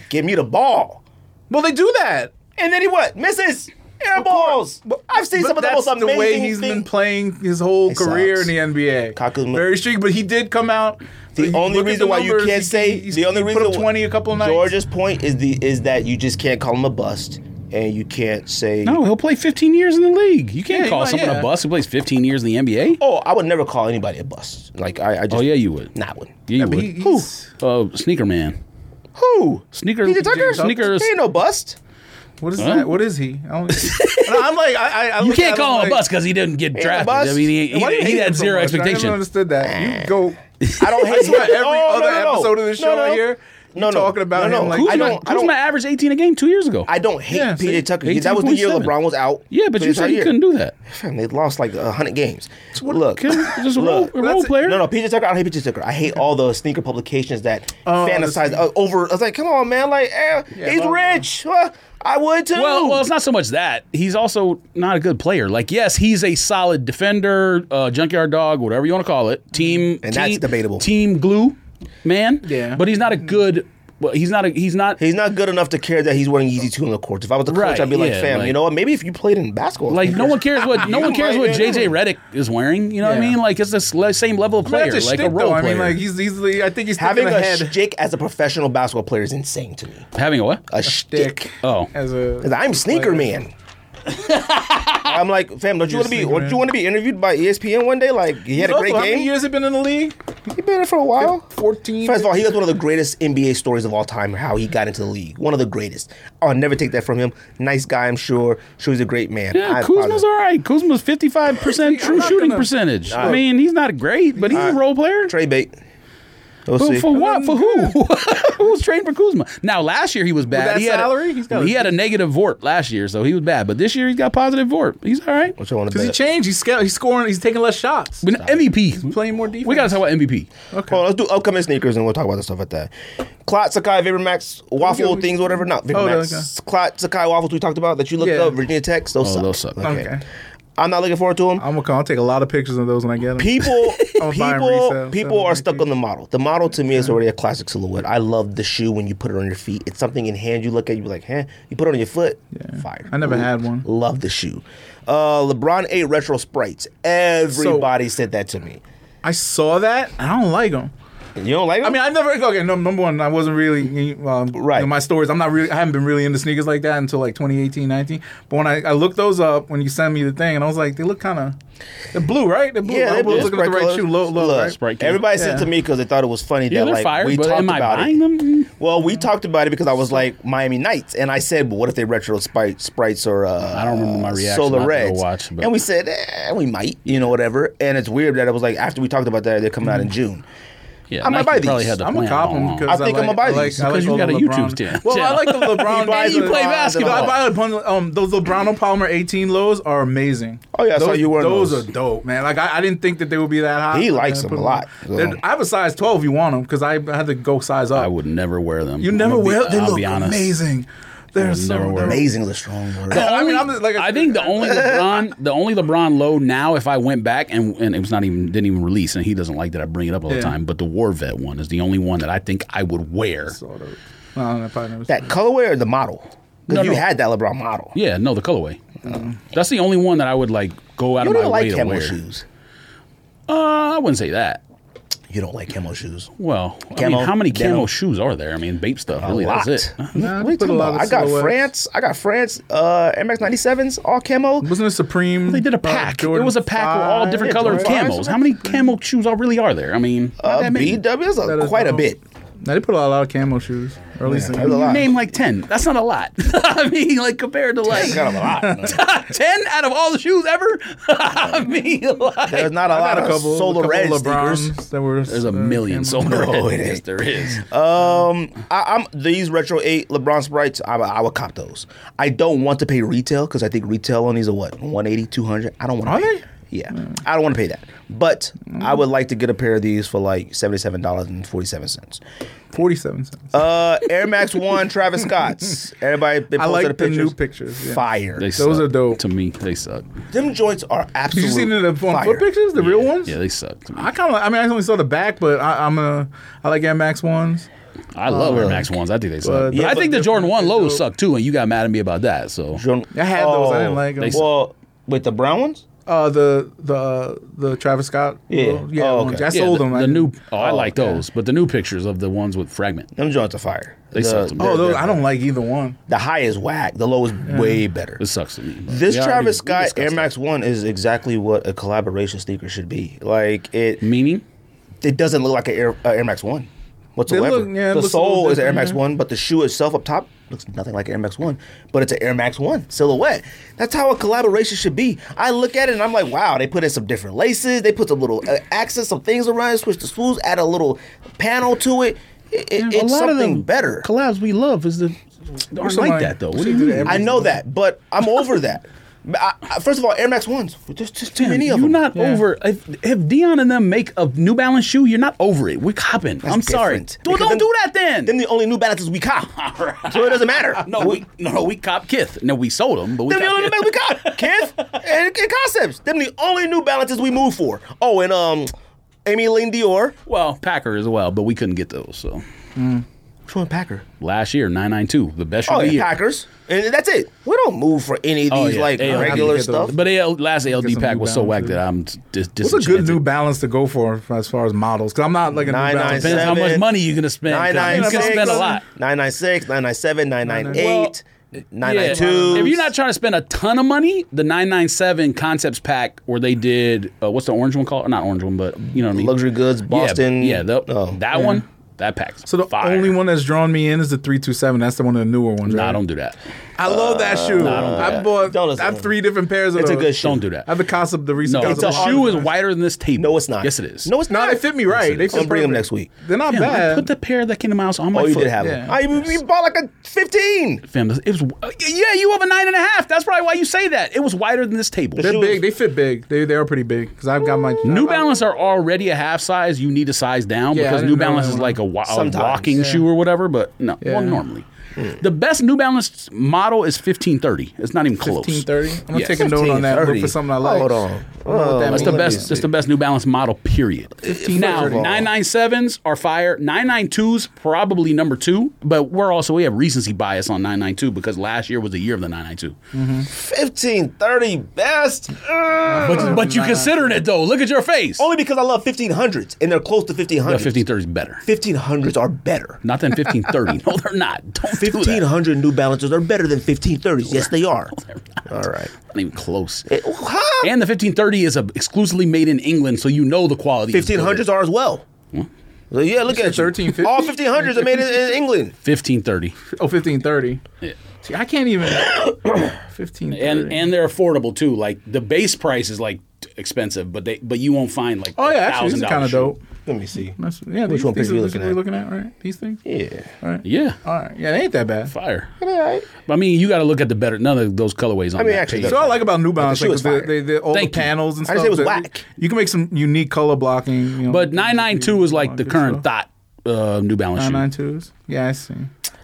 [SPEAKER 1] give me the ball
[SPEAKER 2] well, they do that.
[SPEAKER 1] and then he what misses air balls I've seen
[SPEAKER 2] But
[SPEAKER 1] some of the most
[SPEAKER 2] that's
[SPEAKER 1] amazing
[SPEAKER 2] the way he's
[SPEAKER 1] thing-
[SPEAKER 2] been playing his whole
[SPEAKER 1] It
[SPEAKER 2] career
[SPEAKER 1] sucks.
[SPEAKER 2] in the NBA.
[SPEAKER 1] Kyle Kuzma-
[SPEAKER 2] Very streak, but he did come out.
[SPEAKER 1] The
[SPEAKER 2] You
[SPEAKER 1] only
[SPEAKER 2] look at
[SPEAKER 1] reason
[SPEAKER 2] the
[SPEAKER 1] why you
[SPEAKER 2] numbers,
[SPEAKER 1] can't
[SPEAKER 2] he-
[SPEAKER 1] say
[SPEAKER 2] he's-
[SPEAKER 1] the only
[SPEAKER 2] he
[SPEAKER 1] reason
[SPEAKER 2] put up
[SPEAKER 1] why-
[SPEAKER 2] twenty a couple nights.
[SPEAKER 1] George's point is the is that you just can't call him a bust and you can't say
[SPEAKER 3] No, he'll play 15 years in the league. You can't
[SPEAKER 2] Yeah,
[SPEAKER 3] call
[SPEAKER 2] well,
[SPEAKER 3] someone
[SPEAKER 2] yeah.
[SPEAKER 3] a bust who plays 15 years in the NBA.
[SPEAKER 1] oh I would never call anybody a bust like I, I just
[SPEAKER 3] Oh, yeah, you would.
[SPEAKER 1] not would
[SPEAKER 3] Yeah, you
[SPEAKER 2] I mean,
[SPEAKER 3] would.
[SPEAKER 2] he-
[SPEAKER 1] Who?
[SPEAKER 2] he's-
[SPEAKER 3] Oh, sneaker man.
[SPEAKER 1] who
[SPEAKER 3] Sneaker.
[SPEAKER 1] PJ Tucker
[SPEAKER 3] Sneakers.
[SPEAKER 1] he ain't no bust
[SPEAKER 2] What is
[SPEAKER 3] Huh?
[SPEAKER 2] that? What is he? I don't, No, I'm like, I, I, I
[SPEAKER 3] You
[SPEAKER 2] look
[SPEAKER 3] can't
[SPEAKER 2] at
[SPEAKER 3] call him
[SPEAKER 2] like,
[SPEAKER 3] a bust because he didn't get drafted.
[SPEAKER 1] bust.
[SPEAKER 3] I mean, he, he,
[SPEAKER 2] Why do you
[SPEAKER 3] he
[SPEAKER 2] hate him
[SPEAKER 3] had
[SPEAKER 2] so
[SPEAKER 3] zero
[SPEAKER 2] much? I never
[SPEAKER 3] expectation.
[SPEAKER 2] understood that. You go.
[SPEAKER 1] I don't hate
[SPEAKER 2] swear,
[SPEAKER 1] him.
[SPEAKER 2] every other episode of this show right here, you talking about
[SPEAKER 1] no,
[SPEAKER 2] him like-
[SPEAKER 1] no. I
[SPEAKER 3] Kuzma,
[SPEAKER 1] don't, I
[SPEAKER 3] Kuzma
[SPEAKER 1] don't,
[SPEAKER 3] averaged 18 a game two years ago.
[SPEAKER 1] I don't hate
[SPEAKER 2] Yeah, see,
[SPEAKER 1] PJ Tucker. That was the year
[SPEAKER 3] 18.7.
[SPEAKER 1] LeBron was out.
[SPEAKER 3] yeah, but
[SPEAKER 1] for
[SPEAKER 3] you
[SPEAKER 1] the
[SPEAKER 3] said
[SPEAKER 1] entire
[SPEAKER 3] you couldn't
[SPEAKER 1] year.
[SPEAKER 3] do that.
[SPEAKER 1] Fam, they lost like hundred games. Look,
[SPEAKER 3] Can- Just a role,
[SPEAKER 1] look.
[SPEAKER 3] a role
[SPEAKER 2] That's-
[SPEAKER 3] player.
[SPEAKER 1] No, no, PJ Tucker. I don't hate PJ Tucker. I hate all the sneaker publications that
[SPEAKER 2] Oh,
[SPEAKER 1] fantasize
[SPEAKER 2] the
[SPEAKER 1] uh, over. I was like, come on, man. Like, eh,
[SPEAKER 2] Yeah,
[SPEAKER 1] he's
[SPEAKER 2] well,
[SPEAKER 1] rich. Well, I would too.
[SPEAKER 3] Well, well, it's not so much that he's also not a good player. Like, yes, he's a solid defender, uh, junkyard dog, whatever you want to call it. Team,
[SPEAKER 1] And
[SPEAKER 3] team,
[SPEAKER 1] that's debatable.
[SPEAKER 3] Team glue, man.
[SPEAKER 2] Yeah.
[SPEAKER 3] but he's not a good. Well, he's not a. He's not
[SPEAKER 1] he's not good enough to care that he's wearing Yeezy two on the court. If I was the coach,
[SPEAKER 3] Right,
[SPEAKER 1] I'd be like,
[SPEAKER 3] yeah,
[SPEAKER 1] fam,
[SPEAKER 3] like-
[SPEAKER 1] you know what? Maybe if you played in basketball,
[SPEAKER 3] like no one cares what no one cares what
[SPEAKER 1] might be
[SPEAKER 3] JJ
[SPEAKER 1] anyway.
[SPEAKER 3] Redick is wearing. You know what I
[SPEAKER 2] Yeah.
[SPEAKER 3] mean? Like it's the sl- same level of player,
[SPEAKER 2] That's a
[SPEAKER 3] like a
[SPEAKER 2] shtick,
[SPEAKER 3] role
[SPEAKER 2] though. I
[SPEAKER 3] player.
[SPEAKER 2] mean, like he's he's. the- I think he's
[SPEAKER 1] having
[SPEAKER 2] thinking
[SPEAKER 1] a
[SPEAKER 2] ahead.
[SPEAKER 1] shtick as a professional basketball player is insane to me.
[SPEAKER 3] Having a what?
[SPEAKER 1] A shtick.
[SPEAKER 3] Oh,
[SPEAKER 2] as a.
[SPEAKER 1] Because I'm sneaker man. I'm like, fam, don't you want to be?
[SPEAKER 2] sneaker
[SPEAKER 1] Don't
[SPEAKER 2] man.
[SPEAKER 1] you want to be interviewed by E ESPN one day? Like he had a
[SPEAKER 2] Also,
[SPEAKER 1] great
[SPEAKER 2] how many
[SPEAKER 1] game.
[SPEAKER 2] years he been in the league?
[SPEAKER 1] He been there for a while.
[SPEAKER 2] Fourteen.
[SPEAKER 1] First of all, he has one of the greatest NBA stories of all time. How he got into the league, one of the greatest. I'll never take that from him. Nice guy, I'm sure. Sure, he's a great man.
[SPEAKER 3] Yeah,
[SPEAKER 1] I
[SPEAKER 3] Kuzma's
[SPEAKER 1] apologize.
[SPEAKER 3] all right. Kuzma's fifty-five percent
[SPEAKER 2] See, I'm
[SPEAKER 3] true
[SPEAKER 2] not
[SPEAKER 3] shooting
[SPEAKER 2] gonna-
[SPEAKER 3] percentage. I mean, he's not great, but he's a role player.
[SPEAKER 1] Trey Bate. We'll
[SPEAKER 3] But
[SPEAKER 1] see.
[SPEAKER 3] for what? For who? who was trading for Kuzma? Now last year he was bad.
[SPEAKER 2] that
[SPEAKER 3] he had
[SPEAKER 2] salary,
[SPEAKER 3] a,
[SPEAKER 2] he's got a-
[SPEAKER 3] he had a negative VORP last year, so he was bad. But this year he's got positive VORP. He's all right.
[SPEAKER 1] Which I want to
[SPEAKER 2] Because he
[SPEAKER 1] bet.
[SPEAKER 2] changed. He's, sca- he's scoring. He's taking less shots.
[SPEAKER 3] But MVP.
[SPEAKER 2] Playing more defense.
[SPEAKER 3] We got to talk about MVP.
[SPEAKER 1] Well, let's do upcoming sneakers and we'll talk about the stuff at that. Clot, Sakai, Vibrimax, waffle
[SPEAKER 2] Okay, we-
[SPEAKER 1] things, whatever. Not Vibrimax.
[SPEAKER 2] no, okay.
[SPEAKER 1] Clot, Sakai, waffles we talked about that you looked
[SPEAKER 2] Yeah.
[SPEAKER 1] up. Virginia Tech. Those
[SPEAKER 3] Oh,
[SPEAKER 1] suck.
[SPEAKER 3] those suck.
[SPEAKER 2] Okay.
[SPEAKER 1] I'm not looking forward to them.
[SPEAKER 2] I'm gonna call. I'll take a lot of pictures of those when I get them.
[SPEAKER 1] People,
[SPEAKER 2] I'm buying
[SPEAKER 1] people,
[SPEAKER 2] resale,
[SPEAKER 1] people
[SPEAKER 2] so
[SPEAKER 1] are
[SPEAKER 2] like
[SPEAKER 1] stuck
[SPEAKER 2] you-
[SPEAKER 1] on the model. The model to me is already a classic silhouette. I love the shoe when you put it on your feet. It's something in hand you look at, you be like, huh? You put it on your foot, fire.
[SPEAKER 2] I never had one.
[SPEAKER 1] Love the shoe. Uh, LeBron 8 Retro Sprites. Everybody said that to me.
[SPEAKER 2] I saw that. I don't like them.
[SPEAKER 1] You don't like them?
[SPEAKER 2] I mean, I never. Okay, no, number one, I wasn't really um,
[SPEAKER 1] Right.
[SPEAKER 2] You know, my stories. I'm not really. I haven't been really into sneakers like that until like 2018, 19. But when I, I looked those up, when you sent me the thing, and I was like, they look kind of, they're blue, right? They're blue.
[SPEAKER 1] Yeah,
[SPEAKER 2] I
[SPEAKER 1] they
[SPEAKER 2] was
[SPEAKER 1] both
[SPEAKER 2] looking at the right shoe, low, low, right?
[SPEAKER 3] Sprite can-
[SPEAKER 1] Everybody said
[SPEAKER 2] Yeah.
[SPEAKER 1] to me because they thought it was funny
[SPEAKER 3] Yeah,
[SPEAKER 1] that
[SPEAKER 3] they're
[SPEAKER 1] like
[SPEAKER 3] fired,
[SPEAKER 1] we
[SPEAKER 3] but
[SPEAKER 1] talked
[SPEAKER 3] am I
[SPEAKER 1] about
[SPEAKER 3] buying
[SPEAKER 1] it.
[SPEAKER 3] them?
[SPEAKER 1] Well, we talked about it because I was like Miami Knights, and I said, "But what if they retro sprite, sprites or uh,
[SPEAKER 3] I don't remember my reaction. I'll
[SPEAKER 1] Solar
[SPEAKER 3] have to go
[SPEAKER 1] Reds?"
[SPEAKER 3] watch, but-
[SPEAKER 1] and we said, eh, "We might, you know, whatever." And it's weird that it was like after we talked about that, they're coming out
[SPEAKER 3] Mm.
[SPEAKER 1] in June.
[SPEAKER 3] Yeah,
[SPEAKER 1] I might
[SPEAKER 3] Nike
[SPEAKER 1] buy
[SPEAKER 3] probably
[SPEAKER 1] these.
[SPEAKER 3] had the
[SPEAKER 2] I'm gonna
[SPEAKER 3] plan
[SPEAKER 2] cop
[SPEAKER 3] all
[SPEAKER 2] them
[SPEAKER 3] along.
[SPEAKER 2] because
[SPEAKER 1] I think
[SPEAKER 2] like,
[SPEAKER 1] I'm gonna buy
[SPEAKER 2] like-
[SPEAKER 1] these.
[SPEAKER 2] I like
[SPEAKER 3] Because you
[SPEAKER 2] all
[SPEAKER 3] got
[SPEAKER 2] the
[SPEAKER 3] a
[SPEAKER 2] LeBron.
[SPEAKER 3] YouTube channel.
[SPEAKER 2] Well, I like the
[SPEAKER 1] He
[SPEAKER 2] LeBron.
[SPEAKER 1] buys
[SPEAKER 2] James-
[SPEAKER 1] LeBron
[SPEAKER 3] play
[SPEAKER 1] and
[SPEAKER 3] basketball.
[SPEAKER 1] all.
[SPEAKER 2] I buy a bunch of- um those LeBron Palmer 18 lows are amazing.
[SPEAKER 1] Oh, yeah, I
[SPEAKER 2] those,
[SPEAKER 1] saw you wearing those.
[SPEAKER 2] are dope, man. Like I, I didn't think that they would be that high.
[SPEAKER 1] He
[SPEAKER 2] but
[SPEAKER 1] likes
[SPEAKER 2] I
[SPEAKER 1] them
[SPEAKER 2] put
[SPEAKER 1] a lot, so.
[SPEAKER 2] They're- I have a size 12 if you want them because I had to go size up.
[SPEAKER 3] I would never wear them.
[SPEAKER 2] You
[SPEAKER 3] I'm
[SPEAKER 2] never
[SPEAKER 3] gonna be-
[SPEAKER 2] wear. They
[SPEAKER 3] I'll
[SPEAKER 2] look
[SPEAKER 3] be honest.
[SPEAKER 2] amazing. They're
[SPEAKER 3] would
[SPEAKER 2] so
[SPEAKER 3] never wear
[SPEAKER 2] they're-
[SPEAKER 3] them.
[SPEAKER 1] Amazing is a strong word.
[SPEAKER 2] I
[SPEAKER 3] I
[SPEAKER 2] mean,
[SPEAKER 3] mean,
[SPEAKER 2] I'm like-
[SPEAKER 3] I think the only LeBron, the only LeBron low now, if I went back and and it was not even didn't even release, and he doesn't like that I bring it up all the
[SPEAKER 2] Yeah.
[SPEAKER 3] time. But the War Vet one is the only one that I think I would wear.
[SPEAKER 2] Sort of. No, no, probably never.
[SPEAKER 1] that colorway or the model? Because
[SPEAKER 3] No,
[SPEAKER 1] you
[SPEAKER 3] no.
[SPEAKER 1] had that LeBron model.
[SPEAKER 3] Yeah, no, the colorway.
[SPEAKER 2] Mm.
[SPEAKER 3] That's the only one that I would like go out
[SPEAKER 1] You
[SPEAKER 3] of my
[SPEAKER 1] don't like
[SPEAKER 3] way to
[SPEAKER 1] camo
[SPEAKER 3] wear.
[SPEAKER 1] shoes.
[SPEAKER 3] Uh, I wouldn't say that.
[SPEAKER 1] You don't like camo shoes.
[SPEAKER 3] Well, I
[SPEAKER 1] Camo,
[SPEAKER 3] mean, how many camo
[SPEAKER 1] denim.
[SPEAKER 3] shoes are there? I mean, Bape stuff.
[SPEAKER 1] A
[SPEAKER 3] really,
[SPEAKER 1] lot.
[SPEAKER 3] that's it.
[SPEAKER 2] Nah,
[SPEAKER 1] what are you
[SPEAKER 2] put a
[SPEAKER 1] talking
[SPEAKER 2] lot
[SPEAKER 1] about?
[SPEAKER 2] of
[SPEAKER 1] I got
[SPEAKER 2] silhouettes.
[SPEAKER 1] France. I got France. Uh, MX ninety sevens, all camo.
[SPEAKER 2] Wasn't it Supreme?
[SPEAKER 3] They did a
[SPEAKER 2] uh,
[SPEAKER 3] pack.
[SPEAKER 2] Jordan
[SPEAKER 3] it was a pack with all
[SPEAKER 2] five?
[SPEAKER 3] different
[SPEAKER 1] yeah,
[SPEAKER 3] color
[SPEAKER 1] Jordan
[SPEAKER 3] camos.
[SPEAKER 1] fives.
[SPEAKER 3] How many camo shoes are really are there? I mean, not
[SPEAKER 1] Uh,
[SPEAKER 3] that many.
[SPEAKER 1] BW is
[SPEAKER 2] That
[SPEAKER 1] a,
[SPEAKER 2] is
[SPEAKER 1] quite a
[SPEAKER 2] dope.
[SPEAKER 1] bit.
[SPEAKER 2] Now they put out a lot of camo shoes, or at least
[SPEAKER 1] That was a lot.
[SPEAKER 3] You name like ten. That's not a lot. I mean, like compared to like
[SPEAKER 1] It's kind of a lot.
[SPEAKER 3] ten out of all the shoes ever. I mean, like,
[SPEAKER 1] There's not a lot
[SPEAKER 2] a
[SPEAKER 1] of
[SPEAKER 2] couple,
[SPEAKER 1] Uh, solar
[SPEAKER 2] a couple
[SPEAKER 1] red
[SPEAKER 2] LeBrons
[SPEAKER 1] sneakers.
[SPEAKER 2] that were. uh,
[SPEAKER 3] there's a million so
[SPEAKER 1] No, it
[SPEAKER 3] Yes,
[SPEAKER 1] ain't.
[SPEAKER 3] there is.
[SPEAKER 1] Um, I, I'm these retro eight LeBron sprites. I, I would cop those. I don't want to pay retail because I think retail on these are what 180, 200. I don't want.
[SPEAKER 2] Are
[SPEAKER 1] pay.
[SPEAKER 2] they? Hmm.
[SPEAKER 1] Yeah, I don't want to pay that. But I would like to get a pair of these for like seventy seven dollars and forty seven cents.
[SPEAKER 2] Forty-seven cents.
[SPEAKER 1] Uh, Air Max One, Travis Scott's. Everybody been posting
[SPEAKER 2] I like the
[SPEAKER 1] pictures.
[SPEAKER 2] new pictures. yeah.
[SPEAKER 1] Fire.
[SPEAKER 3] They
[SPEAKER 2] Those
[SPEAKER 3] suck.
[SPEAKER 2] are dope.
[SPEAKER 3] To me, they suck.
[SPEAKER 1] Them joints are
[SPEAKER 2] Did
[SPEAKER 1] absolutely.
[SPEAKER 2] you see the on
[SPEAKER 1] fire.
[SPEAKER 2] foot pictures, the real ones?
[SPEAKER 3] Yeah, they suck. To me.
[SPEAKER 2] I kind of. I mean, I only saw the back, but I, I'm a. I like Air Max ones.
[SPEAKER 3] I love Air Max ones. I think they suck.
[SPEAKER 2] yeah,
[SPEAKER 3] I
[SPEAKER 2] but
[SPEAKER 3] think the
[SPEAKER 2] they're
[SPEAKER 3] Jordan One
[SPEAKER 2] fucking
[SPEAKER 3] lows
[SPEAKER 2] dope.
[SPEAKER 3] suck too, and you got mad at me about that. So
[SPEAKER 1] Jordan-
[SPEAKER 2] I had those. I didn't like 'em. They-
[SPEAKER 1] Oh. Well, with the brown ones.
[SPEAKER 2] Uh, the the the Travis Scott.
[SPEAKER 1] Yeah.
[SPEAKER 2] little- yeah.
[SPEAKER 1] Oh,
[SPEAKER 2] ones.
[SPEAKER 1] okay.
[SPEAKER 2] I
[SPEAKER 3] Yeah,
[SPEAKER 2] sold
[SPEAKER 3] the,
[SPEAKER 2] them. I
[SPEAKER 3] The
[SPEAKER 2] didn't-
[SPEAKER 3] new. Oh, I
[SPEAKER 1] Oh,
[SPEAKER 3] like
[SPEAKER 1] okay.
[SPEAKER 3] those, but the new pictures of the ones with fragment.
[SPEAKER 1] Them joints are fire.
[SPEAKER 3] They
[SPEAKER 1] the,
[SPEAKER 3] suck to me.
[SPEAKER 2] Oh, those,
[SPEAKER 1] the-
[SPEAKER 2] I don't like either one.
[SPEAKER 1] The high is whack. The low is way better.
[SPEAKER 3] It sucks to me. but
[SPEAKER 1] This
[SPEAKER 3] we already- we
[SPEAKER 1] Travis Scott
[SPEAKER 3] discussed
[SPEAKER 1] Air
[SPEAKER 3] that.
[SPEAKER 1] Max One is exactly what a collaboration sneaker should be. Like it,
[SPEAKER 3] meaning.
[SPEAKER 1] it doesn't look like an Air, uh, Air Max One whatsoever.
[SPEAKER 2] look- yeah, it
[SPEAKER 1] the
[SPEAKER 2] looks a little
[SPEAKER 1] sole is an Air
[SPEAKER 2] different,
[SPEAKER 1] Max
[SPEAKER 2] yeah.
[SPEAKER 1] One, but the shoe itself up top looks nothing like an Air Max One. But it's an Air Max One silhouette. That's how a collaboration should be. I look at it and I'm like, wow, they put in some different laces. They put some little uh, accents, some things around. it, Switch the swoosh, add a little panel to it. It- it- it's something better.
[SPEAKER 3] collabs we love is the aren't like
[SPEAKER 2] somebody-
[SPEAKER 3] that though. What
[SPEAKER 2] we
[SPEAKER 3] do you
[SPEAKER 2] should do
[SPEAKER 3] mean?
[SPEAKER 2] that
[SPEAKER 1] I know that, but I'm over that. I, I, first of all, Air Max Ones. There's just too many of
[SPEAKER 3] You're
[SPEAKER 1] them.
[SPEAKER 3] not
[SPEAKER 2] Yeah.
[SPEAKER 3] over if, if Dion and them make a New Balance shoe. You're not over it. We're copping. I'm sorry.
[SPEAKER 1] different.
[SPEAKER 3] Well,
[SPEAKER 1] Because then-
[SPEAKER 3] don't do that then.
[SPEAKER 1] Then the only New Balance is we cop. So it doesn't matter.
[SPEAKER 3] no, we no we cop Kith. No, we sold them, but we
[SPEAKER 1] Them the only New
[SPEAKER 3] cop
[SPEAKER 1] Balance we
[SPEAKER 3] Kith.
[SPEAKER 1] cop. Kith and, and concepts. Them the only New Balances we move for. Oh, and um, Amy Lynn Dior.
[SPEAKER 3] Well, Packer as well, but we couldn't get those. So
[SPEAKER 1] Which one, Packer?
[SPEAKER 3] last year, nine nine two, the best shoe
[SPEAKER 1] Oh
[SPEAKER 3] of the
[SPEAKER 1] yeah,
[SPEAKER 3] year.
[SPEAKER 1] Packers. And that's it. We don't move for any of
[SPEAKER 3] Oh,
[SPEAKER 1] these
[SPEAKER 3] yeah.
[SPEAKER 1] like
[SPEAKER 3] Hey, I'm happy
[SPEAKER 1] regular
[SPEAKER 2] to get
[SPEAKER 1] stuff.
[SPEAKER 2] those.
[SPEAKER 3] But AL, last ALD
[SPEAKER 2] some
[SPEAKER 3] pack
[SPEAKER 2] New
[SPEAKER 3] was so
[SPEAKER 2] Balance,
[SPEAKER 3] whack
[SPEAKER 2] too.
[SPEAKER 3] that I'm
[SPEAKER 2] What's
[SPEAKER 3] dis-
[SPEAKER 2] a good New
[SPEAKER 3] disenchanted.
[SPEAKER 2] Balance to go for as far as models? Because I'm not like a
[SPEAKER 1] Nine,
[SPEAKER 2] New
[SPEAKER 1] nine,
[SPEAKER 2] Balance.
[SPEAKER 1] seven.
[SPEAKER 3] Depends how much
[SPEAKER 1] Seven.
[SPEAKER 3] money you're gonna spend.
[SPEAKER 1] nine
[SPEAKER 3] 'cause You're
[SPEAKER 1] nine
[SPEAKER 3] gonna
[SPEAKER 1] six,
[SPEAKER 3] spend a lot.
[SPEAKER 1] nine nine six, nine nine seven, nine nine eight, nine
[SPEAKER 3] Yeah.
[SPEAKER 1] nine two.
[SPEAKER 3] If you're not trying to spend a ton of money, the 997 concepts pack where they did uh, what's the orange one called? Not orange one, but you know what I mean.
[SPEAKER 1] luxury goods,
[SPEAKER 3] Yeah,
[SPEAKER 1] Boston.
[SPEAKER 3] Yeah, the,
[SPEAKER 1] oh.
[SPEAKER 3] that one. That pack's
[SPEAKER 2] So the
[SPEAKER 3] fire.
[SPEAKER 2] only one that's drawn me in is the three two seven. That's the one of the newer ones.
[SPEAKER 3] Nah,
[SPEAKER 2] right?
[SPEAKER 3] don't do that.
[SPEAKER 2] I love that shoe.
[SPEAKER 3] don't do
[SPEAKER 2] I
[SPEAKER 1] that.
[SPEAKER 2] bought.
[SPEAKER 1] Don't listen to
[SPEAKER 2] I have
[SPEAKER 1] that.
[SPEAKER 2] three different pairs of.
[SPEAKER 1] It's a
[SPEAKER 2] those.
[SPEAKER 1] good shoe.
[SPEAKER 3] Don't do that.
[SPEAKER 2] I have the cost of the
[SPEAKER 3] No,
[SPEAKER 2] recent.
[SPEAKER 3] the
[SPEAKER 2] cost of all
[SPEAKER 3] shoe
[SPEAKER 2] the
[SPEAKER 3] is
[SPEAKER 2] time.
[SPEAKER 3] wider than this table.
[SPEAKER 1] No, it's not.
[SPEAKER 3] Yes, it is.
[SPEAKER 1] No, it's
[SPEAKER 2] No,
[SPEAKER 1] not.
[SPEAKER 2] they fit me right. They
[SPEAKER 1] I'm
[SPEAKER 2] fit
[SPEAKER 1] gonna bring them
[SPEAKER 2] perfect.
[SPEAKER 1] next week.
[SPEAKER 2] They're not
[SPEAKER 3] Damn, I
[SPEAKER 2] bad.
[SPEAKER 3] put the pair that came to my house on my
[SPEAKER 1] Oh, you
[SPEAKER 3] foot.
[SPEAKER 1] did have
[SPEAKER 2] Yeah.
[SPEAKER 1] them. I you bought like a fifteen.
[SPEAKER 3] Fam, it was. uh, Yeah, you have a nine and a half. That's probably why you say that. It was wider than this table.
[SPEAKER 2] They're
[SPEAKER 1] shoe
[SPEAKER 2] big. They fit big. They they are pretty big because I've got my
[SPEAKER 3] New Balance are already a half size. You need a size down
[SPEAKER 2] Yeah, I
[SPEAKER 3] because
[SPEAKER 2] didn't
[SPEAKER 3] New
[SPEAKER 2] know
[SPEAKER 3] Balance
[SPEAKER 2] that
[SPEAKER 3] is
[SPEAKER 2] one.
[SPEAKER 3] like a, wa- a
[SPEAKER 1] Sometimes,
[SPEAKER 3] walking
[SPEAKER 1] yeah.
[SPEAKER 3] shoe or whatever, but no, well,
[SPEAKER 2] Yeah. Hmm.
[SPEAKER 3] normally. The best New Balance model is 1530. It's not even close.
[SPEAKER 2] fifteen thirty. I'm gonna
[SPEAKER 3] Yes.
[SPEAKER 2] take a note on that. Look
[SPEAKER 1] 1530.
[SPEAKER 2] for something I like.
[SPEAKER 1] Hold on.
[SPEAKER 2] I don't know what that
[SPEAKER 1] That's
[SPEAKER 3] That's the
[SPEAKER 1] Let me
[SPEAKER 3] best.
[SPEAKER 1] see.
[SPEAKER 3] That's the best New Balance model. Period. Now,
[SPEAKER 1] thirty.
[SPEAKER 3] nine nine sevens are fire. Nine nine twos probably number two, but we're also we have recency bias on nine nine two because last year was the year of the nine nine two.
[SPEAKER 1] Fifteen thirty best. Ugh.
[SPEAKER 3] But but you considering it though. Look at your face.
[SPEAKER 2] Oh,
[SPEAKER 1] Only because I love fifteen hundreds and they're close to fifteen
[SPEAKER 3] The
[SPEAKER 1] hundreds.
[SPEAKER 3] fifteen thirty is better.
[SPEAKER 1] Fifteen hundreds are better.
[SPEAKER 3] Not than fifteen thirty. No, they're not. Don't do that.
[SPEAKER 1] Fifteen hundred New Balances are better than fifteen thirties. Yes, they are. All right.
[SPEAKER 3] Not even close.
[SPEAKER 1] It- huh?
[SPEAKER 3] And the 1530 is a, exclusively made in England, so you know the quality. is good.
[SPEAKER 1] Fifteen hundreds are as well. So, yeah, look at you.
[SPEAKER 2] 1350?
[SPEAKER 1] All fifteen hundreds are made in, in England.
[SPEAKER 3] 1530.
[SPEAKER 2] Oh, 1530. See, I can't even. 1530.
[SPEAKER 3] And and they're affordable too. Like the base price is like t- expensive, but they but you won't find like
[SPEAKER 2] oh yeah, actually, these
[SPEAKER 3] $1,000
[SPEAKER 2] are kind of
[SPEAKER 3] shoe.
[SPEAKER 2] dope.
[SPEAKER 1] Let me see.
[SPEAKER 2] That's, yeah,
[SPEAKER 1] Which
[SPEAKER 2] these,
[SPEAKER 1] one
[SPEAKER 2] these
[SPEAKER 1] are you
[SPEAKER 2] these
[SPEAKER 1] looking
[SPEAKER 2] we're
[SPEAKER 1] at?
[SPEAKER 2] looking at right? These things.
[SPEAKER 1] Yeah.
[SPEAKER 2] All right.
[SPEAKER 3] Yeah.
[SPEAKER 2] All right. Yeah, they ain't that bad.
[SPEAKER 3] Fire.
[SPEAKER 1] Yeah.
[SPEAKER 3] But I mean, you got to look at the better none of those colorways on I
[SPEAKER 1] mean,
[SPEAKER 3] that
[SPEAKER 1] actually,
[SPEAKER 3] page.
[SPEAKER 2] So I like about New Balance,
[SPEAKER 1] shoe
[SPEAKER 2] like,
[SPEAKER 1] is
[SPEAKER 2] the,
[SPEAKER 1] fire.
[SPEAKER 2] they, they, all
[SPEAKER 3] Thank
[SPEAKER 2] the
[SPEAKER 3] you.
[SPEAKER 2] panels and
[SPEAKER 1] I
[SPEAKER 2] stuff.
[SPEAKER 1] just say it was
[SPEAKER 2] that-
[SPEAKER 1] whack.
[SPEAKER 2] You can make some unique color blocking. You know,
[SPEAKER 3] But 992 is like the current thought uh, New Balance
[SPEAKER 2] Nine
[SPEAKER 3] shoe.
[SPEAKER 2] nine twos. Yeah, I see.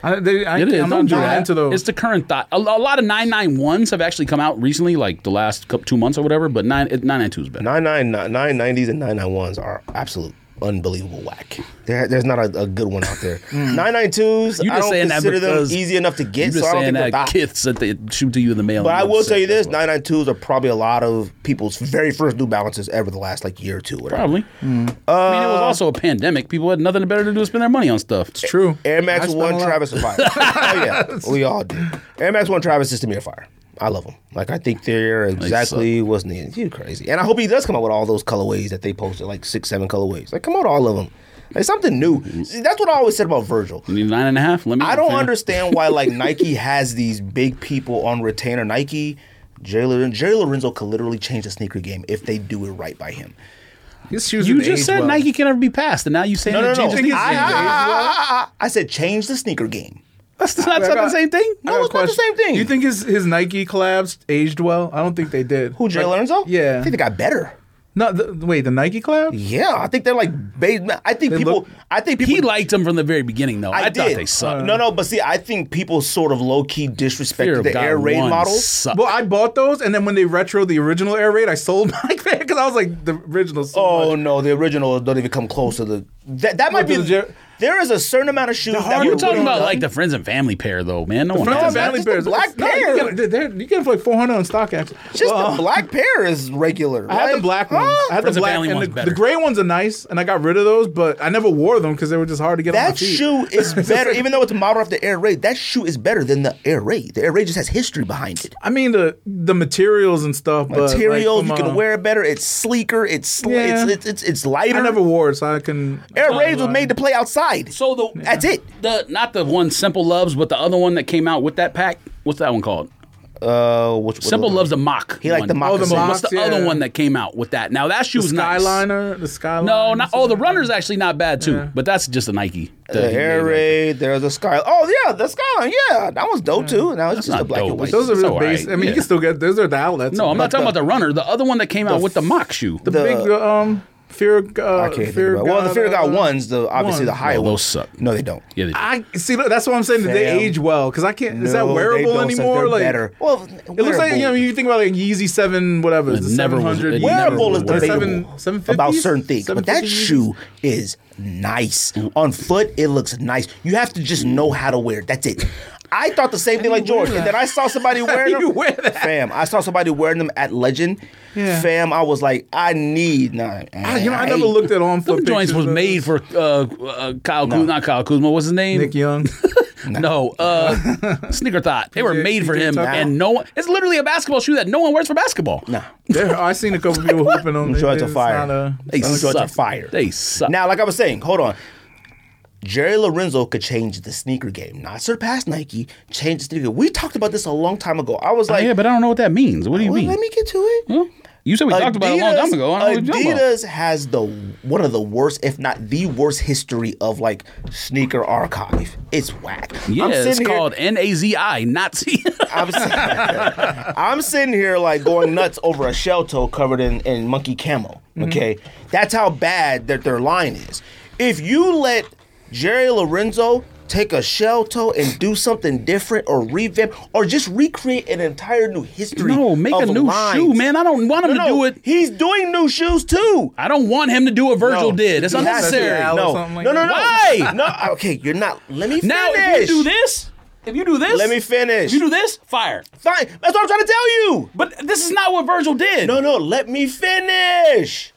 [SPEAKER 2] I, they, I,
[SPEAKER 3] It is.
[SPEAKER 2] I'm
[SPEAKER 3] Don't
[SPEAKER 2] not
[SPEAKER 3] do
[SPEAKER 2] doing
[SPEAKER 3] that.
[SPEAKER 2] into those.
[SPEAKER 3] It's the current thought. A, a lot of 991s have actually come out recently, like the last couple, two months or whatever, but 9, 992 is better.
[SPEAKER 1] Nine nine nine nineties and nine nine ones are absolute unbelievable whack. There, there's not a, a good one out there. Nine nine twos,
[SPEAKER 3] Hmm. You
[SPEAKER 1] I
[SPEAKER 3] just
[SPEAKER 1] don't
[SPEAKER 3] saying that
[SPEAKER 1] consider them
[SPEAKER 3] because-
[SPEAKER 1] easy enough to
[SPEAKER 3] You're
[SPEAKER 1] get.
[SPEAKER 3] just
[SPEAKER 1] So I don't think
[SPEAKER 3] saying
[SPEAKER 1] they're
[SPEAKER 3] that
[SPEAKER 1] that.
[SPEAKER 3] kids that they shoot to you in the mail.
[SPEAKER 1] But I will tell you this:
[SPEAKER 3] That's
[SPEAKER 1] nine
[SPEAKER 3] what-
[SPEAKER 1] nine twos are probably a lot of people's very first New Balances ever. The last like year or two, whatever.
[SPEAKER 3] Probably. I mean, it was also a pandemic. People had nothing better to do to spend their money on stuff.
[SPEAKER 2] true.
[SPEAKER 1] Air Max
[SPEAKER 2] I spent a
[SPEAKER 1] One
[SPEAKER 2] lot.
[SPEAKER 1] Travis is fire. oh yeah, we all did. Air Max One Travis is to me are fire. I love them. Like I think they're exactly what's needed. You crazy. And I hope he does come out with all those colorways that they posted, like six, seven colorways. Like come out with all of them. Like something new. See, that's what I always said about Virgil.
[SPEAKER 3] You need nine and a half. Let me.
[SPEAKER 1] I don't
[SPEAKER 3] fam.
[SPEAKER 1] understand why like Nike has these big people on retainer. Nike, Jerry, Loren- Jerry Lorenzo could literally change the sneaker game if they do it right by him.
[SPEAKER 2] His shoes
[SPEAKER 3] You
[SPEAKER 2] would
[SPEAKER 3] just
[SPEAKER 2] age
[SPEAKER 3] said
[SPEAKER 2] well.
[SPEAKER 3] Nike can never be passed, and now you saying
[SPEAKER 1] No, no,
[SPEAKER 3] it
[SPEAKER 1] no.
[SPEAKER 3] changes the
[SPEAKER 2] I-
[SPEAKER 1] I-
[SPEAKER 3] game.
[SPEAKER 1] I- I- I- I- I said change the sneaker game.
[SPEAKER 3] That's not, that's not
[SPEAKER 2] I
[SPEAKER 3] the
[SPEAKER 2] got-
[SPEAKER 3] same thing.
[SPEAKER 2] I got
[SPEAKER 1] No,
[SPEAKER 2] a
[SPEAKER 1] it's not the
[SPEAKER 2] question.
[SPEAKER 1] same thing.
[SPEAKER 2] You think his his Nike collabs aged well? I don't think they did.
[SPEAKER 1] Who, Jay Lorenzo?
[SPEAKER 2] yeah.
[SPEAKER 1] I think they got better.
[SPEAKER 2] No, the, wait, the Nike collab?
[SPEAKER 1] Yeah, I think they're like. Ba- I think people.
[SPEAKER 2] look-
[SPEAKER 1] I think people.
[SPEAKER 3] He liked them from the very beginning, though. I,
[SPEAKER 1] I,
[SPEAKER 3] thought
[SPEAKER 1] did. Uh,
[SPEAKER 3] they sucked.
[SPEAKER 1] no, no, but see, I think people sort of low key
[SPEAKER 3] Fear
[SPEAKER 1] disrespected
[SPEAKER 3] of
[SPEAKER 1] the
[SPEAKER 3] God
[SPEAKER 1] Air Raid
[SPEAKER 3] one
[SPEAKER 1] models.
[SPEAKER 3] sucked.
[SPEAKER 2] Well, I bought those, and then when they retro the original Air Raid, I sold my because I was like the original. So
[SPEAKER 1] Oh
[SPEAKER 2] much.
[SPEAKER 1] no, the original don't even come close to the. That, that might
[SPEAKER 2] Look
[SPEAKER 1] be.
[SPEAKER 2] at the Jer-
[SPEAKER 1] there is a certain amount of shoes that
[SPEAKER 3] You're
[SPEAKER 1] were
[SPEAKER 3] talking
[SPEAKER 1] really
[SPEAKER 3] about
[SPEAKER 1] done.
[SPEAKER 3] like the friends and family pair, though, man. No one
[SPEAKER 2] Friends
[SPEAKER 3] has
[SPEAKER 1] not
[SPEAKER 2] and Family
[SPEAKER 3] that.
[SPEAKER 1] just the
[SPEAKER 2] Bears.
[SPEAKER 1] black
[SPEAKER 2] It's- no, you
[SPEAKER 1] pair.
[SPEAKER 2] get- they're- they're- you get them for like four hundred on stock actually.
[SPEAKER 1] Just
[SPEAKER 2] Well,
[SPEAKER 1] the black pair is regular.
[SPEAKER 2] uh, I had the
[SPEAKER 1] right?
[SPEAKER 2] black
[SPEAKER 1] Huh?
[SPEAKER 2] ones. I had
[SPEAKER 3] Friends
[SPEAKER 2] the
[SPEAKER 3] and
[SPEAKER 2] black
[SPEAKER 3] Family
[SPEAKER 2] and the,
[SPEAKER 3] one's better.
[SPEAKER 2] the gray ones are nice, and I got rid of those, but I never wore them because they were just hard to get. on my
[SPEAKER 1] That
[SPEAKER 2] feet.
[SPEAKER 1] shoe is better, even though it's modeled after Air Raid. That shoe is better than the Air Raid. The Air Raid just has history behind it.
[SPEAKER 2] I mean the the materials and stuff. but, like,
[SPEAKER 1] Materials,
[SPEAKER 2] from,
[SPEAKER 1] you can
[SPEAKER 2] uh,
[SPEAKER 1] wear it better. It's sleeker. It's sli-
[SPEAKER 2] Yeah.
[SPEAKER 1] it's, it's it's it's lighter.
[SPEAKER 2] I never wore it, so I can.
[SPEAKER 1] Air Raids was made to play outside.
[SPEAKER 3] So the
[SPEAKER 1] That's it.
[SPEAKER 3] the not the one Simple Loves, but the other one that came out with that pack. What's that one called?
[SPEAKER 1] Uh, which what
[SPEAKER 3] Simple
[SPEAKER 1] was it?
[SPEAKER 3] Loves the mock.
[SPEAKER 1] He liked the
[SPEAKER 3] one.
[SPEAKER 1] mock.
[SPEAKER 2] Oh, the
[SPEAKER 1] moccasin.
[SPEAKER 3] What's the
[SPEAKER 2] Yeah.
[SPEAKER 3] other one that came out with that? Now that shoe was nice.
[SPEAKER 2] Skyliner, the Skyliner.
[SPEAKER 3] No, not oh the runner's actually not bad too, but that's just a Nike. that
[SPEAKER 1] The
[SPEAKER 3] he
[SPEAKER 1] air
[SPEAKER 3] made, right?
[SPEAKER 1] raid. There's a sky. Oh yeah, the skyline. Yeah, that was dope too. Now it's just
[SPEAKER 3] not
[SPEAKER 1] a black
[SPEAKER 3] dope.
[SPEAKER 1] and white.
[SPEAKER 2] Those are
[SPEAKER 3] It's
[SPEAKER 2] the
[SPEAKER 3] alright,
[SPEAKER 2] base. I mean,
[SPEAKER 3] yeah.
[SPEAKER 2] you can still get. Those are the outlets.
[SPEAKER 3] No, I'm not
[SPEAKER 1] But
[SPEAKER 3] talking
[SPEAKER 1] the-
[SPEAKER 3] about the runner. The other one that came out with the mock shoe.
[SPEAKER 2] the,
[SPEAKER 1] the-
[SPEAKER 2] big the, um fear. of Go- Uh,
[SPEAKER 1] I can't
[SPEAKER 2] fear
[SPEAKER 1] think about. Well, the fear of God
[SPEAKER 2] uh,
[SPEAKER 1] ones. The obviously the higher
[SPEAKER 3] No, those
[SPEAKER 1] ones.
[SPEAKER 3] suck.
[SPEAKER 1] No, they don't.
[SPEAKER 3] yeah, they did.
[SPEAKER 2] I see. look, That's what I'm saying. That they
[SPEAKER 1] Fam.
[SPEAKER 2] age well because I can't. is that
[SPEAKER 1] No, they
[SPEAKER 2] wearable
[SPEAKER 1] don't, so
[SPEAKER 2] anymore?
[SPEAKER 1] they're
[SPEAKER 2] Like
[SPEAKER 1] better. Well,
[SPEAKER 2] It looks like you know
[SPEAKER 1] wearable.
[SPEAKER 2] you think about like Yeezy Seven whatever
[SPEAKER 3] It
[SPEAKER 2] the
[SPEAKER 3] never
[SPEAKER 2] seven
[SPEAKER 3] was- it
[SPEAKER 2] hundred.
[SPEAKER 3] never
[SPEAKER 1] Wearable is
[SPEAKER 3] Never was.
[SPEAKER 1] debatable
[SPEAKER 2] Seven
[SPEAKER 1] about certain things, but that shoe is nice. On foot, it looks nice. You have to just know how to wear it. That's it. I thought the same thing like George, and then I saw somebody wearing them.
[SPEAKER 2] you wear that?
[SPEAKER 1] Fam, I saw somebody wearing them at Legend.
[SPEAKER 2] Yeah.
[SPEAKER 1] Fam, I was like, I need. Nah,
[SPEAKER 2] I, Ah, you know, I never looked at on
[SPEAKER 3] Them
[SPEAKER 2] foot.
[SPEAKER 3] joints was made for uh, uh, Kyle Kuzma, not Kyle Kuzma. What's his name?
[SPEAKER 2] Nick Young.
[SPEAKER 3] No, uh, Sneaker Thought. They were
[SPEAKER 2] PJ
[SPEAKER 3] made for him,
[SPEAKER 2] Tucker.
[SPEAKER 3] and no one. It's literally a basketball shoe that no one wears for basketball.
[SPEAKER 1] Nah.
[SPEAKER 2] there, I seen a couple people hooping on.
[SPEAKER 1] Them joints are
[SPEAKER 2] It's
[SPEAKER 1] fire.
[SPEAKER 2] not a-
[SPEAKER 3] they
[SPEAKER 1] Those joints
[SPEAKER 3] suck.
[SPEAKER 1] are fire.
[SPEAKER 3] They suck.
[SPEAKER 1] Now, like I was saying, hold on. Jerry Lorenzo could change the sneaker game, not surpass Nike. Change the sneaker. game. We talked about this a long time ago. I was like,
[SPEAKER 3] yeah, but I don't know what that means. What do you
[SPEAKER 1] well,
[SPEAKER 3] mean?
[SPEAKER 1] let me get to it.
[SPEAKER 3] Huh? You said Hmm? we talked about it a long time ago. I don't know what you're talking about.
[SPEAKER 1] Adidas has the one of the worst, if not the worst, history of like sneaker archive. It's whack.
[SPEAKER 3] Yeah,
[SPEAKER 1] I'm
[SPEAKER 3] it's
[SPEAKER 1] sitting here-
[SPEAKER 3] called N A Z I, Nazi.
[SPEAKER 1] I'm, si- I'm sitting here like going nuts over a shell toe covered in, in monkey camo.
[SPEAKER 3] Mm-hmm.
[SPEAKER 1] Okay, that's how bad that their line is. If you let Jerry Lorenzo take a shell toe and do something different or revamp or just recreate an entire new history.
[SPEAKER 3] no, make a
[SPEAKER 1] of
[SPEAKER 3] new
[SPEAKER 1] lines.
[SPEAKER 3] shoe, man. I don't want him
[SPEAKER 1] No,
[SPEAKER 3] to
[SPEAKER 1] no,
[SPEAKER 3] do it.
[SPEAKER 1] He's doing new shoes too.
[SPEAKER 3] I don't want him to do what Virgil
[SPEAKER 1] No.
[SPEAKER 3] did. It's
[SPEAKER 1] You have to.
[SPEAKER 3] unnecessary.
[SPEAKER 2] Al-
[SPEAKER 1] No.
[SPEAKER 2] or something like
[SPEAKER 1] no, no,
[SPEAKER 2] that.
[SPEAKER 1] no.
[SPEAKER 3] Why?
[SPEAKER 1] No. Okay, you're not. Let me finish.
[SPEAKER 3] Now, if you do this, if you do this,
[SPEAKER 1] Let me finish.
[SPEAKER 3] If you do this, fire.
[SPEAKER 1] Fine. That's what I'm trying to tell you.
[SPEAKER 3] But this is not what Virgil did.
[SPEAKER 1] No, no, let me finish.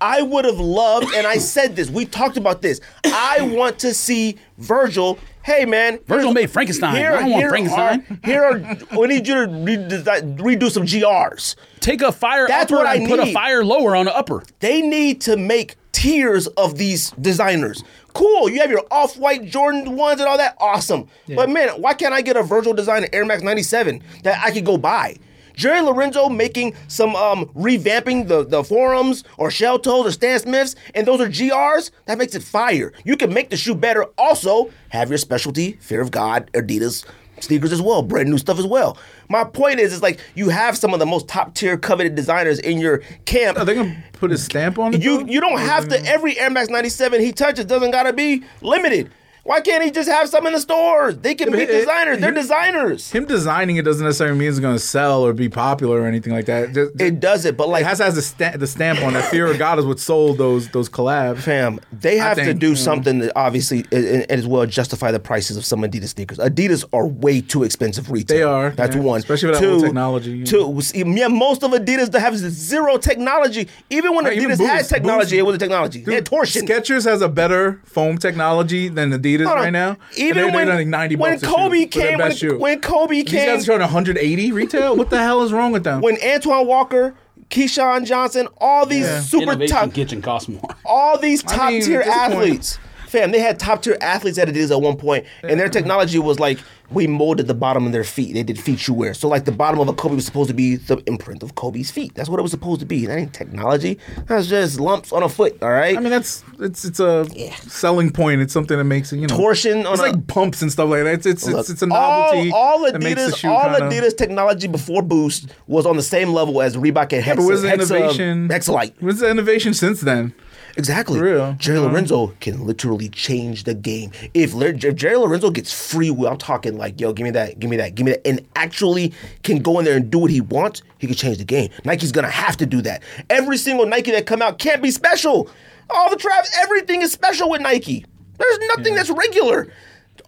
[SPEAKER 1] I would have loved, and I said this, we talked about this. I want to see Virgil. Hey, man.
[SPEAKER 3] Virgil
[SPEAKER 1] here's-
[SPEAKER 3] made Frankenstein. I don't want Frankenstein.
[SPEAKER 1] Are, here are, we need you to redesign, redo some GRs.
[SPEAKER 3] Take a fire
[SPEAKER 1] That's
[SPEAKER 3] upper
[SPEAKER 1] what I
[SPEAKER 3] and put a
[SPEAKER 1] need.
[SPEAKER 3] fire lower on the upper.
[SPEAKER 1] They need to make tiers of these designers. Cool, you have your off white Jordan ones and all that. Awesome. But man, why can't I get a Virgil design Air Max 97 that I could go buy? Jerry Lorenzo making some um, revamping the, the forums or shell toes or Stan Smiths, and those are GRs, that makes it fire. You can make the shoe better. Also, have your specialty, Fear of God, Adidas sneakers as well, brand new stuff as well. My point is, it's like you have some of the most top tier coveted designers in your camp.
[SPEAKER 2] Are they gonna put a stamp on it?
[SPEAKER 1] You
[SPEAKER 2] though?
[SPEAKER 1] you don't have to every Air Max 97 he touches doesn't gotta be limited. Why can't he just have some in the stores? They can be
[SPEAKER 2] but it-
[SPEAKER 1] designers. They're
[SPEAKER 2] it-
[SPEAKER 1] designers.
[SPEAKER 2] Him designing it doesn't necessarily mean it's gonna sell or be popular or anything like that. Just-
[SPEAKER 1] It does it, but
[SPEAKER 2] it
[SPEAKER 1] like
[SPEAKER 2] has to have the, sta- the stamp on that. Fear of God is what sold those those collabs.
[SPEAKER 1] fam, they have to
[SPEAKER 2] think, mm-hmm.
[SPEAKER 1] do
[SPEAKER 2] yeah.
[SPEAKER 1] something that obviously and, and as well justify the prices of some Adidas sneakers. Adidas are way too expensive retail.
[SPEAKER 2] They are,
[SPEAKER 1] That's
[SPEAKER 2] yeah.
[SPEAKER 1] one.
[SPEAKER 2] Especially with that
[SPEAKER 1] two,
[SPEAKER 2] old technology.
[SPEAKER 1] Two. Yeah, most of Adidas that have zero technology. Even when
[SPEAKER 2] Right, even
[SPEAKER 1] Adidas had
[SPEAKER 2] Boost-
[SPEAKER 1] technology,
[SPEAKER 2] Boost-
[SPEAKER 1] it was a technology. They had torsion.
[SPEAKER 2] Skechers has a better foam technology than Adidas
[SPEAKER 1] Hold on.
[SPEAKER 2] right now.
[SPEAKER 1] Even
[SPEAKER 2] And they're-
[SPEAKER 1] when-
[SPEAKER 2] they're like 90
[SPEAKER 1] when
[SPEAKER 2] bucks a
[SPEAKER 1] Kobe
[SPEAKER 2] shoe for their
[SPEAKER 1] came-
[SPEAKER 2] best
[SPEAKER 1] when-
[SPEAKER 2] shoe.
[SPEAKER 1] when Kobe
[SPEAKER 2] these
[SPEAKER 1] came-
[SPEAKER 2] guys trying 180 retail. What the hell is wrong with them?
[SPEAKER 1] when Antoine Walker, Keyshawn Johnson, all these
[SPEAKER 2] Yeah.
[SPEAKER 1] super
[SPEAKER 3] Innovation
[SPEAKER 1] top
[SPEAKER 3] kitchen costs more.
[SPEAKER 1] all these
[SPEAKER 2] I
[SPEAKER 1] top
[SPEAKER 2] mean,
[SPEAKER 1] tier
[SPEAKER 2] at this point-
[SPEAKER 1] athletes. Fam, they had top tier athletes at Adidas at one point, and their technology was like we molded the bottom of their feet. They did feet shoe wear. So like the bottom of a Kobe was supposed to be the imprint of Kobe's feet. That's what it was supposed to be. That ain't technology. That's just lumps on a foot. All right.
[SPEAKER 2] I mean, that's it's it's a selling point. It's something that makes it you know
[SPEAKER 1] Torsion on
[SPEAKER 2] It's
[SPEAKER 1] a-
[SPEAKER 2] like pumps and stuff like that. It's it's it's, it's a
[SPEAKER 1] all-
[SPEAKER 2] novelty.
[SPEAKER 1] All,
[SPEAKER 2] that makes the
[SPEAKER 1] Adidas,
[SPEAKER 2] shoe
[SPEAKER 1] all
[SPEAKER 2] kinda-
[SPEAKER 1] Adidas technology before Boost was on the same level as Reebok and um, Hexa.
[SPEAKER 2] But where's the
[SPEAKER 1] Hexa-
[SPEAKER 2] innovation?
[SPEAKER 1] Hexalite.
[SPEAKER 2] Where's the innovation since then?
[SPEAKER 1] Exactly.
[SPEAKER 2] For real. Uh-huh.
[SPEAKER 1] Jerry Lorenzo can literally change the game. If, Lar- if Jerry Lorenzo gets free will, I'm talking like, yo, give me that, give me that, give me that, and actually can go in there and do what he wants, he can change the game. Nike's gonna have to do that. Every single Nike that come out can't be special. All the Travis, everything is special with Nike. There's nothing that's regular.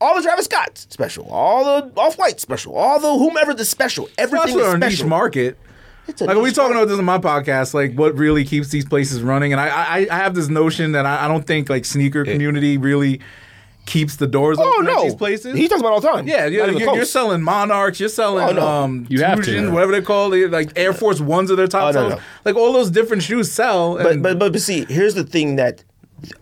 [SPEAKER 1] All the Travis Scott's special. All the Off White special. All the whomever the special.
[SPEAKER 2] That's
[SPEAKER 1] Everything
[SPEAKER 2] our
[SPEAKER 1] is
[SPEAKER 2] niche
[SPEAKER 1] special.
[SPEAKER 2] market.
[SPEAKER 1] It's a
[SPEAKER 2] Like we
[SPEAKER 1] niche
[SPEAKER 2] talking
[SPEAKER 1] market.
[SPEAKER 2] about this in my podcast, like what really keeps these places running, and I I, I have this notion that I, I don't think like sneaker community really keeps the doors
[SPEAKER 1] Oh
[SPEAKER 2] open at
[SPEAKER 1] no!
[SPEAKER 2] these places.
[SPEAKER 1] He talks about it all the time.
[SPEAKER 2] yeah,
[SPEAKER 1] Not
[SPEAKER 2] you're,
[SPEAKER 1] even
[SPEAKER 2] you're, you're
[SPEAKER 1] close.
[SPEAKER 2] selling Monarchs, you're selling
[SPEAKER 1] Oh, no.
[SPEAKER 2] um,
[SPEAKER 3] You have to.
[SPEAKER 2] Fusion, whatever they're called, they- like Air Force Ones are their top.
[SPEAKER 1] Oh, no,
[SPEAKER 2] sellers.
[SPEAKER 1] no.
[SPEAKER 2] Like all those different shoes sell.
[SPEAKER 1] But
[SPEAKER 2] and-
[SPEAKER 1] but but, but see, here's the thing that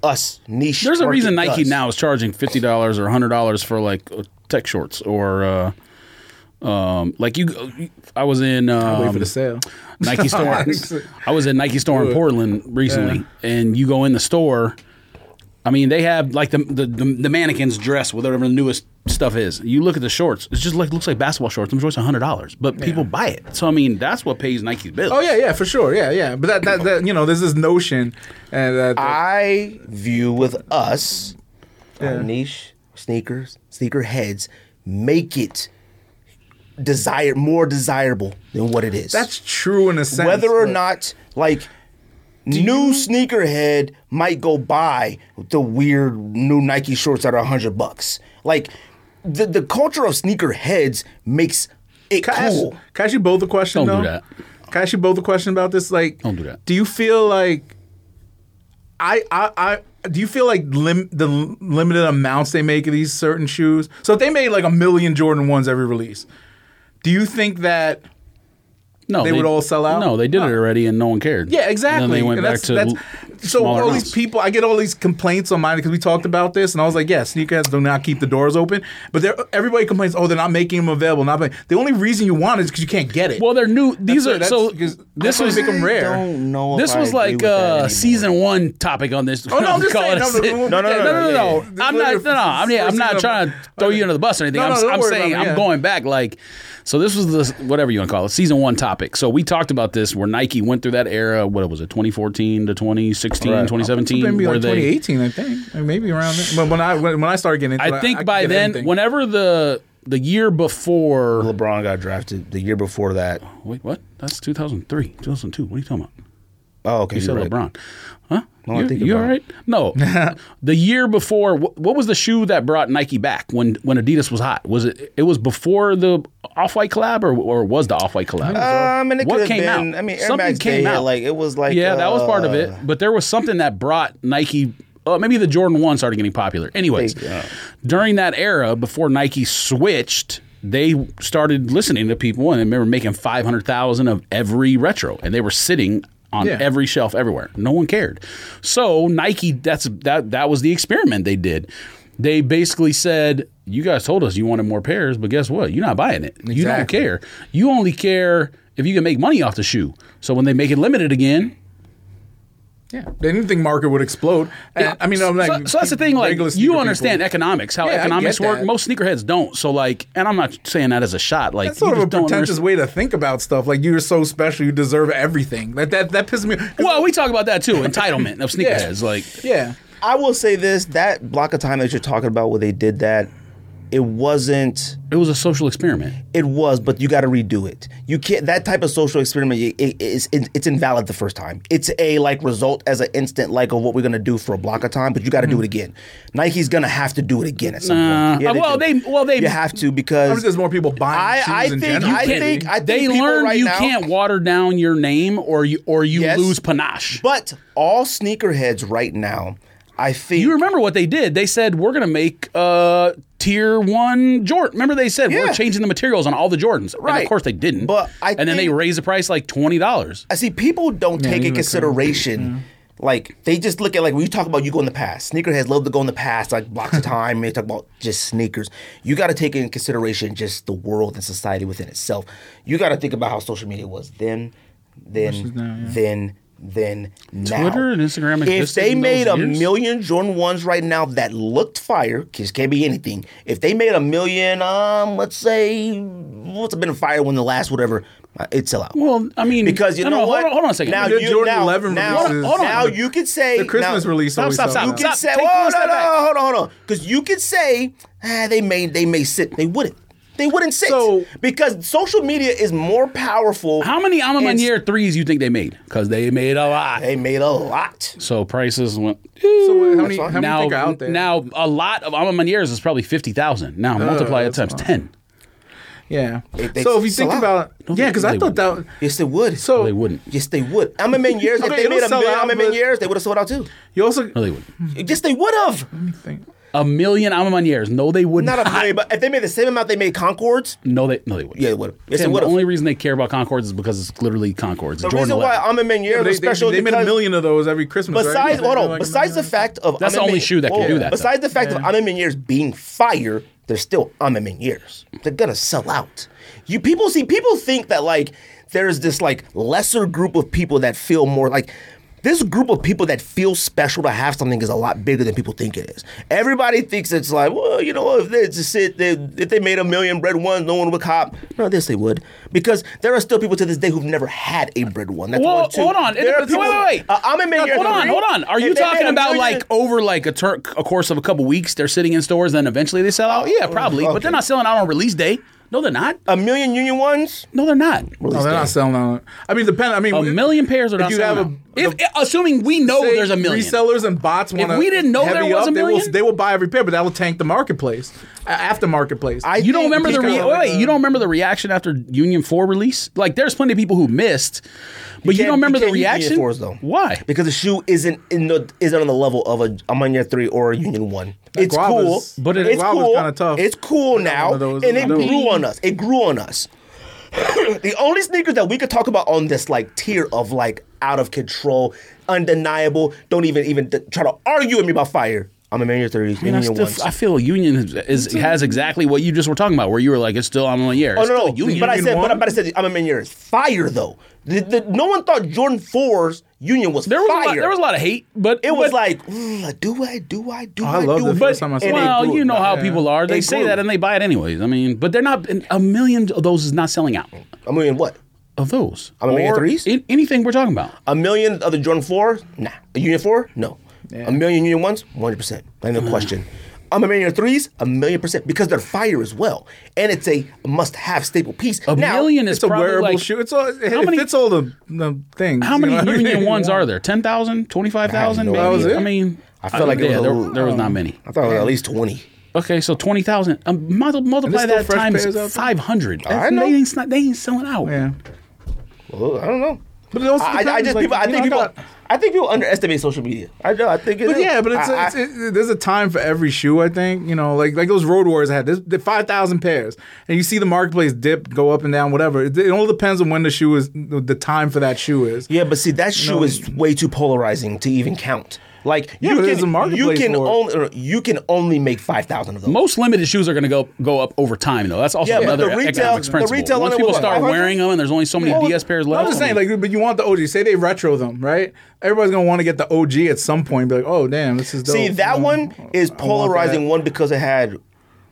[SPEAKER 1] us niche.
[SPEAKER 3] There's a
[SPEAKER 1] market
[SPEAKER 3] reason Nike
[SPEAKER 1] does.
[SPEAKER 3] now is charging fifty dollars or hundred dollars for like uh, tech shorts or uh, um, like you. I was in um,
[SPEAKER 2] wait for the sale.
[SPEAKER 3] Nike store. I was in Nike store in Portland recently, and you go in the store. I mean, they have like the the, the, the mannequins dress with whatever the newest stuff is. You look at the shorts; it's just like looks like basketball shorts. Them shorts are hundred dollars, but people buy it. So I mean, that's what pays Nike's bill.
[SPEAKER 2] Oh yeah, yeah, for sure, yeah, yeah. But that that, that you know, there's this notion, and that,
[SPEAKER 1] I view with us our niche sneakers, sneaker heads, make it desire more desirable than what it is.
[SPEAKER 2] that's true in a sense.
[SPEAKER 1] whether or
[SPEAKER 2] but-
[SPEAKER 1] not like new sneakerhead might go buy the weird new Nike shorts that are hundred bucks. Like the the culture of sneakerheads makes it
[SPEAKER 2] Can I, ask,
[SPEAKER 1] cool.
[SPEAKER 2] can I ask you both a question?
[SPEAKER 3] Don't do
[SPEAKER 2] though?
[SPEAKER 3] that.
[SPEAKER 2] Can I ask you both a question about this? Like,
[SPEAKER 3] Don't do that.
[SPEAKER 2] Do you feel like I I I do you feel like lim, the l- limited amounts they make of these certain shoes? So if they made like a million Jordan ones every release, do you think that
[SPEAKER 3] No,
[SPEAKER 2] they would all sell out?
[SPEAKER 3] No, they did it already, and no one cared.
[SPEAKER 2] Yeah, exactly.
[SPEAKER 3] And then they went
[SPEAKER 2] And
[SPEAKER 3] back to
[SPEAKER 2] so all
[SPEAKER 3] smaller
[SPEAKER 2] these
[SPEAKER 3] amounts.
[SPEAKER 2] people. I get all these complaints on mine because we talked about this, and I was like, "Yeah, sneakerheads do not keep the doors open." But they're- everybody complains, "Oh, they're not making them available." Not ma-" the only reason you want it is because you can't get it.
[SPEAKER 3] Well, they're new. These
[SPEAKER 2] That's-
[SPEAKER 3] are
[SPEAKER 2] that's
[SPEAKER 3] so.
[SPEAKER 2] because-
[SPEAKER 3] This
[SPEAKER 2] that's why
[SPEAKER 3] was
[SPEAKER 2] they make 'em rare.
[SPEAKER 1] Don't know. if
[SPEAKER 3] This
[SPEAKER 1] I
[SPEAKER 3] was
[SPEAKER 1] agree
[SPEAKER 3] like
[SPEAKER 1] with that
[SPEAKER 3] uh,
[SPEAKER 1] anymore.
[SPEAKER 3] season one topic on this.
[SPEAKER 2] Oh, no, I'm just
[SPEAKER 3] Call
[SPEAKER 2] saying,
[SPEAKER 3] it
[SPEAKER 2] no,
[SPEAKER 3] a
[SPEAKER 2] no,
[SPEAKER 3] sit-
[SPEAKER 2] no,
[SPEAKER 1] no, no,
[SPEAKER 3] no, no,
[SPEAKER 1] yeah,
[SPEAKER 3] no.
[SPEAKER 2] yeah.
[SPEAKER 3] I'm not. No, no. I'm, yeah, I'm
[SPEAKER 2] First
[SPEAKER 3] not
[SPEAKER 2] season
[SPEAKER 3] trying to
[SPEAKER 2] of-
[SPEAKER 3] throw you under the bus or anything.
[SPEAKER 2] No,
[SPEAKER 3] I'm,
[SPEAKER 2] no, don't
[SPEAKER 3] I'm
[SPEAKER 2] worry
[SPEAKER 3] saying
[SPEAKER 2] about it,
[SPEAKER 3] I'm
[SPEAKER 2] yeah.
[SPEAKER 3] going back. Like, so this was the whatever you want to call it, season one topic. So we talked about this where Nike went through that era. What was it, 2014 to 2016,
[SPEAKER 1] Right.
[SPEAKER 2] It's
[SPEAKER 3] 2017?
[SPEAKER 2] been
[SPEAKER 3] where
[SPEAKER 2] like
[SPEAKER 3] they-
[SPEAKER 2] 2018, I think, Or maybe around. Then. But when I when, when I started getting, into it,
[SPEAKER 3] I think
[SPEAKER 2] could
[SPEAKER 3] by
[SPEAKER 2] get
[SPEAKER 3] then,
[SPEAKER 2] anything.
[SPEAKER 3] whenever the the year before
[SPEAKER 1] LeBron got drafted the year before that.
[SPEAKER 3] Wait, what? That's 2003, 2002. What are you talking about?
[SPEAKER 1] Oh, okay.
[SPEAKER 3] You said
[SPEAKER 1] you're right.
[SPEAKER 3] LeBron. Huh?
[SPEAKER 1] No, I
[SPEAKER 3] you
[SPEAKER 1] think
[SPEAKER 3] you all
[SPEAKER 1] about
[SPEAKER 3] right?
[SPEAKER 1] it.
[SPEAKER 3] No. the year before, wh- what was the shoe that brought Nike back when, when Adidas was hot? Was it it was before the Off White collab or, or was the Off White collab?
[SPEAKER 1] Um, and it
[SPEAKER 3] what
[SPEAKER 1] could have
[SPEAKER 3] came
[SPEAKER 1] been.
[SPEAKER 3] out?
[SPEAKER 1] I mean, Air
[SPEAKER 3] Something
[SPEAKER 1] Max
[SPEAKER 3] came
[SPEAKER 1] Day,
[SPEAKER 3] out.
[SPEAKER 1] Like it was like
[SPEAKER 3] yeah, that was part of it.
[SPEAKER 1] uh,
[SPEAKER 3] But there was something that brought Nike. Uh, maybe the Jordan One started getting popular. Anyways,
[SPEAKER 1] They- yeah.
[SPEAKER 3] during that era, before Nike switched, they started listening to people, and they were making five hundred thousand of every retro, and they were sitting on
[SPEAKER 2] Yeah.
[SPEAKER 3] every shelf everywhere. No one cared. So Nike, that's that that was the experiment they did. They basically said, "You guys told us you wanted more pairs, but guess what? You're not buying it. You don't
[SPEAKER 2] Exactly.
[SPEAKER 3] care. You only care." If you can make money off the shoe, so when they make it limited again,
[SPEAKER 2] yeah, they didn't think market would explode. And, I mean, I'm
[SPEAKER 3] so,
[SPEAKER 2] like,
[SPEAKER 3] so that's the thing. Like,
[SPEAKER 2] regular sneaker
[SPEAKER 3] you
[SPEAKER 2] people-
[SPEAKER 3] understand economics, how
[SPEAKER 2] Yeah, I get
[SPEAKER 3] economics work.
[SPEAKER 2] that.
[SPEAKER 3] Most sneakerheads don't. So, like, and I'm not saying that as a shot. Like,
[SPEAKER 2] That's sort of a
[SPEAKER 3] you just don't
[SPEAKER 2] pretentious
[SPEAKER 3] understand-
[SPEAKER 2] way to think about stuff. Like you're so special, you deserve everything. That that that pisses me. 'cause-
[SPEAKER 3] Well, we talk about that too. Entitlement of sneakerheads. Like,
[SPEAKER 2] yeah,
[SPEAKER 1] I will say this: that block of time that you're talking about, where they did that, it wasn't.
[SPEAKER 3] it was a social experiment.
[SPEAKER 1] It was, but you got to redo it. You can't. That type of social experiment it, it- it's it, it's invalid the first time. It's a like result as an instant like of what we're gonna do for a block of time, but you got to do it again. Nike's gonna have to do it again at some
[SPEAKER 3] Nah.
[SPEAKER 1] point. Yeah,
[SPEAKER 3] Well,
[SPEAKER 1] do.
[SPEAKER 3] they- well, they-
[SPEAKER 1] you have to because
[SPEAKER 2] I mean, there's more people buying
[SPEAKER 1] I-
[SPEAKER 2] shoes
[SPEAKER 1] I
[SPEAKER 2] in
[SPEAKER 1] think-
[SPEAKER 2] general.
[SPEAKER 1] I
[SPEAKER 3] Can't-
[SPEAKER 1] think- I think
[SPEAKER 3] they
[SPEAKER 1] people
[SPEAKER 3] learned
[SPEAKER 1] right
[SPEAKER 3] you
[SPEAKER 1] now-
[SPEAKER 3] can't water down your name or you or you
[SPEAKER 1] Yes.
[SPEAKER 3] lose panache.
[SPEAKER 1] But all sneakerheads right now, I think
[SPEAKER 3] you remember what they did? They said we're going to make uh, tier one Jordan. Remember they said we're
[SPEAKER 1] Yeah.
[SPEAKER 3] changing the materials on all the Jordans. And
[SPEAKER 1] Right.
[SPEAKER 3] of course they didn't.
[SPEAKER 1] But I
[SPEAKER 3] and then they
[SPEAKER 1] think-
[SPEAKER 3] raised the price like twenty dollars.
[SPEAKER 1] I see people don't take in
[SPEAKER 2] you look
[SPEAKER 1] consideration. Like they just look at like when you talk about you go in the past. Sneakerheads love to go in the past, like blocks of time. They talk about just sneakers. You got to take in consideration just the world and society within itself. You got to think about how social media was then, then, then, then, now.
[SPEAKER 3] Twitter and Instagram
[SPEAKER 1] If
[SPEAKER 3] existed
[SPEAKER 1] they
[SPEAKER 3] in
[SPEAKER 1] made
[SPEAKER 3] those
[SPEAKER 1] a
[SPEAKER 3] years?
[SPEAKER 1] million Jordan ones right now that looked fire, because can't be anything. If they made a million, um, let's say, what's been a fire when the last whatever, uh, it'd sell out.
[SPEAKER 3] Well, I mean,
[SPEAKER 1] Because you
[SPEAKER 3] no,
[SPEAKER 1] know
[SPEAKER 3] no,
[SPEAKER 1] what?
[SPEAKER 3] Hold on, hold on a second.
[SPEAKER 1] Now
[SPEAKER 2] The
[SPEAKER 1] you
[SPEAKER 2] Jordan
[SPEAKER 1] now,
[SPEAKER 2] 11
[SPEAKER 1] now, Hold
[SPEAKER 2] releases-
[SPEAKER 1] on.
[SPEAKER 2] Hold
[SPEAKER 1] Now
[SPEAKER 2] on.
[SPEAKER 1] you could say
[SPEAKER 2] The Christmas
[SPEAKER 1] now,
[SPEAKER 2] release
[SPEAKER 3] stop,
[SPEAKER 2] always
[SPEAKER 3] stop,
[SPEAKER 2] sells
[SPEAKER 3] stop.
[SPEAKER 1] You
[SPEAKER 2] out.
[SPEAKER 1] could
[SPEAKER 3] Stop.
[SPEAKER 1] say,
[SPEAKER 3] Take
[SPEAKER 1] oh
[SPEAKER 3] one
[SPEAKER 1] no,
[SPEAKER 3] step
[SPEAKER 1] no,
[SPEAKER 3] back.
[SPEAKER 1] hold on, hold on, because you could say ah, they may they may sit, they wouldn't, they wouldn't sit,
[SPEAKER 2] So-
[SPEAKER 1] because social media is more powerful.
[SPEAKER 3] How many Alma
[SPEAKER 1] and
[SPEAKER 3] Manier threes you think they made? Because they made a lot.
[SPEAKER 1] They made a lot.
[SPEAKER 3] So prices went.
[SPEAKER 2] So uh, how many, how many
[SPEAKER 3] now,
[SPEAKER 2] think are out there?
[SPEAKER 3] now a lot of Alma Maniers is probably fifty thousand. Now
[SPEAKER 1] Uh,
[SPEAKER 3] multiply it
[SPEAKER 2] that's
[SPEAKER 3] times
[SPEAKER 2] a lot.
[SPEAKER 3] ten.
[SPEAKER 2] yeah.
[SPEAKER 1] they
[SPEAKER 2] so if you
[SPEAKER 1] sell
[SPEAKER 2] think
[SPEAKER 1] out.
[SPEAKER 2] about, yeah, because I
[SPEAKER 3] they
[SPEAKER 2] thought that.
[SPEAKER 1] Yes, they would.
[SPEAKER 2] So
[SPEAKER 3] They wouldn't.
[SPEAKER 1] yes, they would. I'm in many years.
[SPEAKER 2] Okay,
[SPEAKER 1] if they
[SPEAKER 2] it'll
[SPEAKER 1] made a
[SPEAKER 2] sell
[SPEAKER 1] million,
[SPEAKER 2] out,
[SPEAKER 1] I'm in many
[SPEAKER 2] but-
[SPEAKER 1] years. They would have sold out too.
[SPEAKER 2] you also
[SPEAKER 3] No, they wouldn't.
[SPEAKER 1] Yes, they would have.
[SPEAKER 2] think,
[SPEAKER 3] A million Alma Maniers. No, they wouldn't.
[SPEAKER 1] Not a million, but if they made the same amount they made Concords,
[SPEAKER 3] no, they no, they wouldn't.
[SPEAKER 1] yeah, they would. Yes,
[SPEAKER 3] Tim,
[SPEAKER 1] they would
[SPEAKER 3] the
[SPEAKER 1] have.
[SPEAKER 3] only reason they care about Concords is because it's literally Concords.
[SPEAKER 1] The
[SPEAKER 3] Jordan
[SPEAKER 1] reason
[SPEAKER 3] 11.
[SPEAKER 1] why I'm in many
[SPEAKER 2] they,
[SPEAKER 1] years
[SPEAKER 2] they,
[SPEAKER 1] was special.
[SPEAKER 2] they made a
[SPEAKER 1] because-
[SPEAKER 2] million of those every Christmas. right?
[SPEAKER 1] Besides,
[SPEAKER 2] They
[SPEAKER 1] hold
[SPEAKER 2] made
[SPEAKER 1] on.
[SPEAKER 2] like a
[SPEAKER 1] besides the
[SPEAKER 2] million.
[SPEAKER 1] fact of
[SPEAKER 3] That's the
[SPEAKER 1] Amin
[SPEAKER 3] only
[SPEAKER 1] Min-
[SPEAKER 3] shoe that can do that,
[SPEAKER 1] Besides the fact of Amin Menyer's being fire, they're still Amin Menyer's. They're gonna sell out. You people see people think that like there's this like lesser group of people that feel more like. This group of people that feel special to have something is a lot bigger than people think it is. Everybody thinks it's like, well, you know, if they just sit, they, if they made a million bread ones, no one would cop. No, this they would, because there are still people to this day who've never had a bread one. That's
[SPEAKER 3] Well,
[SPEAKER 1] one too.
[SPEAKER 3] hold on. It
[SPEAKER 1] There are
[SPEAKER 3] depends- wait,
[SPEAKER 1] people-
[SPEAKER 3] wait, wait.
[SPEAKER 1] Uh, Amin Meyer
[SPEAKER 3] hold on,
[SPEAKER 1] three,
[SPEAKER 3] hold on. Are
[SPEAKER 1] if
[SPEAKER 3] you
[SPEAKER 1] they made
[SPEAKER 3] talking
[SPEAKER 1] a
[SPEAKER 3] about
[SPEAKER 1] million-
[SPEAKER 3] like over like a tur- a course of a couple weeks? They're sitting in stores, then eventually they sell out. Yeah,
[SPEAKER 1] Oh,
[SPEAKER 3] probably, but they're not selling out on release day. No, they're not.
[SPEAKER 1] a million union ones?
[SPEAKER 3] No, they're not.
[SPEAKER 2] No, Oh, they're not selling out. I mean, depend. I mean,
[SPEAKER 3] A million pairs are
[SPEAKER 2] if
[SPEAKER 3] not
[SPEAKER 2] you
[SPEAKER 3] selling
[SPEAKER 2] have
[SPEAKER 3] out.
[SPEAKER 2] a-
[SPEAKER 3] if, assuming we know
[SPEAKER 2] say
[SPEAKER 3] there's a million.
[SPEAKER 2] resellers and bots. Wanna
[SPEAKER 3] we didn't know there
[SPEAKER 2] heavy up,
[SPEAKER 3] was a
[SPEAKER 2] they
[SPEAKER 3] million-
[SPEAKER 2] will, they will buy every pair, but that will tank the marketplace, a- after marketplace.
[SPEAKER 1] I
[SPEAKER 3] You don't
[SPEAKER 1] think
[SPEAKER 3] remember the
[SPEAKER 1] because-
[SPEAKER 3] re-
[SPEAKER 2] kinda
[SPEAKER 3] wait,
[SPEAKER 2] like
[SPEAKER 3] wait,
[SPEAKER 2] a-
[SPEAKER 3] you don't remember the reaction after Union Four release. Like, there's plenty of people who missed, but you,
[SPEAKER 1] can't-
[SPEAKER 3] don't remember the
[SPEAKER 1] can't use Union
[SPEAKER 3] reaction.
[SPEAKER 1] Fours, though.
[SPEAKER 3] Why?
[SPEAKER 1] Because the shoe isn't in the isn't on the level of a Amanya three or a Union one. It's
[SPEAKER 2] guava's-
[SPEAKER 1] cool,
[SPEAKER 2] but
[SPEAKER 3] it-
[SPEAKER 1] it's
[SPEAKER 2] guava's
[SPEAKER 1] cool.
[SPEAKER 2] kinda tough.
[SPEAKER 1] It's cool
[SPEAKER 2] got
[SPEAKER 1] now,
[SPEAKER 2] one of those,
[SPEAKER 1] and
[SPEAKER 2] one
[SPEAKER 1] it
[SPEAKER 2] of those.
[SPEAKER 1] grew on us. It grew on us. the only sneakers that we could talk about on this like tier of like out of control, undeniable. Don't even even d- try to argue with me about fire. I'm a man your thirties.
[SPEAKER 3] I, mean, I,
[SPEAKER 1] Union
[SPEAKER 3] still,
[SPEAKER 1] ones.
[SPEAKER 3] I feel Union is, is has exactly what you just were talking about, where you were like, it's still I'm on year.
[SPEAKER 1] Oh no, no,
[SPEAKER 3] Union.
[SPEAKER 1] but I said, but, I-
[SPEAKER 2] one?
[SPEAKER 1] but I said, I'm a man your fire though. The, the, no one thought Jordan 4's Union was
[SPEAKER 3] there was
[SPEAKER 1] fire.
[SPEAKER 3] A lot, there was a lot of hate, but
[SPEAKER 1] it was
[SPEAKER 3] but-
[SPEAKER 1] like, mm, do I, do I, do
[SPEAKER 2] I
[SPEAKER 1] I,
[SPEAKER 2] love
[SPEAKER 1] do
[SPEAKER 2] the
[SPEAKER 1] I?
[SPEAKER 2] first time I saw
[SPEAKER 1] And
[SPEAKER 2] it.
[SPEAKER 1] it
[SPEAKER 3] Well,
[SPEAKER 1] grew.
[SPEAKER 3] you know how
[SPEAKER 2] Yeah.
[SPEAKER 3] people are. They
[SPEAKER 1] It
[SPEAKER 3] say
[SPEAKER 1] grew.
[SPEAKER 3] that and they buy it anyways. I mean, but they're not and a million of those is not selling out
[SPEAKER 1] A million what?
[SPEAKER 3] of those.
[SPEAKER 1] I'm a million
[SPEAKER 3] Or
[SPEAKER 1] threes?
[SPEAKER 3] an- anything we're talking about.
[SPEAKER 1] A million of the Jordan 4? Nah. A Union 4? No. A million Union 1s? 100%. Not even a question. I'm a million threes, a million percent, because they're fire as well, and it's a must-have staple piece.
[SPEAKER 3] A
[SPEAKER 1] now,
[SPEAKER 3] million is
[SPEAKER 2] It's a
[SPEAKER 3] probably
[SPEAKER 2] wearable
[SPEAKER 3] like,
[SPEAKER 2] shoe. It's all, it,
[SPEAKER 3] how
[SPEAKER 2] it
[SPEAKER 3] many-
[SPEAKER 2] fits all the, the things.
[SPEAKER 3] How
[SPEAKER 2] you
[SPEAKER 3] many
[SPEAKER 2] know,
[SPEAKER 3] Union
[SPEAKER 2] everything.
[SPEAKER 3] ones are there? 10,000? 25,000?
[SPEAKER 1] I have no
[SPEAKER 3] maybe?
[SPEAKER 1] idea.
[SPEAKER 3] I mean,
[SPEAKER 1] I feel like it was
[SPEAKER 3] yeah,
[SPEAKER 1] a
[SPEAKER 3] there,
[SPEAKER 1] little- um,
[SPEAKER 3] there was not many.
[SPEAKER 1] I thought it was at least twenty.
[SPEAKER 3] Okay, so 20,000. Um, mul- multiply
[SPEAKER 2] still
[SPEAKER 3] that
[SPEAKER 2] fresh pairs out there?
[SPEAKER 3] times 500.
[SPEAKER 1] I
[SPEAKER 3] That's-
[SPEAKER 1] know.
[SPEAKER 3] They, ain't, sn- they ain't selling out.
[SPEAKER 2] Yeah.
[SPEAKER 1] Well, I don't know.
[SPEAKER 2] But it also
[SPEAKER 1] I, I- I
[SPEAKER 2] depends,
[SPEAKER 1] just
[SPEAKER 2] like,
[SPEAKER 1] people. I
[SPEAKER 2] you know,
[SPEAKER 1] think people.
[SPEAKER 2] got-
[SPEAKER 1] I think people underestimate social media. I know. I think. It
[SPEAKER 2] But
[SPEAKER 1] is.
[SPEAKER 2] yeah, but it's,
[SPEAKER 1] I-
[SPEAKER 2] it's, it, there's a time for every shoe. I think you know, like like those Road Warriors I had. There's there five thousand pairs, and you see the marketplace dip, go up and down, whatever. It, it all depends on when the shoe is, the time for that shoe is.
[SPEAKER 1] Yeah, but see, that shoe is way too polarizing to even count. Like
[SPEAKER 2] Yeah,
[SPEAKER 1] you
[SPEAKER 2] but
[SPEAKER 1] can,
[SPEAKER 2] there's a
[SPEAKER 1] you
[SPEAKER 2] marketplace
[SPEAKER 1] can
[SPEAKER 2] for it.
[SPEAKER 1] only you can only make five thousand of those.
[SPEAKER 3] Most limited shoes are going to go go up over time, though. That's also
[SPEAKER 1] Yeah, but
[SPEAKER 3] another
[SPEAKER 1] the retail-
[SPEAKER 3] economics
[SPEAKER 1] the
[SPEAKER 3] principle.
[SPEAKER 1] retail on
[SPEAKER 3] Once
[SPEAKER 1] it
[SPEAKER 3] people
[SPEAKER 1] was what,
[SPEAKER 3] start
[SPEAKER 1] 500?
[SPEAKER 3] wearing them, and there's only so many DS pairs left.
[SPEAKER 2] I'm just
[SPEAKER 3] I
[SPEAKER 2] saying,
[SPEAKER 3] mean,
[SPEAKER 2] like, but you want the OG. Say they retro them, right? Everybody's gonna want to get the OG at some point. Be like, oh damn, this is dope.
[SPEAKER 1] See, that
[SPEAKER 2] Um,
[SPEAKER 1] one is
[SPEAKER 2] I want
[SPEAKER 1] polarizing.
[SPEAKER 2] that.
[SPEAKER 1] One because it had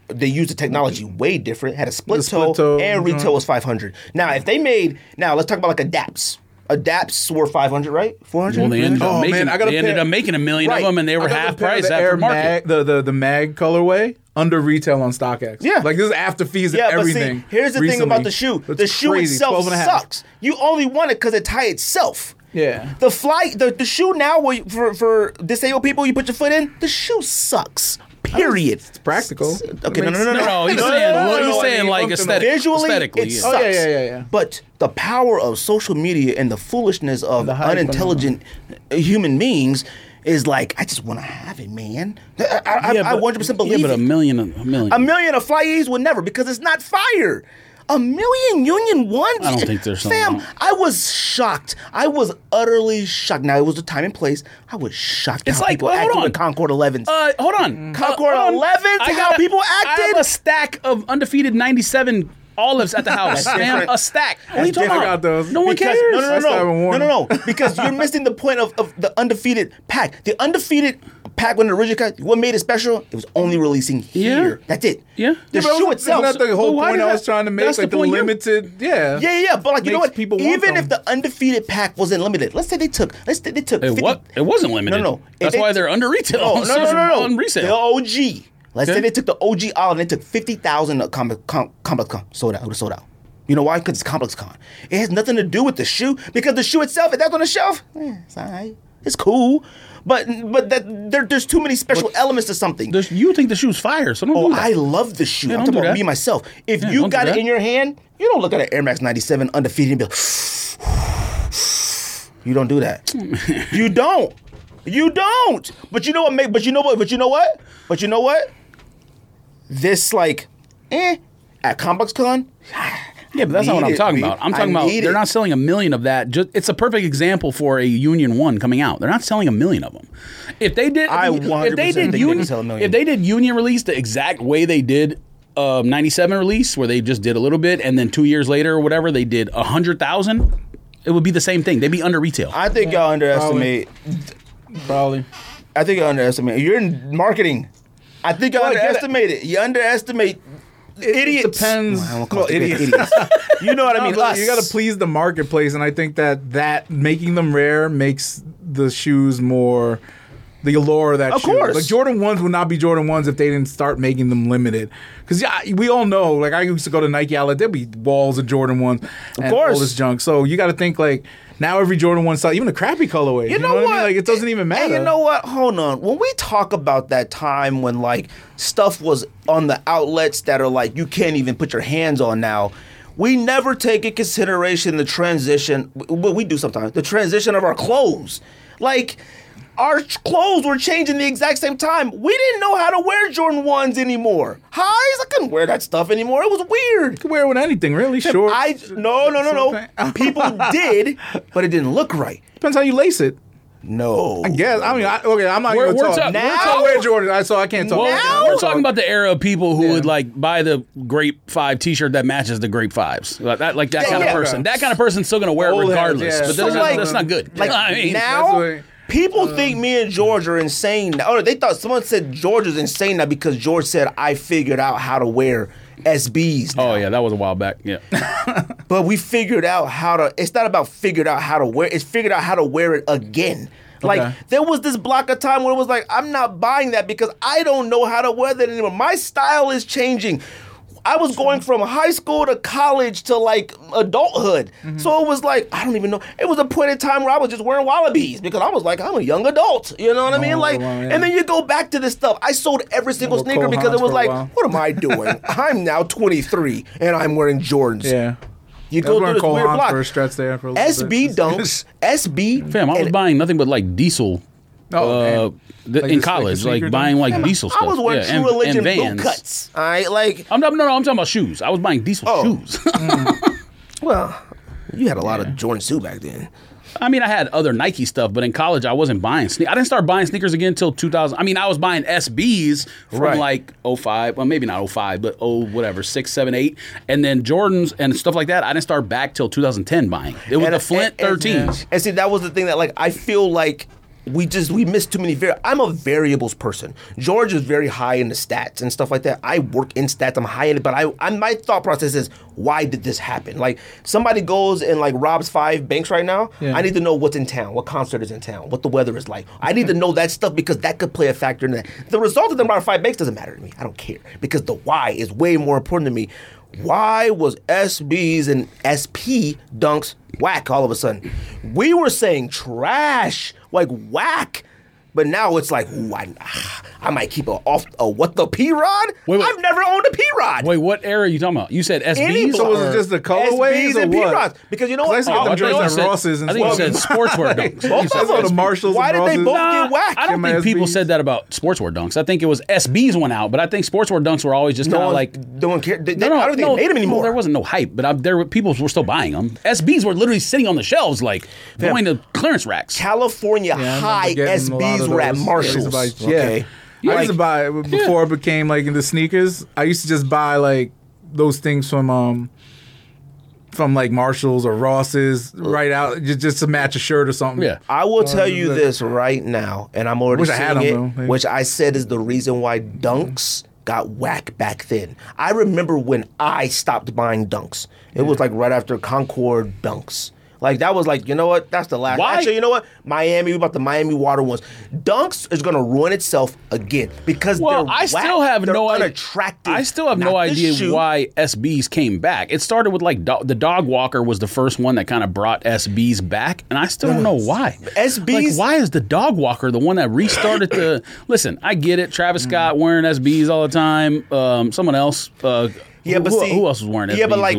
[SPEAKER 1] they used the technology way different. Had a split,
[SPEAKER 2] The split
[SPEAKER 1] toe,
[SPEAKER 2] toe,
[SPEAKER 1] and retail
[SPEAKER 2] joint.
[SPEAKER 1] was five hundred. Now, if they made now, let's talk about like adapts. Adapts were five hundred, right? Four hundred.
[SPEAKER 3] well, they ended,
[SPEAKER 2] Oh,
[SPEAKER 3] up, making,
[SPEAKER 2] man, I got a
[SPEAKER 3] they ended
[SPEAKER 2] pair-
[SPEAKER 3] up making a million
[SPEAKER 1] Right.
[SPEAKER 3] of them, and they
[SPEAKER 2] I
[SPEAKER 3] were
[SPEAKER 2] got a
[SPEAKER 3] half
[SPEAKER 2] pair of
[SPEAKER 3] price
[SPEAKER 2] the
[SPEAKER 3] after
[SPEAKER 2] Air
[SPEAKER 3] market.
[SPEAKER 2] Mag, the, the the mag colorway under retail on StockX.
[SPEAKER 1] Yeah.
[SPEAKER 2] like this is after fees and
[SPEAKER 1] Yeah, but
[SPEAKER 2] everything.
[SPEAKER 1] see, here's the thing
[SPEAKER 2] recently.
[SPEAKER 1] about the shoe. the
[SPEAKER 2] That's
[SPEAKER 1] shoe
[SPEAKER 2] crazy,
[SPEAKER 1] itself
[SPEAKER 2] 12 and a half.
[SPEAKER 1] sucks. You only want it because it tie itself.
[SPEAKER 2] Yeah.
[SPEAKER 1] The fly, the, the shoe now where you- for for disabled people, you put your foot in. The shoe sucks. Period. It's
[SPEAKER 2] practical.
[SPEAKER 1] Okay, no, no, no, no.
[SPEAKER 3] No, no, he's
[SPEAKER 1] No, no,
[SPEAKER 3] saying,
[SPEAKER 1] no, no,
[SPEAKER 3] look-
[SPEAKER 1] no,
[SPEAKER 3] he's
[SPEAKER 1] no,
[SPEAKER 3] saying
[SPEAKER 2] I mean,
[SPEAKER 3] like
[SPEAKER 2] functional.
[SPEAKER 3] aesthetic,
[SPEAKER 1] Visually,
[SPEAKER 3] aesthetically.
[SPEAKER 1] it
[SPEAKER 3] yeah.
[SPEAKER 1] sucks.
[SPEAKER 2] Oh, yeah, yeah, yeah, yeah.
[SPEAKER 1] But the power of social media and the foolishness of
[SPEAKER 2] The hype
[SPEAKER 1] unintelligent human beings is like, I just want to have it, man. I, I, I, I 100% believe
[SPEAKER 3] Yeah, but a
[SPEAKER 1] it.
[SPEAKER 3] million, a million.
[SPEAKER 1] A million of flyees would never because it's not fire. A million Union ones.
[SPEAKER 3] I don't think there's something
[SPEAKER 1] Fam,
[SPEAKER 3] wrong.
[SPEAKER 1] I was shocked. I was utterly shocked. Now it was the time and place. I was shocked.
[SPEAKER 3] It's
[SPEAKER 1] how
[SPEAKER 3] like,
[SPEAKER 1] people
[SPEAKER 3] well, hold
[SPEAKER 1] acted with
[SPEAKER 3] on.
[SPEAKER 1] Concord 11s.
[SPEAKER 3] Uh, hold on.
[SPEAKER 1] Concord
[SPEAKER 3] hold on.
[SPEAKER 1] 11,
[SPEAKER 3] I
[SPEAKER 1] how
[SPEAKER 3] got a-
[SPEAKER 1] people
[SPEAKER 3] I
[SPEAKER 1] acted?
[SPEAKER 3] have a stack of undefeated 97 olives at the house.
[SPEAKER 1] That's
[SPEAKER 3] man,
[SPEAKER 1] different.
[SPEAKER 3] a stack. What are you talking
[SPEAKER 1] different.
[SPEAKER 3] about?
[SPEAKER 2] I got those.
[SPEAKER 3] No one
[SPEAKER 1] Because-
[SPEAKER 3] cares.
[SPEAKER 1] No, no,
[SPEAKER 2] That's not even
[SPEAKER 1] no, no,
[SPEAKER 2] warm.
[SPEAKER 1] no, no, no. Because you're missing the point of, of the undefeated pack. The undefeated pack when the original cut, what made it special? It was only releasing
[SPEAKER 3] Yeah.
[SPEAKER 1] here. That's it.
[SPEAKER 3] Yeah.
[SPEAKER 1] The
[SPEAKER 3] Yeah,
[SPEAKER 2] But
[SPEAKER 1] shoe
[SPEAKER 2] isn't
[SPEAKER 1] itself.
[SPEAKER 2] that the
[SPEAKER 3] But
[SPEAKER 2] whole
[SPEAKER 3] Oh, why
[SPEAKER 2] point
[SPEAKER 3] does
[SPEAKER 2] I
[SPEAKER 3] that-
[SPEAKER 2] was trying to make,
[SPEAKER 3] that's
[SPEAKER 2] like
[SPEAKER 3] the
[SPEAKER 2] the,
[SPEAKER 3] point you-
[SPEAKER 2] limited,
[SPEAKER 1] Yeah,
[SPEAKER 2] yeah,
[SPEAKER 1] yeah, yeah. But like, you know
[SPEAKER 2] Makes
[SPEAKER 1] what?
[SPEAKER 2] people want
[SPEAKER 1] Even
[SPEAKER 2] them.
[SPEAKER 1] if the undefeated pack wasn't limited, let's say they took, let's say they took.
[SPEAKER 3] It, what? it wasn't limited.
[SPEAKER 1] No, no. If
[SPEAKER 3] That's
[SPEAKER 1] they-
[SPEAKER 3] why they're under retail.
[SPEAKER 1] No, no, no, no, no.
[SPEAKER 3] On resale.
[SPEAKER 1] The OG. Let's say
[SPEAKER 3] Okay.
[SPEAKER 1] they took the OG out and they took fifty thousand of Complex Com, Complex Con sold out. It was sold out. You know why? Because it's Complex Con. It has nothing to do with the shoe because the shoe itself, if that's on the shelf, eh, it's all right. It's cool. But but that there, there's too many special elements to something.
[SPEAKER 3] There's- you think the shoe's fire, so don't
[SPEAKER 1] Oh,
[SPEAKER 3] do that.
[SPEAKER 1] I love the shoe. I'm
[SPEAKER 3] don't
[SPEAKER 1] talking
[SPEAKER 3] do
[SPEAKER 1] about
[SPEAKER 3] that.
[SPEAKER 1] me myself. If
[SPEAKER 3] Yeah,
[SPEAKER 1] you
[SPEAKER 3] don't do
[SPEAKER 1] got it
[SPEAKER 3] that.
[SPEAKER 1] in your hand, you don't look at an Air Max 97 undefeated and be like, you don't do that. you don't. You don't. But you know what? Make, but you know what? But you know what? But you know what? This like, eh, at Combox Con.
[SPEAKER 3] Yeah, but that's not what
[SPEAKER 1] Need
[SPEAKER 3] I'm
[SPEAKER 1] it,
[SPEAKER 3] talking
[SPEAKER 1] B.
[SPEAKER 3] about. I'm
[SPEAKER 1] I
[SPEAKER 3] talking about
[SPEAKER 1] need
[SPEAKER 3] they're
[SPEAKER 1] it.
[SPEAKER 3] not selling a million of that. Just it's a perfect example for a Union One coming out. They're not selling a million of them. If they did,
[SPEAKER 1] I
[SPEAKER 3] if they
[SPEAKER 1] 100% think
[SPEAKER 3] did
[SPEAKER 1] they
[SPEAKER 3] Union,
[SPEAKER 1] can sell a million.
[SPEAKER 3] if they did Union release the exact way they did um, '97 release, where they just did a little bit, and then two years later or whatever they did a hundred thousand, it would be the same thing. They'd be under retail.
[SPEAKER 1] I think y'all underestimate.
[SPEAKER 2] probably.
[SPEAKER 1] I think y'all underestimate. You're in marketing. I think y'all
[SPEAKER 2] Well, I get it.
[SPEAKER 1] underestimate it. You underestimate idiots.
[SPEAKER 2] It depends.
[SPEAKER 1] I don't call
[SPEAKER 2] Well,
[SPEAKER 1] stupid
[SPEAKER 2] idiots.
[SPEAKER 1] you know what I
[SPEAKER 2] No,
[SPEAKER 1] mean?
[SPEAKER 2] but You got
[SPEAKER 1] Us.
[SPEAKER 2] to please the marketplace, and I think that that making them rare makes the shoes more the allure of that.
[SPEAKER 1] Of
[SPEAKER 2] shoe.
[SPEAKER 1] course.
[SPEAKER 2] like Jordan ones would not be Jordan ones if they didn't start making them limited. Because yeah, we all know. Like I used to go to Nike outlet, there'd be walls of Jordan ones, and
[SPEAKER 1] course.
[SPEAKER 2] all this junk. So you got to think like now every Jordan one style, even the crappy colorway. You, know, what? I mean? Like it doesn't even
[SPEAKER 1] And-
[SPEAKER 2] matter.
[SPEAKER 1] And you know what? Hold on. When we talk about that time when like stuff was on the outlets that are like you can't even put your hands on now, we never take in consideration the transition. Well, we do sometimes the transition of our clothes, like. our clothes were changing the exact same time. We didn't know how to wear Jordan ones anymore. Highs, I couldn't wear that stuff anymore. It was weird.
[SPEAKER 2] You can wear it with anything, really. Short.
[SPEAKER 1] I no no no
[SPEAKER 2] Short
[SPEAKER 1] no.
[SPEAKER 2] pant.
[SPEAKER 1] People did, but it didn't look right.
[SPEAKER 2] Depends how you lace it.
[SPEAKER 1] No. I
[SPEAKER 2] Yes, I mean, I, okay, I'm not
[SPEAKER 3] We're-
[SPEAKER 2] going to
[SPEAKER 3] we're
[SPEAKER 2] talk.
[SPEAKER 3] ta-
[SPEAKER 1] we're
[SPEAKER 2] I
[SPEAKER 1] ta-
[SPEAKER 2] don't wear Jordan, I- so I can't talk.
[SPEAKER 3] Well,
[SPEAKER 1] Now?
[SPEAKER 3] we're talking about the era of people who would like buy the grape five T-shirt that matches the grape fives, like that, like that
[SPEAKER 1] Yeah,
[SPEAKER 3] kind
[SPEAKER 1] yeah.
[SPEAKER 3] of person. That kind of person's still going to wear it
[SPEAKER 2] Old heads,
[SPEAKER 3] regardless.
[SPEAKER 2] yeah.
[SPEAKER 3] But
[SPEAKER 2] So,
[SPEAKER 3] that's, not,
[SPEAKER 1] like-
[SPEAKER 3] that's not good.
[SPEAKER 1] Like
[SPEAKER 3] I mean, Um,
[SPEAKER 1] now,
[SPEAKER 2] that's
[SPEAKER 1] people think me and George are insane. Now. Oh, they thought someone said George is insane now because George said I figured out how to wear SBs.
[SPEAKER 3] Oh yeah, that was a while back. Yeah,
[SPEAKER 1] But we figured out how to. It's not about figured out how to wear. It's figured out how to wear it again. Like
[SPEAKER 2] Okay.
[SPEAKER 1] there was this block of time where it was like I'm not buying that because I don't know how to wear that anymore. My style is changing. I was going from high school to college to like adulthood.
[SPEAKER 2] Mm-hmm.
[SPEAKER 1] So it was like, I don't even know. It was a point in time where I was just wearing wallabies because I was like, I'm a young adult. You know what I mean?
[SPEAKER 2] Oh,
[SPEAKER 1] Like,
[SPEAKER 2] wow, yeah.
[SPEAKER 1] and then you go back to this stuff. I sold every single
[SPEAKER 2] Well,
[SPEAKER 1] sneaker
[SPEAKER 2] Cole
[SPEAKER 1] because
[SPEAKER 2] Haan
[SPEAKER 1] it was
[SPEAKER 2] for a
[SPEAKER 1] like,
[SPEAKER 2] while.
[SPEAKER 1] what am I doing? I'm now 23 and I'm wearing Jordans.
[SPEAKER 2] Yeah.
[SPEAKER 1] You
[SPEAKER 2] I
[SPEAKER 1] go
[SPEAKER 2] was
[SPEAKER 1] through
[SPEAKER 2] wearing
[SPEAKER 1] this
[SPEAKER 2] Cole
[SPEAKER 1] weird
[SPEAKER 2] Haan
[SPEAKER 1] block.
[SPEAKER 2] for a stretch there for a little
[SPEAKER 1] SB
[SPEAKER 2] bit.
[SPEAKER 1] dunks, SB.
[SPEAKER 3] fam, I was
[SPEAKER 1] and-
[SPEAKER 3] buying nothing but like diesel.
[SPEAKER 2] Oh,
[SPEAKER 3] uh,
[SPEAKER 2] man.
[SPEAKER 3] th-
[SPEAKER 2] Like
[SPEAKER 3] in
[SPEAKER 2] this- like
[SPEAKER 3] college,
[SPEAKER 2] the
[SPEAKER 3] like,
[SPEAKER 2] sneaker
[SPEAKER 3] buying like diesel stuff.
[SPEAKER 1] I was wearing
[SPEAKER 3] Yeah,
[SPEAKER 1] True
[SPEAKER 3] and-
[SPEAKER 1] Religion
[SPEAKER 3] and
[SPEAKER 1] boot
[SPEAKER 3] Vans.
[SPEAKER 1] cuts. All right, like,
[SPEAKER 3] I'm not, no, no, I'm talking about shoes. I was buying diesel
[SPEAKER 1] Oh.
[SPEAKER 3] shoes.
[SPEAKER 1] well, you had a lot of Jordan Sue back then.
[SPEAKER 3] I mean, I had other Nike stuff, but in college, I wasn't buying sneakers. I didn't start buying sneakers again until 2000. I mean, I was buying SBs from
[SPEAKER 1] Right.
[SPEAKER 3] like 05, well, maybe not 05, but oh, whatever, 6, 7, 8. And then Jordans and stuff like that, I didn't start back till 2010 buying. It was
[SPEAKER 1] And-
[SPEAKER 3] the Flint
[SPEAKER 1] and- uh, and-
[SPEAKER 3] 13s.
[SPEAKER 1] And see, that was the thing that like I feel like we just we miss too many var- I'm a variables person. George is very high in the stats and stuff like that. I work in stats. I'm high in it, but I, I my thought process is why did this happen? Like somebody goes and like robs five banks right now.
[SPEAKER 2] Yeah.
[SPEAKER 1] I need to know what's in town, what concert is in town, what the weather is like. I need to know that stuff because that could play a factor in that. The result of them robbing five banks doesn't matter to me. I don't care because the why is way more important to me. Why was SBs and SP dunks whack all of a sudden? We were saying trash, like whack. But now it's like, ooh, I, ah, I might keep a off a what the P rod.
[SPEAKER 3] Wait, wait.
[SPEAKER 1] I've never owned a P rod.
[SPEAKER 3] Wait, what era are you talking about? You said SBs?
[SPEAKER 1] Any
[SPEAKER 2] So was
[SPEAKER 1] or
[SPEAKER 2] it just the colorways
[SPEAKER 1] SBs
[SPEAKER 2] or
[SPEAKER 1] and
[SPEAKER 2] what?
[SPEAKER 1] P-Rods, because you know
[SPEAKER 2] 'Cause I
[SPEAKER 1] what?
[SPEAKER 2] used to
[SPEAKER 1] Oh,
[SPEAKER 2] get
[SPEAKER 1] I thought
[SPEAKER 2] them
[SPEAKER 3] you
[SPEAKER 1] it
[SPEAKER 2] jerseys
[SPEAKER 1] was-
[SPEAKER 2] at Ross's and
[SPEAKER 3] I think you said
[SPEAKER 2] stuff.
[SPEAKER 3] sportswear dunks. You
[SPEAKER 1] Both
[SPEAKER 3] said
[SPEAKER 1] of them.
[SPEAKER 2] the Marshalls
[SPEAKER 1] Why
[SPEAKER 2] and
[SPEAKER 1] did they
[SPEAKER 2] Rosses.
[SPEAKER 1] both
[SPEAKER 3] Nah,
[SPEAKER 1] get whacked?
[SPEAKER 3] I don't
[SPEAKER 2] Get
[SPEAKER 3] think
[SPEAKER 2] my
[SPEAKER 3] people
[SPEAKER 2] SBs.
[SPEAKER 3] said that about sportswear dunks. I think it was SBs went out, but I think sportswear dunks were always just
[SPEAKER 1] No
[SPEAKER 3] kind of
[SPEAKER 1] one,
[SPEAKER 3] like
[SPEAKER 1] no one cared. They, they- I don't think they made them
[SPEAKER 3] no,
[SPEAKER 1] anymore.
[SPEAKER 3] there wasn't no hype, but I, there were, people were still buying them. SBs were literally sitting on the shelves, like going to clearance racks.
[SPEAKER 1] California
[SPEAKER 2] Yeah, I remember
[SPEAKER 1] high
[SPEAKER 2] getting a lot
[SPEAKER 1] SBs
[SPEAKER 2] of
[SPEAKER 1] were at
[SPEAKER 2] those.
[SPEAKER 1] Marshalls.
[SPEAKER 2] I used to buy- yeah.
[SPEAKER 1] Okay.
[SPEAKER 2] I used to buy before it became like into sneakers. I used to just buy like those things from um from like Marshalls or Ross's right out just, just to match a shirt or something.
[SPEAKER 3] Yeah.
[SPEAKER 1] I will tell you
[SPEAKER 2] the-
[SPEAKER 1] this right now, and I'm already
[SPEAKER 2] Wish I had
[SPEAKER 1] seeing it,
[SPEAKER 2] them, though, maybe.
[SPEAKER 1] which I said is the reason why dunks got whack back then. I remember when I stopped buying dunks. It was like right after Concord dunks. Like that was like, you know what? That's the last.
[SPEAKER 3] Why?
[SPEAKER 1] Actually, you know what? Miami, we bought the Miami Water ones. Dunks is gonna ruin itself again because
[SPEAKER 3] Well,
[SPEAKER 1] they're
[SPEAKER 3] I
[SPEAKER 1] whack.
[SPEAKER 3] still have
[SPEAKER 1] They're
[SPEAKER 3] no idea.
[SPEAKER 1] unattractive.
[SPEAKER 3] I still have
[SPEAKER 1] Not
[SPEAKER 3] no
[SPEAKER 1] the
[SPEAKER 3] idea
[SPEAKER 1] shoe.
[SPEAKER 3] why SBs came back. It started with like do- the dog walker was the first one that kind of brought SBs back, and I still don't know why.
[SPEAKER 1] SBs
[SPEAKER 3] like why is the dog walker the one that restarted the? Listen, I get it. Travis
[SPEAKER 1] Mm.
[SPEAKER 3] Scott wearing SBs all the time. Um, someone else. Uh,
[SPEAKER 1] Yeah,
[SPEAKER 3] who,
[SPEAKER 1] but
[SPEAKER 3] who-
[SPEAKER 1] see-
[SPEAKER 3] who else was wearing SBs?
[SPEAKER 1] yeah, but like,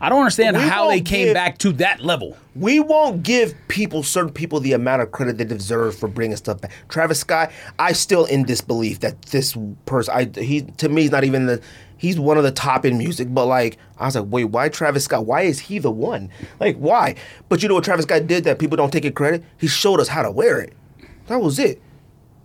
[SPEAKER 3] I don't understand
[SPEAKER 1] we
[SPEAKER 3] how they
[SPEAKER 1] won't
[SPEAKER 3] came
[SPEAKER 1] give-
[SPEAKER 3] back to that level.
[SPEAKER 1] we won't give people certain people the amount of credit they deserve for bringing stuff back. Travis Scott, I still in disbelief that this person, I he to me he's not even the. He's one of the top in music, but like I was like, wait, why Travis Scott? Why is he the one? Like, why? But you know what Travis Scott did that people don't take it credit? He showed us how to wear it. That was it.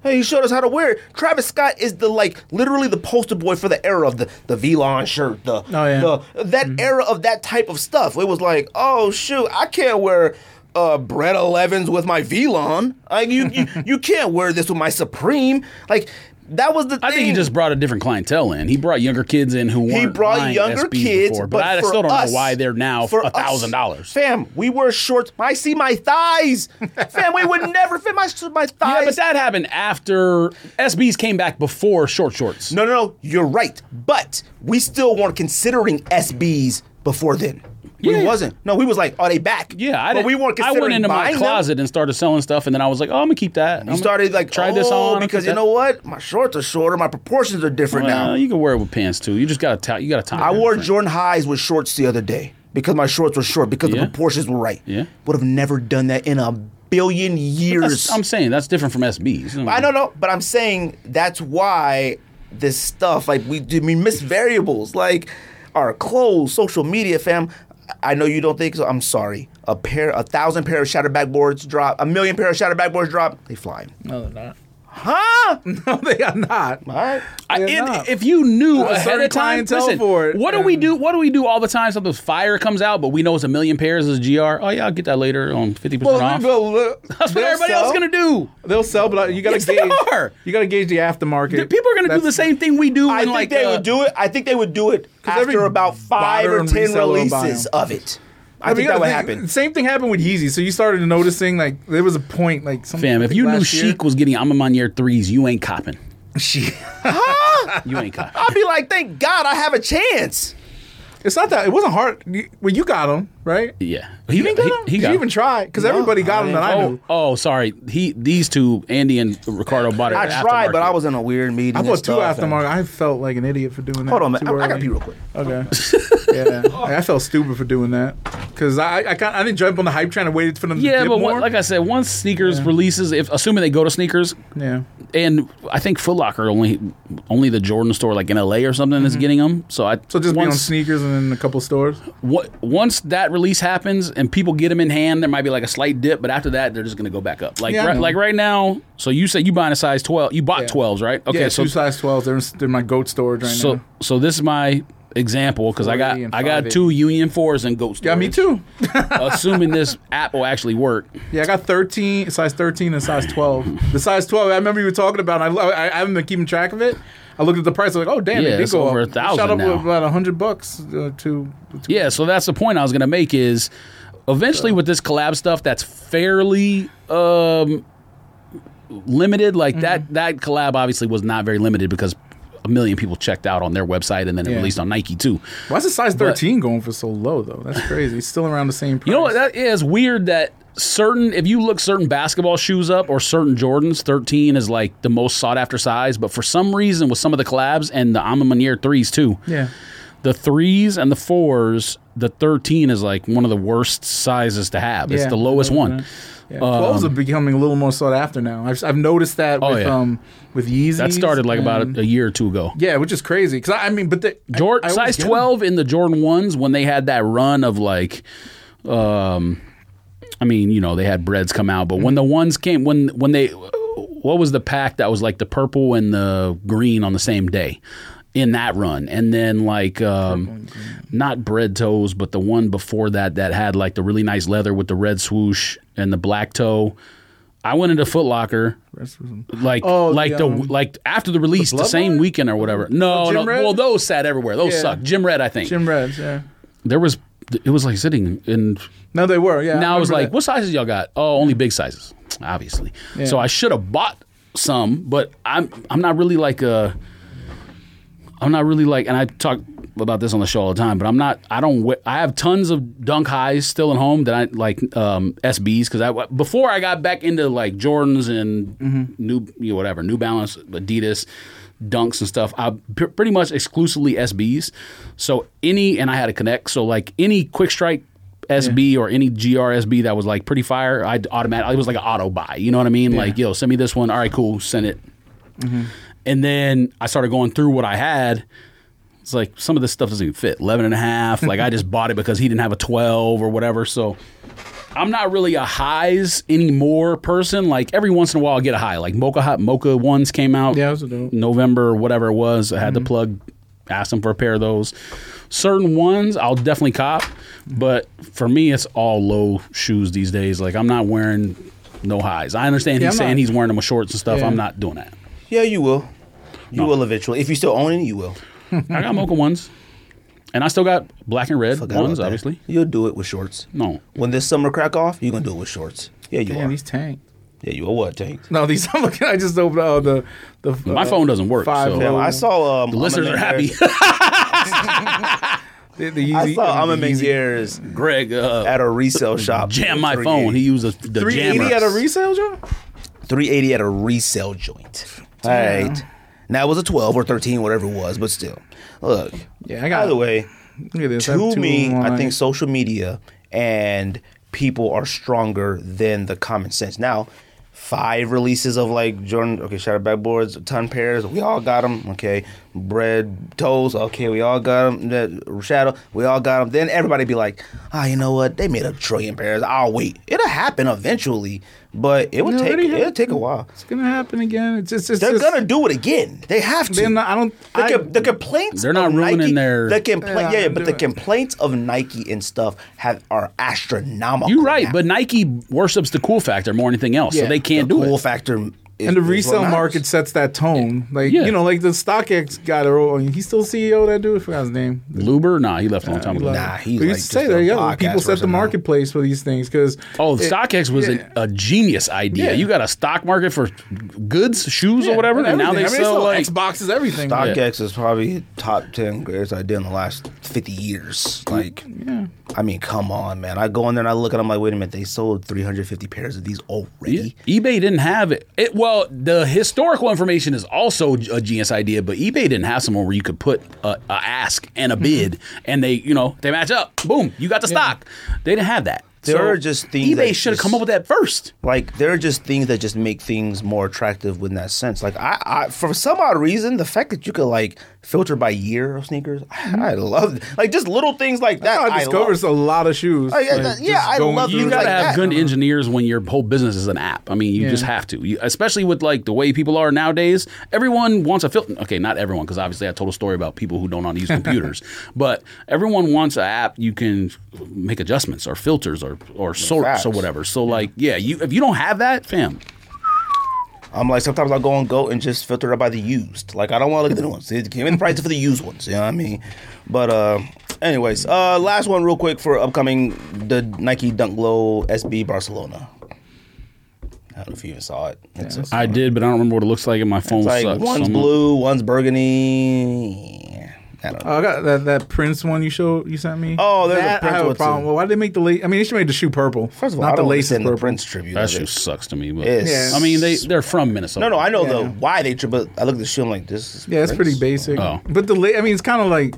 [SPEAKER 1] Hey, he showed us how to wear it. Travis Scott is the like literally the poster boy for the era of the the V-Lon shirt, the
[SPEAKER 2] Oh, yeah.
[SPEAKER 1] the that
[SPEAKER 3] Mm-hmm.
[SPEAKER 1] era of that type of stuff. It was like, oh shoot, I can't wear uh Brett Elevens with my Velon. Like you, you you can't wear this with my Supreme. Like that was the
[SPEAKER 3] I
[SPEAKER 1] thing.
[SPEAKER 3] think he just brought a different clientele in. He brought younger kids in who weren't
[SPEAKER 1] he brought
[SPEAKER 3] buying
[SPEAKER 1] younger
[SPEAKER 3] SBs
[SPEAKER 1] kids,
[SPEAKER 3] before,
[SPEAKER 1] but,
[SPEAKER 3] but, I
[SPEAKER 1] for
[SPEAKER 3] still don't
[SPEAKER 1] us-
[SPEAKER 3] know why they're now
[SPEAKER 1] for
[SPEAKER 3] a
[SPEAKER 1] us,
[SPEAKER 3] thousand dollars.
[SPEAKER 1] Fam, we wear shorts. I see my thighs. Fam, we would never fit my my thighs.
[SPEAKER 3] Yeah, but that happened after SBs came back before short shorts.
[SPEAKER 1] No, no, no. You're right. But we still weren't considering SBs before then.
[SPEAKER 3] Yeah.
[SPEAKER 1] We wasn't. No, we was like, are they back?
[SPEAKER 3] Yeah, I
[SPEAKER 1] but
[SPEAKER 3] didn't.
[SPEAKER 1] we weren't
[SPEAKER 3] I
[SPEAKER 1] considering
[SPEAKER 3] went into my
[SPEAKER 1] buying them.
[SPEAKER 3] closet and started selling stuff, and then I was like, "Oh, I'm gonna keep that."
[SPEAKER 1] You started like
[SPEAKER 3] try
[SPEAKER 1] try
[SPEAKER 3] this on I'll
[SPEAKER 1] because you
[SPEAKER 3] keep that."
[SPEAKER 1] know what? My shorts are shorter. My proportions are different
[SPEAKER 3] Well,
[SPEAKER 1] now.
[SPEAKER 3] you can wear it with pants too. You just got to tie. You got to tie.
[SPEAKER 1] I
[SPEAKER 3] it
[SPEAKER 1] wore
[SPEAKER 3] different.
[SPEAKER 1] Jordan highs with shorts the other day because my shorts were short because
[SPEAKER 3] Yeah.
[SPEAKER 1] the proportions were right.
[SPEAKER 3] Yeah.
[SPEAKER 1] Would have never done that in a billion years.
[SPEAKER 3] That's- I'm saying that's different from SBs.
[SPEAKER 1] I don't know, but I'm saying that's why this stuff like we do we miss variables like our clothes, social media, fam. I know you don't think so. I'm sorry. A pair, a thousand pair of shatterback boards drop, a million pair of shatterback boards drop. They flying,
[SPEAKER 2] No, they're not.
[SPEAKER 1] huh? All
[SPEAKER 2] No, they are not.
[SPEAKER 1] right.
[SPEAKER 3] I,
[SPEAKER 2] They're
[SPEAKER 3] and
[SPEAKER 2] not.
[SPEAKER 3] if you knew
[SPEAKER 2] There's a
[SPEAKER 3] ahead
[SPEAKER 2] certain
[SPEAKER 3] of time,
[SPEAKER 2] clientele
[SPEAKER 3] listen,
[SPEAKER 2] for it,
[SPEAKER 3] what do we
[SPEAKER 2] and-
[SPEAKER 3] do? What do we do all the time? Something fire comes out, but we know it's a million pairs as GR. Oh yeah, I'll get that later on fifty percent off. That's what everybody else is gonna do.
[SPEAKER 2] They'll sell, but you gotta
[SPEAKER 3] Yes, they
[SPEAKER 2] gauge.
[SPEAKER 3] are.
[SPEAKER 2] You gotta gauge the aftermarket.
[SPEAKER 3] People are gonna do the
[SPEAKER 2] That's-
[SPEAKER 3] same thing we do.
[SPEAKER 1] I
[SPEAKER 3] in,
[SPEAKER 1] think
[SPEAKER 3] like,
[SPEAKER 1] they
[SPEAKER 3] uh,
[SPEAKER 1] would do it. I think they would do it
[SPEAKER 2] 'Cause every
[SPEAKER 1] after about five or
[SPEAKER 2] modern
[SPEAKER 1] ten
[SPEAKER 2] reseller will buy
[SPEAKER 1] releases
[SPEAKER 2] them.
[SPEAKER 1] of it. I,
[SPEAKER 2] I mean,
[SPEAKER 1] think
[SPEAKER 2] you
[SPEAKER 1] that
[SPEAKER 2] gotta
[SPEAKER 1] would
[SPEAKER 2] think-
[SPEAKER 1] happen.
[SPEAKER 2] Same thing happened with Yeezy. So you started noticing like there was a point like some,
[SPEAKER 3] Fam,
[SPEAKER 2] I
[SPEAKER 3] if
[SPEAKER 2] think
[SPEAKER 3] you knew
[SPEAKER 2] last year-
[SPEAKER 3] Sheik was getting I'm on year threes, you ain't copping.
[SPEAKER 2] Sheik.
[SPEAKER 3] You ain't copping.
[SPEAKER 1] I'll be like, thank God I have a chance.
[SPEAKER 2] It's not that it wasn't hard. You- Well, you got him right.
[SPEAKER 3] Yeah, he
[SPEAKER 2] You didn't get him.
[SPEAKER 3] He, he
[SPEAKER 2] Did
[SPEAKER 3] got
[SPEAKER 2] you
[SPEAKER 3] him.
[SPEAKER 2] even try? Because everybody got
[SPEAKER 1] I
[SPEAKER 2] him that I
[SPEAKER 3] Oh,
[SPEAKER 2] knew.
[SPEAKER 3] oh, sorry. He these two, Andy and Ricardo, bought it.
[SPEAKER 1] I
[SPEAKER 3] at
[SPEAKER 1] tried, but
[SPEAKER 3] aftermarket.
[SPEAKER 1] I was in a weird meeting.
[SPEAKER 2] I
[SPEAKER 1] and
[SPEAKER 2] bought two
[SPEAKER 1] stuff, and-
[SPEAKER 2] aftermarket. I felt like an idiot for doing that.
[SPEAKER 1] Hold on, man.
[SPEAKER 2] too
[SPEAKER 1] I, I gotta
[SPEAKER 2] early.
[SPEAKER 1] pee real quick.
[SPEAKER 2] Okay. yeah, I felt stupid for doing that because I I, kind- I didn't jump on the hype train and waited for them. to
[SPEAKER 3] Yeah,
[SPEAKER 2] dip
[SPEAKER 3] but
[SPEAKER 2] more.
[SPEAKER 3] one, like I said, once sneakers releases, if assuming they go to sneakers,
[SPEAKER 2] yeah,
[SPEAKER 3] and I think Foot Locker only only the Jordan store like in LA or something is getting them. So I
[SPEAKER 2] Mm-hmm. so just be on
[SPEAKER 3] once,
[SPEAKER 2] sneakers and in a couple stores.
[SPEAKER 3] on once that release happens and people get them in hand, there might be like a slight dip, but after that they're just gonna go back up. Like
[SPEAKER 2] Yeah, I
[SPEAKER 3] right,
[SPEAKER 2] know.
[SPEAKER 3] like right now, so you say you buying a size twelve, you bought
[SPEAKER 2] Yeah.
[SPEAKER 3] twelves, right? Okay,
[SPEAKER 2] yeah,
[SPEAKER 3] so
[SPEAKER 2] two size twelves. They're, in- they're in my goat storage right
[SPEAKER 3] so
[SPEAKER 2] now.
[SPEAKER 3] so this is my example because I got
[SPEAKER 2] 480 E and
[SPEAKER 3] I got
[SPEAKER 2] 580.
[SPEAKER 3] two Union fours and Ghost.
[SPEAKER 2] Yeah, me too.
[SPEAKER 3] assuming this app will actually work.
[SPEAKER 2] Yeah, I got 13, size 13 and size 12. The size 12, I remember you were talking about, and I, I, I haven't been keeping track of it. I looked at the price, I was like, oh, damn,
[SPEAKER 3] Yeah,
[SPEAKER 2] it did
[SPEAKER 3] it's
[SPEAKER 2] go
[SPEAKER 3] over
[SPEAKER 2] up.
[SPEAKER 3] a
[SPEAKER 2] It
[SPEAKER 3] thousand
[SPEAKER 2] Shot up
[SPEAKER 3] now.
[SPEAKER 2] about 100 bucks uh, to, to-
[SPEAKER 3] Yeah, so that's the point I was gonna make is eventually with this collab stuff that's fairly um limited, like that that collab obviously was not very limited because a million people checked out on their website and then it
[SPEAKER 2] Yeah.
[SPEAKER 3] released on Nike too.
[SPEAKER 2] Why is the size 13 going for so low, though? That's crazy. It's still around the same price.
[SPEAKER 3] You know what that is weird that certain if you look certain basketball shoes up or certain Jordans, thirteen is like the most sought after size, but for some reason with some of the collabs and the Amamanier threes too,
[SPEAKER 2] Yeah.
[SPEAKER 3] the threes and the fours, the 13 is like one of the worst sizes to have. It's
[SPEAKER 2] Yeah.
[SPEAKER 3] the lowest one.
[SPEAKER 2] Yeah. 12s are becoming a little more sought after now. I've, I've noticed that
[SPEAKER 3] Um, Oh,
[SPEAKER 2] with,
[SPEAKER 3] yeah.
[SPEAKER 2] um, with Yeezys.
[SPEAKER 3] That started like about
[SPEAKER 2] and-
[SPEAKER 3] a, a year or two ago.
[SPEAKER 2] Yeah, which is crazy. Because, I, I mean, but the.
[SPEAKER 3] Jord-
[SPEAKER 2] I- I always
[SPEAKER 3] size
[SPEAKER 2] get them.
[SPEAKER 3] 12 in the Jordan 1s when they had that run of like, um, I mean, you know, they had breads come out, but when the ones came, when when they, what was the pack that was like the purple and the green on the same day? In that run, and then like um, not bread toes, but the one before that that had like the really nice leather with the red swoosh and the black toe. I went into Foot Locker, like
[SPEAKER 2] Oh, the,
[SPEAKER 3] like the,
[SPEAKER 2] um,
[SPEAKER 3] like after the release, the,
[SPEAKER 2] Blood
[SPEAKER 3] same
[SPEAKER 2] Line?
[SPEAKER 3] weekend or whatever. No,
[SPEAKER 2] Jim
[SPEAKER 3] no,
[SPEAKER 2] Red?
[SPEAKER 3] well those sat Oh, everywhere. Those
[SPEAKER 2] Yeah.
[SPEAKER 3] suck. Jim Red, I think.
[SPEAKER 2] Jim Reds, yeah.
[SPEAKER 3] There was it was like sitting in
[SPEAKER 2] No, they were, yeah.
[SPEAKER 3] now I was
[SPEAKER 2] remember
[SPEAKER 3] like,
[SPEAKER 2] that.
[SPEAKER 3] what sizes y'all got? Oh, only big sizes, obviously.
[SPEAKER 2] Yeah.
[SPEAKER 3] So I should have bought some, but I'm I'm not really like a I'm not really like, and I talk about this on the show all the time, but I'm not. I don't. we- I have tons of dunk highs still at home that I like um, SBs because I before I got back into like Jordans and new you know, whatever New Balance, Adidas, Dunks and stuff. I p- pretty much exclusively SBs. So any and I had a connect. So like any Quick Strike. SB or any GRSB that was like pretty fire, I'd automatically, it was like an auto buy. You know what I mean? Like, yo, send me this one. All right, cool. Send it. And then I started going through what I had. It's like some of this stuff doesn't even fit. 11 and a half. Like I just bought it because he didn't have a 12 or whatever. So I'm not really a highs anymore person. Like every once in a while, I get a high. Like Mocha Hot Mocha ones came out.
[SPEAKER 2] Yeah, those are dope. Mm-hmm.
[SPEAKER 3] November or whatever it was. I had to plug, asked them for a pair of those. Certain ones I'll definitely cop, but for me, it's all low shoes these days. Like I'm not wearing no highs. I understand
[SPEAKER 2] Yeah, I'm
[SPEAKER 3] he's saying
[SPEAKER 2] not-
[SPEAKER 3] he's wearing them with shorts and stuff.
[SPEAKER 2] Yeah.
[SPEAKER 3] I'm not doing that.
[SPEAKER 1] Yeah, you will. You will eventually. If you still own it, you will.
[SPEAKER 3] I got mocha ones, and I still got black and red
[SPEAKER 1] Forgot
[SPEAKER 3] ones.
[SPEAKER 1] about that.
[SPEAKER 3] Obviously,
[SPEAKER 1] You'll do it with shorts.
[SPEAKER 3] no.
[SPEAKER 1] When this summer crack off, you're gonna do it with shorts. Yeah, you
[SPEAKER 2] Damn,
[SPEAKER 1] are.
[SPEAKER 2] these tank.
[SPEAKER 1] Yeah, you are what, Tank?
[SPEAKER 2] No, these. I'm looking. I just opened uh, the the.
[SPEAKER 3] My phone doesn't work,
[SPEAKER 2] Five.
[SPEAKER 3] so-
[SPEAKER 1] Damn, I saw um
[SPEAKER 3] The listeners are happy.
[SPEAKER 2] The, the Yeezy, uh,
[SPEAKER 1] I saw
[SPEAKER 2] the
[SPEAKER 1] Amma
[SPEAKER 2] Yeezy.
[SPEAKER 1] Years
[SPEAKER 3] Greg uh,
[SPEAKER 1] at a resale shop.
[SPEAKER 3] jammed my phone. He used a, the
[SPEAKER 2] 380
[SPEAKER 3] jammer.
[SPEAKER 2] at a resale job.
[SPEAKER 1] 380 at a resale joint. All right. Now it was a 12 or 13, whatever it was, but still. Look.
[SPEAKER 2] Yeah, I got-
[SPEAKER 1] By the way,
[SPEAKER 2] Look at this. I have
[SPEAKER 1] to
[SPEAKER 2] two
[SPEAKER 1] me, I
[SPEAKER 2] online.
[SPEAKER 1] think social media and people are stronger than the common sense. Now, five releases of like Jordan, okay, shadow backboards, ton pairs, we all got them. Okay, bread toes, okay, we all got them. That shadow, we all got them. Then everybody be like, ah, you know what? They made a trillion pairs. I'll wait. It'll happen eventually, but it would
[SPEAKER 2] It
[SPEAKER 1] take
[SPEAKER 2] already
[SPEAKER 1] it'll
[SPEAKER 2] happened.
[SPEAKER 1] take a while.
[SPEAKER 2] It's gonna happen again. It's just, it's
[SPEAKER 1] They're
[SPEAKER 2] just,
[SPEAKER 1] gonna do it again. They have to.
[SPEAKER 2] They're not- I don't-
[SPEAKER 1] The,
[SPEAKER 2] I-
[SPEAKER 1] com- the complaints.
[SPEAKER 3] They're not
[SPEAKER 1] of
[SPEAKER 3] ruining
[SPEAKER 1] Nike,
[SPEAKER 3] their-
[SPEAKER 1] The complaint.
[SPEAKER 2] Yeah,
[SPEAKER 1] Yeah, yeah, but
[SPEAKER 2] do
[SPEAKER 1] the
[SPEAKER 2] it.
[SPEAKER 1] complaints of Nike and stuff have are astronomical.
[SPEAKER 3] You're right,
[SPEAKER 1] now.
[SPEAKER 3] but Nike worships the cool factor more than anything else, so
[SPEAKER 2] Yeah.
[SPEAKER 3] they
[SPEAKER 1] the
[SPEAKER 3] can't do
[SPEAKER 1] cool
[SPEAKER 3] it.
[SPEAKER 1] factor. Is,
[SPEAKER 2] and the
[SPEAKER 1] is what
[SPEAKER 2] resale
[SPEAKER 1] matters.
[SPEAKER 2] market sets that tone. Like
[SPEAKER 3] Yeah.
[SPEAKER 2] you know, like the StockX guy. that wrote- He's still CEO. of That dude, I forgot his name.
[SPEAKER 3] Luber, nah, he left a long time ago.
[SPEAKER 1] Nah, he's
[SPEAKER 2] But you
[SPEAKER 1] like
[SPEAKER 2] say
[SPEAKER 1] just
[SPEAKER 2] that,
[SPEAKER 1] a
[SPEAKER 2] yeah,
[SPEAKER 1] podcast
[SPEAKER 2] people set the
[SPEAKER 1] person now.
[SPEAKER 2] marketplace for these things because
[SPEAKER 3] Oh, StockX was
[SPEAKER 2] yeah.
[SPEAKER 3] a, a genius idea.
[SPEAKER 2] Yeah.
[SPEAKER 3] You got a stock market for goods, shoes, or whatever, and now they sell like
[SPEAKER 2] Xboxes, everything.
[SPEAKER 1] StockX is probably top ten greatest idea in the last fifty years. Like, I mean, come on, man. I go in there and I look at. them like, wait a minute, they sold three hundred fifty pairs of these already.
[SPEAKER 3] E, eBay didn't have it. it. Well, the historical information is also a genius idea, but eBay didn't have someone where you could put a, a ask and
[SPEAKER 1] Mm-hmm.
[SPEAKER 3] a bid, and they, you know, they match up. Boom, you got the stock. They didn't have that.
[SPEAKER 1] There are just things
[SPEAKER 3] eBay
[SPEAKER 1] that
[SPEAKER 3] should have
[SPEAKER 1] just-
[SPEAKER 3] come up with that first.
[SPEAKER 1] Like there are just things that just make things more attractive in that sense. Like I, I for some odd reason, the fact that you could like filter by year of sneakers, I, I love it. like just little things like that.
[SPEAKER 2] Mm-hmm. I
[SPEAKER 1] love.
[SPEAKER 2] discovered a lot of shoes.
[SPEAKER 1] Like, yeah,
[SPEAKER 2] just
[SPEAKER 1] yeah, I
[SPEAKER 2] going
[SPEAKER 1] love
[SPEAKER 2] through
[SPEAKER 1] you
[SPEAKER 2] it.
[SPEAKER 3] You gotta
[SPEAKER 1] like that.
[SPEAKER 3] have good engineers when your whole business is an app. I mean, you just have to, you, especially with like the way people are nowadays. Everyone wants a filter. Okay, not everyone, because obviously I told a story about people who don't know how to use computers. but everyone wants an app you can make adjustments or filters or or sorts
[SPEAKER 1] Facts.
[SPEAKER 3] or whatever. So like, yeah, you if you don't have that, fam,
[SPEAKER 1] I'm like sometimes I'll go on Go and just filter it by the used. Like I don't want to look at the new ones. It came in the price for the used ones. You know what I mean? But uh anyways, uh last one real quick for upcoming the Nike Dunk Low SB Barcelona. I don't know if you even saw it. It's a-
[SPEAKER 3] I did, but I don't remember what it looks like, and my phone
[SPEAKER 1] Like
[SPEAKER 3] sucks.
[SPEAKER 1] one's
[SPEAKER 3] Someone-
[SPEAKER 1] blue, one's burgundy. I don't know.
[SPEAKER 2] Oh, I got that, that Prince one you showed you sent me.
[SPEAKER 1] Oh, there's a
[SPEAKER 2] that
[SPEAKER 1] Prince
[SPEAKER 2] I have a
[SPEAKER 1] one,
[SPEAKER 2] problem.
[SPEAKER 1] too.
[SPEAKER 2] Well, why did they make the lace? I mean, they should make the shoe purple.
[SPEAKER 1] First of all,
[SPEAKER 2] not
[SPEAKER 1] I don't
[SPEAKER 2] the laces
[SPEAKER 1] understand
[SPEAKER 2] purple.
[SPEAKER 1] the Prince tribute.
[SPEAKER 3] That
[SPEAKER 1] of
[SPEAKER 3] shoe
[SPEAKER 1] it.
[SPEAKER 3] sucks to me, but
[SPEAKER 1] It's-
[SPEAKER 2] Yeah.
[SPEAKER 3] I mean they they're from Minnesota.
[SPEAKER 1] No, no, I know the
[SPEAKER 2] Yeah.
[SPEAKER 1] why they tribute. I look at the shoe. I'm like, this. Is
[SPEAKER 2] Yeah, it's
[SPEAKER 1] Prince?
[SPEAKER 2] pretty basic.
[SPEAKER 3] Oh.
[SPEAKER 2] But the la- I mean, it's kind of like,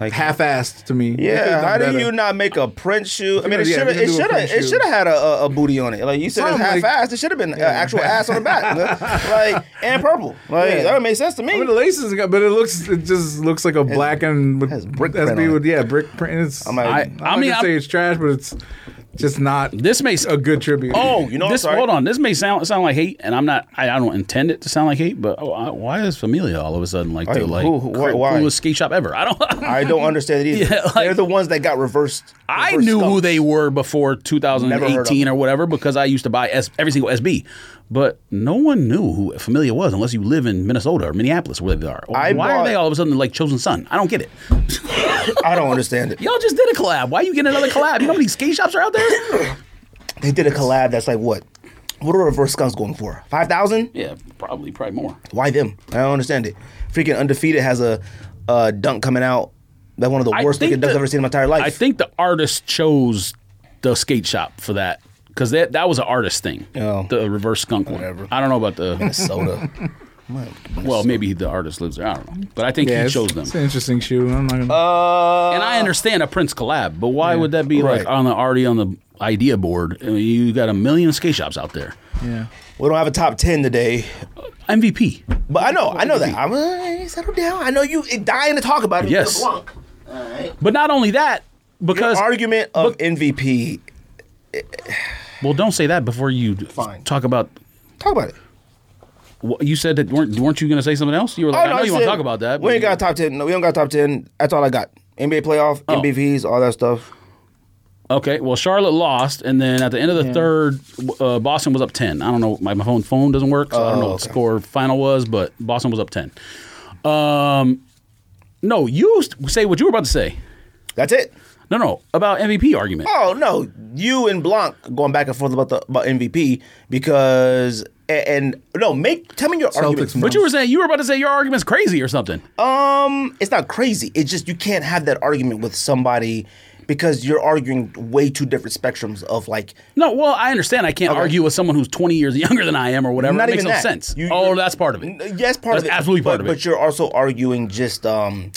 [SPEAKER 1] Like-
[SPEAKER 2] half-assed to me. They could've
[SPEAKER 1] Yeah,
[SPEAKER 2] done
[SPEAKER 1] how do
[SPEAKER 2] better.
[SPEAKER 1] you not make a print shoe? I mean, it
[SPEAKER 2] Yeah,
[SPEAKER 1] should have.
[SPEAKER 2] you can
[SPEAKER 1] It
[SPEAKER 2] do a
[SPEAKER 1] should have.
[SPEAKER 2] print
[SPEAKER 1] It
[SPEAKER 2] shoe.
[SPEAKER 1] should have had a, a, a booty on it. Like you said, it's
[SPEAKER 2] Something
[SPEAKER 1] half
[SPEAKER 2] like-
[SPEAKER 1] assed. It should have been uh, actual ass on the back. like and purple. Like
[SPEAKER 2] Yeah.
[SPEAKER 1] that would make sense to me.
[SPEAKER 2] I mean, the laces, got, but it looks, it just looks like a black and with
[SPEAKER 1] has brick
[SPEAKER 2] SB
[SPEAKER 1] print on it.
[SPEAKER 2] with yeah, brick print. It's, I'm
[SPEAKER 1] like- I-
[SPEAKER 2] I,
[SPEAKER 3] I
[SPEAKER 2] am
[SPEAKER 3] mean,
[SPEAKER 2] not gonna
[SPEAKER 3] I'm-
[SPEAKER 2] say it's trash, but it's just not
[SPEAKER 3] This may s-
[SPEAKER 2] a good tribute.
[SPEAKER 3] Oh,
[SPEAKER 1] You know,
[SPEAKER 3] this.
[SPEAKER 1] I'm sorry.
[SPEAKER 3] Hold on, this may sound sound like hate, and I'm not. I, I don't intend it to sound like hate, but oh, I, why is Familia all of a sudden like
[SPEAKER 1] Hey,
[SPEAKER 3] the like
[SPEAKER 1] who- who- why-
[SPEAKER 3] cr-
[SPEAKER 1] why?
[SPEAKER 3] coolest skate shop ever? I don't.
[SPEAKER 1] I don't understand it either.
[SPEAKER 3] Yeah, like-
[SPEAKER 1] They're the ones that got reversed.
[SPEAKER 3] I
[SPEAKER 1] reversed
[SPEAKER 3] knew who
[SPEAKER 1] stumps.
[SPEAKER 3] they were before
[SPEAKER 1] Never heard of
[SPEAKER 3] 2018
[SPEAKER 1] them.
[SPEAKER 3] or whatever because I used to buy S, every single SB, but no one knew who Familia was unless you live in Minnesota or Minneapolis where they are.
[SPEAKER 1] I
[SPEAKER 3] why are
[SPEAKER 1] bought-
[SPEAKER 3] they all of a sudden like Chosen Son? I don't get it.
[SPEAKER 1] I don't understand it.
[SPEAKER 3] Y'all just did a collab. Why you getting another collab? You know how many skate shops are out there?
[SPEAKER 1] They did a collab. That's like what? What are reverse skunks going for? Five thousand?
[SPEAKER 3] yeah, probably probably more.
[SPEAKER 1] Why them? I don't understand it. Freaking undefeated has a, a dunk coming out. That's one of the
[SPEAKER 3] I
[SPEAKER 1] worst
[SPEAKER 3] think
[SPEAKER 1] looking dunks I've
[SPEAKER 3] the-
[SPEAKER 1] ever seen in my entire life.
[SPEAKER 3] I think the artist chose the skate shop for that because that that was an artist thing.
[SPEAKER 1] Oh.
[SPEAKER 3] The reverse skunk
[SPEAKER 1] Whatever.
[SPEAKER 3] one. I don't know about the.
[SPEAKER 1] Minnesota. My-
[SPEAKER 3] well, maybe the artist lives there. I don't know, but I think
[SPEAKER 2] yeah,
[SPEAKER 3] he
[SPEAKER 2] it's,
[SPEAKER 3] chose them.
[SPEAKER 2] It's an interesting shoe. I'm not gonna.
[SPEAKER 1] uh,
[SPEAKER 3] and I understand a Prince collab, but why would that be like
[SPEAKER 1] Right.
[SPEAKER 3] on the already on the idea board? I mean, you got a million skate shops out there.
[SPEAKER 2] yeah,
[SPEAKER 1] we don't have a top ten today,
[SPEAKER 3] MVP.
[SPEAKER 1] but I know, I know that. I'm uh, settle down. I know you dying to talk about it.
[SPEAKER 3] Yes.
[SPEAKER 1] LeBlanc.
[SPEAKER 3] But not only that, because
[SPEAKER 1] Argument of MVP.
[SPEAKER 3] well, don't say that before you
[SPEAKER 1] Fine.
[SPEAKER 3] talk about.
[SPEAKER 1] Talk about it.
[SPEAKER 3] wh- You said that weren't weren't you going to say something else? You were like, I know you want to
[SPEAKER 1] Oh, said-
[SPEAKER 3] talk about that.
[SPEAKER 1] We
[SPEAKER 3] but
[SPEAKER 1] ain't got top ten. No, we don't got top ten. That's all I got. NBA playoff,
[SPEAKER 3] Oh.
[SPEAKER 1] MVPs, all that stuff.
[SPEAKER 3] Okay, well, Charlotte lost, and then at the end of the third, uh, Boston was up ten. I don't know. My, my phone phone doesn't work, so I don't know
[SPEAKER 1] Oh,
[SPEAKER 3] what the
[SPEAKER 1] okay.
[SPEAKER 3] score final was, but Boston was up ten. Um, no, you s- say what you were about to say.
[SPEAKER 1] That's it.
[SPEAKER 3] No, no, about MVP argument.
[SPEAKER 1] Oh no, you and Blanc going back and forth about the about MVP because a- and, no, make tell me your argument.
[SPEAKER 2] Celtics
[SPEAKER 1] first.
[SPEAKER 3] But you were saying you were about to say your argument's crazy or something.
[SPEAKER 1] Um, it's not crazy. It's just you can't have that argument with somebody because you're arguing way two different spectrums of like
[SPEAKER 3] no, well, I understand. I can't argue with someone who's twenty years younger than I am or whatever.
[SPEAKER 1] not
[SPEAKER 3] it makes
[SPEAKER 1] even
[SPEAKER 3] no
[SPEAKER 1] that.
[SPEAKER 3] sense.
[SPEAKER 1] You-
[SPEAKER 3] oh,
[SPEAKER 1] you're-
[SPEAKER 3] that's part of
[SPEAKER 1] N-
[SPEAKER 3] it.
[SPEAKER 1] Yes, part
[SPEAKER 3] That's
[SPEAKER 1] of it.
[SPEAKER 3] absolutely part
[SPEAKER 1] but,
[SPEAKER 3] of it.
[SPEAKER 1] But you're also arguing just um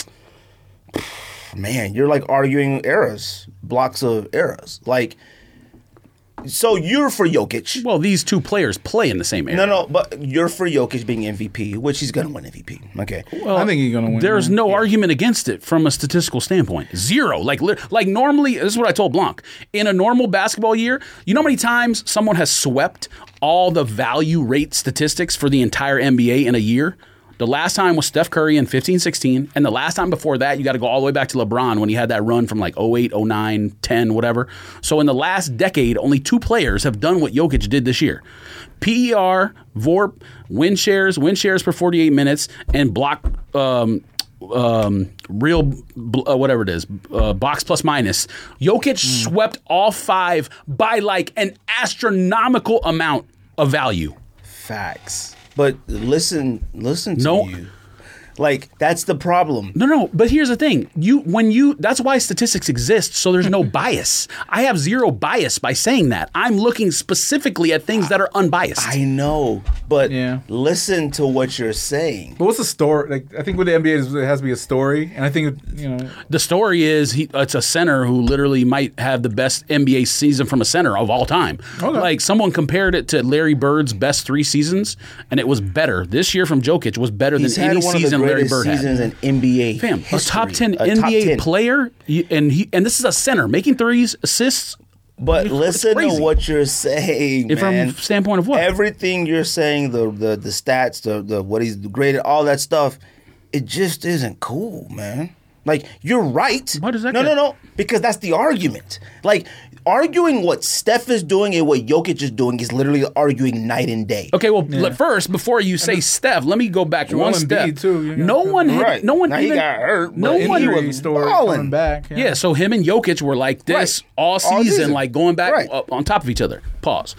[SPEAKER 1] man, you're like arguing eras, blocks of eras. Like So you're for Jokic.
[SPEAKER 3] Well, these two players play in the same
[SPEAKER 1] No,
[SPEAKER 3] area.
[SPEAKER 1] no, but you're for Jokic being MVP, which he's gonna win MVP. Okay.
[SPEAKER 2] I think he's gonna win.
[SPEAKER 3] There's
[SPEAKER 2] man.
[SPEAKER 3] no argument against it from a statistical standpoint. Zero. Like, lit- like normally, this is what I told Blanc. In a normal basketball year, you know how many times someone has swept all the value rate statistics for the entire NBA in a year? The last time was Steph Curry in 15 16. And the last time before that, you got to go all the way back to LeBron when he had that run from like 08, 09, 10, whatever. So in the last decade, only two players have done what Jokic did this year. PER, E VORP, win shares, win shares per 48 minutes, and block um, um, real bl- uh, whatever it is, uh, box plus minus. Jokic swept all five by like an astronomical amount of value.
[SPEAKER 2] facts.
[SPEAKER 1] But listen, listen to
[SPEAKER 3] No.
[SPEAKER 1] you. Like that's the problem.
[SPEAKER 3] No, no, but here's the thing. You when you that's why statistics exist so there's no bias. I have zero bias by saying that. I'm looking specifically at things that are unbiased.
[SPEAKER 1] I know, but
[SPEAKER 2] Yeah.
[SPEAKER 1] listen to what you're saying.
[SPEAKER 2] But what's the story? Like, I think with the NBA, is- it has to be a story, and I think you know.
[SPEAKER 3] the story is he, it's a center who literally might have the best NBA season from a center of all time.
[SPEAKER 2] Okay.
[SPEAKER 3] Like someone compared it to Larry Bird's best three seasons, and it was better. This year from Jokic was better
[SPEAKER 1] He's
[SPEAKER 3] than
[SPEAKER 1] had
[SPEAKER 3] any
[SPEAKER 1] one of the
[SPEAKER 3] season Larry
[SPEAKER 1] greatest
[SPEAKER 3] Bird had.
[SPEAKER 1] seasons in NBA
[SPEAKER 3] Fam,
[SPEAKER 1] history.
[SPEAKER 3] a top ten
[SPEAKER 1] A top
[SPEAKER 3] NBA
[SPEAKER 1] 10.
[SPEAKER 3] player, you- and he and this is a center making threes, assists.
[SPEAKER 1] But
[SPEAKER 3] It's
[SPEAKER 1] listen to
[SPEAKER 3] crazy.
[SPEAKER 1] what you're saying,
[SPEAKER 3] If- from
[SPEAKER 1] man.
[SPEAKER 3] standpoint of what?
[SPEAKER 1] Everything you're saying, the the the stats, the, the what he's graded, all that stuff, it just isn't cool, man. Like you're right.
[SPEAKER 3] Why does that
[SPEAKER 1] No,
[SPEAKER 3] get-
[SPEAKER 1] no, no. Because that's the argument. Like arguing what Steph is doing and what Jokic is doing is literally arguing night and day.
[SPEAKER 3] Okay, well, le- first before you say Steph, let me go back one
[SPEAKER 2] Embiid,
[SPEAKER 3] step.
[SPEAKER 2] too, you know.
[SPEAKER 3] no one, had,
[SPEAKER 1] Right.
[SPEAKER 3] no one,
[SPEAKER 1] Now he
[SPEAKER 3] even,
[SPEAKER 1] got hurt,
[SPEAKER 2] Oh,
[SPEAKER 3] no
[SPEAKER 1] but
[SPEAKER 3] one
[SPEAKER 1] injury
[SPEAKER 2] Injury
[SPEAKER 1] was
[SPEAKER 2] story
[SPEAKER 1] balling.
[SPEAKER 2] coming back.
[SPEAKER 3] Yeah, so him and Jokic were like this
[SPEAKER 1] Right.
[SPEAKER 3] all, season,
[SPEAKER 1] All season.
[SPEAKER 3] like going back
[SPEAKER 1] Right.
[SPEAKER 3] up on top of each other. Pause.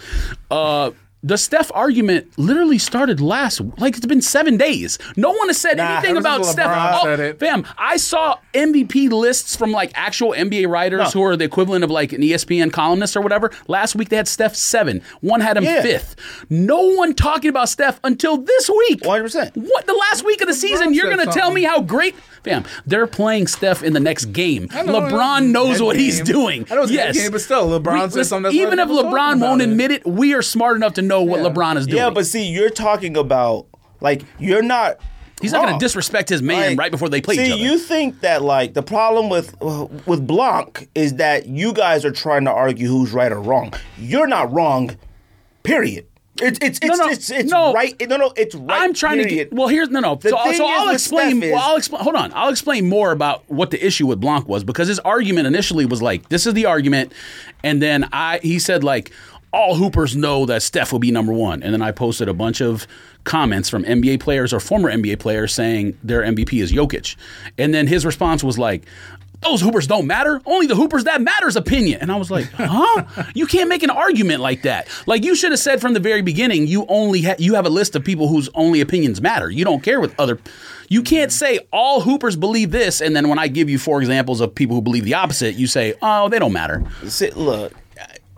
[SPEAKER 3] Uh, the Steph argument literally started last, like it's been seven days. No one has said anything
[SPEAKER 2] ever since
[SPEAKER 3] about Steph.
[SPEAKER 2] LeBron said
[SPEAKER 3] Oh,
[SPEAKER 2] it.
[SPEAKER 3] fam, I saw MVP lists from like actual NBA writers who are the equivalent of like an E ESPN columnist or whatever. Last week they had Steph seven, one had him
[SPEAKER 1] Yeah.
[SPEAKER 3] fifth. No one talking about Steph until this week.
[SPEAKER 1] 100%.
[SPEAKER 3] What the last week of the season? You're
[SPEAKER 2] said
[SPEAKER 3] gonna tell
[SPEAKER 2] something.
[SPEAKER 3] me how great? Fam, they're playing Steph in the next game.
[SPEAKER 2] know, I
[SPEAKER 3] LeBron
[SPEAKER 2] know.
[SPEAKER 3] knows
[SPEAKER 2] Head
[SPEAKER 3] what he's
[SPEAKER 2] game.
[SPEAKER 3] doing.
[SPEAKER 2] I know it's head
[SPEAKER 3] yes,
[SPEAKER 2] game, but still, LeBron said
[SPEAKER 3] listen,
[SPEAKER 2] something that's
[SPEAKER 3] Even
[SPEAKER 2] not
[SPEAKER 3] if
[SPEAKER 2] even talking
[SPEAKER 3] LeBron
[SPEAKER 2] about
[SPEAKER 3] won't
[SPEAKER 2] it.
[SPEAKER 3] admit it, we are smart enough to know what
[SPEAKER 2] Yeah.
[SPEAKER 3] LeBron is doing.
[SPEAKER 1] Yeah, but see, you're talking about like you're not.
[SPEAKER 3] he's not going
[SPEAKER 1] wrong.
[SPEAKER 3] to disrespect his man
[SPEAKER 1] Like,
[SPEAKER 3] right before they play
[SPEAKER 1] see,
[SPEAKER 3] each other.
[SPEAKER 1] you think that like the problem with with Blanc is that you guys are trying to argue who's right or wrong. You're not wrong. Period. It's it's it's
[SPEAKER 3] no,
[SPEAKER 1] it's, it's
[SPEAKER 3] no.
[SPEAKER 1] right. No, no, it's right.
[SPEAKER 3] I'm trying
[SPEAKER 1] period.
[SPEAKER 3] to get. Well, here's no, no.
[SPEAKER 1] The
[SPEAKER 3] so
[SPEAKER 1] thing
[SPEAKER 3] so
[SPEAKER 1] is
[SPEAKER 3] I'll
[SPEAKER 1] with
[SPEAKER 3] explain.
[SPEAKER 1] Steph
[SPEAKER 3] well,
[SPEAKER 1] is-
[SPEAKER 3] I'll explain. Hold on. I'll explain more about what the issue with Blanc was because his argument initially was like, "This is the argument," and then I he said like, "All hoopers know that Steph will be number one," and then I posted a bunch of comments from NBA players or former NBA players saying their MVP is Jokic, and then his response was like. Those hoopers don't matter. Only the hoopers that matters opinion. And I was like, huh? you can't make an argument like that. Like you should have said from the very beginning. You only ha- you have a list of people whose only opinions matter. You don't care with other. You can't say all hoopers believe this, and then when I give you four examples of people who believe the opposite, you say, oh, they don't matter.
[SPEAKER 1] See, look.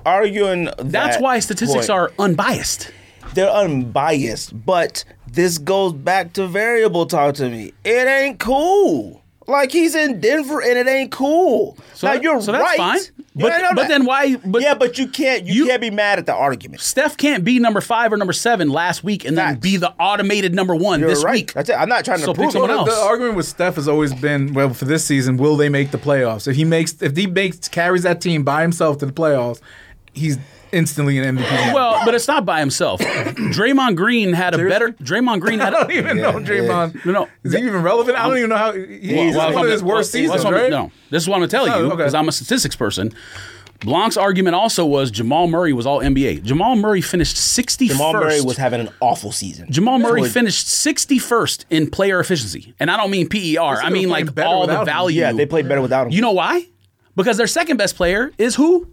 [SPEAKER 1] Arguing
[SPEAKER 3] That's
[SPEAKER 1] that
[SPEAKER 3] why statistics
[SPEAKER 1] point,
[SPEAKER 3] are unbiased.
[SPEAKER 1] they're unbiased, but this goes back to variable talk to me. It ain't cool. Like he's in Denver and it ain't cool.
[SPEAKER 3] So
[SPEAKER 1] now
[SPEAKER 3] that-
[SPEAKER 1] you're
[SPEAKER 3] so that's
[SPEAKER 1] right.
[SPEAKER 3] fine.
[SPEAKER 1] Yeah, I
[SPEAKER 3] But-
[SPEAKER 1] know
[SPEAKER 3] but
[SPEAKER 1] that.
[SPEAKER 3] then why- but-
[SPEAKER 1] yeah, but you can't. You,
[SPEAKER 3] You-
[SPEAKER 1] can't be mad at the argument.
[SPEAKER 3] Steph can't be number five or number seven last week, and then
[SPEAKER 1] Facts.
[SPEAKER 3] be the automated number one
[SPEAKER 1] You're
[SPEAKER 3] this
[SPEAKER 1] right.
[SPEAKER 3] week.
[SPEAKER 1] That's it. I'm not trying
[SPEAKER 3] So
[SPEAKER 1] to prove
[SPEAKER 3] pick someone
[SPEAKER 1] it.
[SPEAKER 3] else.
[SPEAKER 2] The argument with Steph has always been, well, for this season, will they make the playoffs? If he makes, if he makes carries that team by himself to the playoffs, he's instantly an MVP.
[SPEAKER 3] Well, but it's not by himself. Draymond Green had a better. Draymond Green had.
[SPEAKER 2] I don't even know Draymond.
[SPEAKER 3] No, no.
[SPEAKER 2] is he even relevant? I don't even know how. He's
[SPEAKER 3] Well,
[SPEAKER 2] one
[SPEAKER 3] I'm-
[SPEAKER 2] of his worst
[SPEAKER 3] well, that's
[SPEAKER 2] seasons,
[SPEAKER 3] what I'm-
[SPEAKER 2] right?
[SPEAKER 3] No, this is what I'm going to tell
[SPEAKER 2] Oh,
[SPEAKER 3] you
[SPEAKER 2] okay.
[SPEAKER 3] because I'm a statistics person. Blanc's argument also was Jamal Murray was all NBA. Jamal Murray finished 61st.
[SPEAKER 1] Jamal Murray was having an awful season.
[SPEAKER 3] Jamal Murray
[SPEAKER 1] Was-
[SPEAKER 3] finished 61st in player efficiency. And I don't mean PER. I
[SPEAKER 2] they
[SPEAKER 3] mean
[SPEAKER 2] were
[SPEAKER 3] like
[SPEAKER 2] playing better
[SPEAKER 3] all the
[SPEAKER 2] without him.
[SPEAKER 3] value.
[SPEAKER 1] Yeah, they played better without him.
[SPEAKER 3] You know why? Because their second best player is who?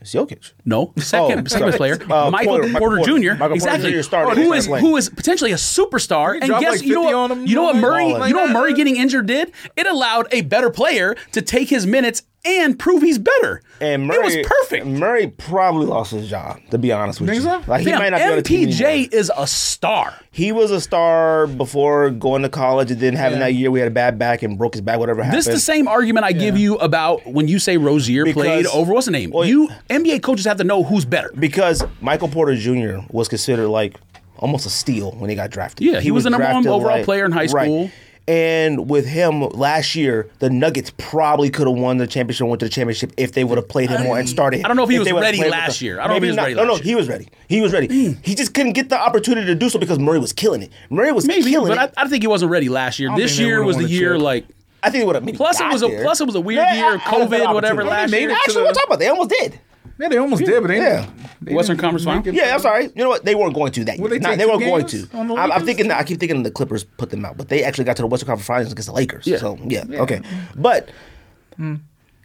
[SPEAKER 1] it's Jokic.
[SPEAKER 3] No, second,
[SPEAKER 1] Oh,
[SPEAKER 3] second best
[SPEAKER 1] sorry.
[SPEAKER 3] player,
[SPEAKER 1] Uh,
[SPEAKER 3] Michael
[SPEAKER 1] Porter-
[SPEAKER 3] Porter,
[SPEAKER 1] Michael Porter.
[SPEAKER 3] Jr.
[SPEAKER 1] Michael Porter
[SPEAKER 3] exactly,
[SPEAKER 1] Jr. started
[SPEAKER 3] who
[SPEAKER 1] last
[SPEAKER 3] is
[SPEAKER 1] night.
[SPEAKER 3] who is potentially a superstar. And
[SPEAKER 2] dropped
[SPEAKER 3] guess
[SPEAKER 2] like
[SPEAKER 3] you know
[SPEAKER 2] 50
[SPEAKER 3] what?
[SPEAKER 2] on him
[SPEAKER 3] you know
[SPEAKER 2] one
[SPEAKER 3] what
[SPEAKER 2] night.
[SPEAKER 3] Murray?
[SPEAKER 2] Balling.
[SPEAKER 3] You know what Murray getting injured did? It allowed a better player to take his minutes and prove he's better.
[SPEAKER 1] And Murray,
[SPEAKER 3] it was perfect.
[SPEAKER 1] Murray probably lost his job, to be honest with
[SPEAKER 2] Think
[SPEAKER 1] you.
[SPEAKER 2] so?
[SPEAKER 1] Like he
[SPEAKER 3] Damn,
[SPEAKER 1] might not be on the team anymore.
[SPEAKER 3] MPJ is a star.
[SPEAKER 1] He was a star before going to college, and then having that year we had a bad back and broke his back. Whatever happened.
[SPEAKER 3] This is the same argument I give you about when you say Rozier played
[SPEAKER 1] Because-
[SPEAKER 3] over what's the name?
[SPEAKER 1] Well,
[SPEAKER 3] you NBA coaches have to know who's better.
[SPEAKER 1] because Michael Porter Jr. was considered like almost a steal when he got drafted.
[SPEAKER 3] Yeah, he was the number one
[SPEAKER 1] drafted,
[SPEAKER 3] overall player in high school.
[SPEAKER 1] And with him last year, the Nuggets probably could have won the championship, and went to the championship if they would have played him more and started. him.
[SPEAKER 3] I don't know if he was
[SPEAKER 1] they would have
[SPEAKER 3] ready
[SPEAKER 1] played him
[SPEAKER 3] last
[SPEAKER 1] with the-
[SPEAKER 3] year. I don't know if
[SPEAKER 1] maybe
[SPEAKER 3] he was
[SPEAKER 1] not.
[SPEAKER 3] ready
[SPEAKER 1] No,
[SPEAKER 3] last
[SPEAKER 1] no,
[SPEAKER 3] year.
[SPEAKER 1] he was ready. He was ready. He just couldn't get the opportunity to do so because Murray was killing it. Murray was
[SPEAKER 3] Maybe,
[SPEAKER 1] killing
[SPEAKER 3] but
[SPEAKER 1] it.
[SPEAKER 3] I, I think he wasn't ready last year.
[SPEAKER 2] don't
[SPEAKER 3] This
[SPEAKER 2] think they
[SPEAKER 3] year
[SPEAKER 2] would've
[SPEAKER 3] was
[SPEAKER 2] won
[SPEAKER 3] the
[SPEAKER 2] the
[SPEAKER 3] year
[SPEAKER 2] chip.
[SPEAKER 3] like
[SPEAKER 1] I think it would have maybe
[SPEAKER 3] Plus it
[SPEAKER 1] got
[SPEAKER 3] was a-
[SPEAKER 1] there.
[SPEAKER 3] plus it was a weird
[SPEAKER 1] Yeah,
[SPEAKER 3] year,
[SPEAKER 1] I- I had a better
[SPEAKER 3] COVID, whatever,
[SPEAKER 1] opportunity.
[SPEAKER 3] last
[SPEAKER 1] They made
[SPEAKER 3] year.
[SPEAKER 1] it to Actually,
[SPEAKER 2] the-
[SPEAKER 1] we're talking about they almost did.
[SPEAKER 2] Yeah, they almost did, but they
[SPEAKER 1] Yeah.
[SPEAKER 2] they
[SPEAKER 3] Western
[SPEAKER 2] didn't
[SPEAKER 3] Conference
[SPEAKER 2] make it-
[SPEAKER 3] Final?
[SPEAKER 1] Yeah, I'm sorry. You know what? They weren't going to that year.
[SPEAKER 2] Will they
[SPEAKER 1] Nah,
[SPEAKER 2] take
[SPEAKER 1] they
[SPEAKER 2] two
[SPEAKER 1] weren't going to.
[SPEAKER 2] games on the
[SPEAKER 1] I'm, I'm
[SPEAKER 2] Lakers?
[SPEAKER 1] thinking. I keep thinking the Clippers put them out, but they actually got to the Western Conference Finals against the Lakers.
[SPEAKER 3] Yeah.
[SPEAKER 1] So yeah, okay. But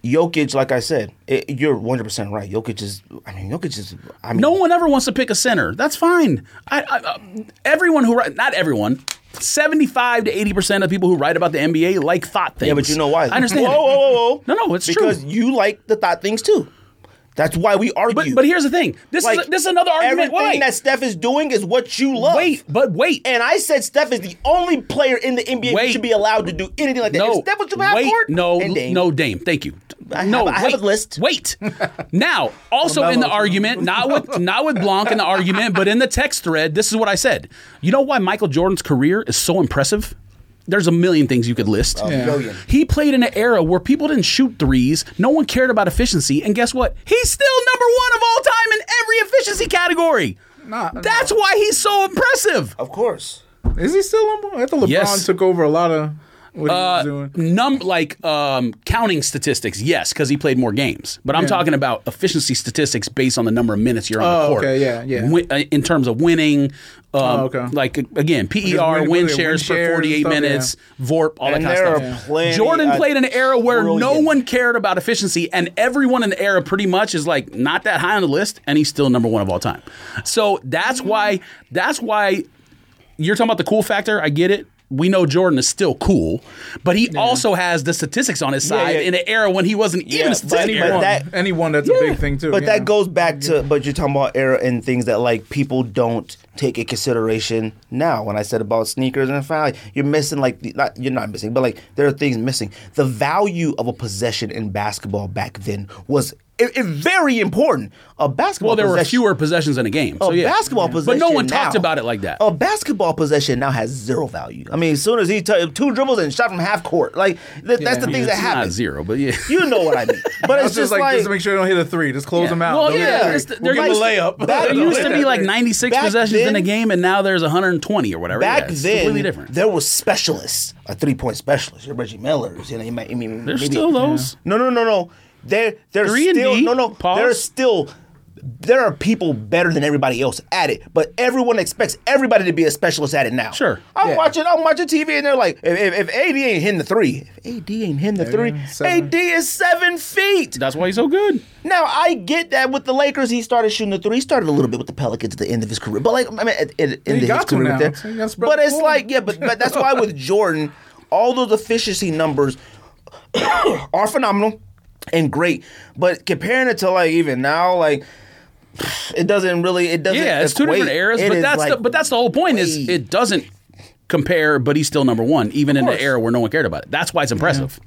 [SPEAKER 1] Jokic, like I said, it, you're 100 percent right. Jokic is. I mean, Jokic is. I mean,
[SPEAKER 3] No one ever wants to pick a center. That's fine. I, I, uh, everyone who write- not everyone, seventy-five to eighty percent of people who write about the NBA like thought things.
[SPEAKER 1] Yeah, but you know why?
[SPEAKER 3] I understand.
[SPEAKER 1] Whoa, whoa, whoa, whoa.
[SPEAKER 3] No, no, it's true.
[SPEAKER 1] because you like the thought things too. That's why we argue.
[SPEAKER 3] But but here's the thing. This is this is another argument.
[SPEAKER 1] Everything
[SPEAKER 3] Why?
[SPEAKER 1] that Steph is doing is what you love.
[SPEAKER 3] Wait, but wait.
[SPEAKER 1] And I said Steph is the only player in the NBA who
[SPEAKER 3] Wait.
[SPEAKER 1] should be allowed to do anything like that.
[SPEAKER 3] No,
[SPEAKER 1] if Steph was from half
[SPEAKER 3] wait,
[SPEAKER 1] court,
[SPEAKER 3] no,
[SPEAKER 1] and Dame.
[SPEAKER 3] no, Dame. Thank you.
[SPEAKER 1] I
[SPEAKER 3] no,
[SPEAKER 1] have- I have a
[SPEAKER 3] wait,
[SPEAKER 1] list.
[SPEAKER 3] Wait. Now, also in the
[SPEAKER 2] LaMelo's-
[SPEAKER 3] argument, not with not with Blanc in the argument, but in the text thread, this is what I said. You know why Michael Jordan's career is so impressive? There's a million things you could list.
[SPEAKER 1] billion.
[SPEAKER 3] He played in an era where people didn't shoot threes, no one cared about efficiency, and guess what? He's still number one of all time in every efficiency category.
[SPEAKER 2] Nah, nah.
[SPEAKER 3] That's why he's so impressive.
[SPEAKER 1] Of course.
[SPEAKER 2] Is he still on board? I thought LeBron
[SPEAKER 3] Yes.
[SPEAKER 2] took over a lot of what
[SPEAKER 3] Uh,
[SPEAKER 2] he was doing.
[SPEAKER 3] num like um, counting statistics, yes, because he played more games. But I'm talking about efficiency statistics based on the number of minutes you're on the
[SPEAKER 2] Oh,
[SPEAKER 3] court.
[SPEAKER 2] okay, yeah, yeah. Oh,
[SPEAKER 3] Wi- uh, in terms of winning, um,
[SPEAKER 2] okay.
[SPEAKER 3] like again, PER,
[SPEAKER 2] win-
[SPEAKER 3] win
[SPEAKER 2] win
[SPEAKER 3] shares
[SPEAKER 2] shares
[SPEAKER 3] per
[SPEAKER 2] and
[SPEAKER 3] 48
[SPEAKER 2] stuff,
[SPEAKER 3] minutes, VORP, all
[SPEAKER 1] And
[SPEAKER 3] that
[SPEAKER 1] there
[SPEAKER 3] kind
[SPEAKER 1] are
[SPEAKER 3] of stuff.
[SPEAKER 1] plenty-
[SPEAKER 3] Jordan
[SPEAKER 1] a
[SPEAKER 3] played in an era where no
[SPEAKER 1] trillion.
[SPEAKER 3] one cared about efficiency, and everyone in the era pretty much is like not that high on the list, and he's still number one of all time. So that's
[SPEAKER 2] Mm-hmm.
[SPEAKER 3] why that's why you're talking about the cool factor. I get it. We know Jordan is still cool, but he also has the statistics on his side
[SPEAKER 1] yeah.
[SPEAKER 3] in an era when he wasn't even
[SPEAKER 1] Yeah,
[SPEAKER 3] a statistic.
[SPEAKER 1] But
[SPEAKER 2] Anyone,
[SPEAKER 1] that-
[SPEAKER 2] anyone that's a big thing too.
[SPEAKER 1] But
[SPEAKER 2] yeah.
[SPEAKER 1] that goes back to but you're talking about era and things that like people don't take in consideration now. When I said about sneakers and foul, you're missing like the, not, you're not missing, but like there are things missing. The value of a possession in basketball back then was it, it very important. A basketball
[SPEAKER 3] well, there were
[SPEAKER 1] possession-
[SPEAKER 3] fewer possessions in a game. So
[SPEAKER 1] a
[SPEAKER 3] yeah.
[SPEAKER 1] Oh, basketball
[SPEAKER 3] but
[SPEAKER 1] possession.
[SPEAKER 3] no one
[SPEAKER 1] now- Oh,
[SPEAKER 3] talked about it like that.
[SPEAKER 1] A basketball possession now has zero value. I mean, as soon as he took two dribbles and shot from half court, like th- that's the
[SPEAKER 3] I mean,
[SPEAKER 1] things that
[SPEAKER 3] it's not
[SPEAKER 1] happen.
[SPEAKER 3] zero, but yeah.
[SPEAKER 1] You know what I mean? But
[SPEAKER 2] I
[SPEAKER 1] it's
[SPEAKER 2] was just like, just to make sure they don't hit a three. Just close them out.
[SPEAKER 3] Well,
[SPEAKER 2] Don't hit a
[SPEAKER 3] yeah,
[SPEAKER 2] three.
[SPEAKER 3] it's-
[SPEAKER 2] We'll
[SPEAKER 3] they're
[SPEAKER 2] give 'em
[SPEAKER 3] used-
[SPEAKER 2] a layup.
[SPEAKER 1] that
[SPEAKER 3] There
[SPEAKER 1] Don't
[SPEAKER 3] used
[SPEAKER 1] hit
[SPEAKER 3] to be
[SPEAKER 1] that
[SPEAKER 3] like
[SPEAKER 2] three.
[SPEAKER 3] 96
[SPEAKER 1] Back
[SPEAKER 3] possessions in
[SPEAKER 1] then-
[SPEAKER 3] a game, and now there's 120 or whatever.
[SPEAKER 1] back
[SPEAKER 3] yeah, it's
[SPEAKER 1] then
[SPEAKER 3] completely different.
[SPEAKER 1] there was specialists, a three point specialist, your Reggie Miller's, you know, you might, I mean,
[SPEAKER 3] There's
[SPEAKER 1] maybe-
[SPEAKER 3] still those.
[SPEAKER 1] No, no, no, no. There, there's
[SPEAKER 3] Three and
[SPEAKER 1] still
[SPEAKER 3] D?
[SPEAKER 1] no, no.
[SPEAKER 3] Pause.
[SPEAKER 1] There's still there are people better than everybody else at it, but everyone expects everybody to be a specialist at it now.
[SPEAKER 3] Sure.
[SPEAKER 1] I'm
[SPEAKER 2] Yeah.
[SPEAKER 1] watching. I'm watching TV, and they're like, if, if, if AD ain't hitting the three, if AD ain't hitting the three,
[SPEAKER 2] seven.
[SPEAKER 1] AD is seven feet.
[SPEAKER 3] That's why he's so good.
[SPEAKER 1] Now I get that with the Lakers, he started shooting the three. He started a little bit with the Pelicans at the end of his career, but like I mean, at, at, at end of his
[SPEAKER 2] got to
[SPEAKER 1] career
[SPEAKER 2] now.
[SPEAKER 1] there.
[SPEAKER 2] So you gotta spread
[SPEAKER 1] but
[SPEAKER 2] the
[SPEAKER 1] it's
[SPEAKER 2] ball.
[SPEAKER 1] like yeah, but but that's why with Jordan, all those efficiency numbers are phenomenal and great, but comparing it to like even now, like it doesn't really it doesn't.
[SPEAKER 3] Yeah, it's two
[SPEAKER 1] equate.
[SPEAKER 3] different eras,
[SPEAKER 1] It
[SPEAKER 3] but
[SPEAKER 1] is,
[SPEAKER 3] that's
[SPEAKER 1] like,
[SPEAKER 3] the, but that's the whole point is
[SPEAKER 1] way-
[SPEAKER 3] it doesn't compare, but he's still number one, even in the
[SPEAKER 2] course.
[SPEAKER 3] era where no one cared about it. That's why it's impressive.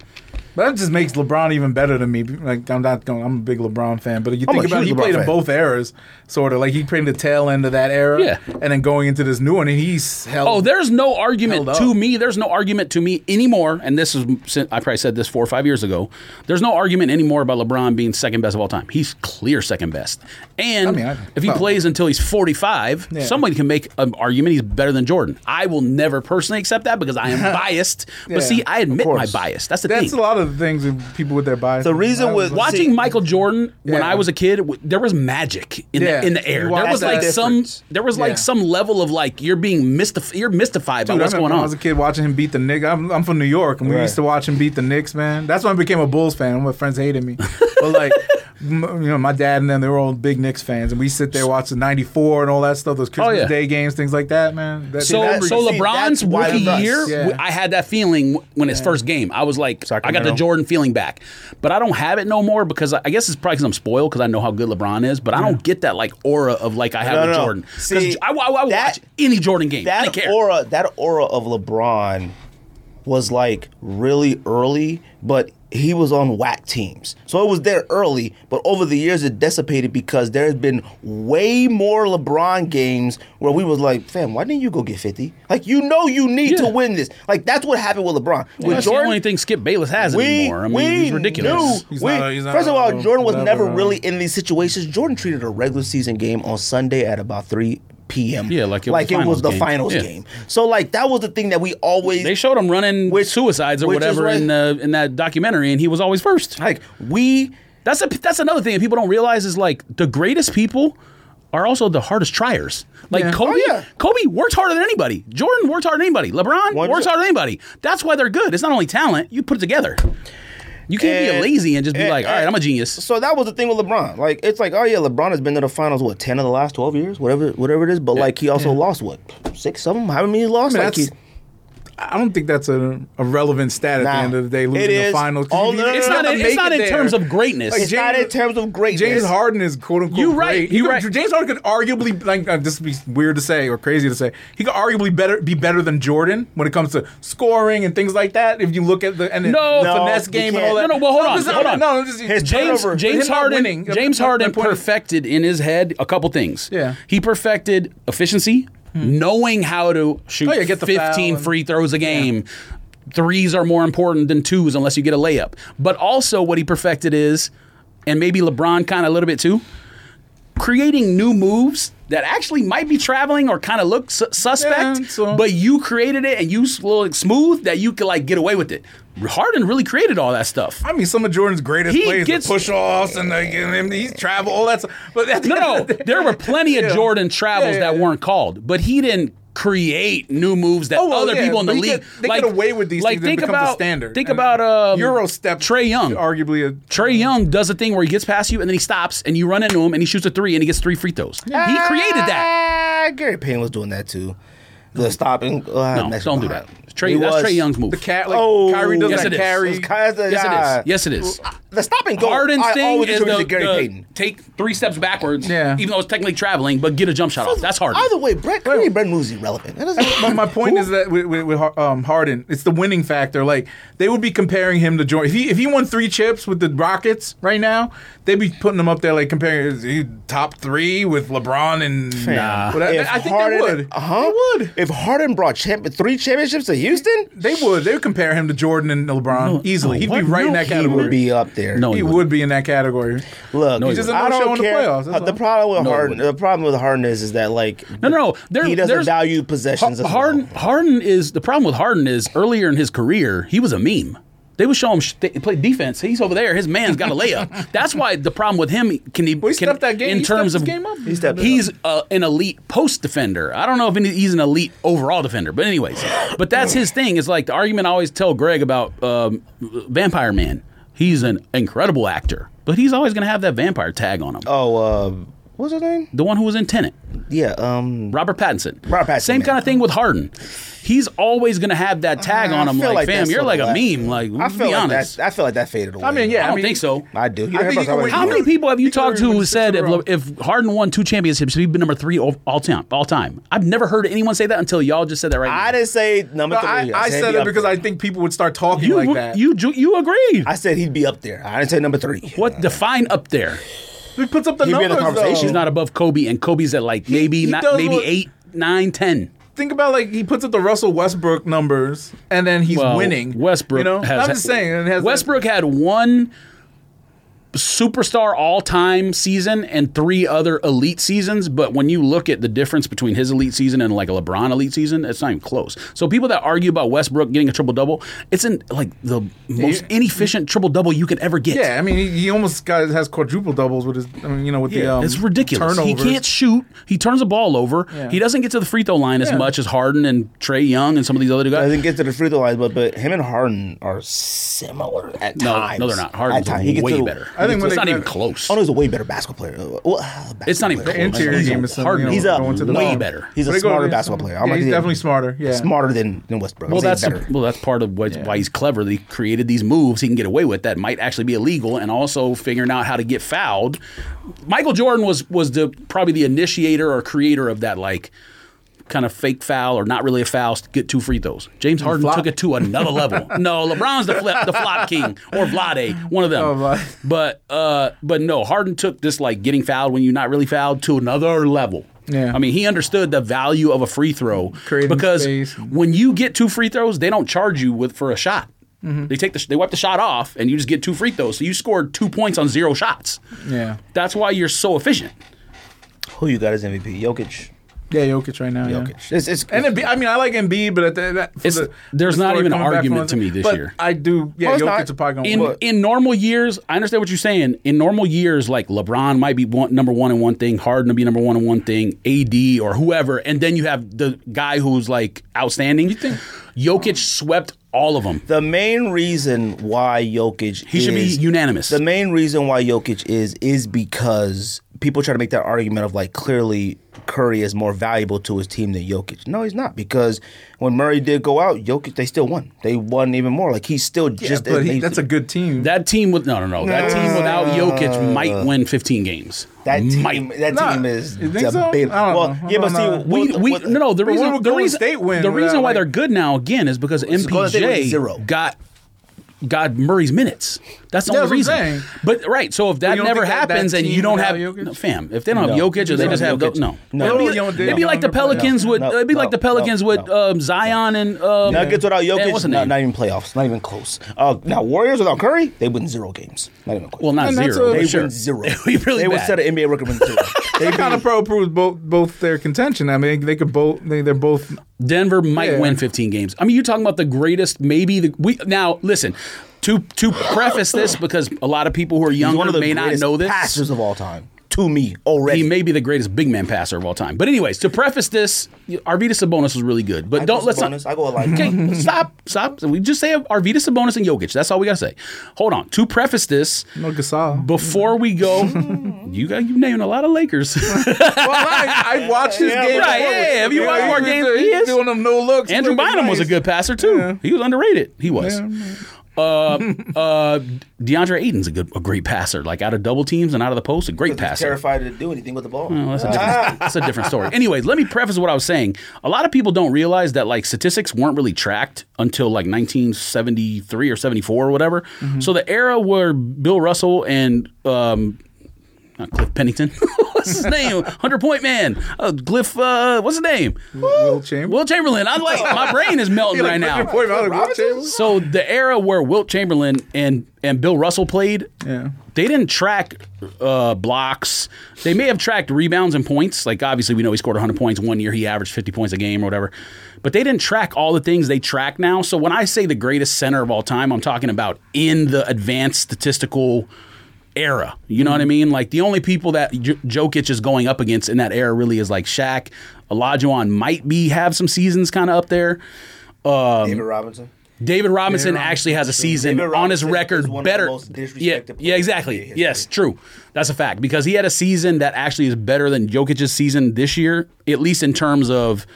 [SPEAKER 2] But that just makes LeBron even better than me. Like I'm not going. I'm a big LeBron fan, but you
[SPEAKER 1] I'm
[SPEAKER 2] think
[SPEAKER 1] a
[SPEAKER 2] about it,
[SPEAKER 1] huge
[SPEAKER 2] he
[SPEAKER 1] LeBron
[SPEAKER 2] played
[SPEAKER 1] fan.
[SPEAKER 2] in both eras, sort of. Like he played the tail end of that era,
[SPEAKER 3] Yeah.
[SPEAKER 2] and then going into this new one, and he's held.
[SPEAKER 3] Oh, there's no argument
[SPEAKER 2] Held up.
[SPEAKER 3] to me. There's no argument to me anymore. And this is since- I probably said this four or five years ago. There's no argument anymore about LeBron being second best of all time. He's clear second best. And
[SPEAKER 2] mean, I-
[SPEAKER 3] if he
[SPEAKER 2] well-
[SPEAKER 3] plays until he's 45,
[SPEAKER 2] Yeah.
[SPEAKER 3] someone can make an argument he's better than Jordan. I will never personally accept that because I am biased.
[SPEAKER 2] Yeah,
[SPEAKER 3] But see, I admit my
[SPEAKER 1] course.
[SPEAKER 3] bias. That's the thing.
[SPEAKER 2] That's a lot of the things with people with their bias.
[SPEAKER 1] The reason
[SPEAKER 2] I was
[SPEAKER 1] with-
[SPEAKER 2] like-
[SPEAKER 3] Watching
[SPEAKER 1] See-
[SPEAKER 3] Michael Jordan when
[SPEAKER 2] Yeah.
[SPEAKER 3] I was a kid, w- there was magic in
[SPEAKER 2] Yeah.
[SPEAKER 3] the in the air.
[SPEAKER 2] You
[SPEAKER 3] There
[SPEAKER 2] watch
[SPEAKER 3] was
[SPEAKER 2] that
[SPEAKER 3] like some
[SPEAKER 2] difference.
[SPEAKER 3] there was like
[SPEAKER 2] Yeah.
[SPEAKER 3] some level of like you're being mystif- you're mystified by
[SPEAKER 2] Dude,
[SPEAKER 3] what's
[SPEAKER 2] I remember
[SPEAKER 3] going
[SPEAKER 2] when I
[SPEAKER 3] on.
[SPEAKER 2] was a kid watching him beat the Knicks. I'm, I'm from New York, and we
[SPEAKER 1] Right.
[SPEAKER 2] used to watch him beat the Knicks, man. That's when I became a Bulls fan. and My friends hated me, but like m- you know, my dad and them, they were all big Knicks fans, and we sit there watching '94 and all that stuff, those Christmas
[SPEAKER 3] Oh, yeah.
[SPEAKER 2] Day games, things like that, man. That,
[SPEAKER 3] So,
[SPEAKER 1] that's-
[SPEAKER 3] so
[SPEAKER 1] see, that's
[SPEAKER 3] LeBron's
[SPEAKER 1] why
[SPEAKER 3] rookie
[SPEAKER 1] I'm nuts.
[SPEAKER 3] year,
[SPEAKER 2] Yeah.
[SPEAKER 3] w- I had that feeling w- when his first game. I was like, I got the
[SPEAKER 1] Sacramento.
[SPEAKER 3] Jordan feeling back, but I don't have it no more because I, I guess it's probably because I'm spoiled because I know how good LeBron is, but I don't get that like aura of like I have
[SPEAKER 1] No,
[SPEAKER 3] with
[SPEAKER 1] no, no.
[SPEAKER 3] Jordan. 'Cause
[SPEAKER 1] See,
[SPEAKER 3] I, I, I would
[SPEAKER 1] that-
[SPEAKER 3] watch any Jordan game. I don't
[SPEAKER 1] that
[SPEAKER 3] care.
[SPEAKER 1] aura that aura of LeBron was like really early, but he was on whack teams. So it was there early, but over the years it dissipated because there has been way more LeBron games where we was like, fam, why didn't you go get 50? Like you know you need
[SPEAKER 3] Yeah.
[SPEAKER 1] to win this. Like that's what happened with LeBron.
[SPEAKER 3] Well,
[SPEAKER 1] with
[SPEAKER 3] that's the only thing Skip Bayless has anymore. I mean,
[SPEAKER 1] we
[SPEAKER 3] he's ridiculous.
[SPEAKER 1] knew-
[SPEAKER 2] He's
[SPEAKER 1] we-
[SPEAKER 2] not a- he's not
[SPEAKER 1] first of
[SPEAKER 2] a-
[SPEAKER 1] all, Jordan was
[SPEAKER 2] whatever,
[SPEAKER 1] never
[SPEAKER 2] uh,
[SPEAKER 1] really in these situations. Jordan treated a regular season game on Sunday at about 3 p.m.
[SPEAKER 3] Yeah, like it was
[SPEAKER 1] like
[SPEAKER 3] the
[SPEAKER 1] it was
[SPEAKER 3] finals
[SPEAKER 1] the
[SPEAKER 3] game.
[SPEAKER 1] finals
[SPEAKER 3] Yeah.
[SPEAKER 1] game. So like that was the thing that we always
[SPEAKER 3] They showed him running
[SPEAKER 1] Which-
[SPEAKER 3] suicides or
[SPEAKER 1] which is
[SPEAKER 3] whatever
[SPEAKER 1] right.
[SPEAKER 3] in the in that documentary, and he was always first.
[SPEAKER 1] like we
[SPEAKER 3] That's a, that's another thing that people don't realize is like the greatest people are also the hardest triers. Like
[SPEAKER 2] Yeah.
[SPEAKER 3] Kobe,
[SPEAKER 1] Oh, yeah.
[SPEAKER 3] Kobe worked harder than anybody. Jordan worked harder than anybody. LeBron
[SPEAKER 1] One-
[SPEAKER 3] works harder than anybody. That's why they're good. It's not only talent; you put it together. You can't be
[SPEAKER 1] And-
[SPEAKER 3] lazy and just be
[SPEAKER 1] and-
[SPEAKER 3] like, "All right,
[SPEAKER 1] and-
[SPEAKER 3] I'm a genius."
[SPEAKER 1] so that was the thing with LeBron. Like it's like oh yeah, LeBron has been to the finals what ten of the last twelve years, whatever whatever it is. But like he also lost what six of them. How many he lost?
[SPEAKER 2] I mean,
[SPEAKER 1] like
[SPEAKER 2] that's-
[SPEAKER 1] he-
[SPEAKER 2] I don't think that's a, a relevant stat at
[SPEAKER 1] Nah.
[SPEAKER 2] the end of the day, losing
[SPEAKER 1] It
[SPEAKER 2] the
[SPEAKER 1] is.
[SPEAKER 2] finals. 'Cause
[SPEAKER 1] Oh,
[SPEAKER 2] you
[SPEAKER 1] no,
[SPEAKER 2] need
[SPEAKER 1] no,
[SPEAKER 2] to
[SPEAKER 1] no,
[SPEAKER 3] It's not.
[SPEAKER 1] no,
[SPEAKER 2] make
[SPEAKER 3] in- It's
[SPEAKER 2] it
[SPEAKER 3] not in
[SPEAKER 2] there.
[SPEAKER 3] terms of greatness.
[SPEAKER 1] it's not in terms of greatness.
[SPEAKER 2] James Harden is quote unquote.
[SPEAKER 3] You're right.
[SPEAKER 2] great. He
[SPEAKER 3] You're
[SPEAKER 2] could-
[SPEAKER 3] right.
[SPEAKER 2] James Harden could arguably like uh, this would be weird to say or crazy to say. He could arguably better be better than Jordan when it comes to scoring and things like that. If you look at the and the-
[SPEAKER 3] No.
[SPEAKER 2] the
[SPEAKER 1] No,
[SPEAKER 2] finesse
[SPEAKER 1] you
[SPEAKER 2] game and
[SPEAKER 1] can't.
[SPEAKER 2] all that.
[SPEAKER 3] No, no, well, hold on,
[SPEAKER 2] this is-
[SPEAKER 3] hold on.
[SPEAKER 2] No, this is-
[SPEAKER 1] His
[SPEAKER 3] James,
[SPEAKER 1] turnover.
[SPEAKER 3] James
[SPEAKER 2] Him not
[SPEAKER 3] Harden,
[SPEAKER 2] winning.
[SPEAKER 3] James
[SPEAKER 2] My- my
[SPEAKER 3] Harden
[SPEAKER 2] point is-
[SPEAKER 3] perfected in his head a couple things.
[SPEAKER 2] Yeah. Hmm.
[SPEAKER 3] he perfected efficiency, knowing how to shoot
[SPEAKER 2] Oh, yeah, get the foul
[SPEAKER 3] 15
[SPEAKER 2] and-
[SPEAKER 3] free throws a game. Threes are more important than twos unless you get a layup. But also, what he perfected is, and maybe LeBron kind of a little bit too, creating new moves that actually might be traveling or kind of look su- suspect,
[SPEAKER 2] Yeah, so-
[SPEAKER 3] but you created it and you s- look smooth that you could like get away with it. Harden really created all that stuff.
[SPEAKER 2] I mean, some of Jordan's greatest
[SPEAKER 3] He
[SPEAKER 2] plays,
[SPEAKER 3] gets-
[SPEAKER 2] the push offs, and, like, and him- he's travel, all that stuff. But at the
[SPEAKER 3] No,
[SPEAKER 2] end
[SPEAKER 3] no,
[SPEAKER 2] of the day-
[SPEAKER 3] there were plenty of
[SPEAKER 2] Yeah.
[SPEAKER 3] Jordan travels
[SPEAKER 2] Yeah, yeah,
[SPEAKER 3] that
[SPEAKER 2] yeah.
[SPEAKER 3] weren't called, but he didn't create new moves that
[SPEAKER 2] Oh, well,
[SPEAKER 3] other
[SPEAKER 2] yeah,
[SPEAKER 3] people in the
[SPEAKER 2] but he
[SPEAKER 3] league
[SPEAKER 2] get- they get away with these
[SPEAKER 3] Like
[SPEAKER 2] things that
[SPEAKER 3] think
[SPEAKER 2] becomes the
[SPEAKER 3] about
[SPEAKER 2] standard.
[SPEAKER 3] Think
[SPEAKER 2] And
[SPEAKER 3] about um,
[SPEAKER 2] Euro step
[SPEAKER 3] Trey Young.
[SPEAKER 2] arguably a
[SPEAKER 3] Trey Young does a thing where he gets past you and then he stops and you run into him and he shoots a three and he gets three free throws. He created that.
[SPEAKER 1] Ah, Gary Payne was doing that too. The stopping. Uh,
[SPEAKER 3] No,
[SPEAKER 1] next
[SPEAKER 3] don't do
[SPEAKER 1] behind.
[SPEAKER 3] that. Trey,
[SPEAKER 1] He
[SPEAKER 3] that's
[SPEAKER 1] was.
[SPEAKER 3] Trey Young's move.
[SPEAKER 2] the cat like
[SPEAKER 1] Oh,
[SPEAKER 2] Kyrie does
[SPEAKER 3] yes,
[SPEAKER 2] that
[SPEAKER 3] it is. uh,
[SPEAKER 2] carry.
[SPEAKER 1] It's kind of-
[SPEAKER 3] yes,
[SPEAKER 1] yeah.
[SPEAKER 3] it is. Yes, it is.
[SPEAKER 1] The stopping goal.
[SPEAKER 3] Harden's
[SPEAKER 1] I
[SPEAKER 3] thing
[SPEAKER 1] always
[SPEAKER 3] is
[SPEAKER 1] attribute
[SPEAKER 3] the,
[SPEAKER 1] to Gary
[SPEAKER 3] the-
[SPEAKER 1] Payton.
[SPEAKER 3] take three steps backwards,
[SPEAKER 2] Yeah.
[SPEAKER 3] even though it's technically traveling, but get a jump shot off. That's hard.
[SPEAKER 1] Either way, Brett Curry, Brett Moves irrelevant. That doesn't-
[SPEAKER 2] my, my point is that with, with, with Har- um, Harden, it's the winning factor. Like they would be comparing him to Jordan. If he if he won three chips with the Rockets right now, they'd be putting him up there like comparing is he top three with LeBron and
[SPEAKER 1] Nah.
[SPEAKER 2] Well, I, uh, I think
[SPEAKER 1] Harden,
[SPEAKER 2] they would.
[SPEAKER 1] Huh?
[SPEAKER 2] They would.
[SPEAKER 1] If Harden brought champ- three championships to Houston,
[SPEAKER 2] They would. They would compare him to Jordan and LeBron easily. He'd be
[SPEAKER 3] what?
[SPEAKER 2] right in
[SPEAKER 3] No,
[SPEAKER 2] that
[SPEAKER 3] he
[SPEAKER 1] he
[SPEAKER 2] category.
[SPEAKER 1] would be up there.
[SPEAKER 3] No,
[SPEAKER 2] He
[SPEAKER 3] he
[SPEAKER 2] would be in that category.
[SPEAKER 1] look,
[SPEAKER 3] he
[SPEAKER 2] doesn't
[SPEAKER 1] I
[SPEAKER 2] know show
[SPEAKER 1] don't
[SPEAKER 2] in the
[SPEAKER 1] care.
[SPEAKER 2] playoffs, that's
[SPEAKER 1] Uh, the
[SPEAKER 2] all.
[SPEAKER 1] problem with
[SPEAKER 3] No, he
[SPEAKER 1] Harden, the problem with Harden is, is that like,
[SPEAKER 3] No, no, there-
[SPEAKER 1] he doesn't
[SPEAKER 3] there's-
[SPEAKER 1] value possessions.
[SPEAKER 3] Ha-
[SPEAKER 1] as
[SPEAKER 3] Harden,
[SPEAKER 1] well.
[SPEAKER 3] Harden is the problem with Harden is earlier in his career he was a meme. They would show him sh- they play defense. He's over there. His man's got a layup. That's why the problem with him can he,
[SPEAKER 2] Well, he
[SPEAKER 3] can-
[SPEAKER 2] stepped that game-
[SPEAKER 3] in
[SPEAKER 2] he stepped
[SPEAKER 3] terms
[SPEAKER 2] his
[SPEAKER 3] of
[SPEAKER 2] game up. He
[SPEAKER 1] stepped it up.
[SPEAKER 3] he's uh, an elite post defender. I don't know if any, he's an elite overall defender, but anyways, but that's his thing. Is like the argument I always tell Greg about um, Vampire Man. He's an incredible actor, but he's always going to have that vampire tag on him.
[SPEAKER 1] Oh, uh, what's his name?
[SPEAKER 3] the one who was in Tenet.
[SPEAKER 1] Yeah, um,
[SPEAKER 3] Robert Pattinson.
[SPEAKER 1] Robert Pattinson,
[SPEAKER 3] Same
[SPEAKER 1] man.
[SPEAKER 3] kind of thing with Harden. He's always going to have that tag
[SPEAKER 1] I
[SPEAKER 3] on him.
[SPEAKER 1] feel
[SPEAKER 3] Like, fam,
[SPEAKER 1] that's
[SPEAKER 3] you're
[SPEAKER 1] sort
[SPEAKER 3] like
[SPEAKER 1] of
[SPEAKER 3] a meme. Like,
[SPEAKER 1] I
[SPEAKER 3] let's
[SPEAKER 1] feel
[SPEAKER 3] be
[SPEAKER 1] like
[SPEAKER 3] honest.
[SPEAKER 1] that. I feel like that faded away.
[SPEAKER 2] I mean, yeah.
[SPEAKER 3] I don't think so.
[SPEAKER 1] I do. You
[SPEAKER 2] I
[SPEAKER 1] heard
[SPEAKER 2] think
[SPEAKER 1] about
[SPEAKER 2] he can
[SPEAKER 1] that
[SPEAKER 2] win-
[SPEAKER 1] one.
[SPEAKER 3] How many people have you
[SPEAKER 2] He already
[SPEAKER 3] talked to
[SPEAKER 2] won
[SPEAKER 3] who
[SPEAKER 2] six
[SPEAKER 3] said
[SPEAKER 2] in
[SPEAKER 3] if,
[SPEAKER 2] a row.
[SPEAKER 3] if Harden won two championships, he'd be number three all, all time? All time. I've never heard anyone say that until y'all just said that right now.
[SPEAKER 1] I didn't say number
[SPEAKER 2] No, I,
[SPEAKER 1] three.
[SPEAKER 2] I said
[SPEAKER 1] he'd be
[SPEAKER 2] it
[SPEAKER 1] up
[SPEAKER 2] because
[SPEAKER 1] there.
[SPEAKER 2] I think people would start talking
[SPEAKER 3] you,
[SPEAKER 2] like that.
[SPEAKER 3] you you you agreed.
[SPEAKER 1] I said he'd be up there. I didn't say number three.
[SPEAKER 3] what define up there?
[SPEAKER 2] he puts up the
[SPEAKER 1] He'd be in
[SPEAKER 2] numbers.
[SPEAKER 1] the conversation.
[SPEAKER 2] though.
[SPEAKER 3] He's not above Kobe, and Kobe's at like maybe
[SPEAKER 2] he
[SPEAKER 3] not
[SPEAKER 2] does
[SPEAKER 3] maybe
[SPEAKER 2] what-
[SPEAKER 3] eight, nine, ten.
[SPEAKER 2] think about like he puts up the Russell Westbrook numbers, and then he's
[SPEAKER 3] Well,
[SPEAKER 2] winning.
[SPEAKER 3] Westbrook,
[SPEAKER 2] you know,
[SPEAKER 3] has-
[SPEAKER 2] I'm just saying. It has
[SPEAKER 3] Westbrook had one superstar all-time season and three other elite seasons, but when you look at the difference between his elite season and like a LeBron elite season, it's not even close. So people that argue about Westbrook getting a triple double, it's in like the most inefficient triple double you could ever get.
[SPEAKER 2] yeah, I mean, he, he almost got has quadruple doubles with his. I mean, you know, with the um,
[SPEAKER 3] it's ridiculous.
[SPEAKER 2] Turnovers.
[SPEAKER 3] He can't shoot. He turns the ball over. He doesn't get to the free throw line as
[SPEAKER 2] Yeah.
[SPEAKER 3] much as Harden and Trey Young and some of these other guys.
[SPEAKER 1] doesn't get to the free throw line, but but him and Harden are similar at
[SPEAKER 3] No,
[SPEAKER 1] times.
[SPEAKER 3] no, they're not. Harden's
[SPEAKER 1] At times. He gets
[SPEAKER 3] way
[SPEAKER 1] to-
[SPEAKER 3] better.
[SPEAKER 2] I I think when
[SPEAKER 3] it's
[SPEAKER 2] they
[SPEAKER 3] not even
[SPEAKER 2] got- Oh,
[SPEAKER 3] close.
[SPEAKER 1] Arnold's a way better basketball player. Uh, well, uh,
[SPEAKER 3] It's not
[SPEAKER 1] basketball
[SPEAKER 3] even close.
[SPEAKER 1] player.
[SPEAKER 2] interior
[SPEAKER 3] He's a
[SPEAKER 2] game is something,
[SPEAKER 3] hard-
[SPEAKER 2] you know,
[SPEAKER 1] He's
[SPEAKER 2] going to
[SPEAKER 1] a
[SPEAKER 2] the
[SPEAKER 1] way
[SPEAKER 2] bottom.
[SPEAKER 3] better.
[SPEAKER 1] He's
[SPEAKER 2] But
[SPEAKER 1] a
[SPEAKER 2] they go-
[SPEAKER 1] smarter basketball player. I'm
[SPEAKER 2] yeah,
[SPEAKER 1] like,
[SPEAKER 2] he's definitely smarter. Yeah,
[SPEAKER 1] smarter than, than Westbrook.
[SPEAKER 3] Well,
[SPEAKER 1] I'm saying
[SPEAKER 3] that's
[SPEAKER 1] better.
[SPEAKER 3] well, that's part of what, why he's clever. That he created these moves he can get away with that might actually be illegal, and also figuring out how to get fouled. Michael Jordan was was the probably the initiator or creator of that like kind of fake foul or not really a foul to get two free throws. James Harden
[SPEAKER 2] flop.
[SPEAKER 3] took it to another level. No, LeBron's the flip, the flop king or Vlade, one of them.
[SPEAKER 2] Oh, Vlade.
[SPEAKER 3] but uh, but no, Harden took this like getting fouled when you're not really fouled to another level.
[SPEAKER 2] Yeah.
[SPEAKER 3] I mean, he understood the value of a free throw
[SPEAKER 2] Creating
[SPEAKER 3] because
[SPEAKER 2] space.
[SPEAKER 3] when you get two free throws, they don't charge you with for a shot.
[SPEAKER 1] Mm-hmm.
[SPEAKER 3] They take the sh- they wipe the shot off, and you just get two free throws. So you scored two points on zero shots.
[SPEAKER 2] yeah,
[SPEAKER 3] That's why you're so efficient.
[SPEAKER 1] Who you got as MVP? Jokic.
[SPEAKER 2] yeah. Jokic right now. Yeah.
[SPEAKER 1] Jokic. It's, it's,
[SPEAKER 2] And Embiid, I mean, I like Embiid, but at the, that, for
[SPEAKER 3] It's-
[SPEAKER 2] the-
[SPEAKER 3] there's
[SPEAKER 2] the
[SPEAKER 3] not
[SPEAKER 2] story
[SPEAKER 3] even an
[SPEAKER 2] coming back
[SPEAKER 3] argument
[SPEAKER 2] from-
[SPEAKER 3] to me this
[SPEAKER 2] but
[SPEAKER 3] year.
[SPEAKER 2] I do. Yeah,
[SPEAKER 1] Well, it's
[SPEAKER 2] Jokic
[SPEAKER 1] not.
[SPEAKER 2] is probably going to
[SPEAKER 3] In in normal years, I understand what you're saying. In normal years, like LeBron might be one, number one in one thing, Harden to be number one in one thing, AD or whoever, and then you have the guy who's like outstanding. You think Jokic swept all of them?
[SPEAKER 1] the main reason why Jokic
[SPEAKER 3] He should be
[SPEAKER 1] is-
[SPEAKER 3] unanimous.
[SPEAKER 1] The main reason why Jokic is is because people try to make that argument of like clearly Curry is more valuable to his team than Jokic. No, he's not because when Murray did go out, Jokic they still won. They won even more. Like he's still just
[SPEAKER 2] but he,
[SPEAKER 1] they-
[SPEAKER 2] that's a good team.
[SPEAKER 3] That team with no no no. That team without Jokic might win 15 games.
[SPEAKER 1] that team.
[SPEAKER 3] might.
[SPEAKER 1] That
[SPEAKER 2] Nah,
[SPEAKER 1] team is
[SPEAKER 2] you think so? I
[SPEAKER 1] debatable.
[SPEAKER 2] don't
[SPEAKER 1] Well,
[SPEAKER 2] know. I
[SPEAKER 1] yeah, but
[SPEAKER 2] don't know.
[SPEAKER 1] see,
[SPEAKER 3] we,
[SPEAKER 1] what-
[SPEAKER 3] we
[SPEAKER 1] what-
[SPEAKER 3] no no the
[SPEAKER 2] But
[SPEAKER 3] reason
[SPEAKER 2] would
[SPEAKER 3] the
[SPEAKER 2] Golden
[SPEAKER 3] reason,
[SPEAKER 2] State win
[SPEAKER 3] the reason
[SPEAKER 2] without,
[SPEAKER 3] why
[SPEAKER 2] like-
[SPEAKER 3] they're good now again is because
[SPEAKER 1] Golden State went zero.
[SPEAKER 3] MPJ got got Murray's minutes. That's the
[SPEAKER 2] Yeah,
[SPEAKER 3] only
[SPEAKER 2] that's what I'm
[SPEAKER 3] reason.
[SPEAKER 2] saying.
[SPEAKER 3] But right, so if that
[SPEAKER 2] you don't
[SPEAKER 3] never
[SPEAKER 2] think that- that
[SPEAKER 3] happens and
[SPEAKER 2] team
[SPEAKER 3] you don't
[SPEAKER 2] without
[SPEAKER 3] have
[SPEAKER 2] Jokic?
[SPEAKER 3] no, fam, if they don't have
[SPEAKER 1] No.
[SPEAKER 3] Jokic or they
[SPEAKER 1] No,
[SPEAKER 3] just have
[SPEAKER 1] Jokic.
[SPEAKER 3] no,
[SPEAKER 1] No.
[SPEAKER 3] It'd be-
[SPEAKER 2] They don't-
[SPEAKER 3] it'd be,
[SPEAKER 2] they don't
[SPEAKER 3] like the
[SPEAKER 2] have a playoff.
[SPEAKER 3] Pelicans with
[SPEAKER 1] No,
[SPEAKER 3] it'd be like the
[SPEAKER 1] no,
[SPEAKER 3] Pelicans
[SPEAKER 1] no,
[SPEAKER 3] with
[SPEAKER 1] no.
[SPEAKER 3] um, Zion and um,
[SPEAKER 1] Nuggets without
[SPEAKER 3] and
[SPEAKER 1] Jokic,
[SPEAKER 3] what's the
[SPEAKER 1] not,
[SPEAKER 3] name?
[SPEAKER 1] not even playoffs, not even close. Uh, now Warriors without Curry, they win zero games. Not even close.
[SPEAKER 3] well, not
[SPEAKER 2] And that's
[SPEAKER 3] zero.
[SPEAKER 2] a-
[SPEAKER 3] but
[SPEAKER 1] they
[SPEAKER 3] sure.
[SPEAKER 1] win zero.
[SPEAKER 3] We really
[SPEAKER 1] they would
[SPEAKER 3] bad.
[SPEAKER 1] set an NBA record with zero. they
[SPEAKER 2] That kind of pro proves both both their contention. I mean, they could both. They, they're both.
[SPEAKER 3] Denver might
[SPEAKER 2] Yeah.
[SPEAKER 3] win 15 games. I mean, you're talking about the greatest, maybe the we now listen to to preface this because a lot of people who are
[SPEAKER 1] He's
[SPEAKER 3] younger
[SPEAKER 1] one of the
[SPEAKER 3] may not
[SPEAKER 1] greatest
[SPEAKER 3] know this.
[SPEAKER 1] passers of all time to me already.
[SPEAKER 3] He may be the greatest big man passer of all time. But anyways, to preface this, Arvita Sabonis was really good. But
[SPEAKER 1] I
[SPEAKER 3] don't
[SPEAKER 1] go
[SPEAKER 3] let's
[SPEAKER 1] Sabonis,
[SPEAKER 3] not.
[SPEAKER 1] I go Olajuwon.
[SPEAKER 3] Okay, stop, stop. We just say Arvita Sabonis and Jokic. That's all we gotta say. Hold on. To preface this,
[SPEAKER 2] No Gasol.
[SPEAKER 3] before we go, you got you naming a lot of Lakers.
[SPEAKER 2] well, I, I watched this
[SPEAKER 1] Yeah,
[SPEAKER 2] game.
[SPEAKER 1] right,
[SPEAKER 2] before.
[SPEAKER 3] yeah, have you
[SPEAKER 2] Yeah,
[SPEAKER 3] watched
[SPEAKER 2] he
[SPEAKER 3] more
[SPEAKER 2] was-
[SPEAKER 3] games?
[SPEAKER 2] He
[SPEAKER 3] He
[SPEAKER 2] is
[SPEAKER 3] is.
[SPEAKER 2] doing them no looks.
[SPEAKER 3] Andrew
[SPEAKER 2] Look, it's
[SPEAKER 3] Bynum was a
[SPEAKER 2] nice.
[SPEAKER 3] good passer too. He was underrated. He was. Uh, uh, DeAndre Ayton's a good, a great passer. Like out of double teams and out of the post, a great
[SPEAKER 1] He's
[SPEAKER 3] passer.
[SPEAKER 1] terrified to do anything with the ball.
[SPEAKER 3] Well, that's, a different, that's a different story. Anyways, let me preface what I was saying. A lot of people don't realize that like statistics weren't really tracked until like 1973 or 74 or whatever. So the era where Bill Russell and um, not Cliff Pennington, what's his name, hundred point man, uh, Cliff, uh, what's his name,
[SPEAKER 2] Will Chamberlain.
[SPEAKER 3] Will Chamberlain. I'm like my brain is melting
[SPEAKER 2] You're like,
[SPEAKER 3] right now.
[SPEAKER 2] Will Chamberlain, Will Chamberlain?
[SPEAKER 3] So the era where Wilt Chamberlain and and Bill Russell played,
[SPEAKER 2] Yeah.
[SPEAKER 3] they didn't track uh, blocks. They may have tracked rebounds and points. Like obviously, we know he scored 100 points one year. He averaged 50 points a game or whatever. But they didn't track all the things they track now. So when I say the greatest center of all time, I'm talking about in the advanced statistical era. You know what I mean? Like the only people that J- Jokic is going up against in that era really is like Shaq. Olajuwon might be have some seasons kind of up there. um,
[SPEAKER 1] David Robinson.
[SPEAKER 3] David Robinson actually has a season
[SPEAKER 1] David
[SPEAKER 3] on his
[SPEAKER 1] Robinson
[SPEAKER 3] record
[SPEAKER 1] is one of the
[SPEAKER 3] better.
[SPEAKER 1] most disrespected
[SPEAKER 3] yeah,
[SPEAKER 1] players
[SPEAKER 3] yeah,
[SPEAKER 1] in
[SPEAKER 3] exactly.
[SPEAKER 1] NBA
[SPEAKER 3] Yes, true. That's a fact because he had a season that actually is better than Jokic's season this year, at least in terms of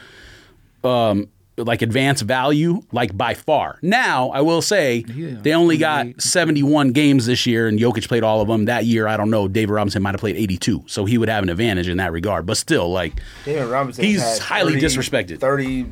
[SPEAKER 3] um like advanced value, like by far. Now, I will say they only got 71 games this year and Jokic played all of them. That year, I don't know, David Robinson might have played 82, so he would have an advantage in that regard. But still, like
[SPEAKER 1] David Robinson.
[SPEAKER 3] He's
[SPEAKER 1] had
[SPEAKER 3] highly disrespected.
[SPEAKER 1] 30,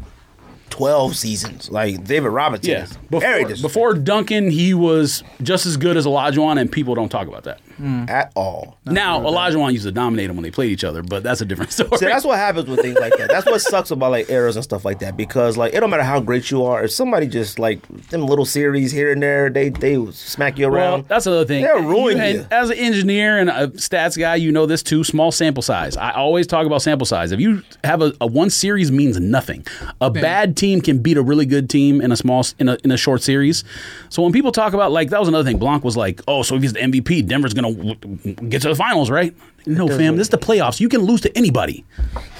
[SPEAKER 1] 12 seasons. Like David Robinson.
[SPEAKER 3] yeah,
[SPEAKER 1] Yes.
[SPEAKER 3] before,
[SPEAKER 1] very disrespected
[SPEAKER 3] before Duncan, he was just as good as Olajuwon and people don't talk about that.
[SPEAKER 1] at all.
[SPEAKER 3] Now Olajuwon used to dominate them when they played each other, but that's a different story.
[SPEAKER 1] See, that's what happens with things like that. That's what sucks about like errors and stuff like that because like it don't matter how great you are if somebody just like them little series here and there they they smack you
[SPEAKER 3] well,
[SPEAKER 1] around.
[SPEAKER 3] that's another thing.
[SPEAKER 1] They'll ruin
[SPEAKER 3] and
[SPEAKER 1] you.
[SPEAKER 3] As an engineer and a stats guy, you know this too. Small sample size. I always talk about sample size. If you have a, a one series means nothing. A bad team can beat a really good team in a small s- in a, in a short series. So when people talk about like that was another thing. Blanc was like, oh, so if he's the MVP, Denver's gonna w- w- get to the finals, right? No, fam. This is the playoffs. You can lose to anybody.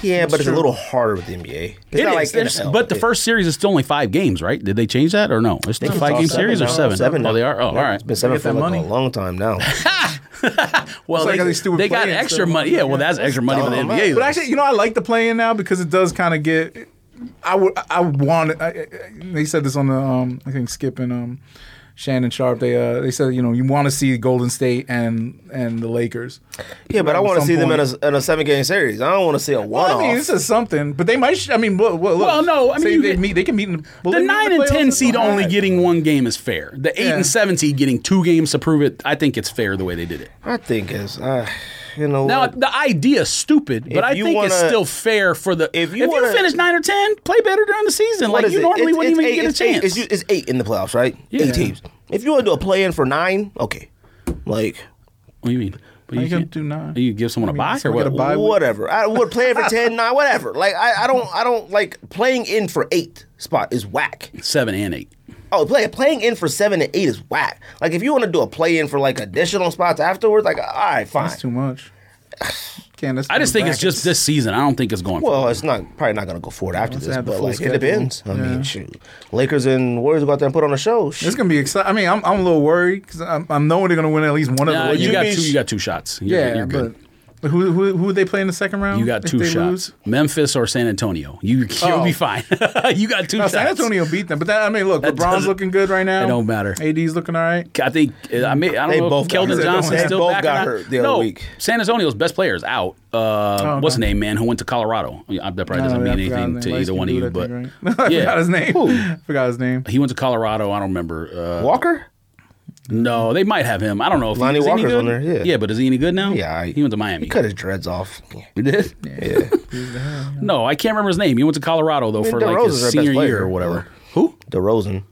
[SPEAKER 1] yeah, but it's a little harder with the NBA. It's
[SPEAKER 3] It
[SPEAKER 1] not
[SPEAKER 3] is.
[SPEAKER 1] like
[SPEAKER 3] There's-
[SPEAKER 1] NFL.
[SPEAKER 3] but the
[SPEAKER 1] Yeah.
[SPEAKER 3] first series is still only five games, right? Did they change that or no? It's still a
[SPEAKER 1] It's
[SPEAKER 3] five
[SPEAKER 1] all
[SPEAKER 3] game series or
[SPEAKER 1] now.
[SPEAKER 3] seven?
[SPEAKER 1] Seven.
[SPEAKER 3] Oh,
[SPEAKER 1] now.
[SPEAKER 3] they are. Oh,
[SPEAKER 1] Yeah,
[SPEAKER 3] all right.
[SPEAKER 1] It's been seven
[SPEAKER 2] Get
[SPEAKER 1] for
[SPEAKER 2] that
[SPEAKER 1] like
[SPEAKER 2] money.
[SPEAKER 1] a long time now.
[SPEAKER 3] Well,
[SPEAKER 2] It's like
[SPEAKER 3] they,
[SPEAKER 2] these stupid
[SPEAKER 3] they got
[SPEAKER 2] play-ins
[SPEAKER 3] extra
[SPEAKER 2] that-
[SPEAKER 3] money. Yeah, well, that's extra money for the
[SPEAKER 1] dumb,
[SPEAKER 3] NBA.
[SPEAKER 1] man.
[SPEAKER 3] though.
[SPEAKER 2] But actually, you know, I like the play in now because it does kind of get. I would. I want. I, I, they said this on the. Um, I think Skip and um, Shannon Sharp. They uh, they said you know you want to see Golden State and and the Lakers.
[SPEAKER 1] Yeah, but I
[SPEAKER 2] At
[SPEAKER 1] want to
[SPEAKER 2] some
[SPEAKER 1] see them in
[SPEAKER 2] point.
[SPEAKER 1] a, in a seven game series. I don't want to see a one
[SPEAKER 2] Well,
[SPEAKER 1] off.
[SPEAKER 2] I mean, this is something, but they might. Sh- I mean, well, well, look,
[SPEAKER 3] Well, no, I
[SPEAKER 2] say
[SPEAKER 3] mean, you
[SPEAKER 2] they
[SPEAKER 3] get-
[SPEAKER 2] meet. They can meet in will they
[SPEAKER 3] the
[SPEAKER 2] meet in
[SPEAKER 3] nine and
[SPEAKER 2] playoffs
[SPEAKER 3] ten
[SPEAKER 2] or
[SPEAKER 3] seed
[SPEAKER 2] something?
[SPEAKER 3] only
[SPEAKER 2] Alright.
[SPEAKER 3] getting one game is fair. The eight
[SPEAKER 2] Yeah.
[SPEAKER 3] and seven seed getting two games to prove it. I think it's fair the way they did it.
[SPEAKER 1] I think it's, uh, you know,
[SPEAKER 3] Now
[SPEAKER 1] what?
[SPEAKER 3] the idea is stupid, but
[SPEAKER 1] If
[SPEAKER 3] I
[SPEAKER 1] you
[SPEAKER 3] think it's
[SPEAKER 1] wanna-
[SPEAKER 3] still fair for the.
[SPEAKER 1] if
[SPEAKER 3] If you,
[SPEAKER 1] you wanna-
[SPEAKER 3] finish nine or ten, play better during the season.
[SPEAKER 1] What
[SPEAKER 3] Like
[SPEAKER 1] is
[SPEAKER 3] you
[SPEAKER 1] it?
[SPEAKER 3] normally
[SPEAKER 1] It's-
[SPEAKER 3] wouldn't
[SPEAKER 1] it's
[SPEAKER 3] even
[SPEAKER 1] eight-
[SPEAKER 3] get a
[SPEAKER 1] it's eight-
[SPEAKER 3] chance.
[SPEAKER 1] it's, u- it's eight in the playoffs, right?
[SPEAKER 3] Yeah.
[SPEAKER 1] Eight teams. If you want to do a play in for nine, okay, like
[SPEAKER 3] what do you mean? But
[SPEAKER 2] How you gonna
[SPEAKER 3] can't-
[SPEAKER 2] do nine?
[SPEAKER 3] You give someone a box or
[SPEAKER 2] someone
[SPEAKER 3] what?
[SPEAKER 2] get a bye week.
[SPEAKER 1] whatever. I would play in for ten, nine, whatever. Like I, I don't, I don't like playing in for eight spot is whack.
[SPEAKER 3] Seven and eight.
[SPEAKER 1] Oh, play playing in for seven and eight is whack. Like if you want to do a play in for like additional spots afterwards, like all right, fine.
[SPEAKER 2] That's too much. Can't.
[SPEAKER 3] I just think it's just this season. I don't think it's going.
[SPEAKER 1] Well, it's not probably not gonna go forward after this,
[SPEAKER 2] have the
[SPEAKER 1] but
[SPEAKER 2] full
[SPEAKER 1] like
[SPEAKER 2] schedule.
[SPEAKER 1] it depends. I mean, shoot, Lakers and Warriors go out there and put on a show. Shit.
[SPEAKER 2] It's gonna be exciting. I mean, I'm, I'm a little worried because I'm, I'm knowing they're gonna win at least one of
[SPEAKER 3] nah,
[SPEAKER 2] the.
[SPEAKER 3] you
[SPEAKER 2] Lakers.
[SPEAKER 3] got
[SPEAKER 1] mean
[SPEAKER 3] two.
[SPEAKER 1] sh-
[SPEAKER 3] You got two shots. You're,
[SPEAKER 2] Yeah,
[SPEAKER 3] you're good.
[SPEAKER 2] but who who who would they play in the second round?
[SPEAKER 1] um,
[SPEAKER 3] You got
[SPEAKER 2] if
[SPEAKER 3] two
[SPEAKER 2] they
[SPEAKER 3] shots.
[SPEAKER 2] lose?
[SPEAKER 3] Memphis or San Antonio. You you'll
[SPEAKER 2] Oh.
[SPEAKER 3] be fine. you got two
[SPEAKER 2] No,
[SPEAKER 3] shots.
[SPEAKER 2] San Antonio beat them, but that I mean, look, LeBron's
[SPEAKER 3] doesn't-
[SPEAKER 2] looking good right now.
[SPEAKER 3] It don't matter.
[SPEAKER 2] AD's looking all right.
[SPEAKER 3] I think I mean I don't
[SPEAKER 1] They
[SPEAKER 3] know.
[SPEAKER 1] both
[SPEAKER 3] Both
[SPEAKER 1] got
[SPEAKER 3] Keldon
[SPEAKER 1] hurt.
[SPEAKER 3] Johnson
[SPEAKER 1] They
[SPEAKER 3] still
[SPEAKER 1] both
[SPEAKER 3] back
[SPEAKER 1] got
[SPEAKER 3] or not.
[SPEAKER 1] hurt the other
[SPEAKER 3] no,
[SPEAKER 1] week. Oh,
[SPEAKER 3] San Antonio's best player is out. Uh, What's his name, man? Who went to Colorado? I- That
[SPEAKER 2] I
[SPEAKER 3] probably doesn't mean
[SPEAKER 2] forgot
[SPEAKER 3] anything
[SPEAKER 2] his name.
[SPEAKER 3] to
[SPEAKER 2] Light
[SPEAKER 3] either
[SPEAKER 2] skinned
[SPEAKER 3] one of you,
[SPEAKER 2] dude, I
[SPEAKER 3] but
[SPEAKER 2] think, right? I
[SPEAKER 3] Yeah.
[SPEAKER 2] forgot his name. Forgot his name.
[SPEAKER 3] he went to Colorado. I don't remember. Uh,
[SPEAKER 1] Walker.
[SPEAKER 3] No, they might have him. I don't know if
[SPEAKER 1] Lonnie
[SPEAKER 3] he, is he any
[SPEAKER 1] Walker's
[SPEAKER 3] good?
[SPEAKER 1] on there, yeah.
[SPEAKER 3] yeah, but is he any good now?
[SPEAKER 1] Yeah, I-
[SPEAKER 3] he went to Miami.
[SPEAKER 1] He cut his dreads off.
[SPEAKER 3] He did?
[SPEAKER 1] Yeah,
[SPEAKER 3] No, I can't remember his name. He went to Colorado though for like
[SPEAKER 1] DeRozan's our
[SPEAKER 3] his
[SPEAKER 1] best
[SPEAKER 3] senior year
[SPEAKER 1] player.
[SPEAKER 3] or whatever. Who?
[SPEAKER 1] DeRozan.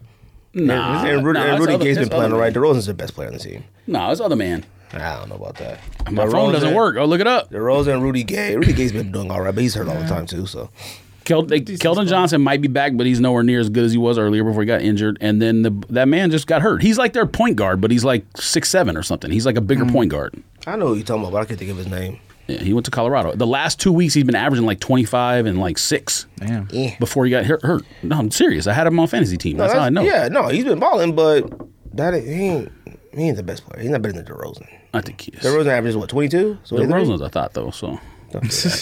[SPEAKER 3] Nah,
[SPEAKER 1] and Rudy,
[SPEAKER 3] nah,
[SPEAKER 1] and
[SPEAKER 3] that's
[SPEAKER 1] Rudy
[SPEAKER 3] other-
[SPEAKER 1] Gay's
[SPEAKER 3] that's
[SPEAKER 1] been playing
[SPEAKER 3] other-
[SPEAKER 1] all right. DeRozan's the best player on the team.
[SPEAKER 3] No, it's other man.
[SPEAKER 1] I don't know about that.
[SPEAKER 3] My phone doesn't work. Oh, look it up.
[SPEAKER 1] DeRozan and Rudy Gay. Rudy Gay's been doing all right, but he's hurt all the time too. So
[SPEAKER 3] Kel- they- Keldon Johnson might be back, but he's nowhere near as good as he was earlier before he got injured. And then the, that man just got hurt. He's like their point guard, but he's like six seven or something. He's like a bigger point guard.
[SPEAKER 1] I know who you're talking about, but I can't think of his name.
[SPEAKER 3] Yeah, he went to Colorado. The last two weeks, he's been averaging like twenty five and like six
[SPEAKER 2] Damn.
[SPEAKER 1] Yeah,
[SPEAKER 3] before he got hurt. hurt. No, I'm serious. I had him on fantasy team. That's, how I know.
[SPEAKER 1] Yeah, no, he's been balling, but that ain't- he ain't he ain't the best player. He's not better than DeRozan.
[SPEAKER 3] I think he is.
[SPEAKER 1] DeRozan averages what 22? So
[SPEAKER 3] DeRozan's, I thought though. So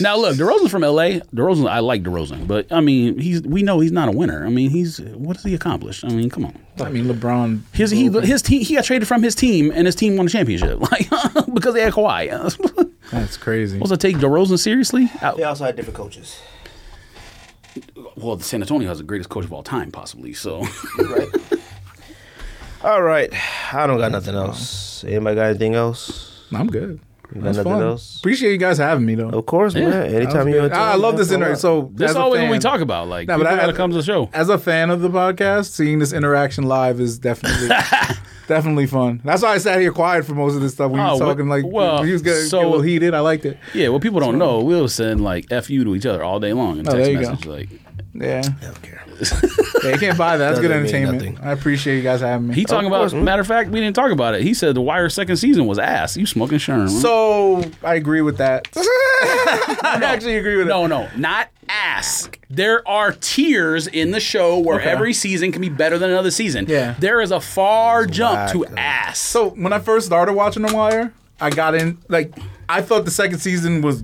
[SPEAKER 3] now look, DeRozan's from L.A. DeRozan, I like DeRozan, but I mean, he's we know he's not a winner. I mean, he's what has he accomplished? I mean, come on.
[SPEAKER 2] I mean, LeBron.
[SPEAKER 3] His he his team he got traded from his team and his team won a championship like because they had Kawhi.
[SPEAKER 2] That's crazy.
[SPEAKER 3] Was I take DeRozan seriously? Uh, I-
[SPEAKER 1] They also had different coaches.
[SPEAKER 3] well, San Antonio has the greatest coach of all time, possibly. So
[SPEAKER 1] Right. all right. I don't got nothing else. Anybody got anything else?
[SPEAKER 2] I'm good. That's
[SPEAKER 1] nothing
[SPEAKER 2] fun.
[SPEAKER 1] else?
[SPEAKER 2] Appreciate you guys having me though.
[SPEAKER 1] Of course, man. Anytime you want to-
[SPEAKER 2] I, I love this interview. So
[SPEAKER 3] that's
[SPEAKER 2] as a
[SPEAKER 3] always
[SPEAKER 2] fan,
[SPEAKER 3] what we talk about. Like
[SPEAKER 2] Nah, but
[SPEAKER 3] people
[SPEAKER 2] I-
[SPEAKER 3] gotta come to the show.
[SPEAKER 2] As a fan of the podcast, seeing this interaction live is definitely definitely fun. That's why I sat here quiet for most of this stuff. We
[SPEAKER 3] Oh,
[SPEAKER 2] was
[SPEAKER 3] well-
[SPEAKER 2] talking like
[SPEAKER 3] well,
[SPEAKER 2] we was getting,
[SPEAKER 3] so-
[SPEAKER 2] get a little heated. I liked it.
[SPEAKER 3] Yeah, well, people don't know. We'll send like "f you" to each other all day long in
[SPEAKER 2] Oh,
[SPEAKER 3] text
[SPEAKER 2] there you go.
[SPEAKER 3] message. Like
[SPEAKER 2] Yeah,
[SPEAKER 1] I don't care.
[SPEAKER 2] yeah you can't buy that. That's good
[SPEAKER 1] Doesn't mean
[SPEAKER 2] entertainment.
[SPEAKER 1] nothing.
[SPEAKER 2] I appreciate you guys having me.
[SPEAKER 3] he talking about. Matter of fact, we didn't talk about it. He said the Wire second season was ass. You smoking sherm? huh?
[SPEAKER 2] so I agree with that. I actually agree with
[SPEAKER 3] No,
[SPEAKER 2] it.
[SPEAKER 3] no, not ass. There are tiers in the show where every season can be better than another season.
[SPEAKER 2] Yeah.
[SPEAKER 3] There is a far jump to
[SPEAKER 1] whack,
[SPEAKER 3] ass. So
[SPEAKER 2] So when I first started watching The Wire, I got in like I thought the second season was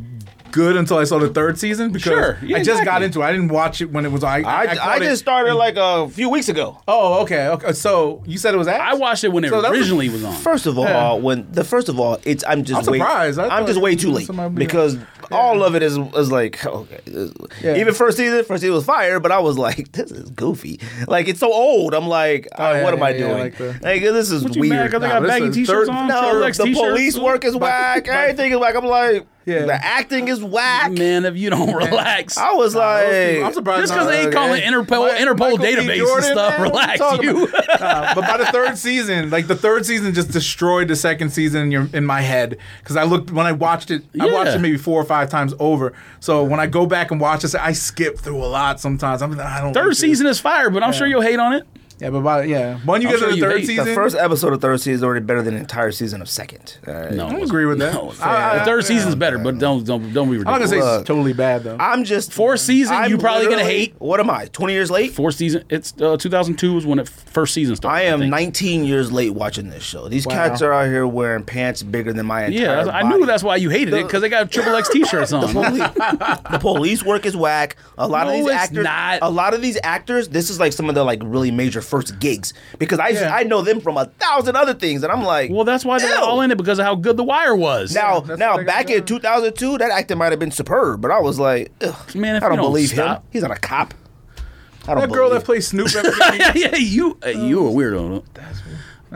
[SPEAKER 2] good until I saw the third season because
[SPEAKER 3] Sure. Yeah,
[SPEAKER 2] I just got
[SPEAKER 3] exactly.
[SPEAKER 2] into it. I didn't watch it when it was I
[SPEAKER 1] I,
[SPEAKER 2] I, I
[SPEAKER 1] I,
[SPEAKER 2] caught it.
[SPEAKER 1] just started like a few weeks ago.
[SPEAKER 2] Oh, okay. Okay. So you said it was ass?
[SPEAKER 3] I watched it when it
[SPEAKER 2] So that was-
[SPEAKER 3] originally was, on.
[SPEAKER 1] First of all, when the first of all, it's I'm just
[SPEAKER 2] I'm
[SPEAKER 1] way,
[SPEAKER 2] surprised. I
[SPEAKER 1] I'm
[SPEAKER 2] thought
[SPEAKER 1] just way too late
[SPEAKER 2] somebody would be
[SPEAKER 1] because all of it is is like okay.
[SPEAKER 2] Yeah.
[SPEAKER 1] Even first season, first season was fire, but I was like, this is goofy. Like it's so old. I'm like,
[SPEAKER 2] Oh, yeah,
[SPEAKER 1] what am
[SPEAKER 2] yeah,
[SPEAKER 1] I
[SPEAKER 2] yeah,
[SPEAKER 1] doing?
[SPEAKER 2] like
[SPEAKER 1] Like,
[SPEAKER 2] the-
[SPEAKER 1] this is
[SPEAKER 3] you mad
[SPEAKER 1] weird.
[SPEAKER 3] 'cause they
[SPEAKER 2] Nah,
[SPEAKER 3] got
[SPEAKER 2] this
[SPEAKER 3] baggy
[SPEAKER 2] is third-
[SPEAKER 3] t-shirts on?
[SPEAKER 1] No,
[SPEAKER 3] Triple
[SPEAKER 1] the,
[SPEAKER 3] X
[SPEAKER 1] the
[SPEAKER 3] t-shirts?
[SPEAKER 1] police work is whack. Everything is whack. I'm like,
[SPEAKER 2] Yeah.
[SPEAKER 1] the acting is whack.
[SPEAKER 3] Man, if you don't relax.
[SPEAKER 1] I was like,
[SPEAKER 2] I'm surprised.
[SPEAKER 3] just because they ain't
[SPEAKER 2] Nah,
[SPEAKER 3] calling
[SPEAKER 2] okay.
[SPEAKER 3] Interpol
[SPEAKER 2] Mi-
[SPEAKER 3] Interpol
[SPEAKER 2] Michael B.
[SPEAKER 3] database and
[SPEAKER 2] Jordan,
[SPEAKER 3] stuff,
[SPEAKER 2] man, what
[SPEAKER 3] relax
[SPEAKER 2] talking
[SPEAKER 3] you.
[SPEAKER 2] about? Nah, but by the third season, like the third season, just destroyed the second season in, your, in my head because I looked when I watched it. I watched
[SPEAKER 3] Yeah.
[SPEAKER 2] it maybe four or five times over. So when I go back and watch this, I skip through a lot sometimes. I'm I don't. like
[SPEAKER 3] Third
[SPEAKER 2] this.
[SPEAKER 3] season is fire, but I'm sure you'll hate on it.
[SPEAKER 2] Yeah, but by, yeah, when you
[SPEAKER 3] I'm
[SPEAKER 2] get
[SPEAKER 3] sure
[SPEAKER 2] to the
[SPEAKER 3] you
[SPEAKER 2] third
[SPEAKER 3] hate the
[SPEAKER 2] season,
[SPEAKER 1] The first episode of third season is already better than the entire season of second. Uh, All right?
[SPEAKER 3] No,
[SPEAKER 2] I agree with that.
[SPEAKER 3] No,
[SPEAKER 2] I- I-
[SPEAKER 3] the third
[SPEAKER 2] I-
[SPEAKER 3] season's better, but don't don't don't be
[SPEAKER 2] I'm not
[SPEAKER 3] ridiculous.
[SPEAKER 2] gonna say
[SPEAKER 1] Look.
[SPEAKER 2] it's totally bad though.
[SPEAKER 1] I'm just
[SPEAKER 3] Fourth season, you probably gonna
[SPEAKER 1] literally-
[SPEAKER 3] hate.
[SPEAKER 1] What am I? Twenty years late?
[SPEAKER 3] Four season. It's uh, 2002 was when it first season started.
[SPEAKER 1] I am
[SPEAKER 3] think.
[SPEAKER 1] 19 years late watching this show. These
[SPEAKER 2] Wow.
[SPEAKER 1] cats are out here wearing pants bigger than my entire
[SPEAKER 3] Yeah, that's- I
[SPEAKER 1] body.
[SPEAKER 3] knew that's why you hated it because they got triple X T-shirts on.
[SPEAKER 1] the police work is whack. A lot
[SPEAKER 3] No,
[SPEAKER 1] of these
[SPEAKER 3] it's
[SPEAKER 1] actors,
[SPEAKER 3] not.
[SPEAKER 1] a lot of these actors, this is like some of their like really major first gigs because I
[SPEAKER 2] Yeah.
[SPEAKER 1] I know them from a thousand other things, and I'm like,
[SPEAKER 3] Well, that's why they're
[SPEAKER 1] Ew.
[SPEAKER 3] all in it because of how good The Wire was.
[SPEAKER 1] now
[SPEAKER 2] that's
[SPEAKER 1] now
[SPEAKER 2] what they got
[SPEAKER 1] back in
[SPEAKER 2] done.
[SPEAKER 1] 2002, that actor might have been superb, but I was like, Ugh,
[SPEAKER 3] Man, if
[SPEAKER 1] I
[SPEAKER 3] you
[SPEAKER 1] don't,
[SPEAKER 3] don't
[SPEAKER 1] believe
[SPEAKER 3] stop-
[SPEAKER 1] him. He's not a cop. I don't
[SPEAKER 2] that girl
[SPEAKER 1] believe-
[SPEAKER 2] that plays Snoop. everything-
[SPEAKER 3] yeah, yeah, you uh, you a weirdo.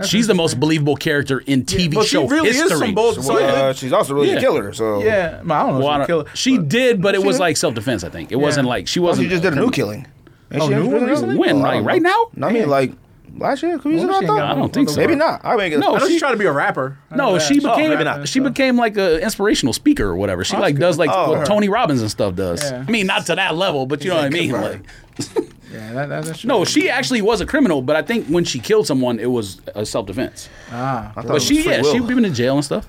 [SPEAKER 3] She's the most believable character in TV
[SPEAKER 2] but she
[SPEAKER 3] show
[SPEAKER 2] really is
[SPEAKER 3] history.
[SPEAKER 2] from both- so-
[SPEAKER 1] Well, uh, she's also really
[SPEAKER 3] Yeah.
[SPEAKER 1] a killer. So
[SPEAKER 2] yeah, I don't know. if
[SPEAKER 3] Well,
[SPEAKER 2] she's
[SPEAKER 3] I
[SPEAKER 2] a
[SPEAKER 3] don't-
[SPEAKER 2] killer.
[SPEAKER 3] she did, but it was
[SPEAKER 2] did?
[SPEAKER 3] like self defense. I think it wasn't like she wasn't.
[SPEAKER 1] she just did a new killing. Ain't
[SPEAKER 2] Oh,
[SPEAKER 1] she
[SPEAKER 2] new
[SPEAKER 1] in prison
[SPEAKER 2] one
[SPEAKER 1] now?
[SPEAKER 2] recently?
[SPEAKER 3] When?
[SPEAKER 1] Oh, I
[SPEAKER 3] Like,
[SPEAKER 1] don't
[SPEAKER 3] right
[SPEAKER 1] know.
[SPEAKER 3] now?
[SPEAKER 1] No, I mean like last year. Could we
[SPEAKER 2] Well,
[SPEAKER 1] not
[SPEAKER 2] she ain't
[SPEAKER 1] thought?
[SPEAKER 2] got
[SPEAKER 3] I don't think so.
[SPEAKER 1] Maybe not. I mean,
[SPEAKER 3] No,
[SPEAKER 2] I know
[SPEAKER 3] she-
[SPEAKER 2] she's trying to be a rapper. I know
[SPEAKER 3] No,
[SPEAKER 2] that. Oh,
[SPEAKER 3] she became
[SPEAKER 1] maybe not.
[SPEAKER 3] she became like an inspirational speaker or whatever. She like does like what
[SPEAKER 1] her.
[SPEAKER 3] Tony Robbins and stuff does.
[SPEAKER 2] Yeah.
[SPEAKER 3] I mean, not to that level, but you know what I mean.
[SPEAKER 1] right.
[SPEAKER 3] Like,
[SPEAKER 2] Yeah, that, that, that's
[SPEAKER 3] no, she actually was a criminal, but I think when she killed someone, it was a self defense.
[SPEAKER 2] Ah,
[SPEAKER 1] I thought it
[SPEAKER 3] But
[SPEAKER 1] was
[SPEAKER 3] she,
[SPEAKER 1] free
[SPEAKER 3] yeah,
[SPEAKER 1] will.
[SPEAKER 3] she been in jail and stuff.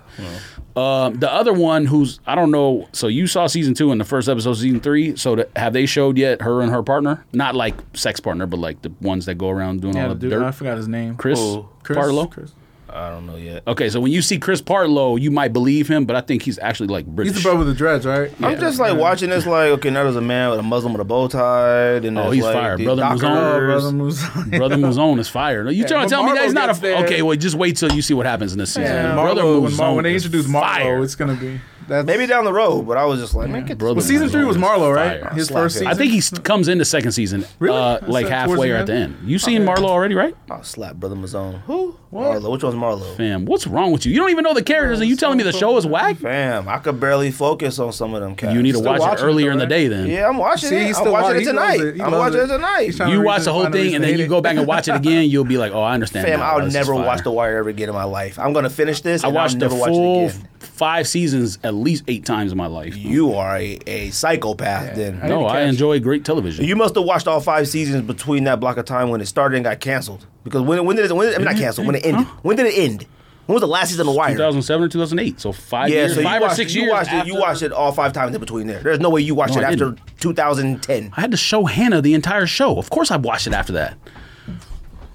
[SPEAKER 3] Um, the other one who's I don't know. So you saw season two and the first episode of season three. So the, have they showed yet her and her partner? Not like sex partner, but like the ones that go around doing
[SPEAKER 2] yeah,
[SPEAKER 3] all
[SPEAKER 2] the
[SPEAKER 3] the
[SPEAKER 2] dude, I
[SPEAKER 3] dirt.
[SPEAKER 2] forgot his name.
[SPEAKER 3] Chris,
[SPEAKER 1] Oh,
[SPEAKER 2] Chris
[SPEAKER 3] Parlow.
[SPEAKER 2] Chris.
[SPEAKER 1] I don't know yet.
[SPEAKER 3] Okay, so when you see Chris Partlow, you might believe him, but I think he's actually like British.
[SPEAKER 2] He's the brother with the dreads, right?
[SPEAKER 1] I'm just like watching this, like, okay, now there's a man with a Muslim with a bow tie. Then
[SPEAKER 3] Oh,
[SPEAKER 1] there's,
[SPEAKER 3] he's
[SPEAKER 1] like,
[SPEAKER 3] fire.
[SPEAKER 1] these
[SPEAKER 3] Brother Muzon.
[SPEAKER 2] Oh,
[SPEAKER 1] doctors.
[SPEAKER 2] brother Muzan.
[SPEAKER 3] Brother Muzon is fire. No, you trying
[SPEAKER 2] when
[SPEAKER 3] to tell me
[SPEAKER 2] Marlo
[SPEAKER 3] that he's not a
[SPEAKER 2] gets there-
[SPEAKER 3] okay? Well, just wait till you see what happens in this season.
[SPEAKER 2] Yeah,
[SPEAKER 3] Brother
[SPEAKER 2] Marlo, when,
[SPEAKER 3] Muzon
[SPEAKER 2] Mar- when they
[SPEAKER 3] is
[SPEAKER 2] introduce
[SPEAKER 3] fire.
[SPEAKER 2] Marlo, it's gonna be that's,
[SPEAKER 1] Maybe down the road, but I was just like, man, get
[SPEAKER 3] Brother
[SPEAKER 2] Well, season three
[SPEAKER 3] Muzon
[SPEAKER 2] was
[SPEAKER 3] is
[SPEAKER 2] Marlo,
[SPEAKER 3] fire.
[SPEAKER 2] right? His
[SPEAKER 1] Slap
[SPEAKER 2] first
[SPEAKER 1] him.
[SPEAKER 2] season.
[SPEAKER 3] I think he s- comes into second season,
[SPEAKER 2] Really?
[SPEAKER 3] uh,
[SPEAKER 2] Is
[SPEAKER 3] like
[SPEAKER 2] that towards
[SPEAKER 3] halfway
[SPEAKER 2] the
[SPEAKER 3] or at the
[SPEAKER 2] end?
[SPEAKER 3] end. You seen Marlo already, right?
[SPEAKER 1] I'll slap Brother Mazone. Who? Marlo. Which one's Marlo?
[SPEAKER 3] Fam, what's wrong with you? You don't even know the characters, and you telling me the show is whack?
[SPEAKER 1] Fam, I could barely focus on some of them cats.
[SPEAKER 3] You need to
[SPEAKER 2] Still
[SPEAKER 3] watch it
[SPEAKER 2] watching it
[SPEAKER 3] earlier
[SPEAKER 2] though,
[SPEAKER 3] in the
[SPEAKER 2] right?
[SPEAKER 3] day, then.
[SPEAKER 1] Yeah, I'm watching
[SPEAKER 2] See,
[SPEAKER 1] it.
[SPEAKER 2] he's
[SPEAKER 1] I'm
[SPEAKER 2] still
[SPEAKER 1] watching it
[SPEAKER 2] watching- he loves
[SPEAKER 1] tonight.
[SPEAKER 2] it. He
[SPEAKER 1] I'm watching
[SPEAKER 2] loves
[SPEAKER 1] it
[SPEAKER 2] it. He's trying
[SPEAKER 1] tonight.
[SPEAKER 2] to-
[SPEAKER 3] You
[SPEAKER 2] reason-
[SPEAKER 3] watch the whole
[SPEAKER 2] find a
[SPEAKER 3] thing,
[SPEAKER 2] reason
[SPEAKER 3] and
[SPEAKER 2] to
[SPEAKER 3] then
[SPEAKER 2] hate
[SPEAKER 3] you
[SPEAKER 2] it.
[SPEAKER 3] go back and watch it again. You'll be like, "Oh, I understand."
[SPEAKER 1] Fam,
[SPEAKER 3] now why
[SPEAKER 1] I'll
[SPEAKER 3] this is
[SPEAKER 1] never
[SPEAKER 3] fire.
[SPEAKER 1] watch The Wire ever again in my life. I'm gonna finish this.
[SPEAKER 3] I
[SPEAKER 1] and
[SPEAKER 3] watched
[SPEAKER 1] I'll
[SPEAKER 3] the
[SPEAKER 1] never
[SPEAKER 3] full
[SPEAKER 1] watch it again.
[SPEAKER 3] f- five seasons at least eight times in my life.
[SPEAKER 1] You are a, a psychopath. Then
[SPEAKER 2] I-
[SPEAKER 3] No,
[SPEAKER 2] didn't
[SPEAKER 3] I
[SPEAKER 2] catch-
[SPEAKER 3] enjoy great television.
[SPEAKER 1] You must have watched all five seasons between that block of time when it started and got canceled. Because when when did it, when, I mean, not canceled when it ended? When did it end? When was the last season of The Wire?
[SPEAKER 3] 2007 or 2008, so five
[SPEAKER 1] Yeah,
[SPEAKER 3] years,
[SPEAKER 1] so you
[SPEAKER 3] five
[SPEAKER 1] watched,
[SPEAKER 3] or six
[SPEAKER 1] you
[SPEAKER 3] years.
[SPEAKER 1] watched it. You
[SPEAKER 3] after-
[SPEAKER 1] watched it all five times in between there. There's no way you watched
[SPEAKER 3] No,
[SPEAKER 1] it
[SPEAKER 3] I
[SPEAKER 1] after
[SPEAKER 3] didn't.
[SPEAKER 1] 2010.
[SPEAKER 3] I had to show Hannah the entire show. Of course, I watched it after that.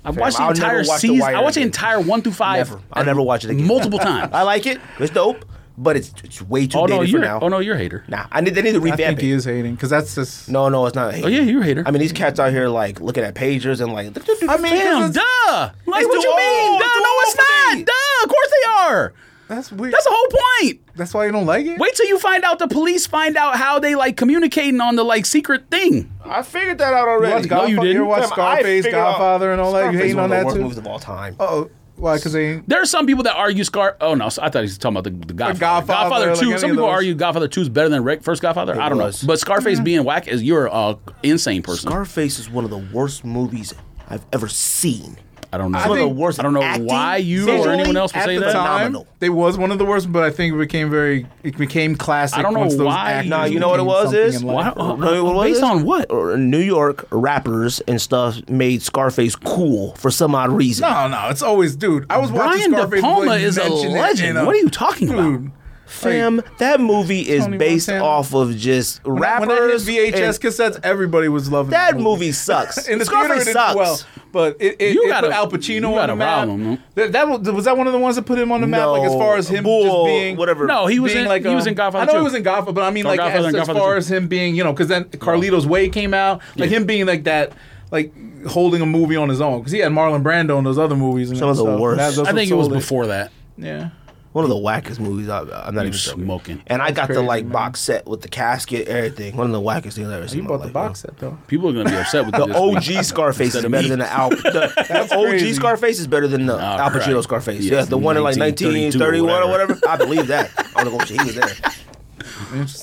[SPEAKER 3] I watched the
[SPEAKER 1] I'll never
[SPEAKER 3] entire
[SPEAKER 1] watch The
[SPEAKER 3] season.
[SPEAKER 1] Wire
[SPEAKER 3] I watched the
[SPEAKER 1] again.
[SPEAKER 3] entire one through five.
[SPEAKER 1] Never. I'll never watch it again.
[SPEAKER 3] Multiple times.
[SPEAKER 1] I like it. It's dope, but it's, it's way too
[SPEAKER 3] oh
[SPEAKER 1] dated
[SPEAKER 3] no,
[SPEAKER 1] for
[SPEAKER 3] you're
[SPEAKER 1] now.
[SPEAKER 3] oh no, you're a hater.
[SPEAKER 1] Nah, I need they need to
[SPEAKER 2] I think
[SPEAKER 1] revamp
[SPEAKER 2] he
[SPEAKER 1] it.
[SPEAKER 2] is hating because that's just.
[SPEAKER 1] No, no, it's not.
[SPEAKER 3] Oh yeah, you're a hater.
[SPEAKER 1] I mean, these cats out here like looking at pagers and like.
[SPEAKER 2] I mean, 'cause
[SPEAKER 3] Damn,
[SPEAKER 2] that's-
[SPEAKER 3] duh. Like,
[SPEAKER 1] It's
[SPEAKER 3] what
[SPEAKER 1] too
[SPEAKER 3] you mean?
[SPEAKER 1] old.
[SPEAKER 3] Duh,
[SPEAKER 1] Too
[SPEAKER 3] no,
[SPEAKER 1] old
[SPEAKER 3] it's
[SPEAKER 1] for
[SPEAKER 3] not.
[SPEAKER 1] me.
[SPEAKER 3] Duh, of course they are.
[SPEAKER 2] that's weird.
[SPEAKER 3] That's the whole point.
[SPEAKER 2] That's why you don't like it.
[SPEAKER 3] Wait till you find out the police find out how they like communicating on the like secret thing.
[SPEAKER 1] I figured that out already.
[SPEAKER 2] Watch Godfa-
[SPEAKER 3] you
[SPEAKER 2] you
[SPEAKER 3] didn't.
[SPEAKER 2] ever watch
[SPEAKER 1] Fam, I
[SPEAKER 2] Scarface,
[SPEAKER 1] figured out-
[SPEAKER 2] Godfather, and all that? You
[SPEAKER 1] Scarface is
[SPEAKER 2] hating
[SPEAKER 1] one
[SPEAKER 2] on
[SPEAKER 1] of the
[SPEAKER 2] that
[SPEAKER 1] worst
[SPEAKER 2] too?
[SPEAKER 1] Movies of all time.
[SPEAKER 2] Oh, why? Because they ain't.
[SPEAKER 3] There are some people that argue Scar. Oh no, so I thought he was talking about the, the Godfather.
[SPEAKER 2] Godfather,
[SPEAKER 3] Godfather,
[SPEAKER 2] like
[SPEAKER 3] Two.
[SPEAKER 2] any
[SPEAKER 3] some
[SPEAKER 2] of
[SPEAKER 3] people
[SPEAKER 2] those.
[SPEAKER 3] argue Godfather Two is better than Rick, First Godfather. I don't
[SPEAKER 1] was.
[SPEAKER 3] know, but Scarface
[SPEAKER 1] Mm-hmm.
[SPEAKER 3] being whack is you're a insane person.
[SPEAKER 1] Scarface is one of the worst movies I've ever seen.
[SPEAKER 3] I don't know.
[SPEAKER 1] Some of the worst
[SPEAKER 3] I don't know
[SPEAKER 1] acting
[SPEAKER 3] why you or
[SPEAKER 1] visually
[SPEAKER 3] anyone else would
[SPEAKER 1] at
[SPEAKER 3] say
[SPEAKER 1] the
[SPEAKER 3] that.
[SPEAKER 1] time.
[SPEAKER 2] Time,
[SPEAKER 1] Phenomenal.
[SPEAKER 2] they was one of the worst, but I think it became very. It became classic.
[SPEAKER 3] I don't know
[SPEAKER 2] once those
[SPEAKER 3] why-
[SPEAKER 2] actors
[SPEAKER 3] Nah,
[SPEAKER 1] you know what it
[SPEAKER 2] became
[SPEAKER 1] was
[SPEAKER 2] something
[SPEAKER 1] is?
[SPEAKER 2] in
[SPEAKER 3] Why-
[SPEAKER 2] life.
[SPEAKER 3] uh,
[SPEAKER 1] No, what was
[SPEAKER 3] based
[SPEAKER 1] it?
[SPEAKER 3] on what?
[SPEAKER 1] Or New York rappers and stuff made Scarface cool for some odd reason.
[SPEAKER 2] No, no, it's always, dude. I was
[SPEAKER 3] Brian
[SPEAKER 2] watching Scarface.
[SPEAKER 3] De Palma
[SPEAKER 2] wouldn't
[SPEAKER 3] is a
[SPEAKER 2] mention it,
[SPEAKER 3] legend.
[SPEAKER 2] and, uh,
[SPEAKER 3] what are you talking about?
[SPEAKER 2] Dude,
[SPEAKER 1] Fam, that movie is
[SPEAKER 2] Tony
[SPEAKER 1] based
[SPEAKER 2] Montana.
[SPEAKER 1] off of just
[SPEAKER 2] When
[SPEAKER 1] rappers.
[SPEAKER 2] that hit VHS
[SPEAKER 1] and-
[SPEAKER 2] cassettes, everybody was loving
[SPEAKER 1] that movie sucks.
[SPEAKER 2] In the
[SPEAKER 1] Scarface
[SPEAKER 2] theater, it
[SPEAKER 1] sucks.
[SPEAKER 2] did well, but it, it,
[SPEAKER 3] You
[SPEAKER 2] it
[SPEAKER 3] got
[SPEAKER 2] put
[SPEAKER 3] a-
[SPEAKER 2] Al
[SPEAKER 3] you
[SPEAKER 2] Pacino on
[SPEAKER 3] got a
[SPEAKER 2] the map.
[SPEAKER 3] problem, huh?
[SPEAKER 2] that, that was, was that one of the ones that put him on the map, like as far as him
[SPEAKER 1] Bull,
[SPEAKER 2] just being
[SPEAKER 1] whatever.
[SPEAKER 3] No, Oh, he was
[SPEAKER 2] being
[SPEAKER 3] in.
[SPEAKER 2] like
[SPEAKER 3] he was
[SPEAKER 2] um,
[SPEAKER 3] in Godfather.
[SPEAKER 2] I know
[SPEAKER 3] too.
[SPEAKER 2] he was in Godfather, but I mean
[SPEAKER 3] No,
[SPEAKER 2] like
[SPEAKER 3] Godfather
[SPEAKER 2] as,
[SPEAKER 3] and
[SPEAKER 2] as
[SPEAKER 3] Godfather
[SPEAKER 2] far
[SPEAKER 3] too.
[SPEAKER 2] as him being, you know, because then Carlito's Way came out, like him being like that, like holding a movie on his own, because he had Marlon Brando in those other movies. And
[SPEAKER 1] Some of the
[SPEAKER 2] stuff.
[SPEAKER 1] worst.
[SPEAKER 2] That- those
[SPEAKER 3] I think it was
[SPEAKER 2] sold
[SPEAKER 3] before that.
[SPEAKER 2] Yeah.
[SPEAKER 1] One of the wackest movies. I, I'm not even joking.
[SPEAKER 3] smoking.
[SPEAKER 1] And I got
[SPEAKER 2] crazy,
[SPEAKER 1] the like
[SPEAKER 2] man.
[SPEAKER 1] box set with the casket, everything. One of the wackest things I ever seen. in
[SPEAKER 2] You
[SPEAKER 1] my
[SPEAKER 2] bought the
[SPEAKER 1] life,
[SPEAKER 2] box set though.
[SPEAKER 3] People are gonna be upset with the
[SPEAKER 1] bro. OG Scarface
[SPEAKER 3] Instead
[SPEAKER 1] is
[SPEAKER 3] of
[SPEAKER 1] better
[SPEAKER 3] me.
[SPEAKER 1] than the Al. The, the OG
[SPEAKER 2] crazy.
[SPEAKER 1] Scarface is better than the Al Pacino
[SPEAKER 3] right.
[SPEAKER 1] Scarface.
[SPEAKER 3] Yeah,
[SPEAKER 1] Yeah, the one in like
[SPEAKER 3] 1932
[SPEAKER 1] 1931
[SPEAKER 3] or
[SPEAKER 1] or whatever. I believe that. I was like, oh shit, he was there.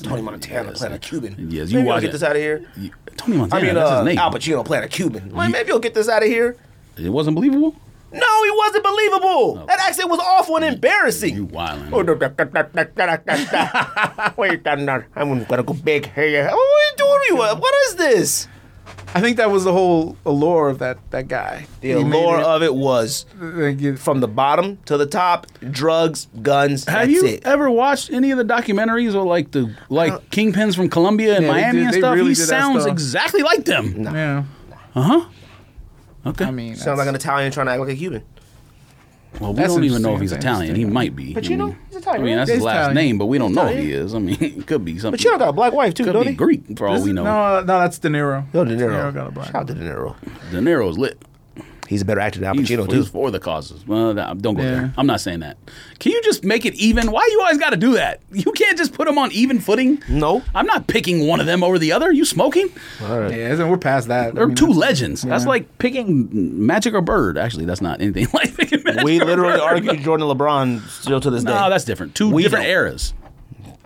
[SPEAKER 1] Tony Montana playing a Cuban.
[SPEAKER 3] Yes, you
[SPEAKER 1] Maybe I'll
[SPEAKER 3] watch
[SPEAKER 1] get
[SPEAKER 3] it.
[SPEAKER 1] this out of here.
[SPEAKER 3] Tony Montana.
[SPEAKER 1] I mean,
[SPEAKER 3] that's his
[SPEAKER 1] uh,
[SPEAKER 3] name.
[SPEAKER 1] Al Pacino playing a Cuban. Like, maybe I'll get this out of here.
[SPEAKER 3] It wasn't believable.
[SPEAKER 1] No, he wasn't believable. That accent was awful and embarrassing.
[SPEAKER 3] You wildin'.
[SPEAKER 1] Oh, no, da, da, da, da, da, da, Oh, da. Wait, I'm not. I'm gonna go big. Hey, yeah. what are you doing? What, what is this?
[SPEAKER 2] I think that was the whole allure of that that guy.
[SPEAKER 1] The allure of it was
[SPEAKER 2] of
[SPEAKER 1] from the bottom to the top, drugs, guns.
[SPEAKER 3] Have
[SPEAKER 1] that's
[SPEAKER 3] you
[SPEAKER 1] it. Uh,
[SPEAKER 3] ever watched any of the documentaries or like the like kingpins from Colombia and
[SPEAKER 2] Yeah, they
[SPEAKER 3] Miami
[SPEAKER 2] did-
[SPEAKER 3] and
[SPEAKER 2] they
[SPEAKER 3] stuff?
[SPEAKER 2] really
[SPEAKER 3] he
[SPEAKER 2] did that
[SPEAKER 3] sounds
[SPEAKER 2] stuff.
[SPEAKER 3] exactly like them.
[SPEAKER 2] yeah.
[SPEAKER 3] Okay.
[SPEAKER 2] I mean,
[SPEAKER 1] Sounds like an Italian trying to act like a Cuban.
[SPEAKER 3] well, we
[SPEAKER 2] that's
[SPEAKER 3] don't even know
[SPEAKER 2] interesting.
[SPEAKER 3] if he's
[SPEAKER 2] That's
[SPEAKER 3] Italian. He might be.
[SPEAKER 1] But
[SPEAKER 3] I
[SPEAKER 1] you know,
[SPEAKER 3] mean-
[SPEAKER 1] he's Italian,
[SPEAKER 3] I mean, that's
[SPEAKER 2] right?
[SPEAKER 3] his
[SPEAKER 2] He's
[SPEAKER 3] last
[SPEAKER 2] Italian.
[SPEAKER 3] name, but we don't know if he
[SPEAKER 1] Italian.
[SPEAKER 3] is. I mean, it could be something.
[SPEAKER 1] But you don't got a black wife too,
[SPEAKER 3] Could
[SPEAKER 1] don't
[SPEAKER 3] be
[SPEAKER 1] he?
[SPEAKER 3] Greek for all we know.
[SPEAKER 2] No, no, that's De Niro.
[SPEAKER 1] Yo, De
[SPEAKER 2] De
[SPEAKER 1] Niro.
[SPEAKER 2] Niro got a black
[SPEAKER 1] Shout out to De Niro.
[SPEAKER 3] De Niro's lit.
[SPEAKER 1] He's a better actor than Al
[SPEAKER 3] He's,
[SPEAKER 1] Pacino
[SPEAKER 3] for, he's
[SPEAKER 1] too.
[SPEAKER 3] for the causes. Well, nah, don't go
[SPEAKER 2] Yeah.
[SPEAKER 3] there. I'm not saying that. Can you just make it even? Why you always got to do that? You can't just put them on even footing.
[SPEAKER 1] No.
[SPEAKER 3] I'm not picking one of them over the other. You smoking?
[SPEAKER 2] Yeah, isn't- we're past that. I
[SPEAKER 3] They're
[SPEAKER 2] mean,
[SPEAKER 3] two legends. That's like picking Magic or Bird. Actually, that's not anything like picking Magic
[SPEAKER 1] We
[SPEAKER 3] or
[SPEAKER 1] literally
[SPEAKER 3] Bird.
[SPEAKER 1] argue Jordan and LeBron still to this day.
[SPEAKER 3] No, that's different. Two
[SPEAKER 1] We
[SPEAKER 3] different
[SPEAKER 1] don't.
[SPEAKER 3] eras.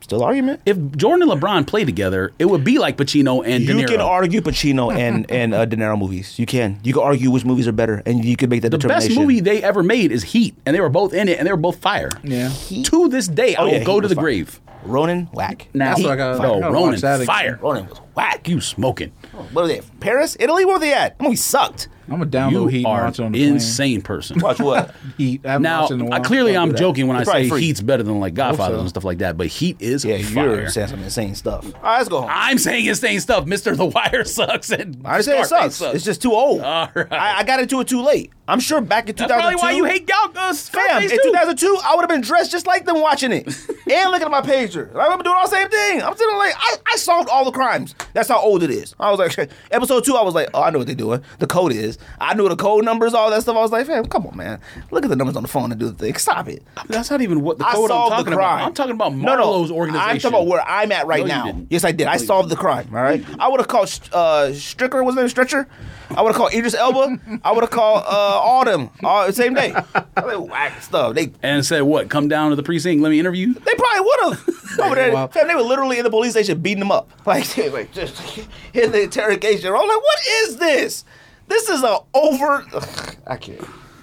[SPEAKER 1] still argument.
[SPEAKER 3] If Jordan and LeBron play together, it would be like Pacino and De
[SPEAKER 1] You
[SPEAKER 3] Niro.
[SPEAKER 1] can argue Pacino and and uh, De Niro movies. You can. You can argue which movies are better, and you can make that
[SPEAKER 3] the best
[SPEAKER 1] determination.
[SPEAKER 3] movie they ever made is Heat, and they were both in it, and they were both fire.
[SPEAKER 2] Yeah.
[SPEAKER 3] To this day, I will
[SPEAKER 1] Oh, yeah,
[SPEAKER 3] go
[SPEAKER 1] Heat
[SPEAKER 3] to
[SPEAKER 1] was
[SPEAKER 3] the
[SPEAKER 1] fire.
[SPEAKER 3] grave.
[SPEAKER 1] Ronan, whack.
[SPEAKER 3] Now,
[SPEAKER 2] That's what I gotta-
[SPEAKER 3] no,
[SPEAKER 2] I gotta watch
[SPEAKER 3] Ronan,
[SPEAKER 2] that again.
[SPEAKER 3] fire.
[SPEAKER 1] Ronan was whack.
[SPEAKER 3] You smoking?
[SPEAKER 1] What were they? Paris, Italy? Where were they at? That movie sucked.
[SPEAKER 2] I'm a download
[SPEAKER 3] You
[SPEAKER 2] heat
[SPEAKER 3] are
[SPEAKER 2] and watch it on the
[SPEAKER 3] insane person.
[SPEAKER 1] Watch what?
[SPEAKER 2] plane. Heat. I haven't
[SPEAKER 3] Now,
[SPEAKER 2] watched it in a
[SPEAKER 3] I,
[SPEAKER 2] while.
[SPEAKER 3] clearly
[SPEAKER 2] Don't do
[SPEAKER 3] I'm
[SPEAKER 2] that.
[SPEAKER 3] joking when I
[SPEAKER 1] It's probably
[SPEAKER 3] say
[SPEAKER 1] free.
[SPEAKER 3] Heat's better than like Godfathers
[SPEAKER 2] so.
[SPEAKER 3] and stuff like that, but Heat is
[SPEAKER 1] Yeah,
[SPEAKER 3] fire.
[SPEAKER 1] you're saying some insane stuff. All right, let's go home.
[SPEAKER 3] I'm saying insane stuff. Mister, the wire sucks. And
[SPEAKER 1] I understand it
[SPEAKER 3] Scarface
[SPEAKER 1] sucks. It's just too old.
[SPEAKER 3] All right.
[SPEAKER 1] I, I got into it too late. I'm sure back in
[SPEAKER 3] That's probably
[SPEAKER 1] 2002.
[SPEAKER 3] why you hate Gal uh,
[SPEAKER 1] Fam,
[SPEAKER 3] Scarface
[SPEAKER 1] in
[SPEAKER 3] too.
[SPEAKER 1] 2002, I would have been dressed just like them watching it and looking at my pager. I remember doing all the same thing. I'm sitting like, I, I solved all the crimes. That's how old it is. I was like, episode two, I was like, oh, I know what they're doing. The code is. I knew the code numbers, all that stuff. I was like, fam, come on, man. Look at the numbers on the phone and do the thing. Stop it.
[SPEAKER 3] That's not even what the
[SPEAKER 1] I
[SPEAKER 3] code I'm
[SPEAKER 1] solved
[SPEAKER 3] talking
[SPEAKER 1] the crime.
[SPEAKER 3] about. I'm talking about
[SPEAKER 1] No, no.
[SPEAKER 3] Marlowe's organization.
[SPEAKER 1] I'm talking about where I'm at right
[SPEAKER 3] No, you
[SPEAKER 1] now.
[SPEAKER 3] didn't.
[SPEAKER 1] Yes, I did. I
[SPEAKER 3] No, you
[SPEAKER 1] solved the crime. All right. I would have called uh, Stricker. Was his name Stretcher? I would have called Idris Elba. I would have called uh, all them all the same day. I mean, whack stuff. They they
[SPEAKER 3] and said what? Come down to the precinct. Let me interview you.
[SPEAKER 1] probably would have. Over there,
[SPEAKER 2] Wow.
[SPEAKER 1] fam, they were literally in the police station beating them up. Like, they were just in the interrogation. room. I'm like, what is this? This is a over. Ugh, I can't.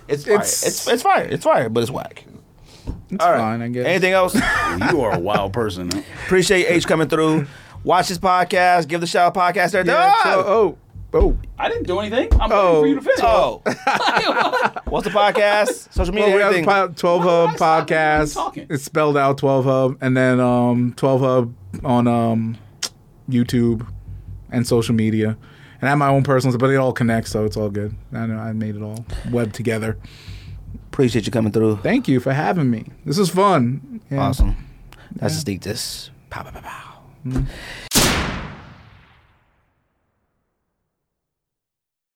[SPEAKER 1] It's fire.
[SPEAKER 2] It's-
[SPEAKER 1] It's, it's fire. It's fire, but it's whack.
[SPEAKER 2] It's
[SPEAKER 1] All right.
[SPEAKER 2] fine, I guess.
[SPEAKER 1] Anything else?
[SPEAKER 3] you are a wild person. huh?
[SPEAKER 1] Appreciate H coming through. Watch this podcast. Give the shout out podcast. Everything.
[SPEAKER 2] Yeah,
[SPEAKER 1] Ah!
[SPEAKER 2] so- oh, oh.
[SPEAKER 3] I didn't do anything. I'm
[SPEAKER 2] Oh,
[SPEAKER 3] waiting for you to finish.
[SPEAKER 1] Oh. What's the podcast? Social media,
[SPEAKER 2] Well, we have
[SPEAKER 1] everything.
[SPEAKER 2] the po- 12
[SPEAKER 3] Why
[SPEAKER 2] Hub
[SPEAKER 3] do I stop when you're
[SPEAKER 2] podcast.
[SPEAKER 3] talking?
[SPEAKER 2] It's spelled out 12 Hub. And then um, 12 Hub on um, YouTube and social media. And I have my own personal, but it all connects, so it's all good. I know I made it all web together.
[SPEAKER 1] Appreciate you coming through.
[SPEAKER 2] Thank you for having me. This is fun. Yeah.
[SPEAKER 1] Awesome. That's a sneak this. Pow, pow, pow, pow.